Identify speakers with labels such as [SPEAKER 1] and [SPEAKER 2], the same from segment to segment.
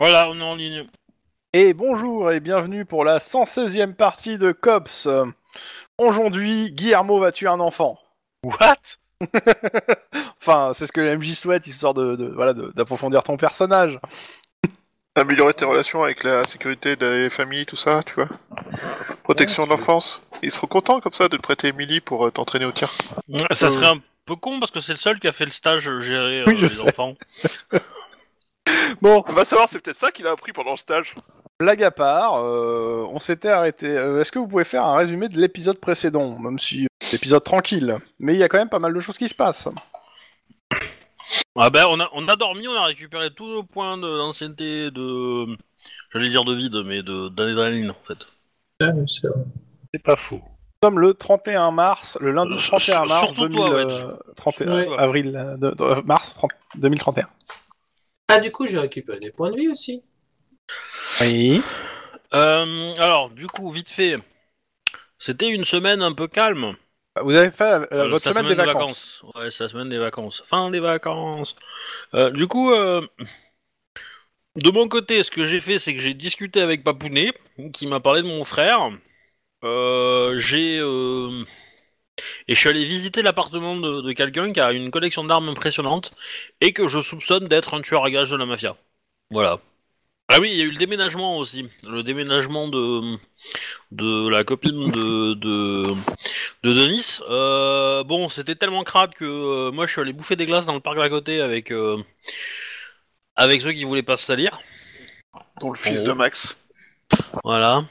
[SPEAKER 1] Voilà, on est en ligne.
[SPEAKER 2] Et bonjour et bienvenue pour la 116e partie de Cops. Euh, Aujourd'hui, Guillermo va tuer un enfant. What Enfin, c'est ce que la MJ souhaite, histoire de, de- voilà de- d'approfondir ton personnage.
[SPEAKER 3] Améliorer tes relations avec la sécurité des familles, tout ça, tu vois. Protection de l'enfance. Ils seront contents comme ça de te prêter Emily pour euh, t'entraîner au tir.
[SPEAKER 1] Ça
[SPEAKER 3] Euh,
[SPEAKER 1] serait un peu con parce que c'est le seul qui a fait le stage euh, gérer euh,
[SPEAKER 2] Oui, je
[SPEAKER 1] les
[SPEAKER 2] sais.
[SPEAKER 1] enfants.
[SPEAKER 2] Bon,
[SPEAKER 3] Va savoir, c'est peut-être ça qu'il a appris pendant le stage.
[SPEAKER 2] blague à part, euh, on s'était arrêté. euh, Est-ce que vous pouvez faire un résumé de l'épisode précédent, même si euh, c'est épisode tranquille, mais il y a quand même pas mal de choses qui se passent.
[SPEAKER 1] Ah ben, on a, on a dormi, on a récupéré tous nos points de- d'ancienneté, de. J'allais dire de vide, mais de- d'adrénaline en fait.
[SPEAKER 2] C'est pas faux. Nous sommes le 31 mars, le lundi
[SPEAKER 1] Euh,
[SPEAKER 2] 31
[SPEAKER 1] sur-
[SPEAKER 2] mars
[SPEAKER 1] surtout
[SPEAKER 2] 2000,
[SPEAKER 1] toi, ouais,
[SPEAKER 2] euh, 31
[SPEAKER 1] Ouais.
[SPEAKER 2] avril, euh, de- de- euh, mars 30 2031.
[SPEAKER 4] Ah, du coup, j'ai récupéré des points de vie aussi.
[SPEAKER 2] Oui.
[SPEAKER 1] Euh, alors, du coup, vite fait, c'était une semaine un peu calme.
[SPEAKER 2] Vous avez fait euh,
[SPEAKER 1] Euh,
[SPEAKER 2] votre
[SPEAKER 1] c'est la
[SPEAKER 2] semaine, des vacances.
[SPEAKER 1] Ouais, c'est la semaine des vacances. Fin des vacances. Euh, du coup, euh, de mon côté, ce que j'ai fait, c'est que j'ai discuté avec Papounet, qui m'a parlé de mon frère. Euh, j'ai euh, et je suis allé visiter l'appartement de, de quelqu'un qui a une collection d'armes impressionnante et que je soupçonne d'être un tueur à gages de la mafia. Voilà. Ah oui, il y a eu le déménagement aussi. Le déménagement de de la copine de de, de Denis. Euh, bon, c'était tellement crade que euh, moi je suis allé bouffer des glaces dans le parc d'à côté avec euh, avec ceux qui voulaient pas se salir.
[SPEAKER 3] Dont le
[SPEAKER 1] fils
[SPEAKER 3] fils
[SPEAKER 1] de
[SPEAKER 3] de Max.
[SPEAKER 1] Voilà.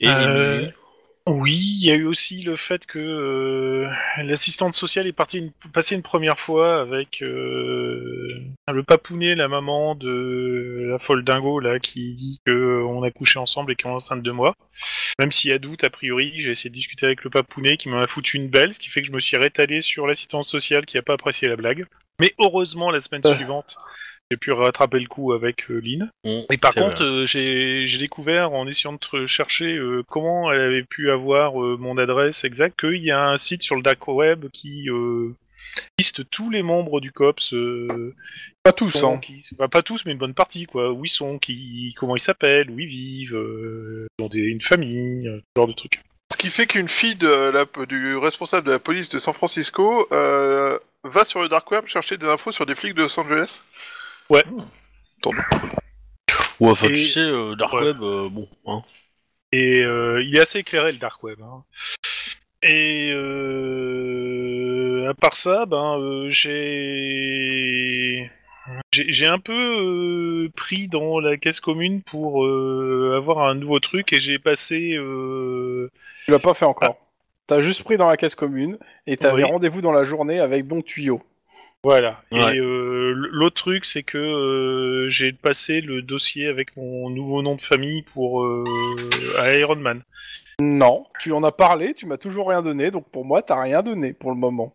[SPEAKER 1] Et
[SPEAKER 5] Euh,
[SPEAKER 1] Mimi.
[SPEAKER 5] Oui, il y a eu aussi le fait que euh, l'assistante sociale est partie une, passer une première fois avec euh, le papounet, la maman de la folle dingo là, qui dit que euh, on a couché ensemble et qu'elle est enceinte de moi. Même s'il y a doute, a priori, j'ai essayé de discuter avec le papounet qui m'en a foutu une belle, ce qui fait que je me suis rétalé sur l'assistante sociale qui n'a pas apprécié la blague. Mais heureusement, la semaine
[SPEAKER 2] Euh.
[SPEAKER 5] suivante, j'ai pu rattraper le coup avec euh, Lynn.
[SPEAKER 1] Bon,
[SPEAKER 5] Et par
[SPEAKER 1] c'est
[SPEAKER 5] contre, euh, j'ai j'ai découvert en essayant de tr- chercher euh, comment elle avait pu avoir euh, mon adresse exacte qu'il y a un site sur le dark web qui euh, liste tous les membres du COPS. euh,
[SPEAKER 2] Pas tous,
[SPEAKER 5] sont-
[SPEAKER 2] hein.
[SPEAKER 5] qui, bah, pas tous, mais une bonne partie, quoi. Où ils sont, qui, comment ils s'appellent, où ils vivent, euh, ils ont des- une famille, euh, ce genre de trucs.
[SPEAKER 3] Ce qui fait qu'une fille de la, du responsable de la police de San Francisco euh, va sur le dark web chercher des infos sur des flics de Los Angeles.
[SPEAKER 1] Ouais, enfin,
[SPEAKER 5] Et-
[SPEAKER 1] tu sais, euh, Dark
[SPEAKER 5] Ouais.
[SPEAKER 1] Web, euh, bon. hein.
[SPEAKER 5] Et euh, il est assez éclairé le dark web. hein. Et euh, à part ça, ben euh, j'ai j'ai j'ai un peu euh, pris dans la caisse commune pour euh, avoir un nouveau truc et j'ai passé euh,
[SPEAKER 2] Tu l'as pas fait encore. T'as juste pris dans la caisse commune et t'avais
[SPEAKER 5] Oui.
[SPEAKER 2] rendez-vous dans la journée avec Bon Tuyau.
[SPEAKER 5] voilà.
[SPEAKER 1] Ouais.
[SPEAKER 5] Et euh, l- l'autre truc, c'est que euh, j'ai passé le dossier avec mon nouveau nom de famille pour euh, à Iron Man.
[SPEAKER 2] Non, tu en as parlé, tu m'as toujours rien donné, donc pour moi t'as rien donné pour le moment.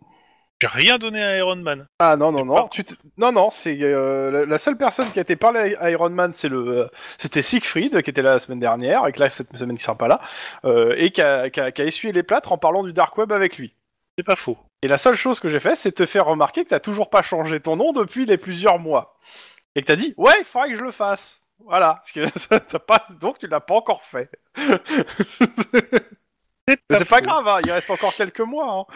[SPEAKER 5] J'ai rien donné à Iron Man.
[SPEAKER 2] Ah non non non,
[SPEAKER 5] D'accord.
[SPEAKER 2] tu t- non non, c'est euh, la, la seule personne qui a été parlé à Iron Man, c'est le, euh, c'était Siegfried qui était là la semaine dernière et que là cette semaine qui sera pas là euh, et qui a, qui a- qui a essuyé les plâtres en parlant du dark web avec lui.
[SPEAKER 5] C'est pas faux.
[SPEAKER 2] Et la seule chose que j'ai fait, c'est te faire remarquer que t'as toujours pas changé ton nom depuis les plusieurs mois et que t'as dit ouais, il faudrait que je le fasse. Voilà, parce que ça, t'as pas, donc tu l'as pas encore fait. Mais c'est pas
[SPEAKER 5] faux.
[SPEAKER 2] grave, hein, il reste encore quelques mois. hein.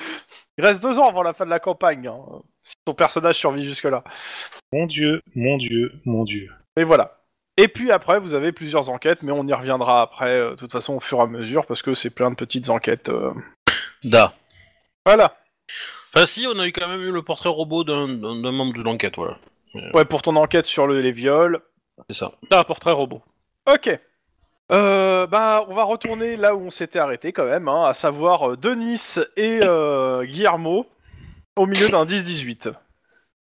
[SPEAKER 2] Il reste deux ans avant la fin de la campagne, hein, si ton personnage survit jusque-là.
[SPEAKER 5] Mon Dieu, mon Dieu, mon Dieu.
[SPEAKER 2] Et voilà. Et puis après, vous avez plusieurs enquêtes, mais on y reviendra après, euh, de toute façon, au fur et à mesure, parce que c'est plein de petites enquêtes. euh.
[SPEAKER 1] Da.
[SPEAKER 2] Voilà.
[SPEAKER 1] Enfin, si, on a eu quand même eu le portrait robot d'un d'un- d'un membre de l'enquête, voilà.
[SPEAKER 2] Ouais, pour ton enquête sur le- les viols,
[SPEAKER 1] C'est ça.
[SPEAKER 2] t'as un portrait robot. Ok. Euh, bah, on va retourner là où on s'était arrêté quand même, hein, à savoir euh, Denis et euh, Guillermo au milieu d'un 10-18.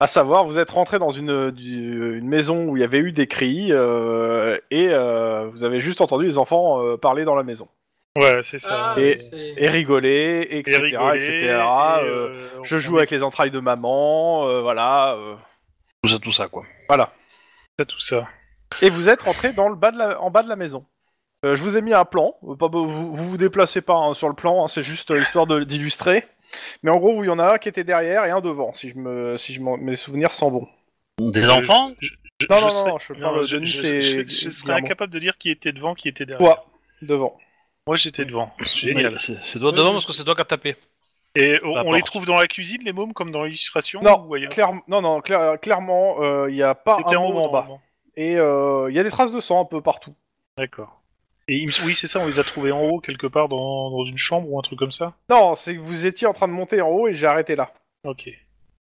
[SPEAKER 2] À savoir, vous êtes rentrés dans une, du- une maison où il y avait eu des cris euh, et euh, vous avez juste entendu les enfants euh, parler dans la maison.
[SPEAKER 5] Ouais, c'est
[SPEAKER 4] Ah,
[SPEAKER 5] ça.
[SPEAKER 2] Et-
[SPEAKER 4] c'est-
[SPEAKER 2] et rigoler, etc.
[SPEAKER 5] rigoler,
[SPEAKER 2] etc.
[SPEAKER 5] et,
[SPEAKER 2] euh,
[SPEAKER 5] euh,
[SPEAKER 2] je
[SPEAKER 5] on
[SPEAKER 2] joue avec les entrailles de maman, euh, voilà. euh.
[SPEAKER 1] Tout ça, tout ça, quoi.
[SPEAKER 5] met ça, tout ça.
[SPEAKER 2] Et vous êtes rentré dans le bas de la, en bas de la maison. Euh, je vous ai mis un plan. euh, Pas, be- vous, vous vous déplacez pas hein, sur le plan, hein, c'est juste euh, histoire de- d'illustrer. Mais en gros, il y en a un qui était derrière et un devant, si je me, si je m'en- mes souvenirs sont bons.
[SPEAKER 1] Des
[SPEAKER 5] Euh,
[SPEAKER 1] enfants
[SPEAKER 5] Je,
[SPEAKER 2] Non, non, non,
[SPEAKER 5] serais-
[SPEAKER 2] je parle de
[SPEAKER 5] je-
[SPEAKER 2] Nice
[SPEAKER 5] je-
[SPEAKER 2] et-
[SPEAKER 5] je-
[SPEAKER 2] et
[SPEAKER 5] je serais
[SPEAKER 2] Guillermo.
[SPEAKER 5] incapable de dire qui était devant, qui était derrière.
[SPEAKER 2] Toi, devant.
[SPEAKER 5] Moi, j'étais devant. Génial.
[SPEAKER 1] Ouais, C'est c'est toi
[SPEAKER 4] Ouais,
[SPEAKER 1] devant
[SPEAKER 4] je-
[SPEAKER 1] parce que c'est toi qui as tapé.
[SPEAKER 5] Et on,
[SPEAKER 1] Peu
[SPEAKER 5] on les
[SPEAKER 1] importe.
[SPEAKER 5] trouve dans la cuisine, les mômes, comme dans l'illustration
[SPEAKER 2] Bah, Non,
[SPEAKER 5] ou ailleurs
[SPEAKER 2] Claire- Non, non, clair- clairement, euh, il y n'y a pas
[SPEAKER 5] C'était
[SPEAKER 2] un mot en bas.
[SPEAKER 5] normalement.
[SPEAKER 2] Et euh, il y a des traces de sang un peu partout.
[SPEAKER 5] D'accord. Et il me- oui, c'est ça, on les a trouvés en haut, quelque part, dans, dans une chambre ou un truc comme ça
[SPEAKER 2] Non, c'est que vous étiez en train de monter en haut et j'ai arrêté là.
[SPEAKER 5] Ok.
[SPEAKER 2] Ce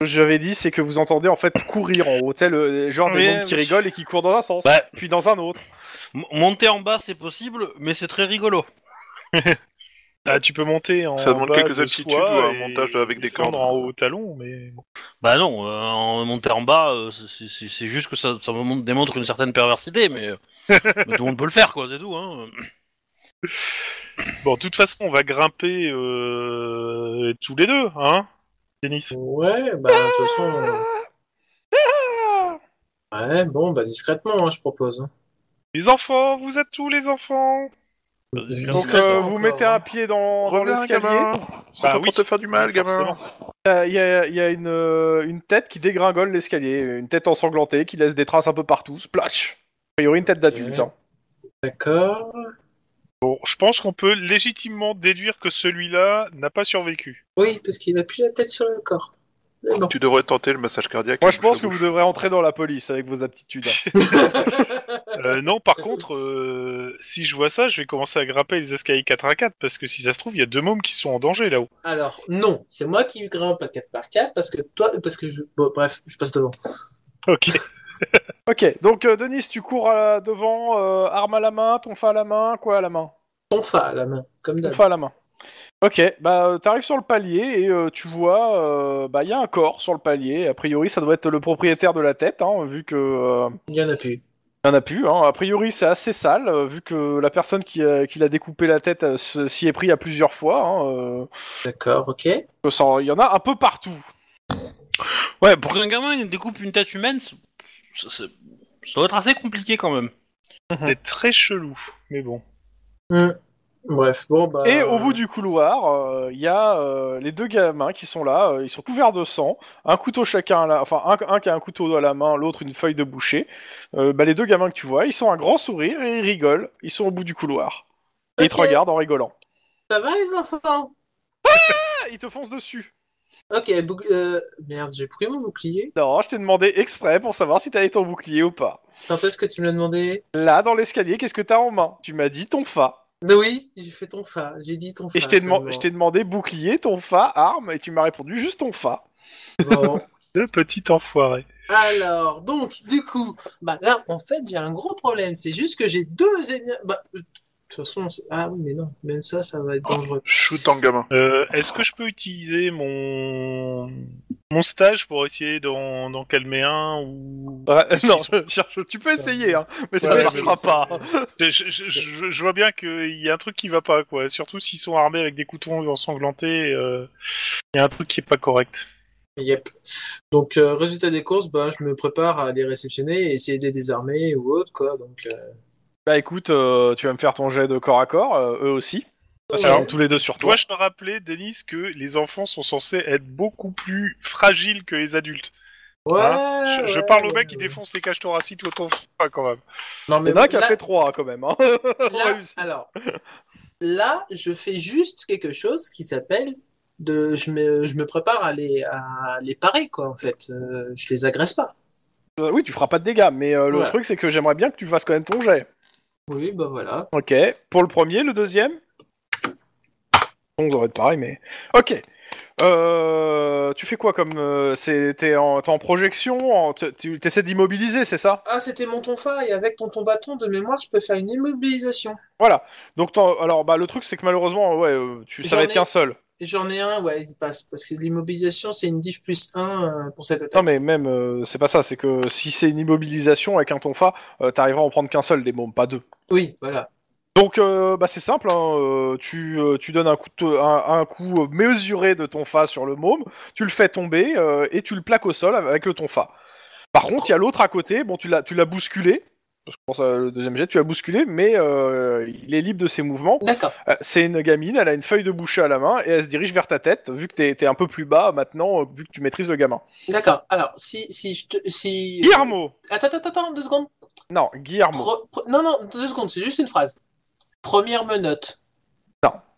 [SPEAKER 2] que j'avais dit, c'est que vous entendez en fait courir en haut, tu sais, le genre des
[SPEAKER 1] Oui,
[SPEAKER 2] gens qui
[SPEAKER 1] oui.
[SPEAKER 2] rigolent et qui courent dans un sens,
[SPEAKER 1] Bah.
[SPEAKER 2] puis dans un autre.
[SPEAKER 1] M- monter en bas, c'est possible, mais c'est très rigolo.
[SPEAKER 5] Ah, tu peux monter en
[SPEAKER 3] Ça demande
[SPEAKER 5] bas
[SPEAKER 3] quelques
[SPEAKER 5] de
[SPEAKER 3] aptitudes
[SPEAKER 5] soi
[SPEAKER 3] ou un
[SPEAKER 5] et
[SPEAKER 3] montage avec des
[SPEAKER 5] descendre
[SPEAKER 3] cordes.
[SPEAKER 5] en haut au talon, mais...
[SPEAKER 1] Bah non, euh, en- monter en bas, euh, c'est- c'est c'est juste que ça, ça me démontre une certaine perversité, mais, mais tout le monde peut le faire, quoi, c'est tout. Hein.
[SPEAKER 5] Bon, de toute façon, on va grimper euh, tous les deux, hein Denis
[SPEAKER 4] Ouais, bah, de toute façon. Ouais, bon, bah, discrètement, hein, je propose. hein.
[SPEAKER 5] Les enfants, vous êtes tous les enfants
[SPEAKER 2] Donc
[SPEAKER 4] Discrètement
[SPEAKER 2] euh, vous
[SPEAKER 4] encore,
[SPEAKER 2] mettez
[SPEAKER 4] hein.
[SPEAKER 2] un pied dans, dans
[SPEAKER 3] Reviens,
[SPEAKER 2] l'escalier,
[SPEAKER 3] gamin C'est
[SPEAKER 5] Bah
[SPEAKER 3] pas
[SPEAKER 5] oui.
[SPEAKER 3] pour te faire du mal, gamin
[SPEAKER 5] Forcément.
[SPEAKER 2] Euh, il y a, il y a une, euh, une tête qui dégringole l'escalier, une tête ensanglantée qui laisse des traces un peu partout, splash A priori une tête d'adulte. hein.
[SPEAKER 4] D'accord.
[SPEAKER 5] Bon, je pense qu'on peut légitimement déduire que celui-là n'a pas survécu.
[SPEAKER 4] Oui, parce qu'il appuie la tête sur le corps. Mais bon.
[SPEAKER 3] Tu devrais tenter le massage cardiaque.
[SPEAKER 2] Moi je pense que
[SPEAKER 3] Bouche à
[SPEAKER 2] vous devrez entrer dans la police avec vos aptitudes. hein.
[SPEAKER 5] Euh, non, par contre, euh, si je vois ça, je vais commencer à grimper les escaliers 4 à 4, parce que si ça se trouve, il y a deux mômes qui sont en danger là-haut.
[SPEAKER 4] Alors, non, c'est moi qui grimpe à 4 par 4 parce que toi, parce que je. Bon, bref, je passe devant.
[SPEAKER 5] Ok.
[SPEAKER 2] ok, donc euh, Denis, tu cours à la- devant, euh, arme à la main, tonfa à la main, quoi à la main
[SPEAKER 4] Tonfa à la main, comme d'hab.
[SPEAKER 2] Tonfa à la main. Ok, bah euh, t'arrives sur le palier et euh, tu vois, euh, bah il y a un corps sur le palier. A priori, ça doit être le propriétaire de la tête, hein, vu que euh,
[SPEAKER 4] Il y en a plus.
[SPEAKER 2] Il y en a plus, hein. a priori c'est assez sale, euh, vu que la personne qui, a- qui l'a découpé la tête euh, se- s'y est pris à plusieurs fois. hein, euh,
[SPEAKER 4] D'accord, ok.
[SPEAKER 2] que ça- Il y en a un peu partout.
[SPEAKER 1] Ouais, pour qu'un gamin il découpe une tête humaine, c'est- c'est- c'est- ça doit être assez compliqué quand même.
[SPEAKER 5] C'est très chelou, mais bon.
[SPEAKER 4] Hmm. Bref, bon, bah.
[SPEAKER 2] Et au bout du couloir, euh, il y a euh, les deux gamins qui sont là, euh, ils sont couverts de sang, un couteau chacun, à la... enfin un, un qui a un couteau à la main, l'autre une feuille de boucher. Euh, bah, les deux gamins que tu vois, ils sont un grand sourire et ils rigolent, ils sont au bout du couloir. Et ils te
[SPEAKER 4] Ok.
[SPEAKER 2] regardent en rigolant.
[SPEAKER 4] Ça va, les enfants
[SPEAKER 2] Ah, ils te foncent dessus
[SPEAKER 4] Ok, bouc- euh, merde, j'ai pris mon bouclier.
[SPEAKER 2] Non, je t'ai demandé exprès pour savoir si t'avais ton bouclier ou pas.
[SPEAKER 4] Quand est-ce que tu me l'as demandé
[SPEAKER 2] Là, dans l'escalier, qu'est-ce que t'as en main Tu m'as dit ton fa.
[SPEAKER 4] Ah Oui, j'ai fait ton fa. J'ai dit ton fa.
[SPEAKER 2] Et je t'ai deman-
[SPEAKER 4] seulement.
[SPEAKER 2] je t'ai demandé bouclier, ton fa, arme, et tu m'as répondu juste ton fa.
[SPEAKER 4] Bon.
[SPEAKER 5] Deux petits enfoirés.
[SPEAKER 4] Alors, donc, du coup, bah là, en fait, j'ai un gros problème. C'est juste que j'ai deux éner- Bah, euh, de toute façon, c'est- ah oui, mais non, même ça, ça va être
[SPEAKER 2] Oh,
[SPEAKER 4] dangereux.
[SPEAKER 3] Shoot en gamin.
[SPEAKER 5] Euh, Est-ce que je peux utiliser mon mon stage pour essayer d'en d'en calmer un ou Ils
[SPEAKER 2] non,
[SPEAKER 5] sont-
[SPEAKER 2] cherche- tu peux essayer, hein, mais ça
[SPEAKER 5] Ouais,
[SPEAKER 2] ne
[SPEAKER 5] mais
[SPEAKER 2] marchera
[SPEAKER 4] c'est-
[SPEAKER 2] pas.
[SPEAKER 5] je, je, je- je vois bien qu'il y a un truc qui va pas quoi. Surtout s'ils sont armés avec des couteaux ensanglantés, euh, il y a un truc qui est pas correct.
[SPEAKER 4] Yep. Donc, euh, résultat des courses, bah, je me prépare à les réceptionner et essayer de les désarmer ou autre, quoi. Donc, euh,
[SPEAKER 2] Bah écoute, euh, tu vas me faire ton jet de corps à corps, euh, eux aussi. Parce
[SPEAKER 4] ouais.
[SPEAKER 2] qu'ils sont tous les deux sur toi.
[SPEAKER 5] Dois-je te rappeler, Denis, que les enfants sont censés être beaucoup plus fragiles que les adultes.
[SPEAKER 2] Ah
[SPEAKER 5] Je,
[SPEAKER 4] Ouais,
[SPEAKER 5] Ah, je
[SPEAKER 4] ouais,
[SPEAKER 5] parle au
[SPEAKER 4] ouais,
[SPEAKER 5] mec qui
[SPEAKER 4] ouais.
[SPEAKER 5] défonce les cages thoraciques autant pas quand même.
[SPEAKER 4] Non,
[SPEAKER 2] Il
[SPEAKER 4] mais
[SPEAKER 2] y en a un qui a
[SPEAKER 4] là-
[SPEAKER 2] fait 3 quand même. Hein.
[SPEAKER 4] là,
[SPEAKER 2] Réussi.
[SPEAKER 4] alors, là, je fais juste quelque chose qui s'appelle de, je me, je me prépare à les, à les parer, quoi, en fait. Euh, je les agresse pas.
[SPEAKER 2] Euh, oui, tu feras pas de dégâts, mais euh, le
[SPEAKER 4] Ouais.
[SPEAKER 2] truc c'est que j'aimerais bien que tu fasses quand même ton jet.
[SPEAKER 4] Oui, bah voilà.
[SPEAKER 2] Ok, pour le premier, le deuxième Bon, ça va être pareil, mais... Ok. Euh, tu fais quoi comme... euh, c'est- T'es en, t'es en projection en- t- Tu essaies d'immobiliser, c'est ça
[SPEAKER 4] Ah, c'était mon tonfa, et avec ton ton bâton de mémoire, je peux faire une immobilisation.
[SPEAKER 2] Donc, t'en- alors, bah, le truc, c'est que malheureusement, ouais, euh, tu, ça
[SPEAKER 4] J'en
[SPEAKER 2] va être
[SPEAKER 4] ai-
[SPEAKER 2] qu'un seul.
[SPEAKER 4] J'en ai un, ouais, il passe, parce que l'immobilisation, c'est une diff plus 1 pour cette attaque.
[SPEAKER 2] Non, mais même, euh, c'est pas ça. C'est que si c'est une immobilisation avec un tonfa, euh, t'arriveras à en prendre qu'un seul des mômes, pas deux.
[SPEAKER 4] Oui, voilà.
[SPEAKER 2] Donc, euh, bah, c'est simple. hein, euh, tu, euh, tu donnes un coup, de- un, un coup mesuré de ton fa sur le môme, tu le fais tomber euh, et tu le plaques au sol avec le tonfa. Par contre, il y a l'autre à côté. Bon, tu l'as, tu l'as bousculé. Je pense à le deuxième jet, tu as bousculé, mais euh, il est libre de ses mouvements.
[SPEAKER 4] D'accord.
[SPEAKER 2] Euh, C'est une gamine, elle a une feuille de boucher à la main et elle se dirige vers ta tête, vu que t'es t'es un peu plus bas maintenant, euh, vu que tu maîtrises le gamin.
[SPEAKER 4] D'accord. Alors, si, si je te. Si...
[SPEAKER 2] Guillermo
[SPEAKER 4] Attends, attends, attends, deux secondes.
[SPEAKER 2] Non, Guillermo.
[SPEAKER 4] Pre- pre- Non, non, deux secondes, c'est juste une phrase. Première menotte.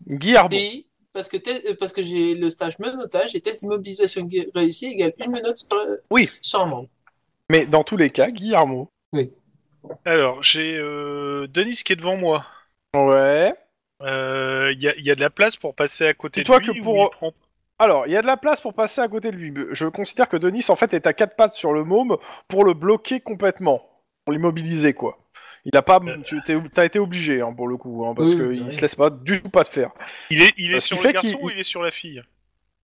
[SPEAKER 2] Guillermo.
[SPEAKER 4] DI, parce que, tes- euh, parce que j'ai le stage menottage et test d'immobilisation gui- réussi égale une menotte sur, le-
[SPEAKER 2] Oui.
[SPEAKER 4] sur un membre.
[SPEAKER 2] Mais dans tous les cas, Guillermo.
[SPEAKER 5] Alors, j'ai euh, Denis qui est devant moi.
[SPEAKER 2] Ouais.
[SPEAKER 5] Euh, Il y, a- il y a de la place pour passer à côté de
[SPEAKER 2] Dis-toi
[SPEAKER 5] lui.
[SPEAKER 2] que
[SPEAKER 5] ou
[SPEAKER 2] pour-
[SPEAKER 5] il prend-
[SPEAKER 2] Alors, il y a de la place pour passer à côté de lui. mais Je considère que Denis, en fait, est à quatre pattes sur le môme pour le bloquer complètement. Pour l'immobiliser, quoi. Il a pas... Tu t'es- t'as été obligé, hein, pour le coup, hein, parce
[SPEAKER 4] Oui,
[SPEAKER 2] qu'il
[SPEAKER 4] oui.
[SPEAKER 2] se laisse pas du tout pas se faire.
[SPEAKER 5] Il est, il est
[SPEAKER 2] Euh, ce
[SPEAKER 5] sur
[SPEAKER 2] qui
[SPEAKER 5] le
[SPEAKER 2] fait qu'il-
[SPEAKER 5] garçon ou il est sur la fille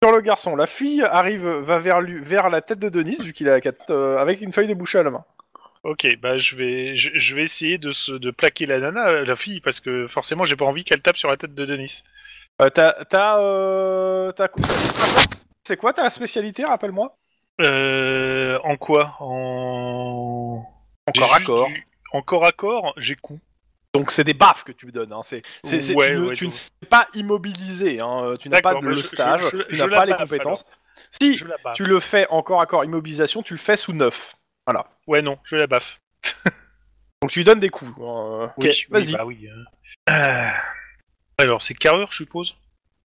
[SPEAKER 2] Sur le garçon, la fille arrive, va vers, lui, vers la tête de Denis, vu qu'il a quatre, euh, avec une feuille de boucher à la main.
[SPEAKER 5] Ok, bah je vais, je, je vais essayer de, se, de plaquer la nana, euh, la fille, parce que forcément j'ai pas envie qu'elle tape sur la tête de Denis.
[SPEAKER 2] Euh, t'as, t'as, euh, t'as- c'est quoi ta spécialité, rappelle-moi
[SPEAKER 5] Euh, en quoi En.
[SPEAKER 2] En corps
[SPEAKER 5] J'ai
[SPEAKER 2] à
[SPEAKER 5] juste
[SPEAKER 2] corps.
[SPEAKER 5] du- En corps à corps, j'ai coup.
[SPEAKER 2] Donc c'est des baffes que tu me donnes. Hein. C'est, c'est, c'est-
[SPEAKER 5] Ouais,
[SPEAKER 2] tu, ne-
[SPEAKER 5] ouais,
[SPEAKER 2] tu
[SPEAKER 5] donc-
[SPEAKER 2] ne sais pas immobiliser. Hein. euh, Tu n'as pas
[SPEAKER 5] D'accord,
[SPEAKER 2] de-
[SPEAKER 5] bah,
[SPEAKER 2] le
[SPEAKER 5] je- je-
[SPEAKER 2] stage,
[SPEAKER 5] je-
[SPEAKER 2] tu
[SPEAKER 5] je
[SPEAKER 2] n'as
[SPEAKER 5] la
[SPEAKER 2] pas les
[SPEAKER 5] baffe,
[SPEAKER 2] compétences. Si
[SPEAKER 5] Je la baffe.
[SPEAKER 2] tu le fais encore à corps immobilisation, tu le fais sous neuf.
[SPEAKER 5] Ouais, non, je la baffe.
[SPEAKER 2] Donc tu lui donnes des coups. hein, euh,
[SPEAKER 5] Oui,
[SPEAKER 2] ok,
[SPEAKER 5] oui,
[SPEAKER 2] vas-y.
[SPEAKER 5] bah oui, hein. Euh, Alors, c'est carrure, je suppose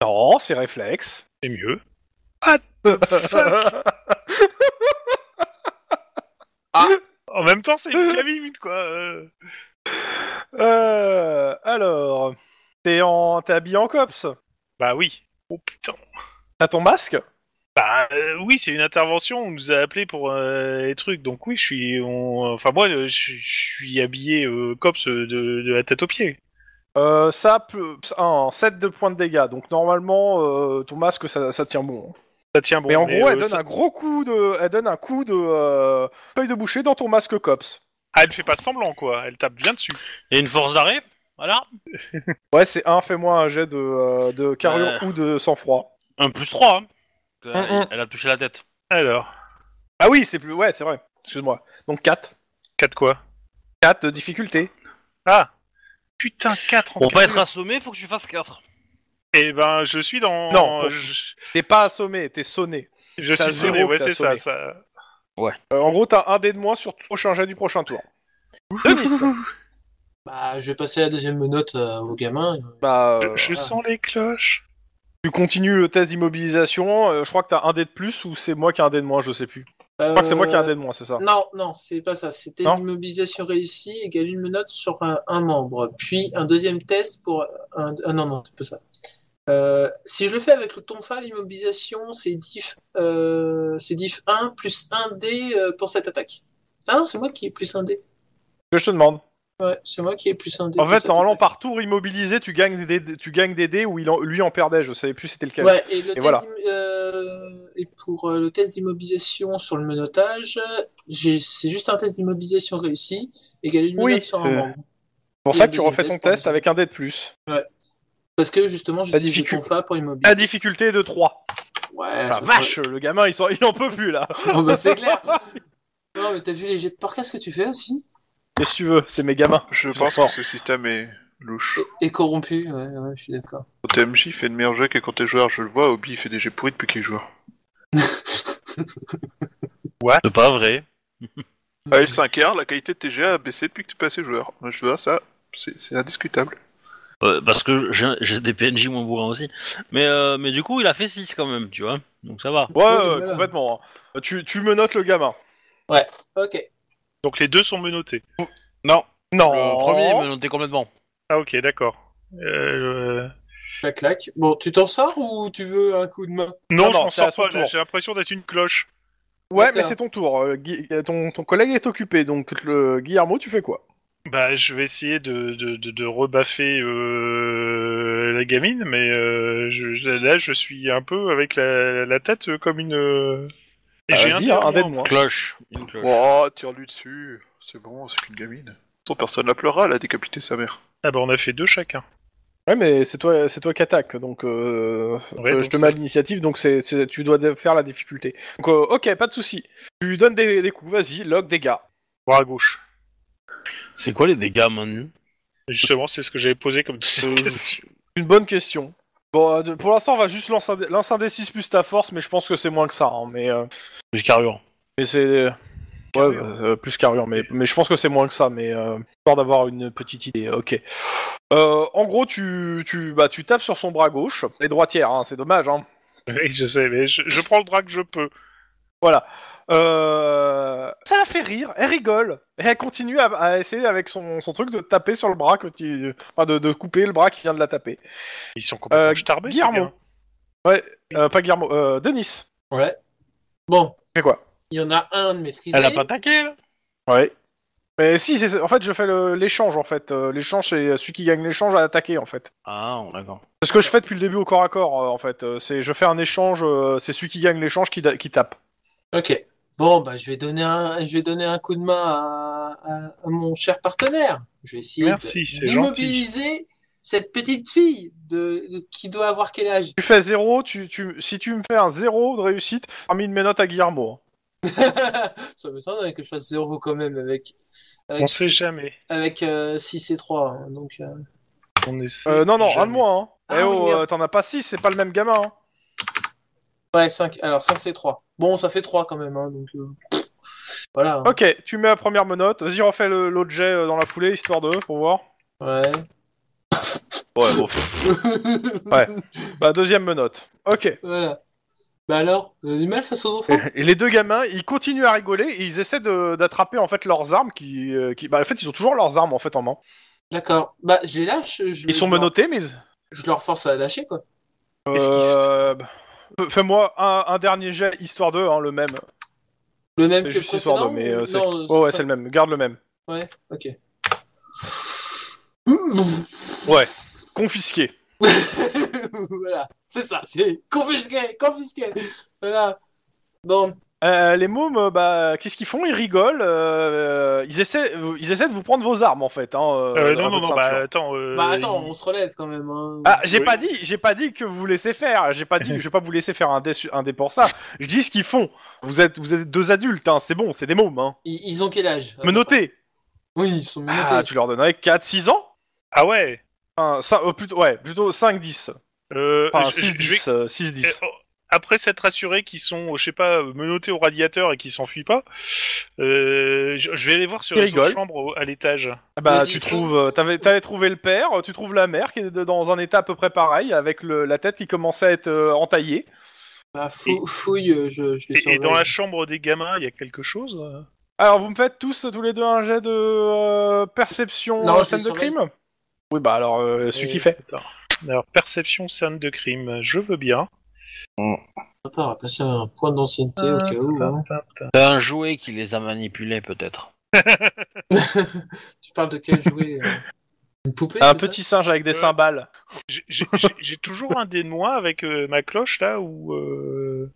[SPEAKER 2] Non, c'est réflexe.
[SPEAKER 5] C'est mieux. Ah. En même temps, c'est une gamine, quoi euh.
[SPEAKER 2] Euh, alors, t'es, en, t'es habillé en cops.
[SPEAKER 5] Bah oui. Oh putain.
[SPEAKER 2] T'as ton masque
[SPEAKER 5] Bah euh, oui, c'est une intervention. On nous a appelé pour euh, les trucs, donc oui, je suis. on- Enfin moi, euh, je suis- je suis habillé euh, cops euh, de, de la tête aux pieds.
[SPEAKER 2] Euh, ça peut. Un 7 de points de dégâts, donc normalement euh, ton masque ça, ça tient bon.
[SPEAKER 5] Ça tient bon.
[SPEAKER 2] mais en gros,
[SPEAKER 5] euh,
[SPEAKER 2] elle donne
[SPEAKER 5] ça-
[SPEAKER 2] un gros coup de. Elle donne un coup de. euh, feuille de boucher dans ton masque cops.
[SPEAKER 5] Ah, elle fait pas semblant quoi. Elle tape bien dessus.
[SPEAKER 1] Il y a une force d'arrêt Voilà.
[SPEAKER 2] Ouais, c'est un, fais-moi un jet de, euh, de carrure ou de sang-froid.
[SPEAKER 1] Un plus 3.
[SPEAKER 2] Mm, mm.
[SPEAKER 1] Elle a touché la tête.
[SPEAKER 5] Alors,
[SPEAKER 2] Ah oui, c'est plus. Ouais, c'est vrai. Excuse-moi. Donc 4.
[SPEAKER 5] 4 quoi
[SPEAKER 2] 4 de difficulté.
[SPEAKER 5] Ah. Putain, 4 en
[SPEAKER 1] Pour pas
[SPEAKER 5] quatre.
[SPEAKER 1] être assommé, faut que tu fasses 4.
[SPEAKER 5] Eh ben, je suis dans.
[SPEAKER 2] Non, pour-
[SPEAKER 5] je,
[SPEAKER 2] T'es pas assommé, t'es sonné.
[SPEAKER 5] je
[SPEAKER 2] T'as
[SPEAKER 5] suis
[SPEAKER 2] zéro
[SPEAKER 5] sonné.
[SPEAKER 2] que
[SPEAKER 5] Ouais,
[SPEAKER 2] t'as
[SPEAKER 5] c'est ça,
[SPEAKER 2] sonné.
[SPEAKER 5] ça.
[SPEAKER 2] Euh, en gros, t'as un dé de moins sur le prochain jet du prochain tour. Denis
[SPEAKER 4] Bah, je vais passer la deuxième menotte euh, au gamin.
[SPEAKER 2] Bah.
[SPEAKER 5] Je-
[SPEAKER 2] euh,
[SPEAKER 5] je
[SPEAKER 4] voilà.
[SPEAKER 5] sens les cloches.
[SPEAKER 2] Tu continues le test d'immobilisation, euh, je crois que t'as un dé de plus ou c'est moi qui ai un dé de moins, je sais plus. Je crois que c'est moi qui ai un dé de moins, c'est ça
[SPEAKER 4] Euh, Non, non, c'est pas ça. C'était
[SPEAKER 2] Non
[SPEAKER 4] immobilisation réussie égale une menotte sur un, un membre. Puis un deuxième test pour un. Ah non, non, c'est pas ça. Euh, si je le fais avec le tonfa, l'immobilisation, c'est diff, euh, c'est diff 1 plus 1D euh, pour cette attaque. Ah non, c'est moi qui ai plus 1D.
[SPEAKER 2] Que je te demande.
[SPEAKER 4] Ouais, c'est moi qui ai plus 1D.
[SPEAKER 2] En
[SPEAKER 4] pour
[SPEAKER 2] fait,
[SPEAKER 4] cette
[SPEAKER 2] normalement,
[SPEAKER 4] attaque.
[SPEAKER 2] par tour immobilisé, tu gagnes des, tu gagnes des dés où il en- lui en perdait, je savais plus c'était lequel.
[SPEAKER 4] Ouais, et, le test
[SPEAKER 2] voilà.
[SPEAKER 4] d'im- euh, et pour euh, le test d'immobilisation sur le menottage, j'ai- c'est juste un test d'immobilisation réussi, égale une
[SPEAKER 2] Oui,
[SPEAKER 4] menotte sur un
[SPEAKER 2] c'est-
[SPEAKER 4] membre.
[SPEAKER 2] C'est pour
[SPEAKER 4] Et
[SPEAKER 2] ça
[SPEAKER 4] un
[SPEAKER 2] que tu
[SPEAKER 4] deuxième
[SPEAKER 2] refais ton
[SPEAKER 4] test, par
[SPEAKER 2] test
[SPEAKER 4] exemple.
[SPEAKER 2] avec un dé de plus.
[SPEAKER 4] Parce que justement, j'utilise le
[SPEAKER 2] difficult-
[SPEAKER 4] tonfa pour
[SPEAKER 2] La
[SPEAKER 4] immobiliser.
[SPEAKER 2] difficulté est de 3.
[SPEAKER 4] Ouais,
[SPEAKER 2] Ah,
[SPEAKER 4] c'est
[SPEAKER 2] vache, le gamin, il, s'en- il en peut plus là.
[SPEAKER 4] pas- Oh, bah, c'est clair. Non, mais t'as vu les jets de porcas que tu fais aussi
[SPEAKER 2] Qu'est-ce que tu veux C'est mes gamins.
[SPEAKER 3] Je
[SPEAKER 2] Ils sont
[SPEAKER 3] pense que
[SPEAKER 2] forts.
[SPEAKER 3] ce système est louche.
[SPEAKER 4] Et, et corrompu, ouais, ouais, je suis d'accord.
[SPEAKER 3] Quand MJ fait de meilleurs jeux que quand t'es joueur, je le vois, Obi il fait des jeux pourris depuis qu'il est joueur.
[SPEAKER 1] C'est pas vrai.
[SPEAKER 3] À L5R, la qualité de tes jeux a baissé depuis que tu es passé joueur. Je vois ça, c'est c'est indiscutable.
[SPEAKER 1] Euh, parce que j'ai- j'ai des PNJ moins bourrins aussi. Mais, euh, mais du coup, il a fait 6 quand même, tu vois. Donc ça va.
[SPEAKER 2] Ouais,
[SPEAKER 4] Ouais,
[SPEAKER 2] ouais,
[SPEAKER 4] voilà.
[SPEAKER 2] Euh, complètement. hein. Tu, tu menottes le gamin.
[SPEAKER 4] Ok.
[SPEAKER 5] Donc les deux sont menottés.
[SPEAKER 1] Non,
[SPEAKER 2] Non.
[SPEAKER 1] le Euh, premier,
[SPEAKER 2] Oh.
[SPEAKER 1] il me notait complètement.
[SPEAKER 5] Ah ok, d'accord. Euh,
[SPEAKER 4] La claque. Bon, tu t'en sors ou tu veux un coup de main
[SPEAKER 5] Non,
[SPEAKER 2] Non,
[SPEAKER 5] je
[SPEAKER 2] non,
[SPEAKER 5] m'en
[SPEAKER 2] c'est à
[SPEAKER 5] sors
[SPEAKER 2] son
[SPEAKER 5] pas,
[SPEAKER 2] tour.
[SPEAKER 5] j'ai- j'ai l'impression d'être une cloche.
[SPEAKER 2] Ouais, mais
[SPEAKER 4] D'accord.
[SPEAKER 2] c'est ton tour. euh, Gui- euh, ton, ton collègue est occupé, donc le Guillermo, tu fais quoi
[SPEAKER 5] Bah, je vais essayer de, de, de, de rebaffer euh, la gamine, mais euh, je, je- là, je suis un peu avec la, la tête euh, comme une. euh, Et
[SPEAKER 2] Ah,
[SPEAKER 5] j'ai
[SPEAKER 2] Vas-y,
[SPEAKER 5] un
[SPEAKER 2] hein, un
[SPEAKER 5] dé
[SPEAKER 2] dé
[SPEAKER 5] en
[SPEAKER 2] de
[SPEAKER 5] moins.
[SPEAKER 2] moins.
[SPEAKER 1] Cloche. Une cloche.
[SPEAKER 3] Oh, tire-lui dessus, c'est bon, c'est qu'une gamine. Son personne la pleura, elle a décapité sa mère.
[SPEAKER 5] Ah bah, on a fait deux chacun.
[SPEAKER 2] Ouais, mais c'est toi, c'est toi qui attaque, donc euh,
[SPEAKER 5] Ouais,
[SPEAKER 2] je,
[SPEAKER 5] donc
[SPEAKER 2] je te
[SPEAKER 5] ça-
[SPEAKER 2] mets à l'initiative, donc c'est, c'est- tu dois dé- faire la difficulté. Donc, euh, ok, pas de souci. Tu lui donnes des, des coups, vas-y, log dégâts.
[SPEAKER 5] Bras gauche.
[SPEAKER 1] C'est quoi les dégâts à main nue
[SPEAKER 5] Justement, c'est ce que j'avais posé comme deuxième
[SPEAKER 2] Euh,
[SPEAKER 5] question.
[SPEAKER 2] Une bonne question. Bon, euh, de- pour l'instant, on va juste lancer un dé- lancer un D6 plus ta force, mais je pense que c'est moins que ça. hein, mais euh,
[SPEAKER 1] Du carburant.
[SPEAKER 2] mais c'est. euh, Ouais,
[SPEAKER 5] Carrure.
[SPEAKER 2] bah, euh, plus carrure, mais, mais je pense que c'est moins que ça, mais euh, histoire d'avoir une petite idée, ok. Euh, en gros, tu, tu, bah, tu tapes sur son bras gauche, et droitière, hein, c'est dommage, hein.
[SPEAKER 5] Oui, je sais, mais je, je prends le drap que je peux.
[SPEAKER 2] Euh, Ça la fait rire, elle rigole, et elle continue à, à essayer avec son, son truc de taper sur le bras, que tu... enfin, de, de couper le bras qui vient de la taper.
[SPEAKER 5] Ils sont complètement
[SPEAKER 2] Euh,
[SPEAKER 5] starbés, ces
[SPEAKER 2] Guillermo.
[SPEAKER 5] gars.
[SPEAKER 2] Ouais, euh, pas Guillermo, euh, Denis.
[SPEAKER 4] Ouais. Bon,
[SPEAKER 2] Fais quoi
[SPEAKER 4] il y en a un de maîtrisé.
[SPEAKER 1] Elle a pas taqué là
[SPEAKER 2] Ouais. Mais si, c'est- en fait, je fais le- l'échange, en fait. Euh, L'échange, c'est celui qui gagne l'échange à attaquer, en fait.
[SPEAKER 1] Ah, on- d'accord.
[SPEAKER 2] C'est ce que je fais depuis le début au corps à corps, euh, en fait. Euh, C'est je fais un échange, euh, c'est celui qui gagne l'échange qui, da- qui tape.
[SPEAKER 4] Ok. Bon, bah, je vais donner un, je vais donner un coup de main à, à- à mon cher partenaire. Je vais essayer de-
[SPEAKER 5] Merci, c'est gentil.
[SPEAKER 4] d'immobiliser cette petite fille de, de- qui doit avoir quel âge
[SPEAKER 2] Tu fais 0, tu, tu, si tu me fais un 0 de réussite, parmi de mes notes à Guillermo. hein.
[SPEAKER 4] Ça me semble que je fasse zéro quand même avec
[SPEAKER 5] On
[SPEAKER 4] avec,
[SPEAKER 5] sait jamais.
[SPEAKER 4] avec, euh, 6 et 3. hein, donc, euh,
[SPEAKER 5] On essaie
[SPEAKER 2] Euh, non, non, un
[SPEAKER 5] jamais.
[SPEAKER 2] de moins. Hein.
[SPEAKER 4] Ah
[SPEAKER 2] eh
[SPEAKER 4] oui,
[SPEAKER 2] oh,
[SPEAKER 4] merde.
[SPEAKER 2] euh, t'en as pas 6, c'est pas le même gamin. Hein.
[SPEAKER 4] ouais, 5. Alors, 5 c'est 3. Bon, ça fait 3 quand même. hein, donc, euh, pff, voilà. hein.
[SPEAKER 2] Ok, tu mets la première menotte. Vas-y, refais le- l'autre jet euh, dans la foulée, histoire de, pour voir.
[SPEAKER 4] Ouais.
[SPEAKER 2] Ouais, bon. Ouais. bah, deuxième menotte. Ok.
[SPEAKER 4] Voilà. Bah alors, vous avez du mal face aux enfants
[SPEAKER 2] Et les deux gamins, ils continuent à rigoler et ils essaient de- d'attraper en fait leurs armes qui, euh, qui- bah, en fait ils ont toujours leurs armes en fait en main.
[SPEAKER 4] D'accord. Bah, je les lâche. Je,
[SPEAKER 2] Ils sont Euh,
[SPEAKER 4] je leur-
[SPEAKER 2] menottés mais
[SPEAKER 4] Je leur force à lâcher, quoi.
[SPEAKER 5] Qu'est-ce qu'ils se-
[SPEAKER 2] euh, bah, fais-moi un, un dernier jet histoire d'eux hein, le même.
[SPEAKER 4] Le même
[SPEAKER 2] C'est
[SPEAKER 4] que
[SPEAKER 2] juste
[SPEAKER 4] le
[SPEAKER 2] histoire
[SPEAKER 4] précédent
[SPEAKER 2] d'eux mais euh,
[SPEAKER 4] ou-
[SPEAKER 2] c'est
[SPEAKER 4] Non,
[SPEAKER 2] ouais, ouais,
[SPEAKER 4] ça-
[SPEAKER 2] c'est le même, garde le même.
[SPEAKER 4] Ouais, ok.
[SPEAKER 2] Ouais, confisqué.
[SPEAKER 4] voilà, c'est ça, c'est confisqué, confisqué. Voilà. Bon,
[SPEAKER 2] Euh, les mômes, euh, bah qu'est-ce qu'ils font Ils rigolent, euh, ils essaient ils essaient de vous prendre vos armes en fait. hein, euh,
[SPEAKER 5] Euh,
[SPEAKER 2] dans
[SPEAKER 5] non, non,
[SPEAKER 2] votre
[SPEAKER 5] non, bah
[SPEAKER 2] ceinture.
[SPEAKER 5] attends. euh,
[SPEAKER 4] bah attends,
[SPEAKER 5] il-
[SPEAKER 4] on se relève quand même. hein.
[SPEAKER 2] Ah, j'ai
[SPEAKER 5] Oui.
[SPEAKER 2] pas dit, j'ai pas dit que vous vous laissez faire. J'ai pas dit, je vais pas vous laisser faire un dé, su- un dé pour ça. Je dis ce qu'ils font. Vous êtes, vous êtes deux adultes, hein. C'est bon, c'est des mômes, hein.
[SPEAKER 4] Ils, ils ont quel âge
[SPEAKER 2] Menottés.
[SPEAKER 4] Oui, ils sont menottés.
[SPEAKER 2] Ah, tu leur donnerais 4, 6 ans
[SPEAKER 5] Ah ouais
[SPEAKER 2] Enfin, cin- euh, plutôt, ouais, plutôt 5, 10.
[SPEAKER 5] euh,
[SPEAKER 2] Enfin,
[SPEAKER 5] je-
[SPEAKER 2] 6,
[SPEAKER 5] je vais-
[SPEAKER 2] 10, euh, 6, 10.
[SPEAKER 5] Euh, oh, Après s'être assuré qu'ils sont, euh, je sais pas, euh, menottés au radiateur et qu'ils s'enfuient pas, euh, je, je vais aller voir sur
[SPEAKER 2] Ils
[SPEAKER 5] les autres
[SPEAKER 2] rigolent.
[SPEAKER 5] chambres au- à l'étage.
[SPEAKER 2] bah,
[SPEAKER 4] vas-y,
[SPEAKER 2] tu
[SPEAKER 4] fais-
[SPEAKER 2] trouves, euh, t'avais, t'avais trouvé le père, euh, tu trouves la mère qui est de- dans un état à peu près pareil, avec le, la tête qui commençait à être euh, entaillée.
[SPEAKER 4] Bah, fou- fouille, euh, je, je les
[SPEAKER 5] Et, et
[SPEAKER 4] surveille.
[SPEAKER 5] dans la chambre des gamins, il y a quelque chose
[SPEAKER 2] Bah,
[SPEAKER 5] euh
[SPEAKER 2] Alors, vous me faites tous, euh, tous les deux, un jet de euh, perception
[SPEAKER 4] Non,
[SPEAKER 2] euh,
[SPEAKER 4] je les
[SPEAKER 2] scène de
[SPEAKER 4] surveille.
[SPEAKER 2] crime Oui, bah alors, euh, celui
[SPEAKER 5] Euh,
[SPEAKER 2] qui fait.
[SPEAKER 5] attends. Alors, perception, scène de crime, je veux bien.
[SPEAKER 4] On va pas passer un point d'ancienneté au cas où. hein.
[SPEAKER 1] T'as Bah, un jouet qui les a manipulés peut-être.
[SPEAKER 4] Tu parles de quel jouet euh Une poupée
[SPEAKER 2] Un
[SPEAKER 4] c'est ça
[SPEAKER 2] petit singe avec des
[SPEAKER 5] Euh,
[SPEAKER 2] cymbales.
[SPEAKER 5] J'ai- J'ai j'ai- j'ai toujours un dé de moi avec euh, ma cloche là où. euh,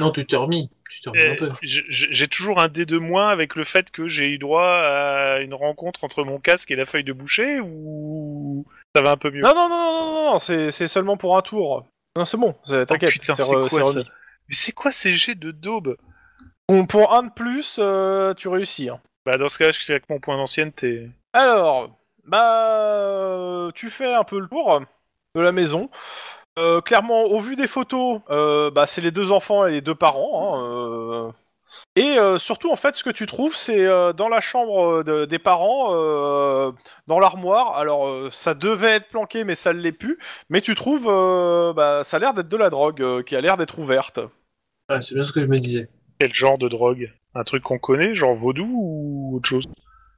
[SPEAKER 4] Non, tu t'es remis. Tu t'es remis
[SPEAKER 5] euh,
[SPEAKER 4] un peu.
[SPEAKER 5] j'ai- j'ai j'ai toujours un dé de moins avec le fait que j'ai eu droit à une rencontre entre mon casque et la feuille de boucher ou ça va un peu mieux.
[SPEAKER 2] Non, non, non, non, non, non, non, c'est, c'est seulement pour un tour. Non, c'est bon, c'est- t'inquiète.
[SPEAKER 5] Oh putain,
[SPEAKER 2] c'est
[SPEAKER 5] c'est
[SPEAKER 2] re-
[SPEAKER 5] quoi
[SPEAKER 2] c'est
[SPEAKER 5] ça
[SPEAKER 2] remis.
[SPEAKER 5] Mais c'est quoi ces jets de daube
[SPEAKER 2] Bon, pour un de plus, euh, tu réussis. hein.
[SPEAKER 5] Bah dans ce cas, je avec mon point d'ancienneté.
[SPEAKER 2] Alors, bah, euh, tu fais un peu le tour de la maison. Euh, clairement, au vu des photos, euh, bah, c'est les deux enfants et les deux parents. hein, euh. Et euh, surtout, en fait, ce que tu trouves, c'est euh, dans la chambre euh, de- des parents, euh, dans l'armoire. Alors, euh, ça devait être planqué, mais ça ne l'est plus. Mais tu trouves, euh, bah, ça a l'air d'être de la drogue euh, qui a l'air d'être ouverte.
[SPEAKER 4] Ouais, c'est bien ce que je me disais.
[SPEAKER 5] Quel genre de drogue Un truc qu'on connaît, genre vaudou ou autre chose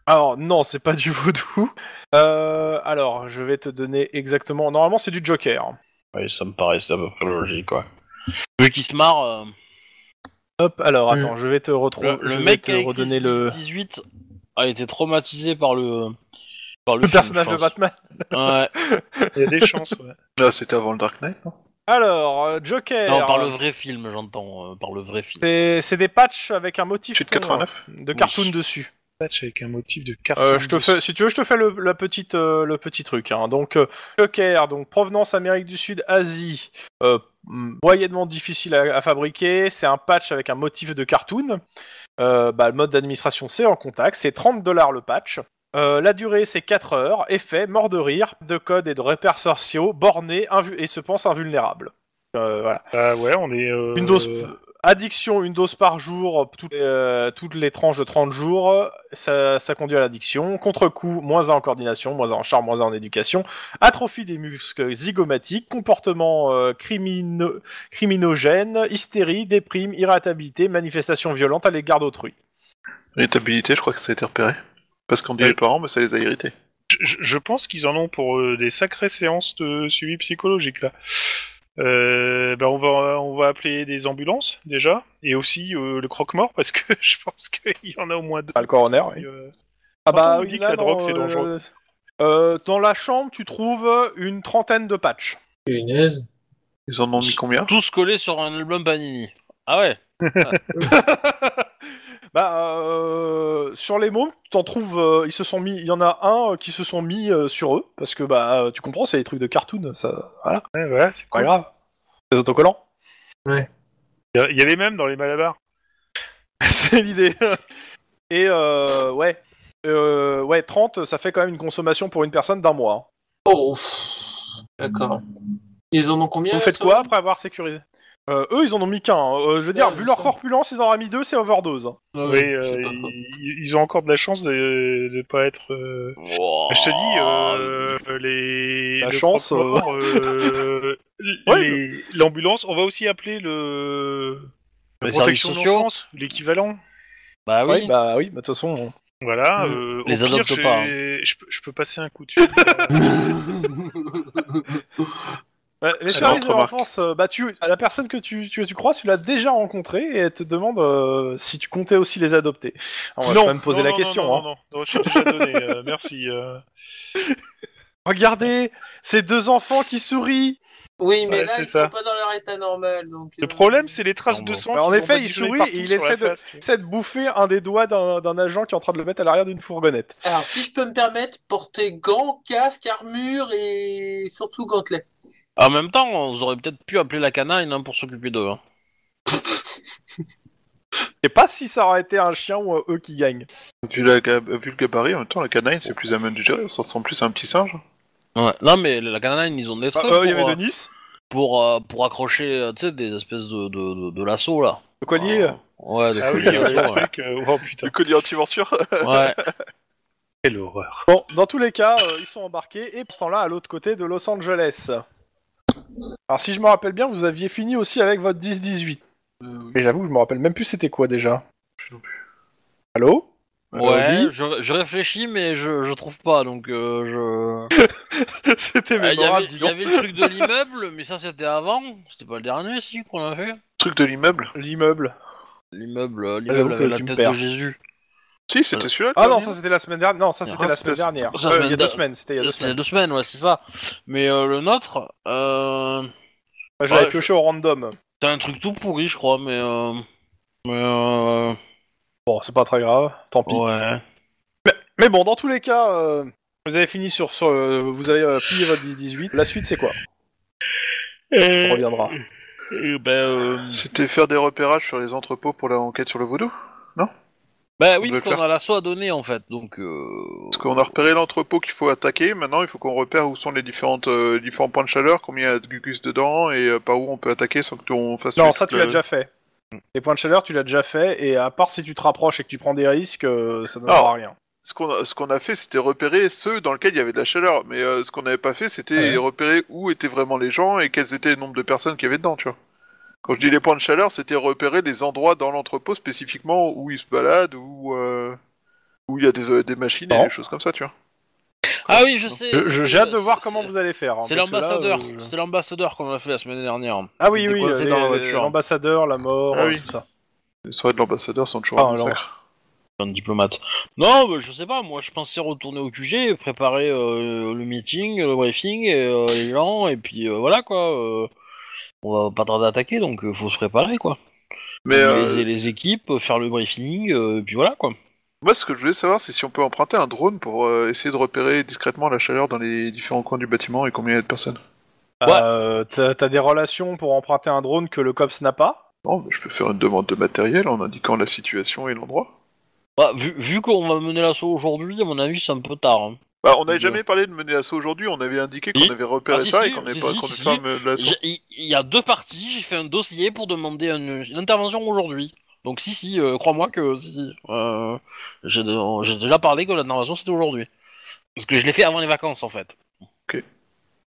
[SPEAKER 2] Alors non, c'est pas du vaudou. Euh, alors, je vais te donner exactement. Normalement, c'est du Joker.
[SPEAKER 1] Ouais, ça me paraissait à peu près logique, quoi. Vu qu'ils se marrent, euh,
[SPEAKER 2] Hop. Alors,
[SPEAKER 4] Mm.
[SPEAKER 2] attends, je vais te retrouver.
[SPEAKER 1] le,
[SPEAKER 2] je
[SPEAKER 1] le
[SPEAKER 2] vais
[SPEAKER 1] mec
[SPEAKER 2] te
[SPEAKER 1] qui a écrit
[SPEAKER 2] redonner le,
[SPEAKER 1] 18 a été traumatisé par le par le,
[SPEAKER 2] le
[SPEAKER 1] film,
[SPEAKER 2] personnage
[SPEAKER 1] je
[SPEAKER 2] de
[SPEAKER 1] pense.
[SPEAKER 2] Batman.
[SPEAKER 1] Ouais.
[SPEAKER 5] Il y a des chances, ouais.
[SPEAKER 3] Ah, c'était avant le Dark Knight, non
[SPEAKER 2] Alors, euh, Joker.
[SPEAKER 1] Non, par le vrai film, j'entends, euh, par le vrai film.
[SPEAKER 2] C'est c'est des patchs avec un motif
[SPEAKER 3] Je suis de
[SPEAKER 2] ton-
[SPEAKER 3] 89.
[SPEAKER 2] de cartoon dessus.
[SPEAKER 5] Patch avec un motif de carte.
[SPEAKER 2] Euh, je te fais, si tu veux, je te fais le, la petite, euh, le petit truc. hein. Donc, euh, Joker, donc provenance Amérique du Sud, Asie, euh, mm, moyennement difficile à, à fabriquer. C'est un patch avec un motif de cartoon. Euh, bah, le mode d'administration, c'est en contact. C'est 30 dollars le patch. Euh, la durée, c'est 4 heures. Effet, mort de rire, de code et de repères sociaux, borné invu- et se pense invulnérable. Euh, voilà.
[SPEAKER 5] Bah ouais, on est. euh,
[SPEAKER 2] Une dose. Addiction, une dose par jour, toutes les, euh, toutes les tranches de 30 jours, ça, ça conduit à l'addiction. Contre-coup, moins 1 en coordination, moins 1 en charme, moins 1 en éducation. Atrophie des muscles zygomatiques, comportement euh, crimino- criminogène, hystérie, déprime, irritabilité, manifestation violente à l'égard d'autrui.
[SPEAKER 3] Irritabilité, je crois que ça a été repéré. Parce qu'on dit les parents, mais bah, ça les a irrités.
[SPEAKER 5] Je, je pense qu'ils en ont pour euh, des sacrées séances de suivi psychologique là. Euh, bah, on va on va appeler des ambulances déjà et aussi euh, le croque-mort parce que je pense qu'il y en a au moins deux.
[SPEAKER 2] Ah, le coroner, oui.
[SPEAKER 5] Euh,
[SPEAKER 2] Ah
[SPEAKER 5] Quand on
[SPEAKER 2] bah
[SPEAKER 5] nous
[SPEAKER 2] oui,
[SPEAKER 5] dit que
[SPEAKER 2] là,
[SPEAKER 5] la
[SPEAKER 2] dans,
[SPEAKER 5] drogue, c'est
[SPEAKER 2] euh,
[SPEAKER 5] dangereux.
[SPEAKER 2] euh, dans la chambre, tu trouves une trentaine de patchs.
[SPEAKER 4] Punaise.
[SPEAKER 3] Ils en ont mis combien
[SPEAKER 1] Tous collés sur un album Panini. Ah ouais
[SPEAKER 2] Bah, euh, sur les mômes, t'en trouves, euh, ils se sont mis, il y en a un euh, qui se sont mis euh, sur eux parce que bah, euh, tu comprends, c'est des trucs de cartoon, ça, voilà, c'est
[SPEAKER 5] Ouais, voilà, c'est
[SPEAKER 2] pas
[SPEAKER 5] cool.
[SPEAKER 2] grave. Des autocollants,
[SPEAKER 5] Il y a- il y avait même dans les Malabar.
[SPEAKER 2] c'est l'idée. Et euh, ouais, Euh, ouais, 30, ça fait quand même une consommation pour une personne d'un mois. hein.
[SPEAKER 4] Oh, pff. d'accord. Ils en ont combien
[SPEAKER 2] Vous
[SPEAKER 4] là,
[SPEAKER 2] faites
[SPEAKER 4] ça
[SPEAKER 2] quoi après avoir sécurisé Euh, Eux, ils en ont mis qu'un. hein. Euh, je veux dire,
[SPEAKER 4] Ouais,
[SPEAKER 2] vu
[SPEAKER 4] je
[SPEAKER 2] leur
[SPEAKER 4] sais.
[SPEAKER 2] corpulence, ils en auraient mis deux, c'est overdose. hein.
[SPEAKER 4] Ah
[SPEAKER 5] oui,
[SPEAKER 4] je sais
[SPEAKER 5] euh,
[SPEAKER 4] pas.
[SPEAKER 5] ils, ils ont encore de la chance de, de pas être. euh,
[SPEAKER 1] Oh.
[SPEAKER 5] Je te dis, euh, les.
[SPEAKER 2] La
[SPEAKER 5] le
[SPEAKER 2] chance,
[SPEAKER 5] croque-mort, euh, l-
[SPEAKER 2] Ouais,
[SPEAKER 5] les- l'ambulance. On va aussi appeler le.
[SPEAKER 1] Les services
[SPEAKER 5] protection de
[SPEAKER 1] sociaux
[SPEAKER 5] l'enfance, l'équivalent.
[SPEAKER 1] Bah oui.
[SPEAKER 2] Ouais, bah oui, bah, de toute façon. on-
[SPEAKER 5] Voilà.
[SPEAKER 4] Mm.
[SPEAKER 5] euh,
[SPEAKER 1] Les
[SPEAKER 5] au pire,
[SPEAKER 1] adopte
[SPEAKER 5] j'ai-
[SPEAKER 1] pas, hein.
[SPEAKER 5] Je, peux- je peux passer un coup de fil. euh,
[SPEAKER 2] Ouais, les
[SPEAKER 3] Alors,
[SPEAKER 2] services de
[SPEAKER 3] remarque.
[SPEAKER 2] l'enfance, euh, bah, tu, à la personne que tu, tu, tu croises, tu l'as déjà rencontrée et elle te demande euh, si tu comptais aussi les adopter. Alors, on va quand même poser
[SPEAKER 5] non,
[SPEAKER 2] la
[SPEAKER 5] non,
[SPEAKER 2] question.
[SPEAKER 5] Non, non,
[SPEAKER 2] hein.
[SPEAKER 5] non, non, je suis déjà donné. euh, merci. euh.
[SPEAKER 2] Regardez ces deux enfants qui sourient.
[SPEAKER 4] Oui, mais
[SPEAKER 5] Ouais,
[SPEAKER 4] là,
[SPEAKER 5] c'est
[SPEAKER 4] ils
[SPEAKER 5] ça.
[SPEAKER 4] sont pas dans leur état normal. Donc,
[SPEAKER 5] Le
[SPEAKER 4] euh,
[SPEAKER 5] problème, c'est les traces
[SPEAKER 1] Non,
[SPEAKER 5] de
[SPEAKER 1] bon.
[SPEAKER 5] sang.
[SPEAKER 2] Bah, en
[SPEAKER 5] qui sont
[SPEAKER 2] effet, il
[SPEAKER 5] badigeonnées
[SPEAKER 2] sourit
[SPEAKER 5] partout
[SPEAKER 2] et il
[SPEAKER 5] sur la
[SPEAKER 2] essaie de-
[SPEAKER 5] face.
[SPEAKER 2] C'est de bouffer un des doigts d'un d'un agent qui est en train de le mettre à l'arrière d'une fourgonnette.
[SPEAKER 4] Alors, si je peux me permettre, porter gants, casque, armure et surtout gantelet.
[SPEAKER 1] En même temps, on aurait peut-être pu appeler la canine hein, pour s'occuper d'eux. hein.
[SPEAKER 2] Je sais pas si ça aurait été un chien ou euh, eux qui gagnent.
[SPEAKER 3] vu, la ga- vu le gabarit, en même temps, la canine, c'est plus à même de gérer. Ça ressemble plus à un petit singe.
[SPEAKER 1] Ouais. Non, mais la canine, ils ont des
[SPEAKER 2] Ah,
[SPEAKER 1] trucs
[SPEAKER 2] euh, Il y
[SPEAKER 1] pour, euh,
[SPEAKER 2] avait Denis,
[SPEAKER 1] pour, euh, pour accrocher euh, tu sais, des espèces de, de, de, de lasso là.
[SPEAKER 2] le collier. euh.
[SPEAKER 1] Ah, Ouais, des
[SPEAKER 5] Ah oui,
[SPEAKER 1] coups
[SPEAKER 5] il
[SPEAKER 1] de
[SPEAKER 5] y a
[SPEAKER 1] lasso,
[SPEAKER 5] un truc. euh, Oh putain,
[SPEAKER 3] Le collier anti-morsure
[SPEAKER 1] ouais. Ouais.
[SPEAKER 5] quelle horreur.
[SPEAKER 2] Bon, dans tous les cas, euh, ils sont embarqués et sont là à l'autre côté de Los Angeles. Alors si je me rappelle bien, vous aviez fini aussi avec votre 10-18. Mais j'avoue, je me rappelle même plus c'était quoi déjà.
[SPEAKER 3] Euh, Je sais non
[SPEAKER 2] Allô
[SPEAKER 1] Ouais,
[SPEAKER 2] Allô,
[SPEAKER 1] je, je réfléchis, mais je, je trouve pas, donc euh,
[SPEAKER 2] Guy C'était
[SPEAKER 1] je... Ah, Il y
[SPEAKER 2] mémorable,
[SPEAKER 1] avait-
[SPEAKER 2] dis
[SPEAKER 1] il y,
[SPEAKER 2] donc.
[SPEAKER 1] avait le truc de l'immeuble, mais ça c'était avant, c'était pas le dernier si qu'on a fait.
[SPEAKER 3] Truc de l'immeuble
[SPEAKER 2] L'immeuble.
[SPEAKER 1] L'immeuble, euh,
[SPEAKER 2] Ah, J'avoue
[SPEAKER 1] l'immeuble
[SPEAKER 2] que
[SPEAKER 1] avec la
[SPEAKER 2] tu me
[SPEAKER 1] tête
[SPEAKER 2] perds.
[SPEAKER 1] de Jésus.
[SPEAKER 3] Si, c'était celui-là.
[SPEAKER 2] Ah
[SPEAKER 3] toi,
[SPEAKER 2] non,
[SPEAKER 3] Lynn
[SPEAKER 2] ça c'était la semaine dernière. Non, ça c'était
[SPEAKER 3] Ah,
[SPEAKER 2] la
[SPEAKER 3] c'était-
[SPEAKER 2] semaine dernière.
[SPEAKER 1] ça,
[SPEAKER 2] Euh,
[SPEAKER 1] semaine
[SPEAKER 2] il y a deux
[SPEAKER 1] de-
[SPEAKER 2] semaines, c'était il y a deux
[SPEAKER 1] C'est il y a
[SPEAKER 2] semaines.
[SPEAKER 1] deux semaines, ouais, c'est ça. Mais euh, le nôtre, euh...
[SPEAKER 2] Je l'avais
[SPEAKER 1] Ouais,
[SPEAKER 2] pioché au random.
[SPEAKER 1] c'est un truc tout pourri, je crois, mais euh... Mais euh...
[SPEAKER 2] Bon, c'est pas très grave, tant pis.
[SPEAKER 1] Ouais.
[SPEAKER 2] Mais bon, dans tous les cas, euh, vous avez fini sur... sur, euh, vous avez euh, pillé votre 10-18. La suite c'est quoi On reviendra.
[SPEAKER 1] Euh, ben, euh,
[SPEAKER 3] C'était faire des repérages sur les entrepôts pour la enquête sur le vaudou.
[SPEAKER 1] ben oui,
[SPEAKER 3] On
[SPEAKER 1] parce
[SPEAKER 3] peut
[SPEAKER 1] qu'on a l'assaut à donner en fait, donc. Euh...
[SPEAKER 3] Parce qu'on a repéré l'entrepôt qu'il faut attaquer, maintenant il faut qu'on repère où sont les différentes, euh, différents points de chaleur, combien il y a de gugus dedans et euh, par où on peut attaquer sans que on fasse. euh,
[SPEAKER 2] Non,
[SPEAKER 3] le-
[SPEAKER 2] ça tu
[SPEAKER 3] le-
[SPEAKER 2] l'as déjà fait. Les points de chaleur, tu l'as déjà fait, et à part si tu te rapproches et que tu prends des risques, euh, ça ne sert
[SPEAKER 3] Alors,
[SPEAKER 2] à rien.
[SPEAKER 3] Ce qu'on a, ce qu'on a fait, c'était repérer ceux dans lesquels il y avait de la chaleur, mais euh, ce qu'on n'avait pas fait, c'était
[SPEAKER 2] Ouais.
[SPEAKER 3] repérer où étaient vraiment les gens et quels étaient le nombre de personnes qu'il y avait dedans, tu vois. Quand je dis les points de chaleur, c'était repérer les endroits dans l'entrepôt spécifiquement où ils se baladent, où euh, où il y a des, euh, des machines
[SPEAKER 2] Non.
[SPEAKER 3] et des choses comme ça, tu vois.
[SPEAKER 1] Ah oui, je sais.
[SPEAKER 2] Je- je-
[SPEAKER 1] c'était-
[SPEAKER 2] J'ai hâte de
[SPEAKER 1] c'est-
[SPEAKER 2] voir
[SPEAKER 1] c'est-
[SPEAKER 2] comment vous allez faire. hein,
[SPEAKER 1] C'est
[SPEAKER 2] parce que là,
[SPEAKER 1] l'ambassadeur.
[SPEAKER 2] euh,
[SPEAKER 1] C'était l'ambassadeur qu'on a fait la semaine dernière.
[SPEAKER 2] Ah oui,
[SPEAKER 1] C'était
[SPEAKER 2] oui,
[SPEAKER 1] coincé
[SPEAKER 2] euh,
[SPEAKER 1] dans la
[SPEAKER 2] les-
[SPEAKER 1] voiture.
[SPEAKER 2] l'ambassadeur, la mort,
[SPEAKER 3] Ah
[SPEAKER 2] euh,
[SPEAKER 3] oui.
[SPEAKER 2] tout ça.
[SPEAKER 3] Les soirées de l'ambassadeur sont toujours
[SPEAKER 2] Ah,
[SPEAKER 3] un
[SPEAKER 2] alors.
[SPEAKER 3] massacre.
[SPEAKER 1] Un diplomate. Non, mais je sais pas. Moi, je pensais retourner au QG, préparer euh, le meeting, le briefing, et, euh, les gens, et puis euh, voilà quoi. euh, on va pas tarder à attaquer, donc euh, faut se préparer quoi.
[SPEAKER 3] Mais euh,
[SPEAKER 1] les, les équipes, euh, faire le briefing, euh, et puis voilà quoi.
[SPEAKER 3] Moi, ce que je voulais savoir, c'est si on peut emprunter un drone pour euh, essayer de repérer discrètement la chaleur dans les différents coins du bâtiment et combien il y a de personnes.
[SPEAKER 1] Ouais.
[SPEAKER 2] Euh, T'as t'as des relations pour emprunter un drone que le COPS n'a pas
[SPEAKER 3] Non, mais je peux faire une demande de matériel en indiquant la situation et l'endroit.
[SPEAKER 1] Bah, vu vu qu'on va mener l'assaut aujourd'hui, à mon avis, c'est un peu tard. hein.
[SPEAKER 3] Bah, on n'avait
[SPEAKER 1] Je-
[SPEAKER 3] jamais parlé de mener l'assaut aujourd'hui, on avait indiqué
[SPEAKER 1] Si.
[SPEAKER 3] qu'on avait repéré
[SPEAKER 1] Ah, si,
[SPEAKER 3] ça
[SPEAKER 1] si,
[SPEAKER 3] et qu'on
[SPEAKER 1] si,
[SPEAKER 3] n'avait pas
[SPEAKER 1] si,
[SPEAKER 3] qu'on
[SPEAKER 1] si,
[SPEAKER 3] n'avait pas mené l'assaut.
[SPEAKER 1] J'ai- Il il y a deux parties, j'ai fait un dossier pour demander une, une intervention aujourd'hui. Donc si, si, euh, crois-moi que si, si. Euh, j'ai de- j'ai déjà parlé que l'intervention c'était aujourd'hui. Parce que je l'ai fait avant les vacances en fait.
[SPEAKER 2] C'est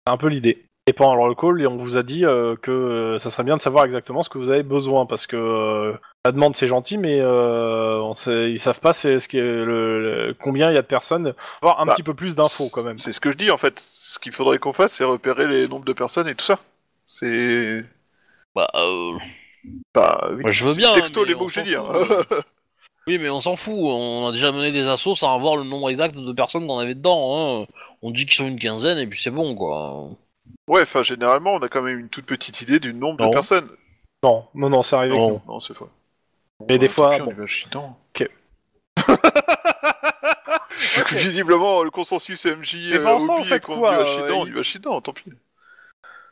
[SPEAKER 2] un peu l'idée. Et pendant le call, on vous a dit euh, que euh, ça serait bien de savoir exactement ce que vous avez besoin parce que euh, la demande c'est gentil, mais euh, on sait- ils savent pas c'est ce qui est le, le- combien il y a de personnes, avoir un
[SPEAKER 3] Bah,
[SPEAKER 2] petit peu plus d'infos quand même.
[SPEAKER 3] C'est ce que je dis en fait. Ce qu'il faudrait qu'on fasse, c'est repérer les nombres de personnes et tout ça. C'est.
[SPEAKER 1] Bah, euh,
[SPEAKER 3] Bah, oui.
[SPEAKER 1] Moi, je veux bien,
[SPEAKER 3] Texto
[SPEAKER 1] mais
[SPEAKER 3] les
[SPEAKER 1] on
[SPEAKER 3] mots que j'ai
[SPEAKER 1] s'en
[SPEAKER 3] dit.
[SPEAKER 1] fout,
[SPEAKER 3] hein.
[SPEAKER 1] oui mais on s'en fout, on a déjà mené des assauts sans avoir le nombre exact de personnes qu'on avait dedans. hein. On dit qu'ils sont une quinzaine et puis c'est bon quoi.
[SPEAKER 3] ouais, enfin, généralement, on a quand même une toute petite idée du nombre
[SPEAKER 1] Non.
[SPEAKER 3] de personnes.
[SPEAKER 2] Non, non, non, c'est arrivé. que
[SPEAKER 1] Non.
[SPEAKER 2] non.
[SPEAKER 3] Non, c'est faux.
[SPEAKER 2] Mais des fois,
[SPEAKER 3] on
[SPEAKER 2] bon.
[SPEAKER 3] y Oh, va chiant.
[SPEAKER 2] Ok.
[SPEAKER 3] Visiblement, le consensus MJ
[SPEAKER 2] Mais
[SPEAKER 3] euh,
[SPEAKER 2] pour l'instant, vous
[SPEAKER 3] Obi et
[SPEAKER 2] faites
[SPEAKER 3] qu'on dit
[SPEAKER 2] quoi,
[SPEAKER 3] va
[SPEAKER 2] euh,
[SPEAKER 3] chiant, on
[SPEAKER 2] il-
[SPEAKER 3] y va chiant, tant pis.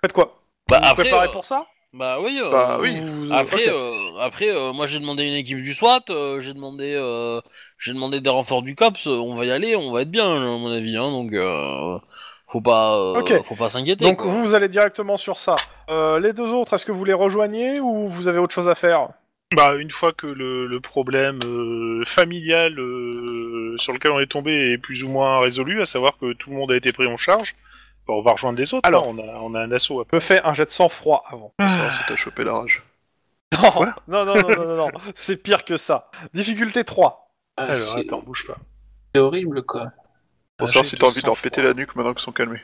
[SPEAKER 2] Faites quoi
[SPEAKER 1] Bah
[SPEAKER 2] Vous vous préparez
[SPEAKER 1] euh,
[SPEAKER 2] pour ça
[SPEAKER 1] Bah oui. euh,
[SPEAKER 3] Bah oui.
[SPEAKER 2] Vous-
[SPEAKER 1] Après,
[SPEAKER 2] ok.
[SPEAKER 1] euh, après euh, moi j'ai demandé une équipe du SWAT, euh, j'ai demandé, euh, j'ai demandé des renforts du COPS, euh, on va y aller, on va être bien à mon avis, hein, donc euh, faut pas, euh,
[SPEAKER 2] Ok.
[SPEAKER 1] faut pas s'inquiéter.
[SPEAKER 2] Donc
[SPEAKER 1] quoi.
[SPEAKER 2] vous, vous allez directement sur ça. Euh, les deux autres, est-ce que vous les rejoignez ou vous avez autre chose à faire
[SPEAKER 5] Bah, une fois que le, le problème euh, familial euh, sur lequel on est tombé est plus ou moins résolu, à savoir que tout le monde a été pris en charge, bah, on va rejoindre les autres.
[SPEAKER 2] Alors.
[SPEAKER 5] hein, on, a, on a un assaut à
[SPEAKER 2] Je me fais un jet de sang-froid avant.
[SPEAKER 3] Ça, c'est à choper la rage.
[SPEAKER 2] Ah, Non, non, non, non, non, non. c'est pire que ça. Difficulté 3.
[SPEAKER 4] Ah,
[SPEAKER 5] Alors,
[SPEAKER 4] c'est
[SPEAKER 5] attends, bouge pas.
[SPEAKER 4] c'est horrible, quoi.
[SPEAKER 3] Pour
[SPEAKER 5] Ah,
[SPEAKER 3] savoir
[SPEAKER 5] j'ai
[SPEAKER 3] si t'as envie de
[SPEAKER 5] sang
[SPEAKER 3] leur péter la nuque maintenant qu'ils sont calmés.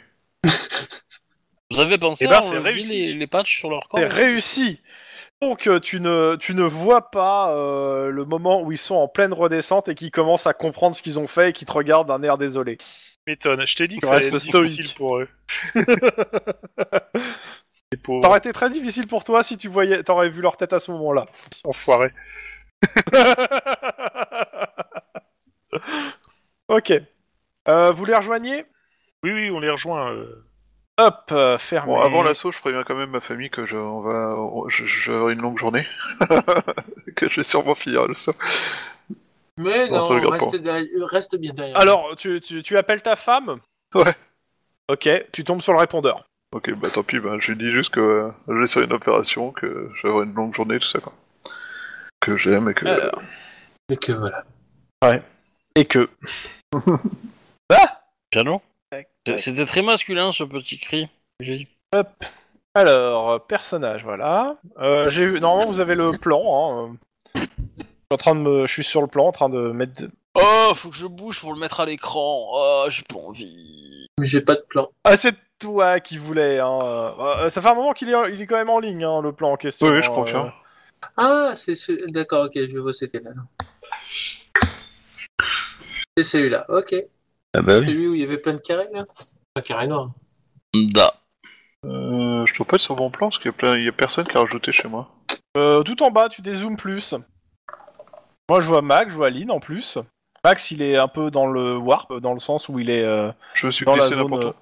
[SPEAKER 1] Vous avez pensé
[SPEAKER 5] Eh ben,
[SPEAKER 1] à
[SPEAKER 5] c'est
[SPEAKER 1] enlever
[SPEAKER 5] réussi.
[SPEAKER 1] les, les patchs sur leur corps
[SPEAKER 2] C'est réussi. Donc euh, tu ne, tu ne vois pas euh, le moment où ils sont en pleine redescente et qu'ils commencent à comprendre ce qu'ils ont fait et qu'ils te regardent d'un air désolé.
[SPEAKER 5] M'étonne, je t'ai dit que
[SPEAKER 2] Tu
[SPEAKER 5] ça allait
[SPEAKER 2] restes
[SPEAKER 5] être difficile
[SPEAKER 2] stoïque.
[SPEAKER 5] pour eux. Les
[SPEAKER 2] Ça
[SPEAKER 5] pauvres
[SPEAKER 2] aurait été très difficile pour toi si tu voyais, t'aurais vu leur tête à ce moment-là.
[SPEAKER 5] enfoirés.
[SPEAKER 2] Ok. Euh, vous les rejoignez
[SPEAKER 5] Oui, oui, on les rejoint. euh.
[SPEAKER 2] Hop, euh, fermé.
[SPEAKER 3] Bon, avant l'assaut, je préviens quand même ma famille que je, on va, on- je, je vais avoir une longue journée. que je vais sûrement finir le saut.
[SPEAKER 4] Mais
[SPEAKER 3] Non,
[SPEAKER 4] non,
[SPEAKER 3] ça regarde
[SPEAKER 4] reste,
[SPEAKER 3] pas.
[SPEAKER 4] derrière- reste bien derrière.
[SPEAKER 2] Alors, tu, tu, tu appelles ta femme
[SPEAKER 3] Ouais.
[SPEAKER 2] Ok, tu tombes sur le répondeur.
[SPEAKER 3] Ok, bah tant pis, bah, je lui dis juste que euh, je vais sur une opération, que je vais avoir une longue journée, tout ça quoi. Que j'aime et que.
[SPEAKER 2] Alors.
[SPEAKER 4] Et que voilà.
[SPEAKER 2] Et que.
[SPEAKER 1] Piano C'est- C'était très masculin ce petit cri. J'ai dit.
[SPEAKER 2] Alors, euh, personnage, voilà. Euh, j'ai eu... Normalement, vous avez le plan. hein, euh. Je suis en train de me... Je suis sur le plan, en train de mettre...
[SPEAKER 1] Oh, faut que je bouge pour le mettre à l'écran. Oh, j'ai pas envie.
[SPEAKER 4] J'ai pas de plan.
[SPEAKER 2] Ah, c'est toi qui voulais. Hein. euh, euh, ça fait un moment qu'il est, en- il est quand même en ligne, hein, le plan en question.
[SPEAKER 3] Oui, oui, je
[SPEAKER 2] hein,
[SPEAKER 3] confirme.
[SPEAKER 2] euh.
[SPEAKER 4] Ah, c'est ce... D'accord, ok, je vois c'était là. C'est celui-là, ok.
[SPEAKER 1] Ah bah
[SPEAKER 4] Celui où il y avait plein de carrés, là Un carré noir.
[SPEAKER 1] Da.
[SPEAKER 3] Euh, je trouve pas être sur mon plan parce qu'il y, a plein- il y a personne qui a rajouté chez moi.
[SPEAKER 2] Euh, tout en bas, tu dézoomes plus. Moi, je vois Max, je vois Lynn en plus. Max, il est un peu dans le warp, dans le sens où il est... euh,
[SPEAKER 3] Je me suis
[SPEAKER 2] dans la
[SPEAKER 3] glissé
[SPEAKER 2] zone.
[SPEAKER 3] n'importe où.
[SPEAKER 2] euh,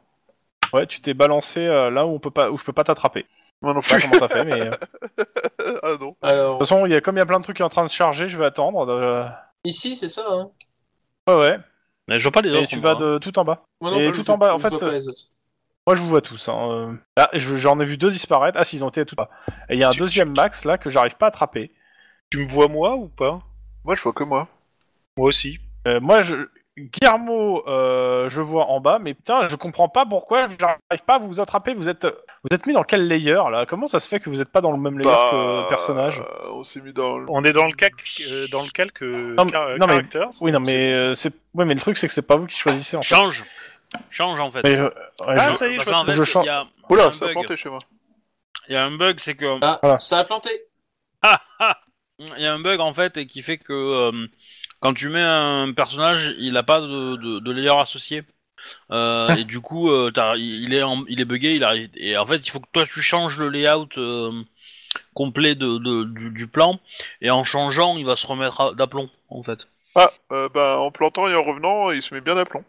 [SPEAKER 2] Ouais, tu t'es balancé euh, là où on peut pas, où je peux pas t'attraper.
[SPEAKER 3] Moi non
[SPEAKER 2] Je sais
[SPEAKER 3] plus.
[SPEAKER 2] pas comment ça fait, mais euh, de toute
[SPEAKER 3] ah non.
[SPEAKER 4] Alors,
[SPEAKER 2] façon, il y a comme il y a plein de trucs qui sont en train de charger, je vais attendre. euh,
[SPEAKER 4] ici, c'est ça, hein
[SPEAKER 2] Ouais, ouais.
[SPEAKER 1] Mais je vois pas les autres.
[SPEAKER 2] Et tu
[SPEAKER 1] moi,
[SPEAKER 2] vas
[SPEAKER 1] hein.
[SPEAKER 2] de tout en bas.
[SPEAKER 4] Moi
[SPEAKER 2] Et
[SPEAKER 4] plus,
[SPEAKER 2] tout
[SPEAKER 4] je-
[SPEAKER 2] en bas, en
[SPEAKER 4] je
[SPEAKER 2] fait, euh,
[SPEAKER 4] vois pas les autres.
[SPEAKER 2] Moi, je vous vois tous. Hein. euh. Là, je- j'en ai vu deux disparaître. Ah, si, ils ont été à tout bas. Et il y a un deuxième Max là que j'arrive pas à attraper.
[SPEAKER 5] Tu me vois moi ou pas
[SPEAKER 3] Moi je vois que moi.
[SPEAKER 5] Moi aussi.
[SPEAKER 2] Euh, moi, je... Guillermo, euh, je vois en bas, mais putain, je comprends pas pourquoi j'arrive pas à vous attraper. Vous êtes, vous êtes mis dans quel layer là Comment ça se fait que vous êtes pas dans le même layer que le personnage
[SPEAKER 3] Bah, euh, On s'est mis dans le.
[SPEAKER 5] On est dans le calque, euh, dans le calque euh,
[SPEAKER 2] Non, mais-
[SPEAKER 5] car-
[SPEAKER 2] non, mais-
[SPEAKER 5] characters.
[SPEAKER 2] Oui, non, mais euh, c'est, ouais, mais le truc c'est que c'est pas vous qui choisissez. En fait.
[SPEAKER 1] Change. Change en fait.
[SPEAKER 2] Mais, euh, ouais,
[SPEAKER 5] Ah,
[SPEAKER 2] je-
[SPEAKER 5] ça y est,
[SPEAKER 1] Parce
[SPEAKER 5] je vois
[SPEAKER 1] qu'en
[SPEAKER 2] tout.
[SPEAKER 1] fait,
[SPEAKER 2] Je change.
[SPEAKER 1] il y a- il y a
[SPEAKER 2] Ah,
[SPEAKER 3] Oula,
[SPEAKER 1] un
[SPEAKER 3] ça a
[SPEAKER 1] bug.
[SPEAKER 3] planté chez moi.
[SPEAKER 1] Il y a un bug, c'est que.
[SPEAKER 4] Ah,
[SPEAKER 2] Voilà.
[SPEAKER 4] ça a planté
[SPEAKER 1] Il y a un bug en fait et qui fait que euh, quand tu mets un personnage, il a pas de, de, de layer associé. Euh, et du coup, euh, t'as- il est en- il est bugué, il arrive. Et en fait, il faut que toi tu changes le layout euh, complet de, de- du, du plan. Et en changeant, il va se remettre à- d'aplomb en fait.
[SPEAKER 3] Ah, euh, bah en plantant et en revenant, il se met bien à
[SPEAKER 2] Ah,
[SPEAKER 3] plomb.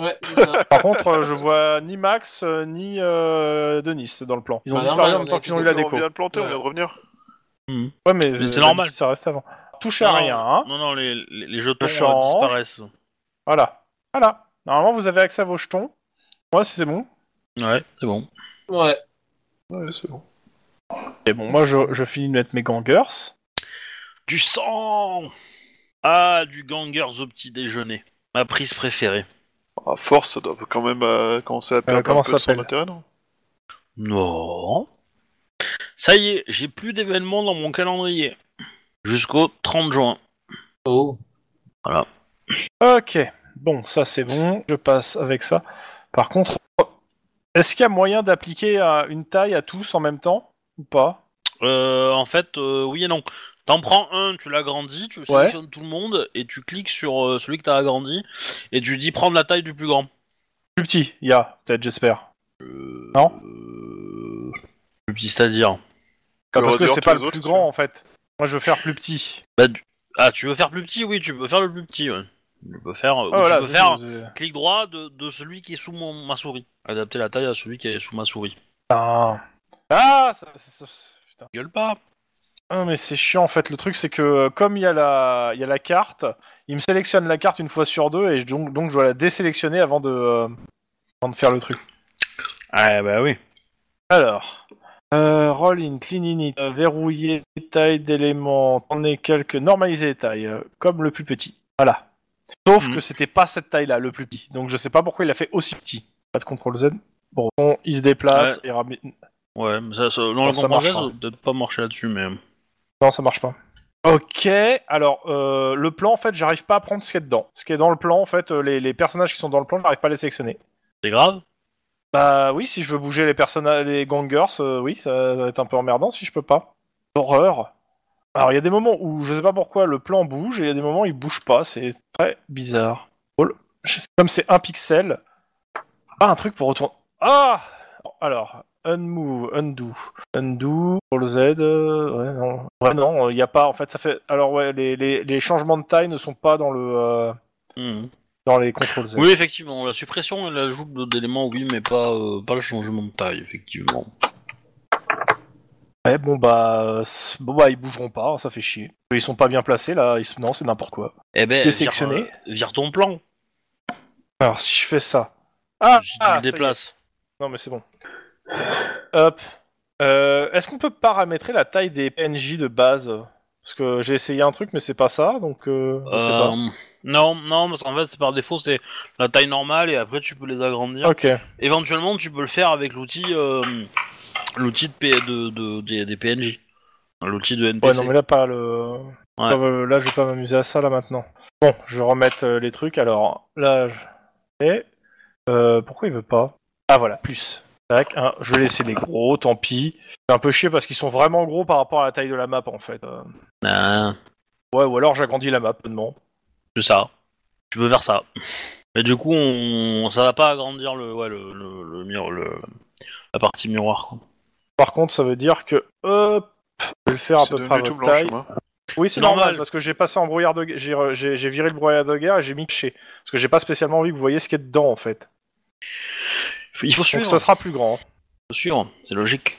[SPEAKER 4] Ouais, c'est ça.
[SPEAKER 2] Par contre, euh, je vois ni Max euh, ni euh, Denis dans le plan. Ils ont
[SPEAKER 4] Bah,
[SPEAKER 2] disparu
[SPEAKER 4] normal,
[SPEAKER 2] en même
[SPEAKER 4] on
[SPEAKER 2] temps
[SPEAKER 4] a
[SPEAKER 2] qu'ils ont eu
[SPEAKER 4] été
[SPEAKER 2] la
[SPEAKER 3] On
[SPEAKER 2] déco.
[SPEAKER 3] vient de planter, on
[SPEAKER 4] Ouais.
[SPEAKER 3] vient de revenir.
[SPEAKER 2] Ouais, mais
[SPEAKER 1] C'est
[SPEAKER 2] euh,
[SPEAKER 1] normal.
[SPEAKER 2] Ça reste avant. touchez à
[SPEAKER 1] Non,
[SPEAKER 2] rien, hein.
[SPEAKER 1] Non, non, les, les, les jetons
[SPEAKER 2] Je change.
[SPEAKER 1] euh, disparaissent.
[SPEAKER 2] Voilà. Voilà. Normalement, vous avez accès à vos jetons. Moi, si c'est bon.
[SPEAKER 1] Ouais, c'est bon.
[SPEAKER 4] Ouais.
[SPEAKER 3] Ouais, c'est bon.
[SPEAKER 2] Et bon, moi, je, je finis de mettre mes gangers.
[SPEAKER 1] Du sang Ah, du gangers au petit déjeuner. Ma prise préférée.
[SPEAKER 3] À Ah, force, ça doit quand même euh, commencer à perdre
[SPEAKER 2] comment
[SPEAKER 3] un peu de son
[SPEAKER 2] s'appelle
[SPEAKER 3] intérêt, non
[SPEAKER 1] Non. Ça y est, j'ai plus d'événements dans mon calendrier. Jusqu'au 30 juin.
[SPEAKER 4] Oh.
[SPEAKER 2] Ok. Bon, ça, c'est bon. Je passe avec ça. Par contre, est-ce qu'il y a moyen d'appliquer euh, une taille à tous en même temps Ou pas
[SPEAKER 1] Euh, en fait, euh, oui et non. T'en prends un, tu l'agrandis, tu sélectionnes tout le monde et tu cliques sur euh, celui que t'as agrandi et tu dis prendre la taille du plus grand.
[SPEAKER 2] Plus petit, il y a, peut-être, j'espère.
[SPEAKER 1] Euh... Le petit, c'est-à-dire
[SPEAKER 2] Ah,
[SPEAKER 3] le
[SPEAKER 2] parce que
[SPEAKER 3] radiateur,
[SPEAKER 2] c'est pas
[SPEAKER 3] tous les
[SPEAKER 2] le plus
[SPEAKER 3] autres,
[SPEAKER 2] grand, en fait. Moi, je veux faire plus petit.
[SPEAKER 1] Ah, tu veux faire plus petit Oui, tu peux faire le plus petit. Ouais. Tu peux faire, ou tu
[SPEAKER 2] Ah,
[SPEAKER 1] peux
[SPEAKER 2] c'est-
[SPEAKER 1] faire
[SPEAKER 2] c'est-
[SPEAKER 1] clic droit de, de celui qui est sous mon, ma souris. Adapter la taille à celui qui est sous ma souris.
[SPEAKER 2] Putain. Ah, ça, ça- ça- putain.
[SPEAKER 1] Gueule pas
[SPEAKER 2] Ah, mais c'est chiant en fait. Le truc, c'est que euh, comme il y, a la... il y a la carte, il me sélectionne la carte une fois sur deux et je- donc, donc je dois la désélectionner avant de, euh, avant de faire le truc.
[SPEAKER 1] Ah bah oui.
[SPEAKER 2] Alors, euh, roll in, clean init, euh, verrouiller taille d'éléments, en est quelques, normaliser les tailles, euh, comme le plus petit. Voilà. Sauf
[SPEAKER 1] Mhm.
[SPEAKER 2] que c'était pas cette taille-là, le plus petit. Donc je sais pas pourquoi il a fait aussi petit. Pas de contrôle Z. Bon, on- il se déplace. et ramène-
[SPEAKER 1] Ouais, mais ça, ça, dans
[SPEAKER 2] Bon,
[SPEAKER 1] le
[SPEAKER 2] ça hein.
[SPEAKER 1] combat, ça
[SPEAKER 2] marchera.
[SPEAKER 1] doit peut-être pas marcher là-dessus, mais.
[SPEAKER 2] Non, ça marche pas. Ok, alors euh, le plan, en fait, j'arrive pas à prendre ce qu'il y a dedans. Ce qui est dans le plan, en fait, euh, les, les personnages qui sont dans le plan, j'arrive pas à les sélectionner.
[SPEAKER 1] C'est grave
[SPEAKER 2] Bah oui, si je veux bouger les personnages, les gangers, euh, oui, ça va être un peu emmerdant si je peux pas. Horreur. Alors il y a des moments où je sais pas pourquoi le plan bouge et il y a des moments où il bouge pas, c'est très bizarre. Drôle. Je sais- Comme c'est un pixel. Ah, un truc pour retourner. Ah Alors, unmove, undo. Undo, pour le Z. euh, ouais, non. Ouais, non, il n'y a pas. En fait, ça fait. Alors, ouais, les, les- les changements de taille ne sont pas dans le. euh,
[SPEAKER 1] Mhm.
[SPEAKER 2] dans les contrôles Z.
[SPEAKER 1] Oui, effectivement, la suppression et l'ajout de- d'éléments, oui, mais pas, euh, pas le changement de taille, effectivement.
[SPEAKER 2] Ouais, bon bah, euh, c- bon bah, ils bougeront pas, hein, ça fait chier. Ils sont pas bien placés là, ils sont... non, c'est n'importe quoi.
[SPEAKER 1] Eh ben, vire,
[SPEAKER 2] Désectionner.
[SPEAKER 1] euh, vire ton plan,
[SPEAKER 2] Alors si je fais ça. Ah,
[SPEAKER 1] je
[SPEAKER 2] ah, ça
[SPEAKER 1] le déplace.
[SPEAKER 2] y est. Non mais c'est bon. Hop. Euh, Est-ce qu'on peut paramétrer la taille des PNJ de base Parce que j'ai essayé un truc, mais c'est pas ça, donc euh, je sais
[SPEAKER 1] Euh, non, non, parce qu'en fait, c'est par défaut, c'est la taille normale et après, tu peux les agrandir.
[SPEAKER 2] pas. Ok.
[SPEAKER 1] Éventuellement, tu peux le faire avec l'outil euh, l'outil de, P- de, de- des- des PNJ. L'outil de
[SPEAKER 2] Ouais,
[SPEAKER 1] NPC.
[SPEAKER 2] non mais là pas le.
[SPEAKER 1] Ouais.
[SPEAKER 2] Pas, euh, Là, je vais pas m'amuser à ça là maintenant. Bon, je vais remettre euh, les trucs. Alors là, je- et euh, pourquoi il veut pas Ah voilà, plus. Tac, hein, je vais laisser les gros, tant pis. C'est un peu chier parce qu'ils sont vraiment gros par rapport à la taille de la map en fait. Euh,
[SPEAKER 1] Ah,
[SPEAKER 2] Ouais, ou alors j'agrandis la map, non.
[SPEAKER 1] c'est ça. Tu peux faire ça. Mais du coup, on... ça va pas agrandir le, ouais, le, le, le, miro- le- la partie miroir. quoi.
[SPEAKER 2] Par contre, ça veut dire que hop, je vais le faire à
[SPEAKER 3] C'est
[SPEAKER 2] peu près à
[SPEAKER 3] devenu tout
[SPEAKER 2] votre
[SPEAKER 3] blanc chez
[SPEAKER 2] taille.
[SPEAKER 3] moi.
[SPEAKER 2] Oui, c'est
[SPEAKER 1] C'est normal.
[SPEAKER 2] normal, parce que j'ai passé en brouillard de gue- j'ai re- j'ai j'ai viré le brouillard de guerre et j'ai mis chez parce que j'ai pas spécialement envie que vous voyez ce qu'il y a dedans en fait.
[SPEAKER 1] Il faut suivre. hein.
[SPEAKER 2] Donc ça sera plus grand.
[SPEAKER 1] faut suivre, c'est logique.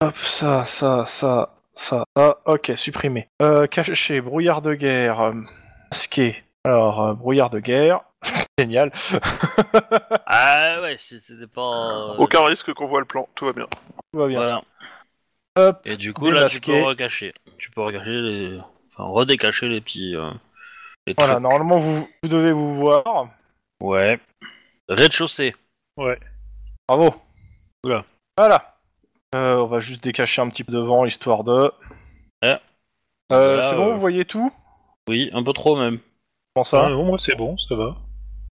[SPEAKER 2] Hop, ça, ça, ça, ça, ça, ok, supprimé. Euh, caché, brouillard de guerre, euh, masqué. Alors, euh, brouillard de guerre, génial.
[SPEAKER 1] Ah ouais, si c'était pas. euh,
[SPEAKER 3] Aucun risque qu'on voit le plan, tout va bien.
[SPEAKER 2] Tout va bien.
[SPEAKER 1] Voilà.
[SPEAKER 2] Hop,
[SPEAKER 1] Et du coup, là, tu
[SPEAKER 2] Démasquer.
[SPEAKER 1] peux recacher. Tu peux recacher les. Enfin, redécacher les petits. euh, les
[SPEAKER 2] voilà,
[SPEAKER 1] traits.
[SPEAKER 2] normalement vous, vous devez vous voir.
[SPEAKER 1] Ouais. Rez-de-chaussée.
[SPEAKER 2] Bravo.
[SPEAKER 1] Oula.
[SPEAKER 2] Voilà. Euh, on va juste décacher un petit peu devant, histoire de.
[SPEAKER 1] Eh.
[SPEAKER 2] Euh,
[SPEAKER 1] Là,
[SPEAKER 2] c'est bon,
[SPEAKER 1] euh,
[SPEAKER 2] vous voyez tout
[SPEAKER 1] Oui, un peu trop même.
[SPEAKER 2] Comment ça
[SPEAKER 5] Ah non, moi c'est bon, ça va.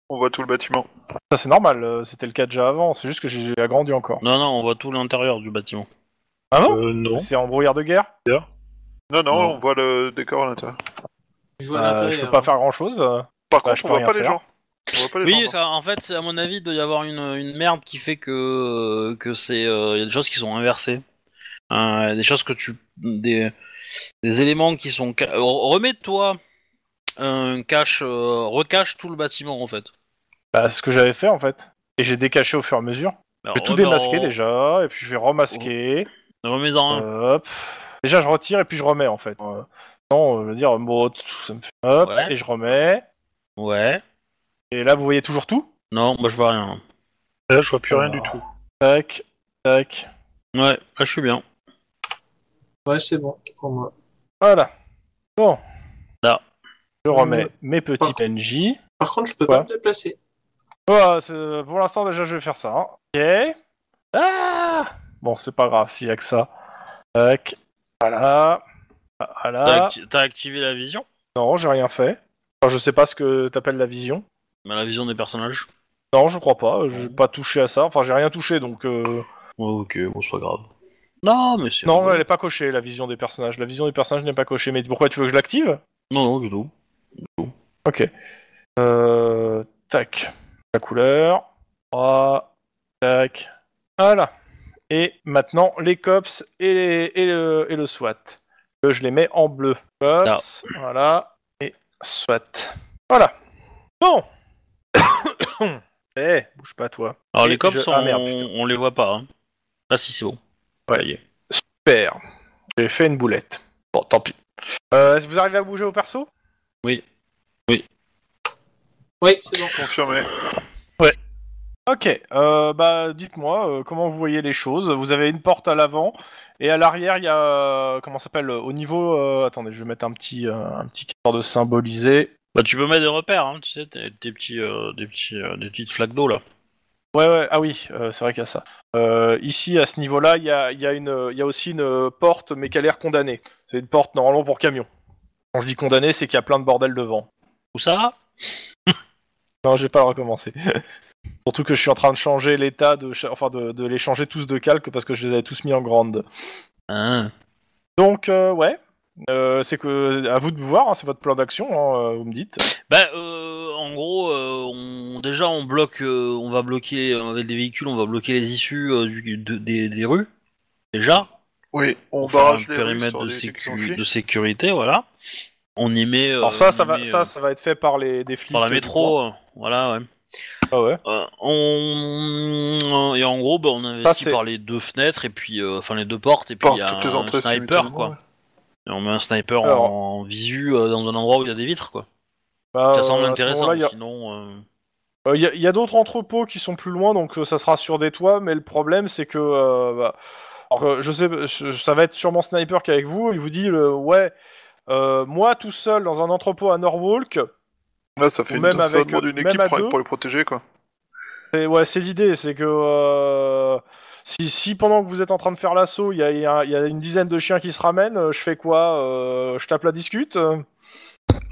[SPEAKER 3] On voit tout le bâtiment.
[SPEAKER 2] Ça, c'est normal, euh, c'était le cas déjà avant, c'est juste que j'ai j'ai agrandi encore.
[SPEAKER 1] Non, non, on voit tout l'intérieur du bâtiment.
[SPEAKER 2] Ah bon
[SPEAKER 5] Euh, non.
[SPEAKER 2] C'est en brouillard de guerre
[SPEAKER 3] Non, non,
[SPEAKER 1] Non.
[SPEAKER 3] on voit le décor à l'intérieur.
[SPEAKER 4] Je vois
[SPEAKER 2] Euh,
[SPEAKER 4] l'intérieur.
[SPEAKER 2] Je peux pas faire grand chose.
[SPEAKER 3] Par
[SPEAKER 2] Bah, je
[SPEAKER 3] contre, on
[SPEAKER 2] peux
[SPEAKER 3] voit
[SPEAKER 2] rien
[SPEAKER 3] pas les
[SPEAKER 2] faire.
[SPEAKER 3] gens. On voit pas les gens.
[SPEAKER 1] Oui,
[SPEAKER 3] non.
[SPEAKER 1] ça, en fait, c'est- à mon avis, il doit y avoir une, une merde qui fait que. que c'est. euh, Il y a des choses qui sont inversées. Euh, des choses que tu. des, des éléments qui sont. ca- Remets-toi un cache. euh, recache tout le bâtiment en fait.
[SPEAKER 2] Bah, c'est ce que j'avais fait en fait. Et j'ai décaché au fur et à mesure.
[SPEAKER 1] Alors,
[SPEAKER 2] Je vais tout
[SPEAKER 1] remets en-
[SPEAKER 2] démasquer déjà, et puis je vais remasquer.
[SPEAKER 1] Remets-en un.
[SPEAKER 2] Hop. Déjà, je retire et puis je remets en fait. Euh, Non, je veux dire, bon, t- ça me fait hop,
[SPEAKER 1] Ouais.
[SPEAKER 2] et je remets.
[SPEAKER 1] Ouais.
[SPEAKER 2] Et là, vous voyez toujours tout
[SPEAKER 1] Non, moi je vois rien.
[SPEAKER 5] Là, je vois plus rien
[SPEAKER 2] Ah.
[SPEAKER 5] du tout.
[SPEAKER 2] Tac, tac.
[SPEAKER 1] Ouais, là je suis bien.
[SPEAKER 4] Ouais, c'est bon pour moi.
[SPEAKER 2] Voilà. Bon.
[SPEAKER 1] Là.
[SPEAKER 2] Je remets
[SPEAKER 5] Euh,
[SPEAKER 4] Ouais.
[SPEAKER 2] mes petits
[SPEAKER 4] Par
[SPEAKER 2] PNJ.
[SPEAKER 4] Par contre, je peux
[SPEAKER 2] Quoi
[SPEAKER 4] pas me déplacer.
[SPEAKER 2] Voilà, c'est- pour l'instant, déjà, je vais faire ça. hein. Ok. Ah bon, c'est pas grave, s'il y a que ça. Tac. Voilà. Ah,
[SPEAKER 1] T'as
[SPEAKER 2] Voilà.
[SPEAKER 1] acti- t'as activé la vision
[SPEAKER 2] Non, j'ai rien fait. Enfin, je sais pas ce que t'appelles la vision.
[SPEAKER 1] bah, La vision des personnages.
[SPEAKER 2] Non, je crois pas. J'ai pas touché à ça. Enfin, j'ai rien touché, donc... euh,
[SPEAKER 1] Ouais, ok, bon, c'est pas grave. Non, mais c'est.
[SPEAKER 2] Non, elle est pas cochée, la vision des personnages. La vision des personnages n'est pas cochée. Mais pourquoi tu veux que je l'active
[SPEAKER 1] Non, non, du tout.
[SPEAKER 2] Euh, tac. La couleur. Trois. Tac. Voilà. Et maintenant, les cops et, les- et le, et le SWAT. Euh, je les mets en bleu. Cops. Voilà. Et SWAT. Voilà. Bon. Eh, bouge pas, toi.
[SPEAKER 1] Alors
[SPEAKER 2] Et
[SPEAKER 1] les cops,
[SPEAKER 2] je-
[SPEAKER 1] on,
[SPEAKER 2] ah, merde, putain.
[SPEAKER 1] on les voit pas. Hein. Ah si, c'est bon.
[SPEAKER 2] Ouais.
[SPEAKER 1] Ça y est.
[SPEAKER 2] Super. J'ai fait une boulette. Bon, tant pis. Euh, est-ce que vous arrivez à bouger au perso
[SPEAKER 4] Oui, c'est bon.
[SPEAKER 3] hein. Confirmé.
[SPEAKER 2] Ok, euh, bah dites-moi euh, comment vous voyez les choses. Vous avez une porte à l'avant et à l'arrière il y a euh, comment ça s'appelle euh, au niveau. euh, attendez, je vais mettre un petit euh, un petit cadre de symboliser.
[SPEAKER 1] Bah tu peux mettre des repères, hein, tu sais, t'es- des petits, euh, des petits, euh, des petites flaques d'eau là.
[SPEAKER 2] Ouais ouais ah oui euh, c'est vrai qu'il y a ça. Euh, ici à ce niveau-là il y a il y a une euh, il y a aussi une euh, porte mais qui a l'air condamnée. C'est une porte normalement pour camion. Quand je dis condamnée c'est qu'il y a plein de bordel devant.
[SPEAKER 1] Où ça
[SPEAKER 2] Non, je vais pas le recommencer. Surtout que je suis en train de changer l'état de cha- enfin de, de les changer tous de calque parce que je les avais tous mis en grande.
[SPEAKER 1] Hein.
[SPEAKER 2] Donc euh, ouais, Euh, c'est que à vous de voir, hein, c'est votre plan d'action, hein, euh, vous me dites.
[SPEAKER 1] Bah euh, en gros, euh, on, déjà on bloque, euh, on va bloquer euh, avec des véhicules, on va bloquer les issues euh, du- de- des, des rues. Déjà,
[SPEAKER 3] Oui, on
[SPEAKER 1] Pour faire
[SPEAKER 3] barrage
[SPEAKER 1] un
[SPEAKER 3] les rues
[SPEAKER 1] périmètre
[SPEAKER 3] sur
[SPEAKER 1] de,
[SPEAKER 3] des trucs qui sont
[SPEAKER 1] sécu-
[SPEAKER 3] fuis.
[SPEAKER 1] de sécurité, voilà. On y met. euh,
[SPEAKER 2] Alors ça, ça
[SPEAKER 1] on y
[SPEAKER 2] va,
[SPEAKER 1] met,
[SPEAKER 2] ça,
[SPEAKER 1] euh,
[SPEAKER 2] ça va être fait par les des flics.
[SPEAKER 1] par la
[SPEAKER 2] du
[SPEAKER 1] métro, euh, voilà, ouais.
[SPEAKER 2] coin. Ah ouais.
[SPEAKER 1] Euh, on et en gros, bah, on investit
[SPEAKER 2] c'est-
[SPEAKER 1] par les deux fenêtres et puis, euh, enfin les deux portes et puis
[SPEAKER 3] Par
[SPEAKER 1] il y a
[SPEAKER 3] toutes les
[SPEAKER 1] un,
[SPEAKER 3] entrées
[SPEAKER 1] sniper quoi. Et on met un sniper en-
[SPEAKER 2] Alors-
[SPEAKER 1] en, visu euh, dans un endroit où il y a des vitres quoi.
[SPEAKER 2] Bah,
[SPEAKER 1] Ça
[SPEAKER 2] euh,
[SPEAKER 1] semble
[SPEAKER 2] à ce
[SPEAKER 1] intéressant,
[SPEAKER 2] moment-là, Il y a-
[SPEAKER 1] sinon. euh,
[SPEAKER 2] euh, il y a, il y a d'autres entrepôts qui sont plus loin, donc euh, ça sera sur des toits. Mais le problème, c'est que euh, bah, alors, euh, je sais, je- ça va être sûrement Sniper qui est avec vous. Il vous dit euh, ouais, euh, moi tout seul dans un entrepôt à Norwalk,
[SPEAKER 3] Là, ça fait
[SPEAKER 2] Ou
[SPEAKER 3] une,
[SPEAKER 2] même
[SPEAKER 3] ça
[SPEAKER 2] avec-
[SPEAKER 3] demande une
[SPEAKER 2] même
[SPEAKER 3] équipe
[SPEAKER 2] à
[SPEAKER 3] pour,
[SPEAKER 2] deux.
[SPEAKER 3] pour les protéger quoi.
[SPEAKER 2] C'est- ouais, c'est l'idée, c'est que euh, si, si pendant que vous êtes en train de faire l'assaut, il y a, il y a- il y a une dizaine de chiens qui se ramènent, euh, je fais quoi euh, Je tape la discute euh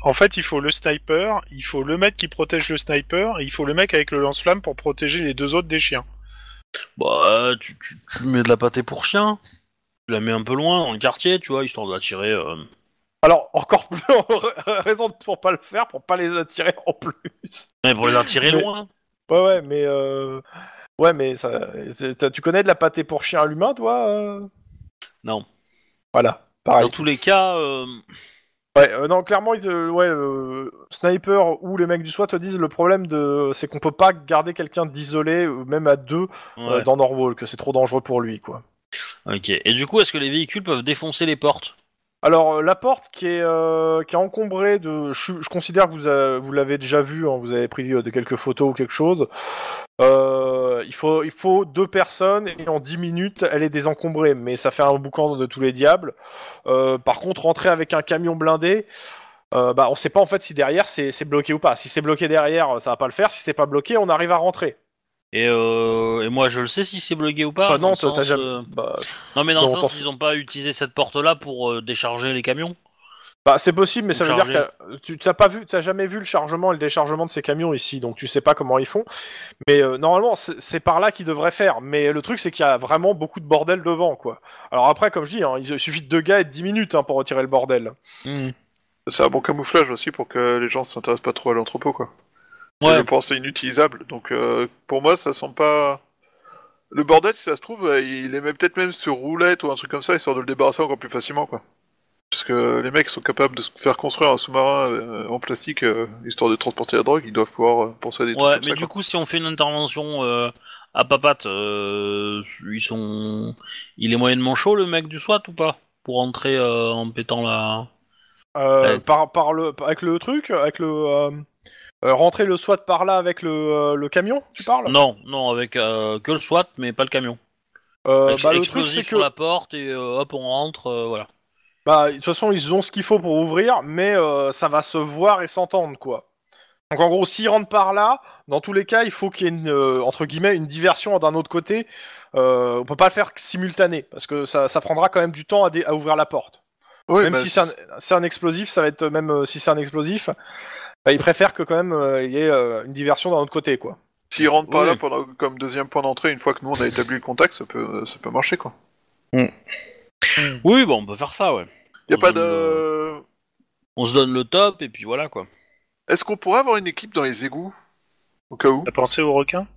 [SPEAKER 5] En fait, il faut le sniper, il faut le mec qui protège le sniper, et il faut le mec avec le lance-flamme pour protéger les deux autres des chiens.
[SPEAKER 1] Bah, tu, tu, tu mets de la pâtée pour chien. Tu la mets un peu loin dans le quartier, tu vois, histoire d'attirer. euh,
[SPEAKER 2] Alors, encore plus raison pour pas le faire, pour pas les attirer en plus.
[SPEAKER 1] Mais pour les attirer
[SPEAKER 2] Mais-
[SPEAKER 1] loin.
[SPEAKER 2] Ouais, ouais, mais euh, ouais, mais ça, c'est- ça- tu connais de la pâtée pour chien à l'humain, toi euh
[SPEAKER 1] Non.
[SPEAKER 2] Voilà,
[SPEAKER 1] Dans
[SPEAKER 2] pareil.
[SPEAKER 1] tous les cas, euh,
[SPEAKER 2] Ouais, euh, non, clairement, ils te- ouais, euh, sniper ou les mecs du SWAT te disent le problème de, c'est qu'on peut pas garder quelqu'un d'isolé, euh, même à deux. euh,
[SPEAKER 1] ouais.
[SPEAKER 2] dans Norwalk, c'est trop dangereux pour lui, quoi.
[SPEAKER 1] Ok. Et du coup, est-ce que les véhicules peuvent défoncer les portes
[SPEAKER 2] Alors, euh, la porte qui est, euh, qui est encombrée de... Je, suis- je considère que vous, a- vous l'avez déjà vu, hein, vous avez pris euh, de quelques photos ou quelque chose. Euh, il, faut, il faut deux personnes et en 10 minutes, elle est désencombrée, mais ça fait un boucan de tous les diables. Euh, par contre, rentrer avec un camion blindé, euh, bah, on sait pas en fait si derrière c'est c'est bloqué ou pas. Si c'est bloqué derrière, euh, ça va pas le faire. Si c'est pas bloqué, on arrive à rentrer.
[SPEAKER 1] et, euh, et moi, je le sais si c'est bloqué ou pas.
[SPEAKER 2] Bah
[SPEAKER 1] dans
[SPEAKER 2] non,
[SPEAKER 1] le
[SPEAKER 2] t'as t'as
[SPEAKER 1] sens,
[SPEAKER 2] jamais...
[SPEAKER 1] euh,
[SPEAKER 2] bah,
[SPEAKER 1] Non, mais dans le
[SPEAKER 2] Non,
[SPEAKER 1] sens,
[SPEAKER 2] t'en-
[SPEAKER 1] ils ont pas utilisé cette porte-là pour euh, décharger les camions.
[SPEAKER 2] Bah, c'est possible, mais
[SPEAKER 1] Ou
[SPEAKER 2] ça veut
[SPEAKER 1] charger.
[SPEAKER 2] dire que tu t'as pas vu, t'as jamais vu le chargement et le déchargement de ces camions ici, donc tu sais pas comment ils font. Mais euh, normalement, c'est c'est par là qu'ils devraient faire. Mais le truc, c'est qu'il y a vraiment beaucoup de bordel devant, quoi. Alors après, comme je dis, hein, il suffit de deux gars et de 10 minutes hein, pour retirer le bordel.
[SPEAKER 3] C'est un bon camouflage aussi pour que les gens ne s'intéressent pas trop à l'entrepôt quoi.
[SPEAKER 1] Ouais.
[SPEAKER 3] Je pense que c'est inutilisable. Donc euh, pour moi, ça sent pas. Le bordel, si ça se trouve, euh, il est même- peut-être même sur roulette ou un truc comme ça, histoire de le débarrasser encore plus facilement quoi. Parce que les mecs sont capables de se faire construire un sous-marin euh, en plastique euh, histoire de transporter la drogue, ils doivent pouvoir euh, penser à des trucs
[SPEAKER 1] Ouais,
[SPEAKER 3] comme
[SPEAKER 1] mais
[SPEAKER 3] ça.
[SPEAKER 1] du
[SPEAKER 3] quoi.
[SPEAKER 1] coup, si on fait une intervention euh, à papate, euh, ils sont, il est moyennement chaud le mec du SWAT ou pas pour entrer euh, en pétant la.
[SPEAKER 2] Euh,
[SPEAKER 1] Ouais.
[SPEAKER 2] par, par le, par- avec le truc, avec le euh, euh, rentrer le SWAT par là avec le, euh, le camion, tu parles
[SPEAKER 1] Non, non, avec euh, que le SWAT, mais pas le camion.
[SPEAKER 2] Euh,
[SPEAKER 1] Ex-
[SPEAKER 2] bah, Le truc
[SPEAKER 1] explosif
[SPEAKER 2] c'est que,
[SPEAKER 1] sur la porte et euh, hop, on rentre, euh, voilà.
[SPEAKER 2] bah, de toute façon, ils ont ce qu'il faut pour ouvrir, mais euh, ça va se voir et s'entendre quoi. Donc en gros, s'ils rentrent par là, dans tous les cas, il faut qu'il y ait une, euh, entre guillemets une diversion d'un autre côté. Euh, on peut pas le faire simultané parce que ça, ça prendra quand même du temps à, dé- à ouvrir la porte.
[SPEAKER 3] Oui,
[SPEAKER 2] même
[SPEAKER 3] bah,
[SPEAKER 2] si c'est un, c'est un explosif, ça va être même euh, si c'est un explosif, bah, ils préfèrent que quand même euh, il y ait euh, une diversion d'un autre côté quoi.
[SPEAKER 3] S'ils rentrent pas
[SPEAKER 1] Oui.
[SPEAKER 3] là pendant, comme deuxième point d'entrée, une fois que nous on a établi le contact, ça peut, ça peut marcher quoi.
[SPEAKER 2] Hmm.
[SPEAKER 1] Oui, bon, on peut faire ça, ouais.
[SPEAKER 3] Y a
[SPEAKER 1] On
[SPEAKER 3] pas
[SPEAKER 1] se donne euh,
[SPEAKER 3] de.
[SPEAKER 1] On se donne le top et puis voilà quoi.
[SPEAKER 3] Est-ce qu'on pourrait avoir une équipe dans les égouts Au cas où
[SPEAKER 5] T'as pensé au requin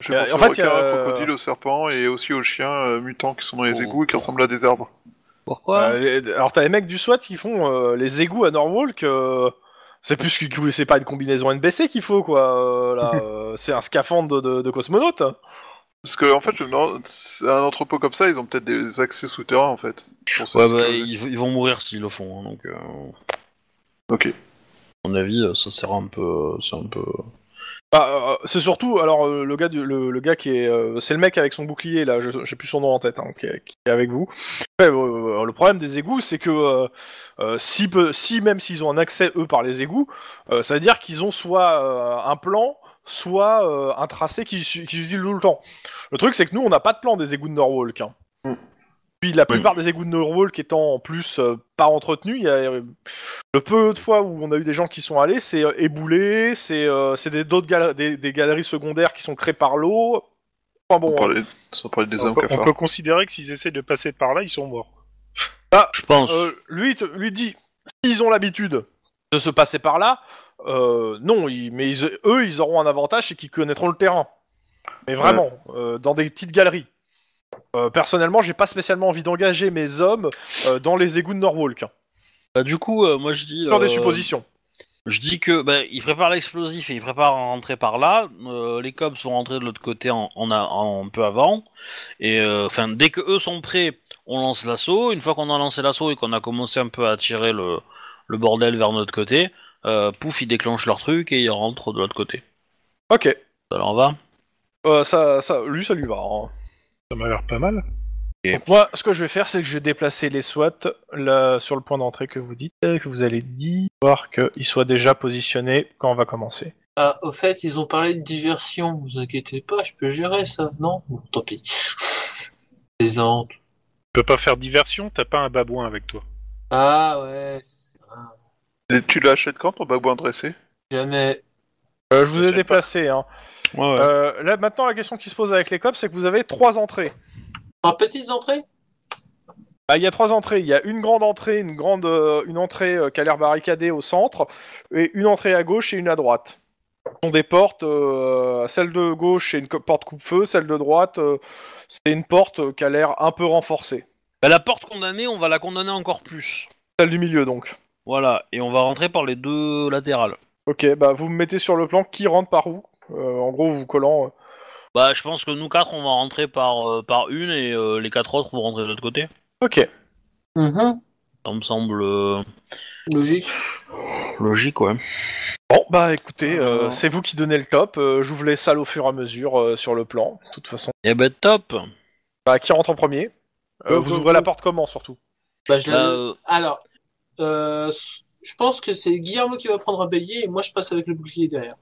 [SPEAKER 3] Je
[SPEAKER 2] Euh,
[SPEAKER 3] pense
[SPEAKER 2] en
[SPEAKER 3] en
[SPEAKER 2] fait,
[SPEAKER 3] fait,
[SPEAKER 2] y a, euh,
[SPEAKER 3] crocodile, au serpent et aussi aux chiens euh, mutants qui sont dans les
[SPEAKER 1] Oh.
[SPEAKER 3] égouts et qui ressemblent à des arbres.
[SPEAKER 1] Pourquoi
[SPEAKER 2] Euh, les- alors t'as les mecs du SWAT qui font euh, les égouts à Norwalk, euh, c'est plus que- que c'est pas une combinaison NBC qu'il faut quoi. euh, là, euh, c'est un scaphandre de, de, de cosmonaute.
[SPEAKER 3] Parce que en fait, le nord- c'est un entrepôt comme ça, ils ont peut-être des accès souterrains en fait. pour se
[SPEAKER 1] Ouais, bah,
[SPEAKER 3] sécuriser.
[SPEAKER 1] ils, ils vont mourir s'ils le font, hein, donc. euh,
[SPEAKER 3] Ok.
[SPEAKER 1] À mon avis, euh, ça sert un peu. euh, C'est un peu.
[SPEAKER 2] Bah, euh, c'est surtout alors euh, le gars du- le, le gars qui est euh, c'est le mec avec son bouclier là, je- j'ai plus son nom en tête hein, qui, est- qui est avec vous. Ouais, euh, euh, le problème des égouts c'est que euh, euh, si peu- si même s'ils ont un accès eux par les égouts, euh, ça veut dire qu'ils ont soit euh, un plan soit euh, un tracé qu'ils su- qu'ils utilisent tout le temps. Le truc c'est que nous on n'a pas de plan des égouts de Norwalk. hein.
[SPEAKER 3] Mm.
[SPEAKER 2] Puis la plupart des égouts de Norwalk étant en plus euh, pas entretenus, il y a euh, le peu de fois où on a eu des gens qui sont allés, c'est euh, éboulé, c'est euh, c'est des d'autres gal- des, des galeries secondaires qui sont créées par l'eau. Enfin
[SPEAKER 3] Sans
[SPEAKER 2] bon, euh,
[SPEAKER 3] parler- sans parler des
[SPEAKER 5] on
[SPEAKER 3] hommes
[SPEAKER 5] peut,
[SPEAKER 3] qu'à
[SPEAKER 5] on
[SPEAKER 3] faire.
[SPEAKER 5] peut considérer que s'ils essaient de passer par là, ils sont morts.
[SPEAKER 1] Je pense.
[SPEAKER 2] euh, lui te- lui dit, s'ils ont l'habitude de se passer par là, euh, non, ils- mais ils- eux ils auront un avantage, c'est qu'ils connaîtront le terrain. Mais vraiment, euh, dans des petites galeries. Euh, personnellement, j'ai pas spécialement envie d'engager mes hommes euh, dans les égouts de Norwalk. hein.
[SPEAKER 1] Bah, du coup, euh, moi je dis.
[SPEAKER 2] Dans des
[SPEAKER 1] euh,
[SPEAKER 2] suppositions.
[SPEAKER 1] Je dis que bah, ils préparent l'explosif et ils préparent à rentrer par là. Euh, les cops sont rentrés de l'autre côté en, en, a- en- un peu avant. Et euh, enfin, dès que eux sont prêts, on lance l'assaut. Une fois qu'on a lancé l'assaut et qu'on a commencé un peu à tirer le, le bordel vers notre côté, euh, pouf, ils déclenchent leur truc et ils rentrent de l'autre côté.
[SPEAKER 2] Ok,
[SPEAKER 1] Ça leur va
[SPEAKER 2] Euh, ça, ça, lui ça lui va. hein.
[SPEAKER 5] Ça m'a l'air pas mal.
[SPEAKER 2] Donc moi, ce que je vais faire, c'est que je vais déplacer les SWAT là, sur le point d'entrée que vous dites, euh, que vous allez dire, voir qu'ils soient déjà positionnés quand on va commencer.
[SPEAKER 4] Ah, au fait, ils ont parlé de diversion. Vous inquiétez pas, je peux gérer ça. Non, bon, tant pis. Plaisante.
[SPEAKER 5] Tu peux pas faire diversion, t'as pas un babouin avec toi.
[SPEAKER 4] Ah ouais, c'est ça.
[SPEAKER 3] Et tu l'achètes quand ton babouin dressé
[SPEAKER 4] Jamais.
[SPEAKER 2] Euh, je vous
[SPEAKER 5] Je
[SPEAKER 2] ai
[SPEAKER 5] sais
[SPEAKER 2] déplacé. Hein.
[SPEAKER 1] Ouais,
[SPEAKER 2] Euh, là, maintenant, la question qui se pose avec les cops, c'est que vous avez trois entrées.
[SPEAKER 4] En petites entrées
[SPEAKER 2] Bah, Il y a trois entrées. Il y a une grande entrée, une grande, euh, une entrée euh, qui a l'air barricadée au centre, et une entrée à gauche et une à droite. Ce sont des portes. euh, celle de gauche, c'est une co- porte coupe-feu. Celle de droite, euh, c'est une porte euh, qui a l'air un peu renforcée.
[SPEAKER 1] Bah, la porte condamnée, on va la condamner encore plus.
[SPEAKER 2] Celle du milieu, donc.
[SPEAKER 1] Voilà, et on va rentrer par les deux latérales.
[SPEAKER 2] Ok, bah vous me mettez sur le plan qui rentre par où. Euh, en gros, vous collant. euh.
[SPEAKER 1] Bah, je pense que nous quatre, on va rentrer par, euh, par une et euh, les quatre autres vont rentrer de l'autre côté.
[SPEAKER 2] Ok.
[SPEAKER 4] Mhm,
[SPEAKER 1] Ça me semble euh,
[SPEAKER 4] Logique.
[SPEAKER 1] logique, ouais.
[SPEAKER 2] Bon, bah écoutez, euh,
[SPEAKER 3] Euh.
[SPEAKER 2] c'est vous qui donnez le top. euh, J'ouvre les salles au fur et à mesure euh, sur le plan. De toute façon.
[SPEAKER 1] Eh ben, top
[SPEAKER 2] Bah, qui rentre en premier Euh,
[SPEAKER 4] Go,
[SPEAKER 2] Vous
[SPEAKER 4] go,
[SPEAKER 2] ouvrez
[SPEAKER 4] go.
[SPEAKER 2] la porte comment surtout
[SPEAKER 4] Bah, je l'avais-
[SPEAKER 1] Euh,
[SPEAKER 4] Alors, euh, s- je pense que c'est Guillermo qui va prendre un bélier et moi je passe avec le bouclier derrière.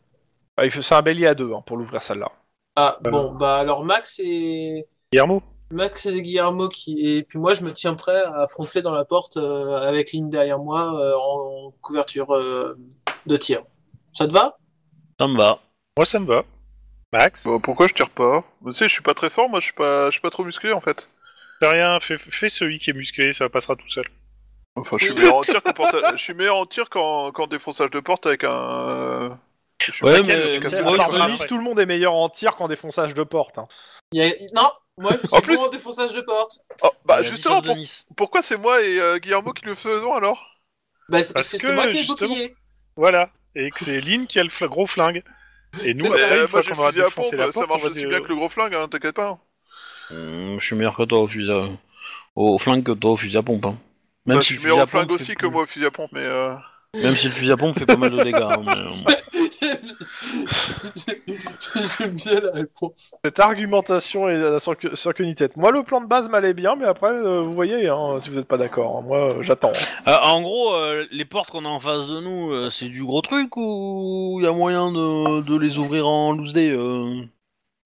[SPEAKER 2] Bah, il faut- C'est un bélier à deux hein, pour l'ouvrir celle-là.
[SPEAKER 4] Ah,
[SPEAKER 5] Bah
[SPEAKER 4] bon, bah alors Max et.
[SPEAKER 5] Guillermo
[SPEAKER 4] Max et Guillermo qui. Et puis moi je me tiens prêt à foncer dans la porte euh, avec Lynn derrière moi euh, en couverture euh, de tir. Ça te va
[SPEAKER 1] ça me va.
[SPEAKER 5] Moi, ça me va. Max
[SPEAKER 3] Bah, Pourquoi je tire pas Mais Tu sais, je suis pas très fort, moi je suis pas, je suis pas trop musclé en fait.
[SPEAKER 5] T'as rien, fais, fais celui qui est musclé, ça passera tout seul.
[SPEAKER 3] Enfin, je suis
[SPEAKER 4] Oui.
[SPEAKER 3] meilleur en tir qu'en porta- je suis meilleur en tir qu'en qu'en défonçage de porte avec un. Je suis
[SPEAKER 1] Ouais,
[SPEAKER 3] pas
[SPEAKER 1] mais-
[SPEAKER 3] quel, je suis
[SPEAKER 1] Parce
[SPEAKER 2] À
[SPEAKER 3] cassé
[SPEAKER 1] moi,
[SPEAKER 3] de
[SPEAKER 2] part
[SPEAKER 3] partout.
[SPEAKER 5] je-
[SPEAKER 2] Venise,
[SPEAKER 5] après.
[SPEAKER 2] tout le monde est meilleur en tir qu'en défonçage de porte. hein.
[SPEAKER 4] Il y a- Non Moi je suis
[SPEAKER 3] En plus-
[SPEAKER 4] bon en défonçage de porte.
[SPEAKER 3] Oh, bah
[SPEAKER 1] La
[SPEAKER 3] justement,
[SPEAKER 1] distance de
[SPEAKER 3] pour-
[SPEAKER 1] Nice.
[SPEAKER 3] pourquoi c'est moi et euh, Guillermo qui le faisons alors
[SPEAKER 4] Bah, c'est
[SPEAKER 5] Parce
[SPEAKER 4] parce que,
[SPEAKER 5] que,
[SPEAKER 4] c'est moi qui ai le
[SPEAKER 5] justement,
[SPEAKER 4] bouclier.
[SPEAKER 5] Voilà. Et que c'est Lynn qui a le fl- gros flingue. Et nous,
[SPEAKER 4] C'est
[SPEAKER 5] après,
[SPEAKER 4] ça.
[SPEAKER 5] une
[SPEAKER 3] Euh, Moi
[SPEAKER 5] fois
[SPEAKER 3] j'ai
[SPEAKER 5] qu'on
[SPEAKER 3] le
[SPEAKER 5] aura
[SPEAKER 3] fusil à
[SPEAKER 5] défoncé
[SPEAKER 3] pompe,
[SPEAKER 5] la porte,
[SPEAKER 3] ça
[SPEAKER 5] on
[SPEAKER 3] marche
[SPEAKER 5] va euh,
[SPEAKER 3] aussi
[SPEAKER 5] dé-
[SPEAKER 3] bien que le gros flingue, hein, t'inquiète pas.
[SPEAKER 1] Euh, Hum, je suis meilleur que toi au fusil à... au flingue que toi au fusil à pompe. hein. Même
[SPEAKER 3] Bah,
[SPEAKER 1] si
[SPEAKER 3] je
[SPEAKER 1] le
[SPEAKER 3] suis
[SPEAKER 1] fusil à
[SPEAKER 3] meilleur au
[SPEAKER 1] pompe
[SPEAKER 3] flingue
[SPEAKER 1] fait
[SPEAKER 3] aussi que
[SPEAKER 1] plus-
[SPEAKER 3] moi au fusil à pompe, mais euh,
[SPEAKER 1] Même si le fusil à pompe fait pas mal de dégâts. hein, mais, euh,
[SPEAKER 4] J'aime bien la réponse.
[SPEAKER 2] Cette argumentation est à la circu- circonitette. Moi, le plan de base m'allait bien, mais après, euh, vous voyez, hein, si vous n'êtes pas d'accord, hein, moi, euh, j'attends.
[SPEAKER 1] Euh, en gros, euh, les portes qu'on a en face de nous, euh, c'est du gros truc ou il y a moyen de, de les ouvrir en loose day euh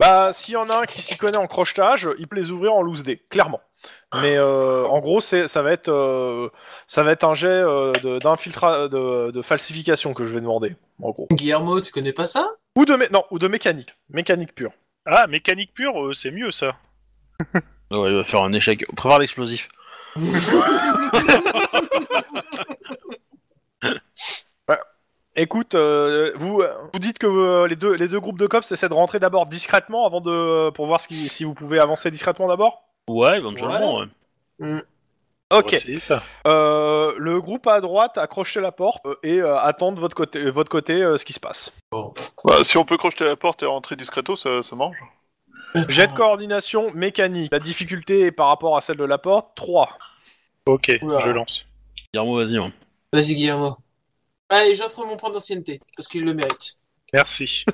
[SPEAKER 2] Bah, s'il y en a un qui s'y connaît en crochetage, il peut les ouvrir en loose dé, clairement. Mais euh, en gros, c'est, ça va être, euh, ça va être un jet euh, de, d'infiltra- de, de falsification que je vais demander, en gros.
[SPEAKER 4] Guillermo, tu connais pas ça
[SPEAKER 2] Ou de, mé- non, ou de mécanique, mécanique pure.
[SPEAKER 5] Ah, mécanique pure, euh, c'est mieux ça.
[SPEAKER 1] Ouais, il va faire un échec. Prépare l'explosif.
[SPEAKER 2] Écoute, euh, vous, vous dites que euh, les, deux, les deux groupes de cops essaient de rentrer d'abord discrètement avant de, pour voir ce qui- si vous pouvez avancer discrètement d'abord.
[SPEAKER 1] Ouais, éventuellement. ouais.
[SPEAKER 5] On
[SPEAKER 2] Ok.
[SPEAKER 5] va essayer ça.
[SPEAKER 2] Euh, le groupe à droite accroche la porte euh, et euh, attend de votre côté, euh, votre côté euh, ce qui se passe.
[SPEAKER 3] bah, si on peut crocheter la porte et rentrer discreto, ça, ça mange.
[SPEAKER 2] Jet de coordination mécanique. La difficulté est par rapport à celle de la porte, 3.
[SPEAKER 5] Ok,
[SPEAKER 4] Oula.
[SPEAKER 5] je lance.
[SPEAKER 1] Guillermo, vas-y. hein.
[SPEAKER 4] Vas-y, Guillermo. Allez, j'offre mon point d'ancienneté, parce qu'il le mérite.
[SPEAKER 5] Merci.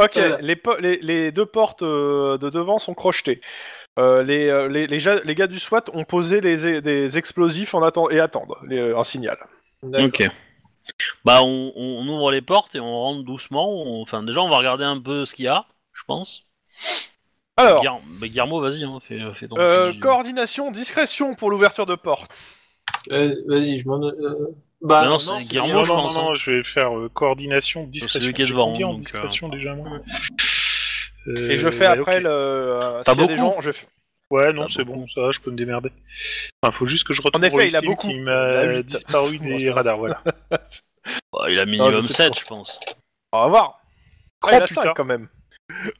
[SPEAKER 2] Ok,
[SPEAKER 4] Voilà.
[SPEAKER 2] les, po- les- les deux portes euh, de devant sont crochetées. Euh, les, euh, les, les ja- les gars du SWAT ont posé les- des explosifs en atten- et attendent les- euh, un signal.
[SPEAKER 4] D'accord.
[SPEAKER 1] Ok. Bah, on, on ouvre les portes et on rentre doucement. on- Enfin, déjà, on va regarder un peu ce qu'il y a, je pense.
[SPEAKER 2] Alors,
[SPEAKER 1] Guillermo, bah, Guillermo, vas-y, hein, fais, fais ton
[SPEAKER 2] euh,
[SPEAKER 1] petit-
[SPEAKER 2] coordination, discrétion pour l'ouverture de porte.
[SPEAKER 4] Euh, Vas-y, je m'en. euh, Bah,
[SPEAKER 1] Bah non,
[SPEAKER 4] non,
[SPEAKER 1] c'est
[SPEAKER 4] c'est
[SPEAKER 1] Guillermo,
[SPEAKER 5] non,
[SPEAKER 1] je
[SPEAKER 5] non,
[SPEAKER 1] pense,
[SPEAKER 5] non, non, je vais faire euh, coordination,
[SPEAKER 1] C'est
[SPEAKER 5] discrétion.
[SPEAKER 1] lui qui est
[SPEAKER 5] J'ai
[SPEAKER 1] devant,
[SPEAKER 5] combien en
[SPEAKER 1] donc,
[SPEAKER 5] discrétion déjà moi Euh,
[SPEAKER 2] Et je fais
[SPEAKER 5] ouais,
[SPEAKER 2] après
[SPEAKER 5] ok.
[SPEAKER 2] le. euh,
[SPEAKER 1] T'as
[SPEAKER 2] s'il y a des
[SPEAKER 1] beaucoup
[SPEAKER 2] gens, je fais-
[SPEAKER 5] Ouais, non,
[SPEAKER 1] Ah,
[SPEAKER 5] c'est bon, ça, je peux me démerder. Enfin, faut juste que je retrouve
[SPEAKER 2] En effet, il a
[SPEAKER 5] Rollistim
[SPEAKER 2] beaucoup.
[SPEAKER 5] qui
[SPEAKER 2] Il a
[SPEAKER 5] m'a
[SPEAKER 2] huit.
[SPEAKER 5] disparu des radars, voilà.
[SPEAKER 1] Bah, il a
[SPEAKER 2] Ah,
[SPEAKER 1] minimum
[SPEAKER 2] je sais
[SPEAKER 1] 7,
[SPEAKER 2] pas.
[SPEAKER 1] je pense.
[SPEAKER 2] On va voir.
[SPEAKER 5] Ah,
[SPEAKER 2] Ah, il a
[SPEAKER 5] putain.
[SPEAKER 2] cinq, quand même.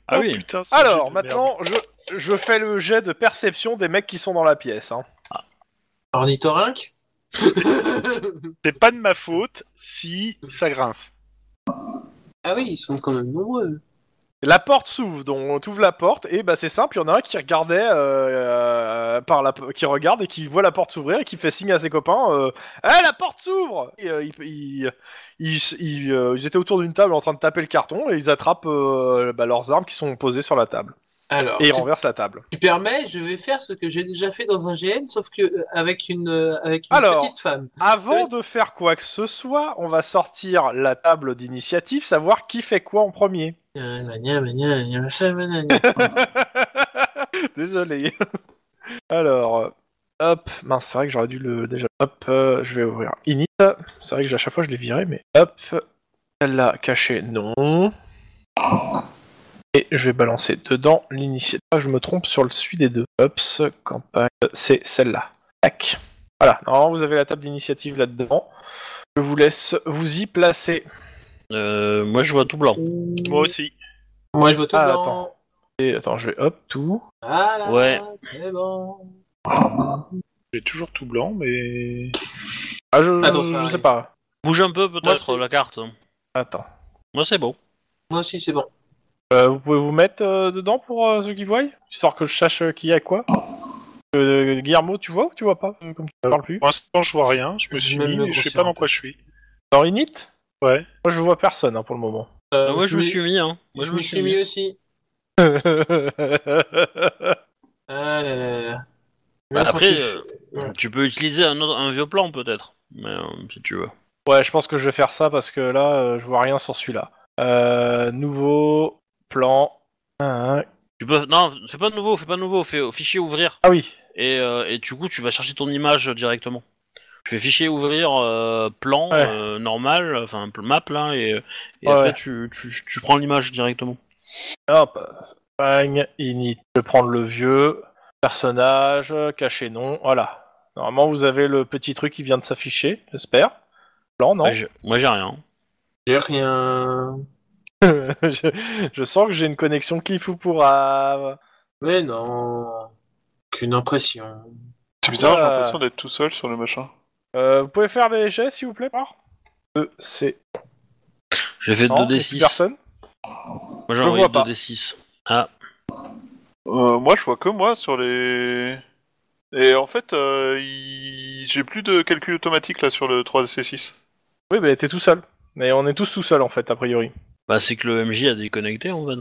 [SPEAKER 1] Ah
[SPEAKER 5] Oh,
[SPEAKER 1] oui.
[SPEAKER 5] putain, ce
[SPEAKER 2] Alors,
[SPEAKER 5] jeu de merde.
[SPEAKER 2] maintenant, je, je fais le jet de perception des mecs qui sont dans la pièce. hein.
[SPEAKER 4] Ornithorynque
[SPEAKER 5] C'est pas de ma faute si ça grince.
[SPEAKER 4] Ah oui, ils sont quand même nombreux.
[SPEAKER 2] La porte s'ouvre, donc on ouvre la porte, et bah c'est simple, il y en a un qui regardait, euh, euh, par la, qui regarde et qui voit la porte s'ouvrir et qui fait signe à ses copains euh, Eh, la porte s'ouvre Et, euh, ils, ils- ils- ils, euh, ils étaient autour d'une table en train de taper le carton et ils attrapent euh, bah, leurs armes qui sont posées sur la table. Et
[SPEAKER 4] Alors, Ah, tu,
[SPEAKER 2] ils renversent la table.
[SPEAKER 4] tu permets, je vais faire ce que j'ai déjà fait dans un GN, sauf que euh, avec une, euh, avec une
[SPEAKER 2] Alors.
[SPEAKER 4] petite femme.
[SPEAKER 2] Avant
[SPEAKER 4] Oui.
[SPEAKER 2] de faire quoi que ce soit, on va sortir la table d'initiative, savoir qui fait quoi en premier.
[SPEAKER 4] Euh, gna, gna, gna, gna, gna, gna, gna.
[SPEAKER 2] Désolé. Alors, euh, hop, mince, c'est vrai que j'aurais dû le déjà. Hop, euh, je vais ouvrir init. C'est vrai que à chaque fois je l'ai viré, mais hop, celle-là cachée, non. Et je vais balancer dedans l'initiative. Ah, Je me trompe sur le celui des deux. Hop, campagne, c'est celle-là. Tac. Voilà, normalement vous avez la table d'initiative là-dedans. Je vous laisse vous y placer.
[SPEAKER 1] Euh, moi, je vois tout blanc.
[SPEAKER 5] Moi aussi.
[SPEAKER 4] Moi, je vois tout
[SPEAKER 2] Ah,
[SPEAKER 4] blanc.
[SPEAKER 2] attends. Et attends, je vais hop, tout.
[SPEAKER 4] Voilà,
[SPEAKER 1] Ouais.
[SPEAKER 4] c'est bon.
[SPEAKER 5] J'ai toujours tout blanc, mais.
[SPEAKER 2] Ah, je,
[SPEAKER 4] Attends, ça
[SPEAKER 2] je sais
[SPEAKER 4] arrive.
[SPEAKER 2] pas.
[SPEAKER 1] Bouge un peu,
[SPEAKER 4] Moi,
[SPEAKER 1] peut-être,
[SPEAKER 4] c'est-
[SPEAKER 1] la carte.
[SPEAKER 2] Attends.
[SPEAKER 1] Moi, c'est bon.
[SPEAKER 4] Moi aussi, c'est bon.
[SPEAKER 2] Euh, vous pouvez vous mettre euh, dedans pour euh, ceux qui voient Histoire que je sache euh, qui a quoi Euh, Guillermo, tu vois ou tu vois pas euh, Comme tu ne parles plus.
[SPEAKER 5] Pour l'instant, je vois rien. Je me
[SPEAKER 4] Je
[SPEAKER 5] suis
[SPEAKER 4] vais
[SPEAKER 5] mis,
[SPEAKER 4] me
[SPEAKER 5] mais je sais
[SPEAKER 4] grossir
[SPEAKER 5] pas
[SPEAKER 4] un
[SPEAKER 5] dans
[SPEAKER 4] peu.
[SPEAKER 5] quoi je suis.
[SPEAKER 2] Dans Init
[SPEAKER 5] Ouais.
[SPEAKER 2] Moi, je vois personne hein, pour le moment.
[SPEAKER 4] Euh,
[SPEAKER 1] Ah, moi, je me suis mis, hein. Moi,
[SPEAKER 4] je me suis mis aussi. Ah là là là.
[SPEAKER 2] Bah,
[SPEAKER 4] Même quand
[SPEAKER 1] après,
[SPEAKER 4] tu-
[SPEAKER 1] euh,
[SPEAKER 4] Ouais.
[SPEAKER 1] Tu peux utiliser un, autre, un vieux plan, peut-être. Mais, euh, si tu veux.
[SPEAKER 2] ouais, je pense que je vais faire ça parce que là, euh, je vois rien sur celui-là. Euh, nouveau plan. Ah, ah.
[SPEAKER 1] Tu peux... Non, fais pas de nouveau, fais pas de nouveau. Fais euh, fichier ouvrir.
[SPEAKER 2] Ah oui.
[SPEAKER 1] Et, euh, et du coup, tu vas chercher ton image euh, directement. Tu fais fichier ouvrir euh, plan
[SPEAKER 2] Ouais.
[SPEAKER 1] euh, normal, enfin pl- map là, et, et
[SPEAKER 2] Ouais.
[SPEAKER 1] après tu, tu, tu prends l'image directement.
[SPEAKER 2] Hop. Bang, Init. Je vais prendre le vieux. Personnage, caché nom. Voilà. Normalement, vous avez le petit truc qui vient de s'afficher, j'espère. Plan, non
[SPEAKER 1] Ouais, j'ai- Moi j'ai rien.
[SPEAKER 4] J'ai rien.
[SPEAKER 2] je, je sens que j'ai une connexion qui fout pour ah,
[SPEAKER 4] Mais non. Qu'une impression.
[SPEAKER 3] C'est bizarre, j'ai
[SPEAKER 2] Ouais.
[SPEAKER 3] l'impression d'être tout seul sur le machin.
[SPEAKER 2] euh, Vous pouvez faire des jets, s'il vous plaît, par 2, c'est...
[SPEAKER 1] J'ai fait
[SPEAKER 2] Non, il y a
[SPEAKER 1] 2d6.
[SPEAKER 2] plus personne
[SPEAKER 1] Moi j'ai
[SPEAKER 2] Je
[SPEAKER 1] envoyé
[SPEAKER 2] vois pas.
[SPEAKER 1] 2d6. Ah,
[SPEAKER 3] Euh, moi, je vois que moi sur les. Et en fait, euh, il- j'ai plus de calcul automatique là sur le 3C6.
[SPEAKER 2] Oui, bah t'es tout seul. Mais on est tous tout seul en fait, a priori.
[SPEAKER 1] Bah, c'est que le MJ a déconnecté en fait, a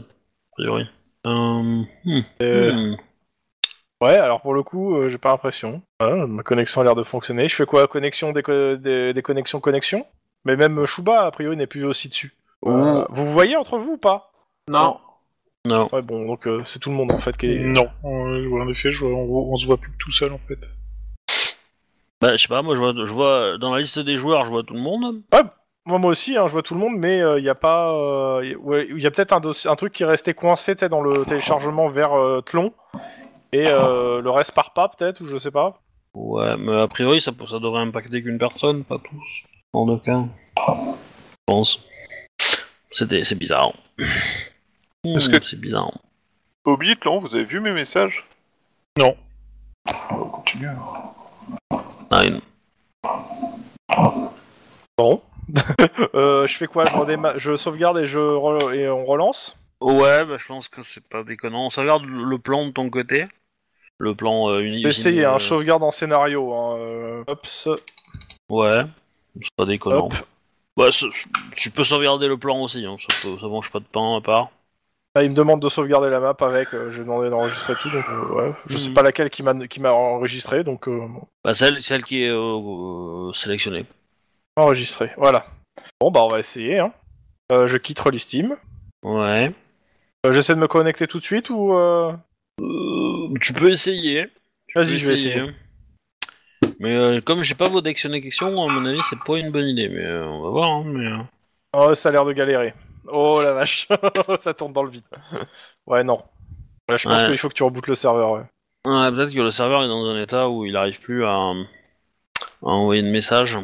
[SPEAKER 1] priori. Euh, hmm,
[SPEAKER 2] Euh,
[SPEAKER 1] hmm.
[SPEAKER 2] Ouais, alors pour le coup, euh, j'ai pas l'impression. Ah, ma connexion a l'air de fonctionner. Je fais quoi Connexion, déco- dé- déconnexion, connexion Mais même euh, Shuba, a priori, n'est plus aussi dessus. Euh, vous vous voyez entre vous ou pas
[SPEAKER 4] Non.
[SPEAKER 1] Non.
[SPEAKER 2] Ouais, bon, donc euh, c'est tout le monde en fait qui est.
[SPEAKER 5] Non, on- ouais, en effet, je vois- on, on se voit plus que tout seul en fait.
[SPEAKER 1] Bah, je sais pas, moi je vois, je vois dans la liste des joueurs, je vois tout le monde.
[SPEAKER 2] Moi, moi aussi, hein, je vois tout le monde, mais il n'y a pas. euh, y- ouais, y a peut-être un, dossi- un truc qui est resté coincé t'sais, dans le téléchargement vers euh, Tlon. Et euh, le reste part pas, peut-être, ou je sais pas.
[SPEAKER 1] Ouais, mais a priori, ça, ça devrait impacter qu'une personne, pas tous. En aucun. Je pense. C'était, c'est bizarre.
[SPEAKER 3] Est-ce
[SPEAKER 1] Hmm,
[SPEAKER 3] que-
[SPEAKER 1] C'est bizarre.
[SPEAKER 3] Obi, Tlon, vous avez vu mes messages
[SPEAKER 5] Non.
[SPEAKER 3] On continue.
[SPEAKER 1] Nine.
[SPEAKER 2] Bon. Euh, je fais quoi je, redéma- je sauvegarde et, je re- et on relance
[SPEAKER 1] Ouais, bah, je pense que c'est pas déconnant. On se regarde le le plan de ton côté. Le plan euh, uni-
[SPEAKER 2] Essayez,
[SPEAKER 1] usine,
[SPEAKER 2] hein,
[SPEAKER 1] euh,
[SPEAKER 2] je sauvegarde en scénario. Hein, euh, hops,
[SPEAKER 1] Ouais, c'est pas déconnant.
[SPEAKER 2] hop.
[SPEAKER 1] Bah, c'est- tu peux sauvegarder le plan aussi, hein, ça, peut- ça mange pas de pain à part.
[SPEAKER 2] Là, Ah, il me demande de sauvegarder la map avec. euh, je vais demander d'enregistrer tout, donc euh, ouais. Je sais
[SPEAKER 1] Mhm.
[SPEAKER 2] pas laquelle qui m'a qui m'a enregistré, donc euh, bon.
[SPEAKER 1] Bah, celle, celle qui est euh, euh, sélectionnée.
[SPEAKER 2] enregistré. Voilà. Bon, bah on va essayer. Hein. Euh, je quitte Relistime.
[SPEAKER 1] Ouais.
[SPEAKER 2] Euh, J'essaie de me connecter tout de suite ou. euh,
[SPEAKER 1] Euh, tu peux essayer. hein. Tu
[SPEAKER 2] Vas-y,
[SPEAKER 1] peux
[SPEAKER 2] je vais essayer.
[SPEAKER 1] Mais euh, comme j'ai pas vos déconnections, à mon avis, c'est pas une bonne idée. Mais euh, on va voir. hein, mais, euh.
[SPEAKER 2] Oh, ça a l'air de galérer. Oh la vache, ça tourne dans le vide. ouais, non. Ouais, je pense
[SPEAKER 1] Ouais.
[SPEAKER 2] qu'il faut que tu rebootes le serveur. Ouais.
[SPEAKER 1] Ouais, peut-être que le serveur est dans un état où il arrive plus à, à envoyer de messages.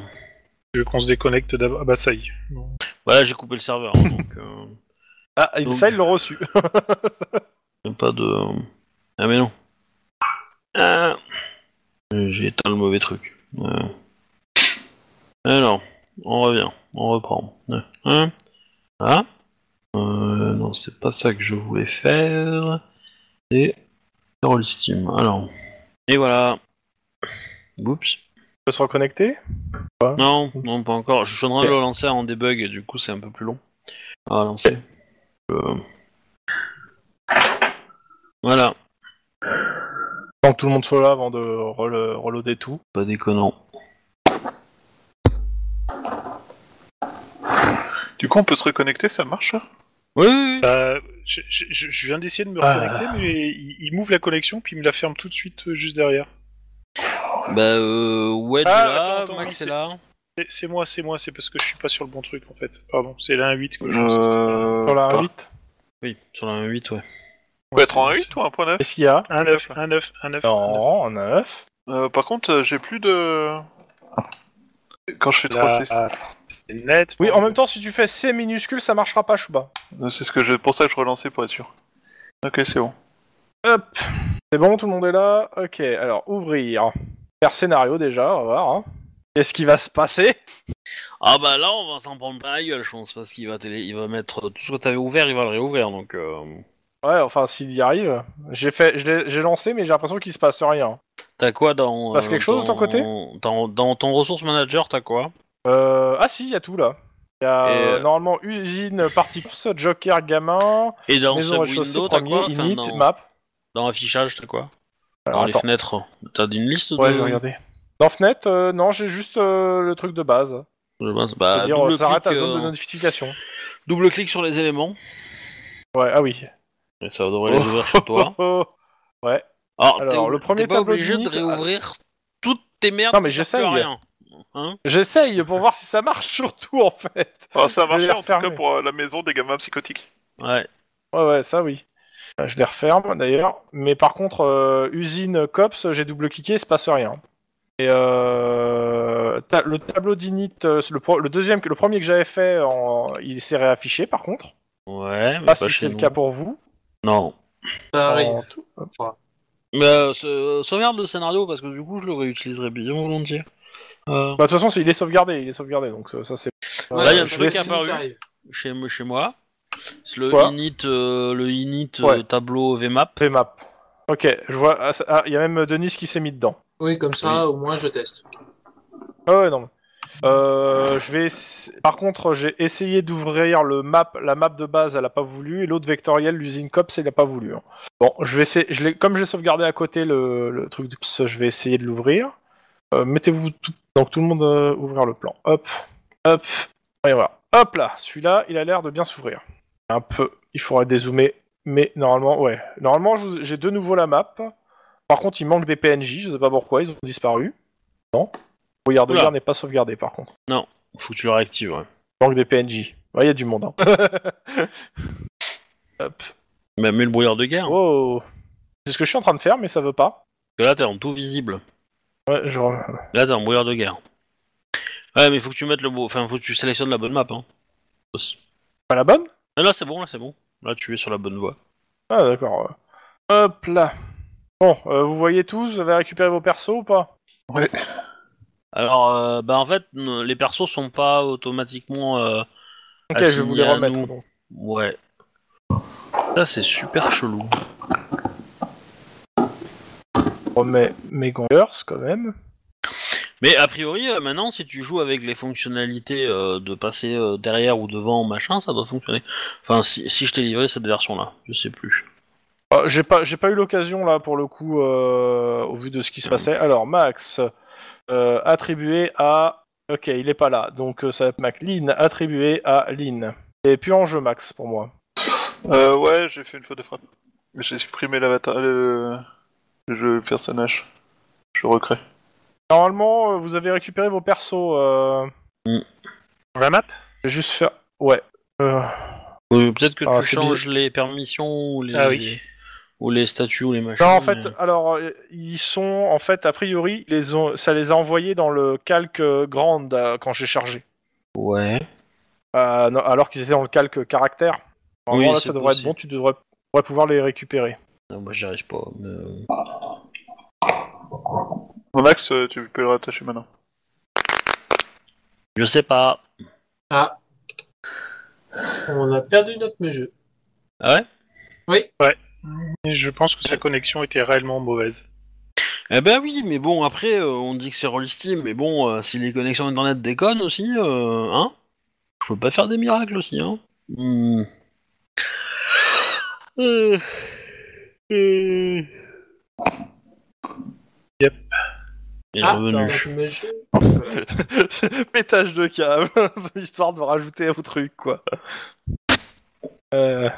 [SPEAKER 5] Tu veux qu'on se déconnecte d'abord Ah bah ça y est. Non.
[SPEAKER 1] Voilà, j'ai coupé le serveur. hein, donc, euh,
[SPEAKER 2] Ah, il-
[SPEAKER 1] Donc-
[SPEAKER 2] ça, ils l'ont reçu.
[SPEAKER 1] y a pas de. Ah, mais non. Ah. Euh, J'ai éteint le mauvais truc. Euh. Alors, on revient, on reprend. Euh, hein Ah Euh, Non, c'est pas ça que je voulais faire. C'est. Roll Steam. Alors. Et voilà. Oups.
[SPEAKER 2] peut se reconnecter
[SPEAKER 1] Non, non, pas encore. Je suis en train de le lancer en debug et du coup c'est un peu plus long à lancer. Euh. Voilà,
[SPEAKER 2] Tant que tout le monde soit là avant de relo- reloader tout.
[SPEAKER 1] pas déconnant.
[SPEAKER 3] Du coup, on peut se reconnecter, ça marche hein ça
[SPEAKER 1] Oui, oui, oui.
[SPEAKER 5] Bah, je, je- je- je viens d'essayer de me
[SPEAKER 2] Ah.
[SPEAKER 5] reconnecter, mais il, il m'ouvre la connexion puis il me la ferme tout de suite euh, juste derrière.
[SPEAKER 1] Bah, euh, Wedge
[SPEAKER 5] Ah,
[SPEAKER 1] là,
[SPEAKER 5] attends, attends,
[SPEAKER 1] Max
[SPEAKER 5] c'est-
[SPEAKER 1] est là.
[SPEAKER 5] C'est- C'est moi, c'est moi, c'est parce que je suis pas sur le bon truc en fait. Pardon, c'est la 1.8 que je
[SPEAKER 3] euh...
[SPEAKER 2] Sur la
[SPEAKER 1] Ah.
[SPEAKER 3] par-
[SPEAKER 2] 8,
[SPEAKER 1] Oui, sur la 8, ouais.
[SPEAKER 3] Peut être en 8
[SPEAKER 5] 8
[SPEAKER 3] ou un point 9
[SPEAKER 2] qu'est-ce qu'il y a
[SPEAKER 5] 1.9, 1.9, 1.9.
[SPEAKER 2] Non, en 9.
[SPEAKER 3] Euh, Par contre, euh, j'ai plus de. Quand je fais 3C6.
[SPEAKER 5] Ah, C'est net.
[SPEAKER 2] ah. Oui, en même temps, si tu fais C minuscule, ça marchera pas, Chouba.
[SPEAKER 3] Euh, C'est ce que je... pour ça que je relançais pour être sûr. Ok, c'est bon.
[SPEAKER 2] Hop C'est bon, tout le monde est là Ok, alors ouvrir. Faire scénario déjà, on va voir. hein. Qu'est-ce qui va se passer
[SPEAKER 1] Ah bah là, on va s'en prendre plein la gueule, je pense, parce qu'il va, télé... il va mettre euh, tout ce que t'avais ouvert, il va le réouvrir, donc... Euh...
[SPEAKER 2] Ouais, enfin, s'il y arrive. J'ai fait, je l'ai- j'ai lancé, mais j'ai l'impression qu'il se passe rien.
[SPEAKER 1] T'as quoi dans...
[SPEAKER 2] Passe quelque chose de ton côté
[SPEAKER 1] dans, dans ton ressource manager, t'as quoi
[SPEAKER 2] Euh, ah si, il y a tout là. Il y a
[SPEAKER 1] Et,
[SPEAKER 2] euh,
[SPEAKER 1] euh,
[SPEAKER 2] normalement usine, partie pousse, joker, gamin,
[SPEAKER 1] Et dans
[SPEAKER 2] maison
[SPEAKER 1] sub-window,
[SPEAKER 2] rez-de-chaussée,
[SPEAKER 1] t'as quoi
[SPEAKER 2] premier,
[SPEAKER 1] Enfin,
[SPEAKER 2] init,
[SPEAKER 1] dans,
[SPEAKER 2] map.
[SPEAKER 1] dans affichage, t'as quoi
[SPEAKER 2] Alors,
[SPEAKER 1] Dans les
[SPEAKER 2] attends,
[SPEAKER 1] fenêtres, t'as une liste
[SPEAKER 2] ouais,
[SPEAKER 1] de...
[SPEAKER 2] je vais regarder. Dans fenêtre, euh, non, j'ai juste euh, le truc de base.
[SPEAKER 1] Je pense, bah,
[SPEAKER 2] C'est-à-dire, euh,
[SPEAKER 1] double,
[SPEAKER 2] ça arrête la
[SPEAKER 1] clic,
[SPEAKER 2] zone de
[SPEAKER 1] euh,
[SPEAKER 2] notification.
[SPEAKER 1] double clic sur les éléments,
[SPEAKER 2] Ouais, ah oui.
[SPEAKER 1] et ça devrait les ouvrir chez toi.
[SPEAKER 2] Oh, oh.
[SPEAKER 1] Alors,
[SPEAKER 2] Alors,
[SPEAKER 1] Ah, t'es-
[SPEAKER 2] le premier
[SPEAKER 1] t'es pas
[SPEAKER 2] tableau de
[SPEAKER 1] obligé de
[SPEAKER 2] minutes, ah,
[SPEAKER 1] réouvrir toutes tes merdes
[SPEAKER 2] Non, mais
[SPEAKER 1] qui servent
[SPEAKER 2] j'essaye.
[SPEAKER 1] plus à rien. Hein
[SPEAKER 2] J'essaye pour voir si ça marche surtout en fait.
[SPEAKER 3] Ah, ça a
[SPEAKER 2] Je vais
[SPEAKER 3] marché
[SPEAKER 2] les
[SPEAKER 3] en tout cas
[SPEAKER 2] refermer.
[SPEAKER 3] pour euh, la maison des gamins psychotiques.
[SPEAKER 1] ouais.
[SPEAKER 2] Ouais, ouais, ça oui. Euh, Je les referme d'ailleurs. Mais par contre, euh, usine COPS, j'ai double-cliqué, il se passe rien. Et euh, ta- le tableau d'init, euh, c'est le, pro- le deuxième, que- le premier que j'avais fait, en- il s'est réaffiché par contre.
[SPEAKER 1] Ouais, mais
[SPEAKER 2] Pas
[SPEAKER 1] pas,
[SPEAKER 2] Ah, si
[SPEAKER 1] chez
[SPEAKER 2] c'est le
[SPEAKER 1] nous.
[SPEAKER 2] cas pour vous.
[SPEAKER 1] Non. Ah
[SPEAKER 4] Ça arrive.
[SPEAKER 2] En tout-
[SPEAKER 1] Mais euh, ce- euh, sauvegarde le scénario parce que du coup je le réutiliserai bien volontiers. Euh,
[SPEAKER 2] Bah, de toute façon, c'est- il est sauvegardé, il est sauvegardé, donc euh, ça c'est.
[SPEAKER 4] Ouais,
[SPEAKER 1] Là, il y a un
[SPEAKER 4] je
[SPEAKER 1] truc
[SPEAKER 4] vais
[SPEAKER 1] qui est
[SPEAKER 4] essayer
[SPEAKER 1] apparu.
[SPEAKER 4] d'arriver.
[SPEAKER 1] chez, m- chez moi, c'est le
[SPEAKER 2] Quoi
[SPEAKER 1] init, euh, le init euh,
[SPEAKER 2] Ouais.
[SPEAKER 1] tableau VMAP.
[SPEAKER 2] Fait map. Ok, je vois. Ah, ça- ah, il y a même Denis qui s'est mis dedans.
[SPEAKER 4] Oui, comme ça, au moins, je teste.
[SPEAKER 2] Ah ouais, non. Euh, je vais. ess- Par contre, j'ai essayé d'ouvrir le map, la map de base, elle a pas voulu, et l'autre vectoriel, l'usine cops, elle a pas voulu. hein. Bon, je vais essayer. Je l'ai- Comme j'ai sauvegardé à côté le, le truc de ps, je vais essayer de l'ouvrir. Euh, Mettez-vous tout. Donc tout le monde euh, ouvrir le plan. Hop, hop. Allez voilà. Hop là, celui-là, il a l'air de bien s'ouvrir. Un peu. Il faudra dézoomer, mais normalement, ouais. Normalement, je vous- j'ai de nouveau la map. Par contre, il manque des PNJ. Je sais pas pourquoi, ils ont disparu. Non. Regarde,
[SPEAKER 1] Oula.
[SPEAKER 2] regarde n'est pas sauvegardé par contre.
[SPEAKER 1] Faut que tu le réactives, ouais.
[SPEAKER 2] Manque des PNJ. Ouais, il y a du monde. Hein. Hop.
[SPEAKER 1] Mais mets le brouillard de guerre. Parce
[SPEAKER 2] Wow. C'est ce que je suis en train de faire, mais ça veut pas.
[SPEAKER 1] que là, t'es en tout visible.
[SPEAKER 2] Ouais, je... re-
[SPEAKER 1] Là, t'es en brouillard de guerre. Ouais, mais faut que tu mettes le beau. Enfin, faut que tu sélectionnes la bonne map, hein.
[SPEAKER 2] Pas la bonne
[SPEAKER 1] Ah, là, c'est bon, là, c'est bon. Là, tu es sur la bonne voie.
[SPEAKER 2] Ah, d'accord. Hop là. Bon, euh, vous voyez tous, vous avez récupéré vos persos ou pas
[SPEAKER 1] Alors, euh, bah en fait, n- les persos sont pas automatiquement. euh,
[SPEAKER 2] Ok, je vais vous
[SPEAKER 1] Assignés
[SPEAKER 2] les
[SPEAKER 1] à
[SPEAKER 2] remettre.
[SPEAKER 1] nous.
[SPEAKER 2] donc.
[SPEAKER 1] ouais. Ça, c'est super chelou.
[SPEAKER 2] Je Remets mes gangers quand même.
[SPEAKER 1] Mais a priori, euh, maintenant, si tu joues avec les fonctionnalités euh, de passer euh, derrière ou devant, machin, ça doit fonctionner. Enfin, si, si je t'ai livré cette version-là, je sais plus.
[SPEAKER 2] Ah, j'ai pas, j'ai pas eu l'occasion là pour le coup euh, au vu de ce qui se passait. Alors Max euh, attribué à. Ok, il est pas là, donc euh, ça va être Mac. Lynn attribué à Lynn. Et puis en jeu Max pour moi.
[SPEAKER 3] Euh, ouais, j'ai fait une faute de frappe. Mais J'ai supprimé l'avatar, le... le jeu, le personnage. Je le recrée.
[SPEAKER 2] Normalement, euh, vous avez récupéré vos persos. Euh...
[SPEAKER 5] La map
[SPEAKER 2] Je vais juste faire. Ouais. Euh,
[SPEAKER 1] Euh, Peut-être que
[SPEAKER 2] Ah,
[SPEAKER 1] tu
[SPEAKER 2] c'est
[SPEAKER 1] changes les permissions ou les,
[SPEAKER 5] Ah oui.
[SPEAKER 1] ou les statuts ou les machins.
[SPEAKER 2] Non, en fait,
[SPEAKER 1] mais-
[SPEAKER 2] alors euh, ils sont en fait a priori, ils les ont, ça les a envoyés dans le calque euh, grande euh, quand j'ai chargé,
[SPEAKER 1] Ouais.
[SPEAKER 2] Euh, non, alors qu'ils étaient dans le calque caractère.
[SPEAKER 1] Oui,
[SPEAKER 2] Normalement, là,
[SPEAKER 1] c'est
[SPEAKER 2] ça devrait être
[SPEAKER 1] possible.
[SPEAKER 2] bon, tu devrais, devrais pouvoir les récupérer.
[SPEAKER 1] Non, moi, j'y arrive pas. mais, euh,
[SPEAKER 3] Bon, Max, euh, tu peux le rattacher maintenant.
[SPEAKER 1] Je sais pas.
[SPEAKER 4] Ah. On a perdu notre jeu.
[SPEAKER 1] Ah ouais
[SPEAKER 5] Et je pense que sa connexion était réellement mauvaise.
[SPEAKER 1] Eh ben oui, mais bon, après, euh, on dit que c'est Rollsteam, mais bon, euh, si les connexions internet déconnent aussi, euh, hein Je peux pas faire des miracles aussi, hein Hmm. Euh, euh.
[SPEAKER 5] Yep.
[SPEAKER 1] Il est
[SPEAKER 4] Ah,
[SPEAKER 1] revenu.
[SPEAKER 4] notre jeu.
[SPEAKER 2] Pétage de câble, histoire de rajouter au truc, quoi. Euh,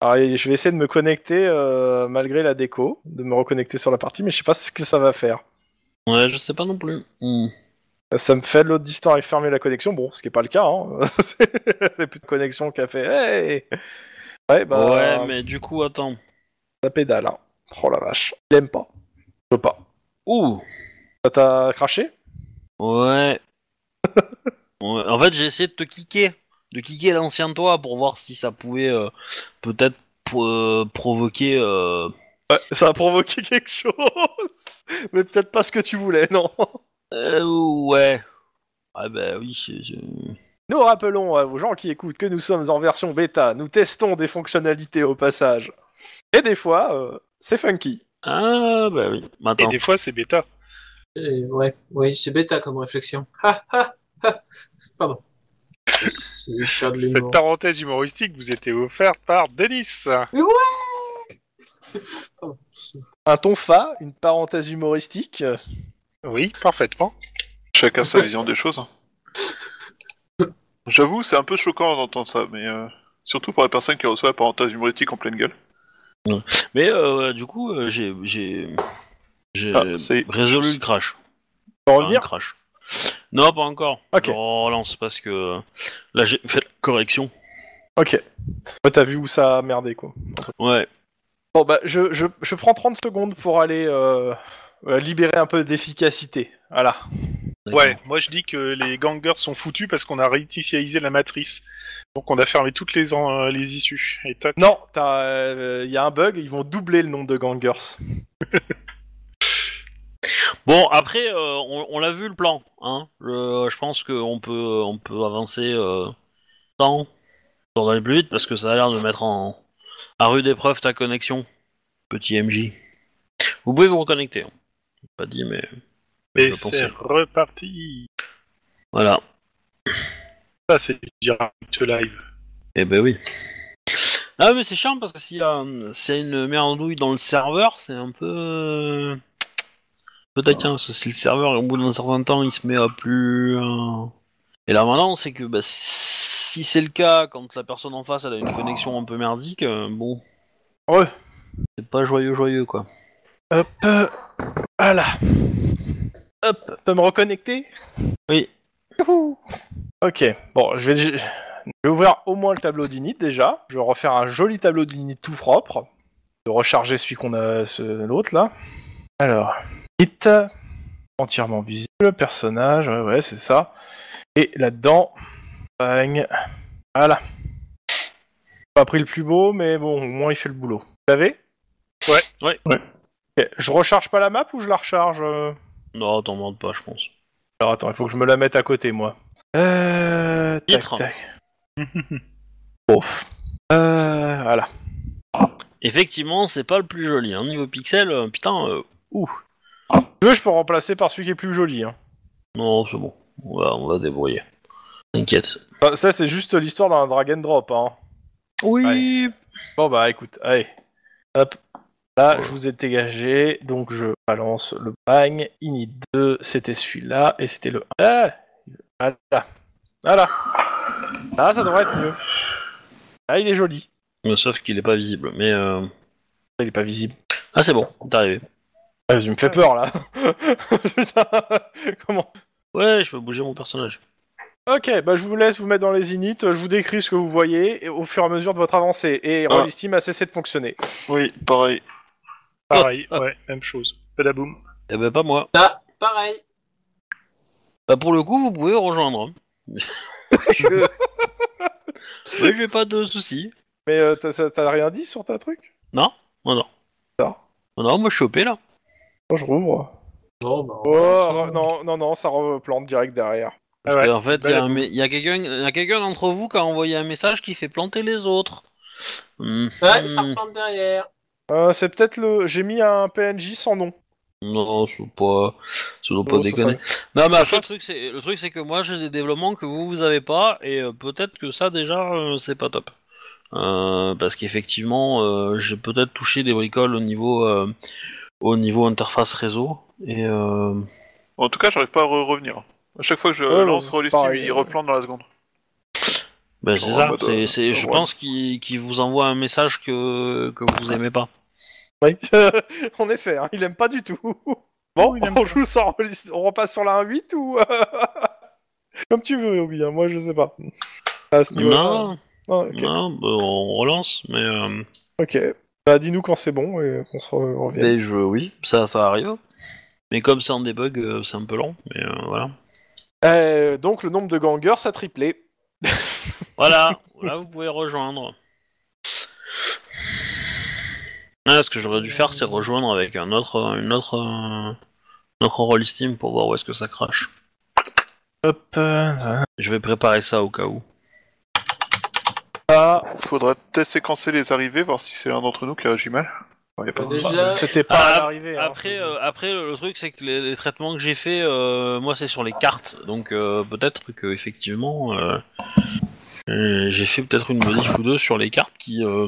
[SPEAKER 2] alors, je vais essayer de me connecter euh, malgré la déco, de me reconnecter sur la partie, mais je sais pas ce que ça va faire.
[SPEAKER 1] Ouais, je sais pas non plus. Hmm.
[SPEAKER 2] Ça me fait de l'autre distant et fermer la connexion. Bon, ce qui n'est pas le cas. Hein. c'est plus de connexion qu'a fait. Hey ouais, bah,
[SPEAKER 1] Ouais, mais du coup, attends.
[SPEAKER 2] ça pédale. Hein. Oh la vache. Il aime pas. Je veux pas.
[SPEAKER 1] Ouh
[SPEAKER 2] Ça t'a craché
[SPEAKER 1] Ouais. Ouais, En fait, j'ai essayé de te kicker, de kicker l'ancien toi pour voir si ça pouvait euh, peut-être pro- euh, provoquer. euh,
[SPEAKER 2] Ouais, ça a provoqué quelque chose. mais peut-être pas ce que tu voulais, non
[SPEAKER 1] euh, ouais. Ah bah oui, c'est. c'est-
[SPEAKER 2] Nous rappelons à vos gens qui écoutent que nous sommes en version bêta. Nous testons des fonctionnalités au passage. Et des fois, euh, c'est funky.
[SPEAKER 1] Ah bah oui.
[SPEAKER 5] Et
[SPEAKER 1] Maintenant.
[SPEAKER 5] des fois, c'est bêta.
[SPEAKER 4] Euh, ouais, oui, c'est bêta comme réflexion. Ah, ah, ah. Pardon. C'est faire de
[SPEAKER 5] Cette
[SPEAKER 4] l'humour.
[SPEAKER 5] parenthèse humoristique vous était offerte par Denis.
[SPEAKER 4] Pardon.
[SPEAKER 2] Un ton fa, une parenthèse humoristique. euh,
[SPEAKER 5] Oui, parfaitement.
[SPEAKER 3] Chacun sa vision des choses. hein. J'avoue, c'est un peu choquant d'entendre ça, mais euh, surtout pour les personnes qui reçoivent la parenthèse humoristique en pleine gueule.
[SPEAKER 1] Mais euh, du coup, euh, j'ai j'ai j'ai
[SPEAKER 3] Ah, c'est-
[SPEAKER 1] résolu le crash.
[SPEAKER 2] Pour
[SPEAKER 1] Enfin, le
[SPEAKER 2] revenir,
[SPEAKER 1] crash. Non, pas encore.
[SPEAKER 2] Ok.
[SPEAKER 1] Je relance parce que là j'ai fait la correction.
[SPEAKER 2] ok. Ouais, T'as vu où ça a merdé, quoi.
[SPEAKER 1] Ouais.
[SPEAKER 2] Bon, bah, je, je, je prends 30 secondes pour aller euh, euh, libérer un peu d'efficacité. Voilà.
[SPEAKER 1] d'accord.
[SPEAKER 5] Ouais, moi je dis que les gangers sont foutus parce qu'on a réinitialisé la matrice. Donc on a fermé toutes les, en- euh, les issues. Et tac.
[SPEAKER 2] Non, il y a un bug, ils vont doubler le nombre de gangers.
[SPEAKER 1] Bon, après, euh, on, on l'a vu le plan. Hein. Le- je pense qu'on peut, on peut avancer euh, sans sans aller plus vite parce que ça a l'air de mettre en à rude épreuve ta connexion, petit MJ. Vous pouvez vous reconnecter. hein. Pas dit, mais.
[SPEAKER 5] Et
[SPEAKER 1] je
[SPEAKER 5] c'est
[SPEAKER 1] pensais.
[SPEAKER 5] reparti.
[SPEAKER 1] Voilà.
[SPEAKER 5] Ça, c'est du direct live.
[SPEAKER 1] Eh ben oui. Ah, mais c'est chiant parce que s'il y a un- s'il y a une merdouille dans le serveur, c'est un peu. euh, un peu taquin, parce que si le serveur, au bout d'un certain temps, il se met à plus. euh, Et là maintenant, c'est que bah, si c'est le cas, quand la personne en face elle a une connexion un peu merdique, euh, bon.
[SPEAKER 2] Ouais.
[SPEAKER 1] C'est pas joyeux, joyeux quoi.
[SPEAKER 2] Hop, euh, voilà. Hop, peux me reconnecter
[SPEAKER 1] Oui.
[SPEAKER 2] Youhou. Ok, bon, je vais, je vais ouvrir au moins le tableau d'init déjà. Je vais refaire un joli tableau d'init tout propre. De recharger celui qu'on a, ce- l'autre là. Alors, it entièrement visible, personnage, ouais, ouais, c'est ça. Et là-dedans, bang, voilà. Pas pris le plus beau, mais bon, au moins il fait le boulot. Vous l'avez Ok, Eh, Je recharge pas la map ou je la recharge euh
[SPEAKER 1] Non, t'en demandes pas, je pense.
[SPEAKER 2] Alors attends, il faut que je me la mette à côté, moi. Euh... Tac,
[SPEAKER 1] Titre.
[SPEAKER 2] tac. Bon. Euh... Voilà.
[SPEAKER 1] Effectivement, c'est pas le plus joli. Hein. Niveau pixel, euh, putain, euh, ouh.
[SPEAKER 2] Si tu veux, je peux remplacer par celui qui est plus joli. Hein.
[SPEAKER 1] Non, c'est bon. On va, on va débrouiller. T'inquiète.
[SPEAKER 2] Enfin, ça, c'est juste l'histoire d'un drag and drop. Hein.
[SPEAKER 1] Oui,
[SPEAKER 2] Bon, bah écoute, allez. Hop. Là,
[SPEAKER 1] Ouais.
[SPEAKER 2] je vous ai dégagé, donc je balance le bang. Init 2, c'était celui-là, et c'était le 1. Ah, voilà. Voilà. Là, ça devrait être mieux. Là, il est joli.
[SPEAKER 1] Mais Sauf qu'il est pas visible. Mais euh,
[SPEAKER 2] Il est pas visible.
[SPEAKER 1] ah c'est bon, t'es arrivé.
[SPEAKER 2] Ah, tu me fais peur là. Putain, comment
[SPEAKER 1] Ouais, je peux bouger mon personnage.
[SPEAKER 2] Ok, bah je vous laisse vous mettre dans les init, je vous décris ce que vous voyez et- au fur et à mesure de votre avancée. Et
[SPEAKER 3] Ah.
[SPEAKER 2] Rollistim a cessé de fonctionner.
[SPEAKER 3] Oui, pareil.
[SPEAKER 5] Pareil, ouais, même chose. Badaboum.
[SPEAKER 1] Eh ben pas moi.
[SPEAKER 4] Là, pareil.
[SPEAKER 1] Bah pour le coup, vous pouvez rejoindre. hein. je... Oui, j'ai pas de soucis.
[SPEAKER 2] Mais euh, t'as- t'as t'as rien dit sur ta truc
[SPEAKER 1] Non, non.
[SPEAKER 2] Non.
[SPEAKER 1] Non, non, moi je suis OP
[SPEAKER 3] Ah
[SPEAKER 1] là.
[SPEAKER 2] Oh, je rouvre.
[SPEAKER 4] Bon, bah, on
[SPEAKER 2] Oh,
[SPEAKER 4] va
[SPEAKER 2] re-
[SPEAKER 4] ensemble.
[SPEAKER 2] non, non, non, ça replante direct derrière.
[SPEAKER 5] Ah
[SPEAKER 1] Parce
[SPEAKER 5] ouais.
[SPEAKER 1] qu'en
[SPEAKER 3] Bah,
[SPEAKER 1] fait, il y a,
[SPEAKER 5] Belle-
[SPEAKER 1] un mé- y a quelqu'un y a quelqu'un d'entre vous qui a envoyé un message qui fait planter les autres. Hmm.
[SPEAKER 4] Ouais, ça replante derrière.
[SPEAKER 2] Euh, c'est peut-être le. J'ai mis un PNJ sans nom.
[SPEAKER 1] Non, je dois pas, je dois pas
[SPEAKER 2] Oh, ça
[SPEAKER 1] déconner. Non, mais après,
[SPEAKER 2] ça-
[SPEAKER 1] le truc, c'est le truc, c'est que moi, j'ai des développements que vous vous avez pas, et euh, peut-être que ça déjà, euh, c'est pas top. Euh, parce qu'effectivement, euh, j'ai peut-être touché des bricoles au niveau, euh, au niveau interface réseau, et euh,
[SPEAKER 3] En tout cas, j'arrive pas à re- revenir. À chaque fois que je
[SPEAKER 2] Ouais,
[SPEAKER 3] lance
[SPEAKER 2] ouais,
[SPEAKER 3] Rolly
[SPEAKER 2] pareil. euh.
[SPEAKER 3] il replante dans la seconde.
[SPEAKER 1] ben,
[SPEAKER 3] Oh,
[SPEAKER 1] c'est ça.
[SPEAKER 3] bah, bah,
[SPEAKER 1] c'est, c'est-
[SPEAKER 3] bah,
[SPEAKER 1] je
[SPEAKER 3] ouais.
[SPEAKER 1] pense qu'il, qu'il vous envoie un message que que vous aimez pas.
[SPEAKER 2] Oui. en effet, hein, il aime pas du tout. Bon, on joue sans Rollis- On repasse sur la 1-8 ou. Comme tu veux, Obi, hein, moi je sais pas. À ce niveau-là,
[SPEAKER 1] Non,
[SPEAKER 2] non, ok.
[SPEAKER 1] non, bah, on relance, mais. euh,
[SPEAKER 2] Ok. Bah dis-nous quand c'est bon et qu'on se re- revienne.
[SPEAKER 1] Mais je, oui, ça, ça arrive. Mais comme c'est en debug, euh, c'est un peu lent, mais euh, voilà.
[SPEAKER 2] Euh, donc le nombre de gangers a triplé.
[SPEAKER 1] Voilà, là vous pouvez rejoindre. Ah, ce que j'aurais dû faire, c'est rejoindre avec un autre, euh, une autre, euh, un autre rôle Steam pour voir où est-ce que ça crache.
[SPEAKER 2] Hop. euh,
[SPEAKER 1] Je vais préparer ça au cas où.
[SPEAKER 2] ça.
[SPEAKER 3] Faudra peut-être séquencer les arrivées, voir si c'est l'un d'entre nous qui a réagi mal.
[SPEAKER 2] Ouais, pas-
[SPEAKER 4] Bah, déjà-
[SPEAKER 2] C'était pas
[SPEAKER 1] Ah,
[SPEAKER 2] à l'arrivée. hein.
[SPEAKER 1] Après, euh, après le, le truc, c'est que les, les traitements que j'ai fait, euh, moi, c'est sur les cartes, donc euh, peut-être que effectivement, euh, euh, j'ai fait peut-être une modif ou deux sur les cartes qui, euh,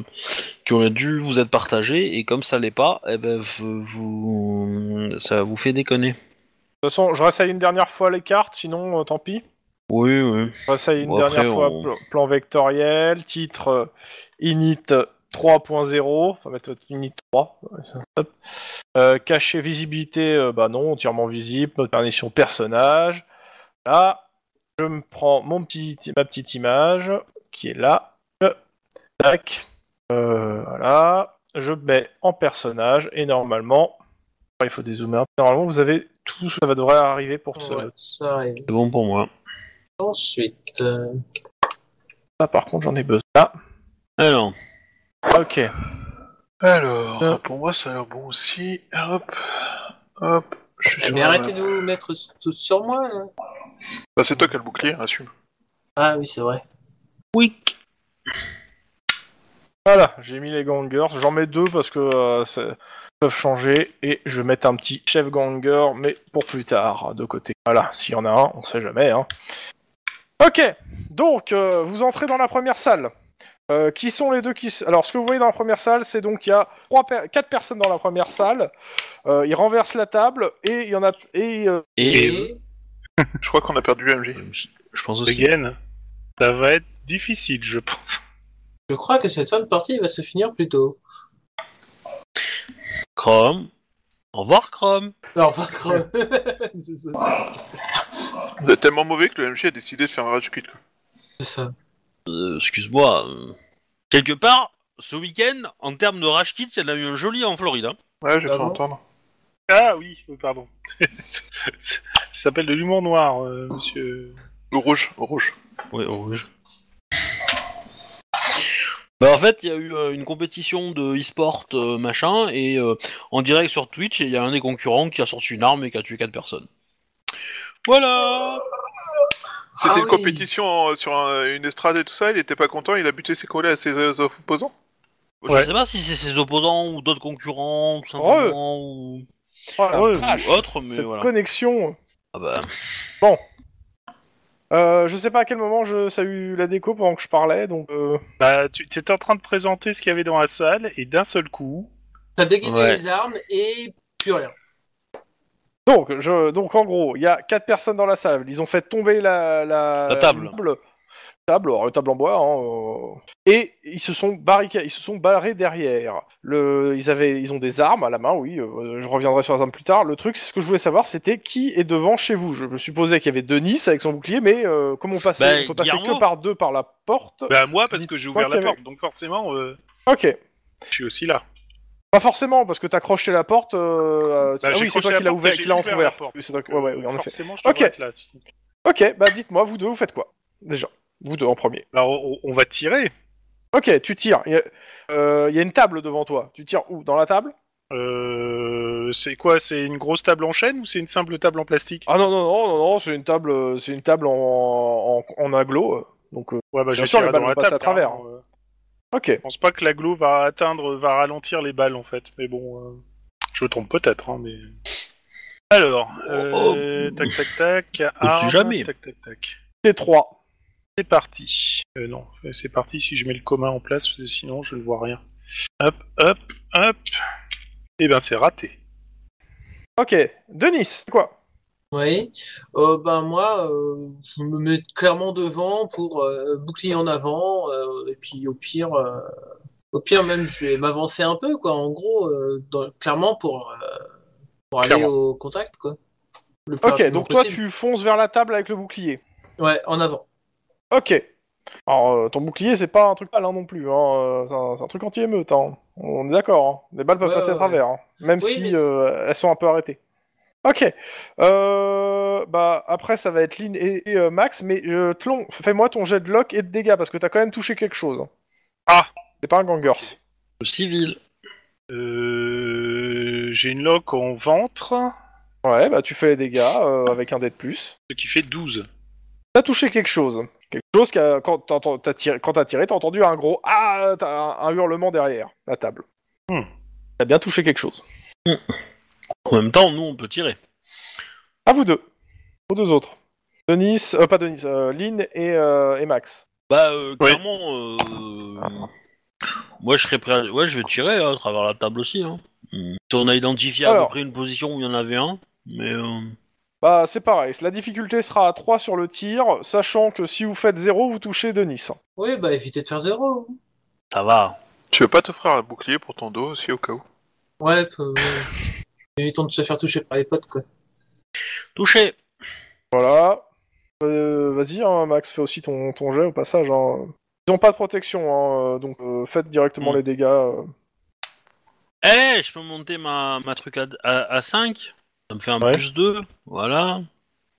[SPEAKER 1] qui auraient dû vous être partagées, et comme ça l'est pas, eh ben, vous, vous- ça vous fait déconner.
[SPEAKER 2] De toute façon, je réessaye une dernière fois les cartes, sinon euh, tant pis.
[SPEAKER 1] Oui, oui.
[SPEAKER 2] Je réessaye une
[SPEAKER 1] Bon,
[SPEAKER 2] dernière
[SPEAKER 1] après,
[SPEAKER 2] fois
[SPEAKER 1] on-
[SPEAKER 2] pl- plan vectoriel, titre euh, init 3.0. Enfin, mettre init 3. ouais, ça, hop. Euh, caché visibilité, euh, bah non, entièrement visible. Mode permission personnage. Là, je me prends mon petit, ma petite image qui est là. Euh, Tac. Euh, voilà. Je mets en personnage et normalement, il faut dézoomer. un peu. Normalement, vous avez tout, ça va devrait arriver pour ce.
[SPEAKER 4] Ouais, ça arrive.
[SPEAKER 1] C'est bon pour moi.
[SPEAKER 4] Ensuite, euh,
[SPEAKER 2] Ça, par contre, j'en ai besoin. Là.
[SPEAKER 1] Alors,
[SPEAKER 2] Ok.
[SPEAKER 3] Alors,
[SPEAKER 2] Hop.
[SPEAKER 3] pour moi, ça a l'air bon aussi. Hop, hop. Je suis sur
[SPEAKER 4] mais
[SPEAKER 3] la-
[SPEAKER 4] arrêtez de vous mettre tous sur moi. là.
[SPEAKER 3] Bah, c'est toi qui as le bouclier, assume.
[SPEAKER 4] Ah oui, c'est vrai.
[SPEAKER 1] oui.
[SPEAKER 2] Voilà, j'ai mis les gangers. J'en mets deux parce que euh, c'est- peuvent changer et je vais mettre un petit chef ganger, mais pour plus tard, de côté. Voilà, s'il y en a un, on sait jamais. Hein. Ok, donc euh, vous entrez dans la première salle. Euh, qui sont les deux qui s- Alors, ce que vous voyez dans la première salle, c'est donc il y a trois, per- quatre personnes dans la première salle. Euh, ils renversent la table et il y en a et euh,
[SPEAKER 1] Et
[SPEAKER 3] Je crois qu'on a perdu MJ.
[SPEAKER 1] je pense aussi.
[SPEAKER 5] Again, ça va être difficile, je pense.
[SPEAKER 4] je crois que cette fin de partie va se finir plus tôt.
[SPEAKER 1] Chrome. Au revoir, Chrome.
[SPEAKER 4] Alors, par contre, c'est ça.
[SPEAKER 3] Vous êtes tellement mauvais que le MJ a décidé de faire un rage quit. quoi.
[SPEAKER 4] c'est ça.
[SPEAKER 1] Euh, Excuse-moi. euh, Quelque part, ce week-end, en termes de rage kit, il y en a eu un joli en Floride. hein.
[SPEAKER 3] Ouais, j'ai
[SPEAKER 4] Ah
[SPEAKER 3] cru
[SPEAKER 4] bon
[SPEAKER 3] entendre.
[SPEAKER 5] Ah oui, euh, pardon. ça s'appelle de l'humour noir, euh, monsieur.
[SPEAKER 3] Au rouge, au rouge.
[SPEAKER 1] Ouais, Bah en fait, il y a eu euh, une compétition de e-sport euh, machin et euh, en direct sur Twitch, il y a un des concurrents qui a sorti une arme et qui a tué quatre personnes. Voilà.
[SPEAKER 3] C'était
[SPEAKER 4] Ah
[SPEAKER 3] une
[SPEAKER 4] oui.
[SPEAKER 3] compétition en- sur un- une estrade et tout ça, il était pas content, il a buté ses collègues à ses euh, opposants.
[SPEAKER 5] Ouais.
[SPEAKER 1] Je sais pas si c'est ses opposants ou d'autres concurrents, tout simplement, ou,
[SPEAKER 2] oh la
[SPEAKER 5] Ouais,
[SPEAKER 2] vache,
[SPEAKER 1] ou autre, mais
[SPEAKER 2] cette
[SPEAKER 1] voilà.
[SPEAKER 2] connexion.
[SPEAKER 1] Ah bah,
[SPEAKER 2] Euh, je sais pas à quel moment je, ça a eu la déco pendant que je parlais, donc. euh,
[SPEAKER 5] Bah, tu étais en train de présenter ce qu'il y avait dans la salle, et d'un seul coup,
[SPEAKER 4] T'as dégainé
[SPEAKER 1] Ouais.
[SPEAKER 4] les armes et plus rien.
[SPEAKER 2] Donc, je, donc en gros, il y a quatre personnes dans la salle. Ils ont fait tomber la, la,
[SPEAKER 1] La table.
[SPEAKER 2] table, table, alors, une table en bois. hein, euh, et ils se sont barricadés, ils se sont barrés derrière. Le, ils avaient, ils ont des armes à la main. Oui, euh, je reviendrai sur les armes plus tard. Le truc, c'est ce que je voulais savoir, c'était qui est devant chez vous. Je me supposais qu'il y avait Denis avec son bouclier, mais euh, comme on passait,
[SPEAKER 1] Bah,
[SPEAKER 2] on peut passer
[SPEAKER 1] Guillermo.
[SPEAKER 2] que par deux par la porte.
[SPEAKER 5] bah moi parce que j'ai
[SPEAKER 2] Moi
[SPEAKER 5] ouvert
[SPEAKER 2] qui
[SPEAKER 5] la
[SPEAKER 2] avais-
[SPEAKER 5] porte, donc forcément, euh,
[SPEAKER 2] Ok.
[SPEAKER 5] je suis aussi là.
[SPEAKER 2] Pas forcément, parce que t'as crocheté la porte. euh,
[SPEAKER 5] Bah,
[SPEAKER 2] ah
[SPEAKER 5] j'ai
[SPEAKER 2] oui, c'est
[SPEAKER 5] crocheté
[SPEAKER 2] toi
[SPEAKER 5] la
[SPEAKER 2] qui l'as
[SPEAKER 5] porte
[SPEAKER 2] ouvert,
[SPEAKER 5] et j'ai
[SPEAKER 2] qui l'as
[SPEAKER 5] ouvert la
[SPEAKER 2] entrouvert.
[SPEAKER 5] porte.
[SPEAKER 2] Oui, c'est toi- ouais, ouais, en effet.
[SPEAKER 5] forcément, je dois
[SPEAKER 2] Ok.
[SPEAKER 5] être là. si-
[SPEAKER 2] Ok, bah dites-moi, vous deux, vous faites quoi Déjà, vous deux en premier.
[SPEAKER 5] Bah, on, on va tirer.
[SPEAKER 2] Ok, tu tires. Il y, a- euh, il y a une table devant toi. Tu tires où Dans la table
[SPEAKER 5] Euh, c'est quoi C'est une grosse table en chaîne ou c'est une simple table en plastique
[SPEAKER 2] Ah non, non, non, non, non c'est une table, euh, c'est une table en, en, en aglo. euh, Donc, euh,
[SPEAKER 5] Ouais, bah je
[SPEAKER 2] bien sûr,
[SPEAKER 5] tirerai
[SPEAKER 2] les balles
[SPEAKER 5] dans
[SPEAKER 2] vont
[SPEAKER 5] la
[SPEAKER 2] passer
[SPEAKER 5] table.
[SPEAKER 2] à travers.
[SPEAKER 5] carrément, euh.
[SPEAKER 2] ok.
[SPEAKER 5] Je pense pas que l'aglo va atteindre, va ralentir les balles en fait, mais bon, euh, je me trompe peut-être, hein, mais. Alors, euh,
[SPEAKER 1] Oh, oh.
[SPEAKER 5] tac tac tac,
[SPEAKER 1] On sait
[SPEAKER 5] arme,
[SPEAKER 1] jamais.
[SPEAKER 5] tac tac tac.
[SPEAKER 2] T3.
[SPEAKER 5] C'est parti. Euh, non, euh, c'est parti si je mets le commun en place, parce que sinon je ne vois rien. Hop, hop, hop. Et ben c'est raté.
[SPEAKER 2] Ok. Denis, c'est quoi
[SPEAKER 4] Oui. Euh, ben moi, euh, je me mets clairement devant pour euh, bouclier en avant. euh, et puis au pire, euh, au pire même, je vais m'avancer un peu, quoi. En gros, euh, dans- clairement pour, euh, pour aller
[SPEAKER 5] Clairement.
[SPEAKER 4] au contact, quoi. Le plus
[SPEAKER 2] Ok,
[SPEAKER 4] rapidement
[SPEAKER 2] donc toi,
[SPEAKER 4] possible.
[SPEAKER 2] tu fonces vers la table avec le bouclier.
[SPEAKER 4] Ouais, en avant.
[SPEAKER 2] Ok. Alors, euh, ton bouclier, c'est pas un truc malin non plus. Hein. euh, C'est un, c'est un truc anti-émeute. hein. On est d'accord. hein. Les balles peuvent
[SPEAKER 4] Ouais,
[SPEAKER 2] passer à
[SPEAKER 4] ouais,
[SPEAKER 2] travers, hein, même
[SPEAKER 4] Oui, mais
[SPEAKER 2] si
[SPEAKER 4] c'est-
[SPEAKER 2] euh, elles sont un peu arrêtées. Ok. Euh, bah après, ça va être Lynn et, et, euh, Max, mais euh, Tlon, fais-moi ton jet de lock et de dégâts parce que t'as quand même touché quelque chose.
[SPEAKER 5] Ah.
[SPEAKER 2] C'est pas un gangers.
[SPEAKER 1] le civil.
[SPEAKER 5] Euh, J'ai une loque en ventre,
[SPEAKER 2] Ouais, bah tu fais les dégâts euh, avec un dé de plus.
[SPEAKER 5] ce qui fait 12.
[SPEAKER 2] T'as touché quelque chose. Quelque chose qui a- quand t'entends- t'as tiré, quand t'as tiré, t'as entendu un gros ah, t'as un, un hurlement derrière la table.
[SPEAKER 5] Hmm.
[SPEAKER 2] T'as bien touché quelque chose.
[SPEAKER 1] En même temps, nous, on peut tirer.
[SPEAKER 2] À vous deux. Aux deux autres. Denis, euh, pas Denis, euh, Lynn et, euh, et Max.
[SPEAKER 1] Bah, euh,
[SPEAKER 5] Oui.
[SPEAKER 1] clairement, euh, moi je serais prêt. à- Ouais, je vais tirer hein, à travers la table aussi. Hein. Mm. Si on a identifié à
[SPEAKER 2] Alors.
[SPEAKER 1] peu près une position où il y en avait un, mais euh,
[SPEAKER 2] Bah, c'est pareil. La difficulté sera à 3 sur le tir, sachant que si vous faites 0, vous touchez Denis.
[SPEAKER 4] Oui, bah évitez de faire zéro.
[SPEAKER 1] ça va.
[SPEAKER 3] Tu veux pas t'offrir un bouclier pour ton dos aussi au cas où
[SPEAKER 4] Ouais, peu- évitons de se faire toucher par les potes, quoi.
[SPEAKER 1] Touché.
[SPEAKER 2] Voilà. Euh, Vas-y, hein, Max, fais aussi ton, ton jet au passage. hein. Ils ont pas de protection, hein, euh, donc euh, faites directement
[SPEAKER 1] Mm.
[SPEAKER 2] les dégâts. euh.
[SPEAKER 1] Eh, je peux monter ma, ma truc à, à, 5. Ça me fait un
[SPEAKER 2] Ouais.
[SPEAKER 1] plus 2. Voilà.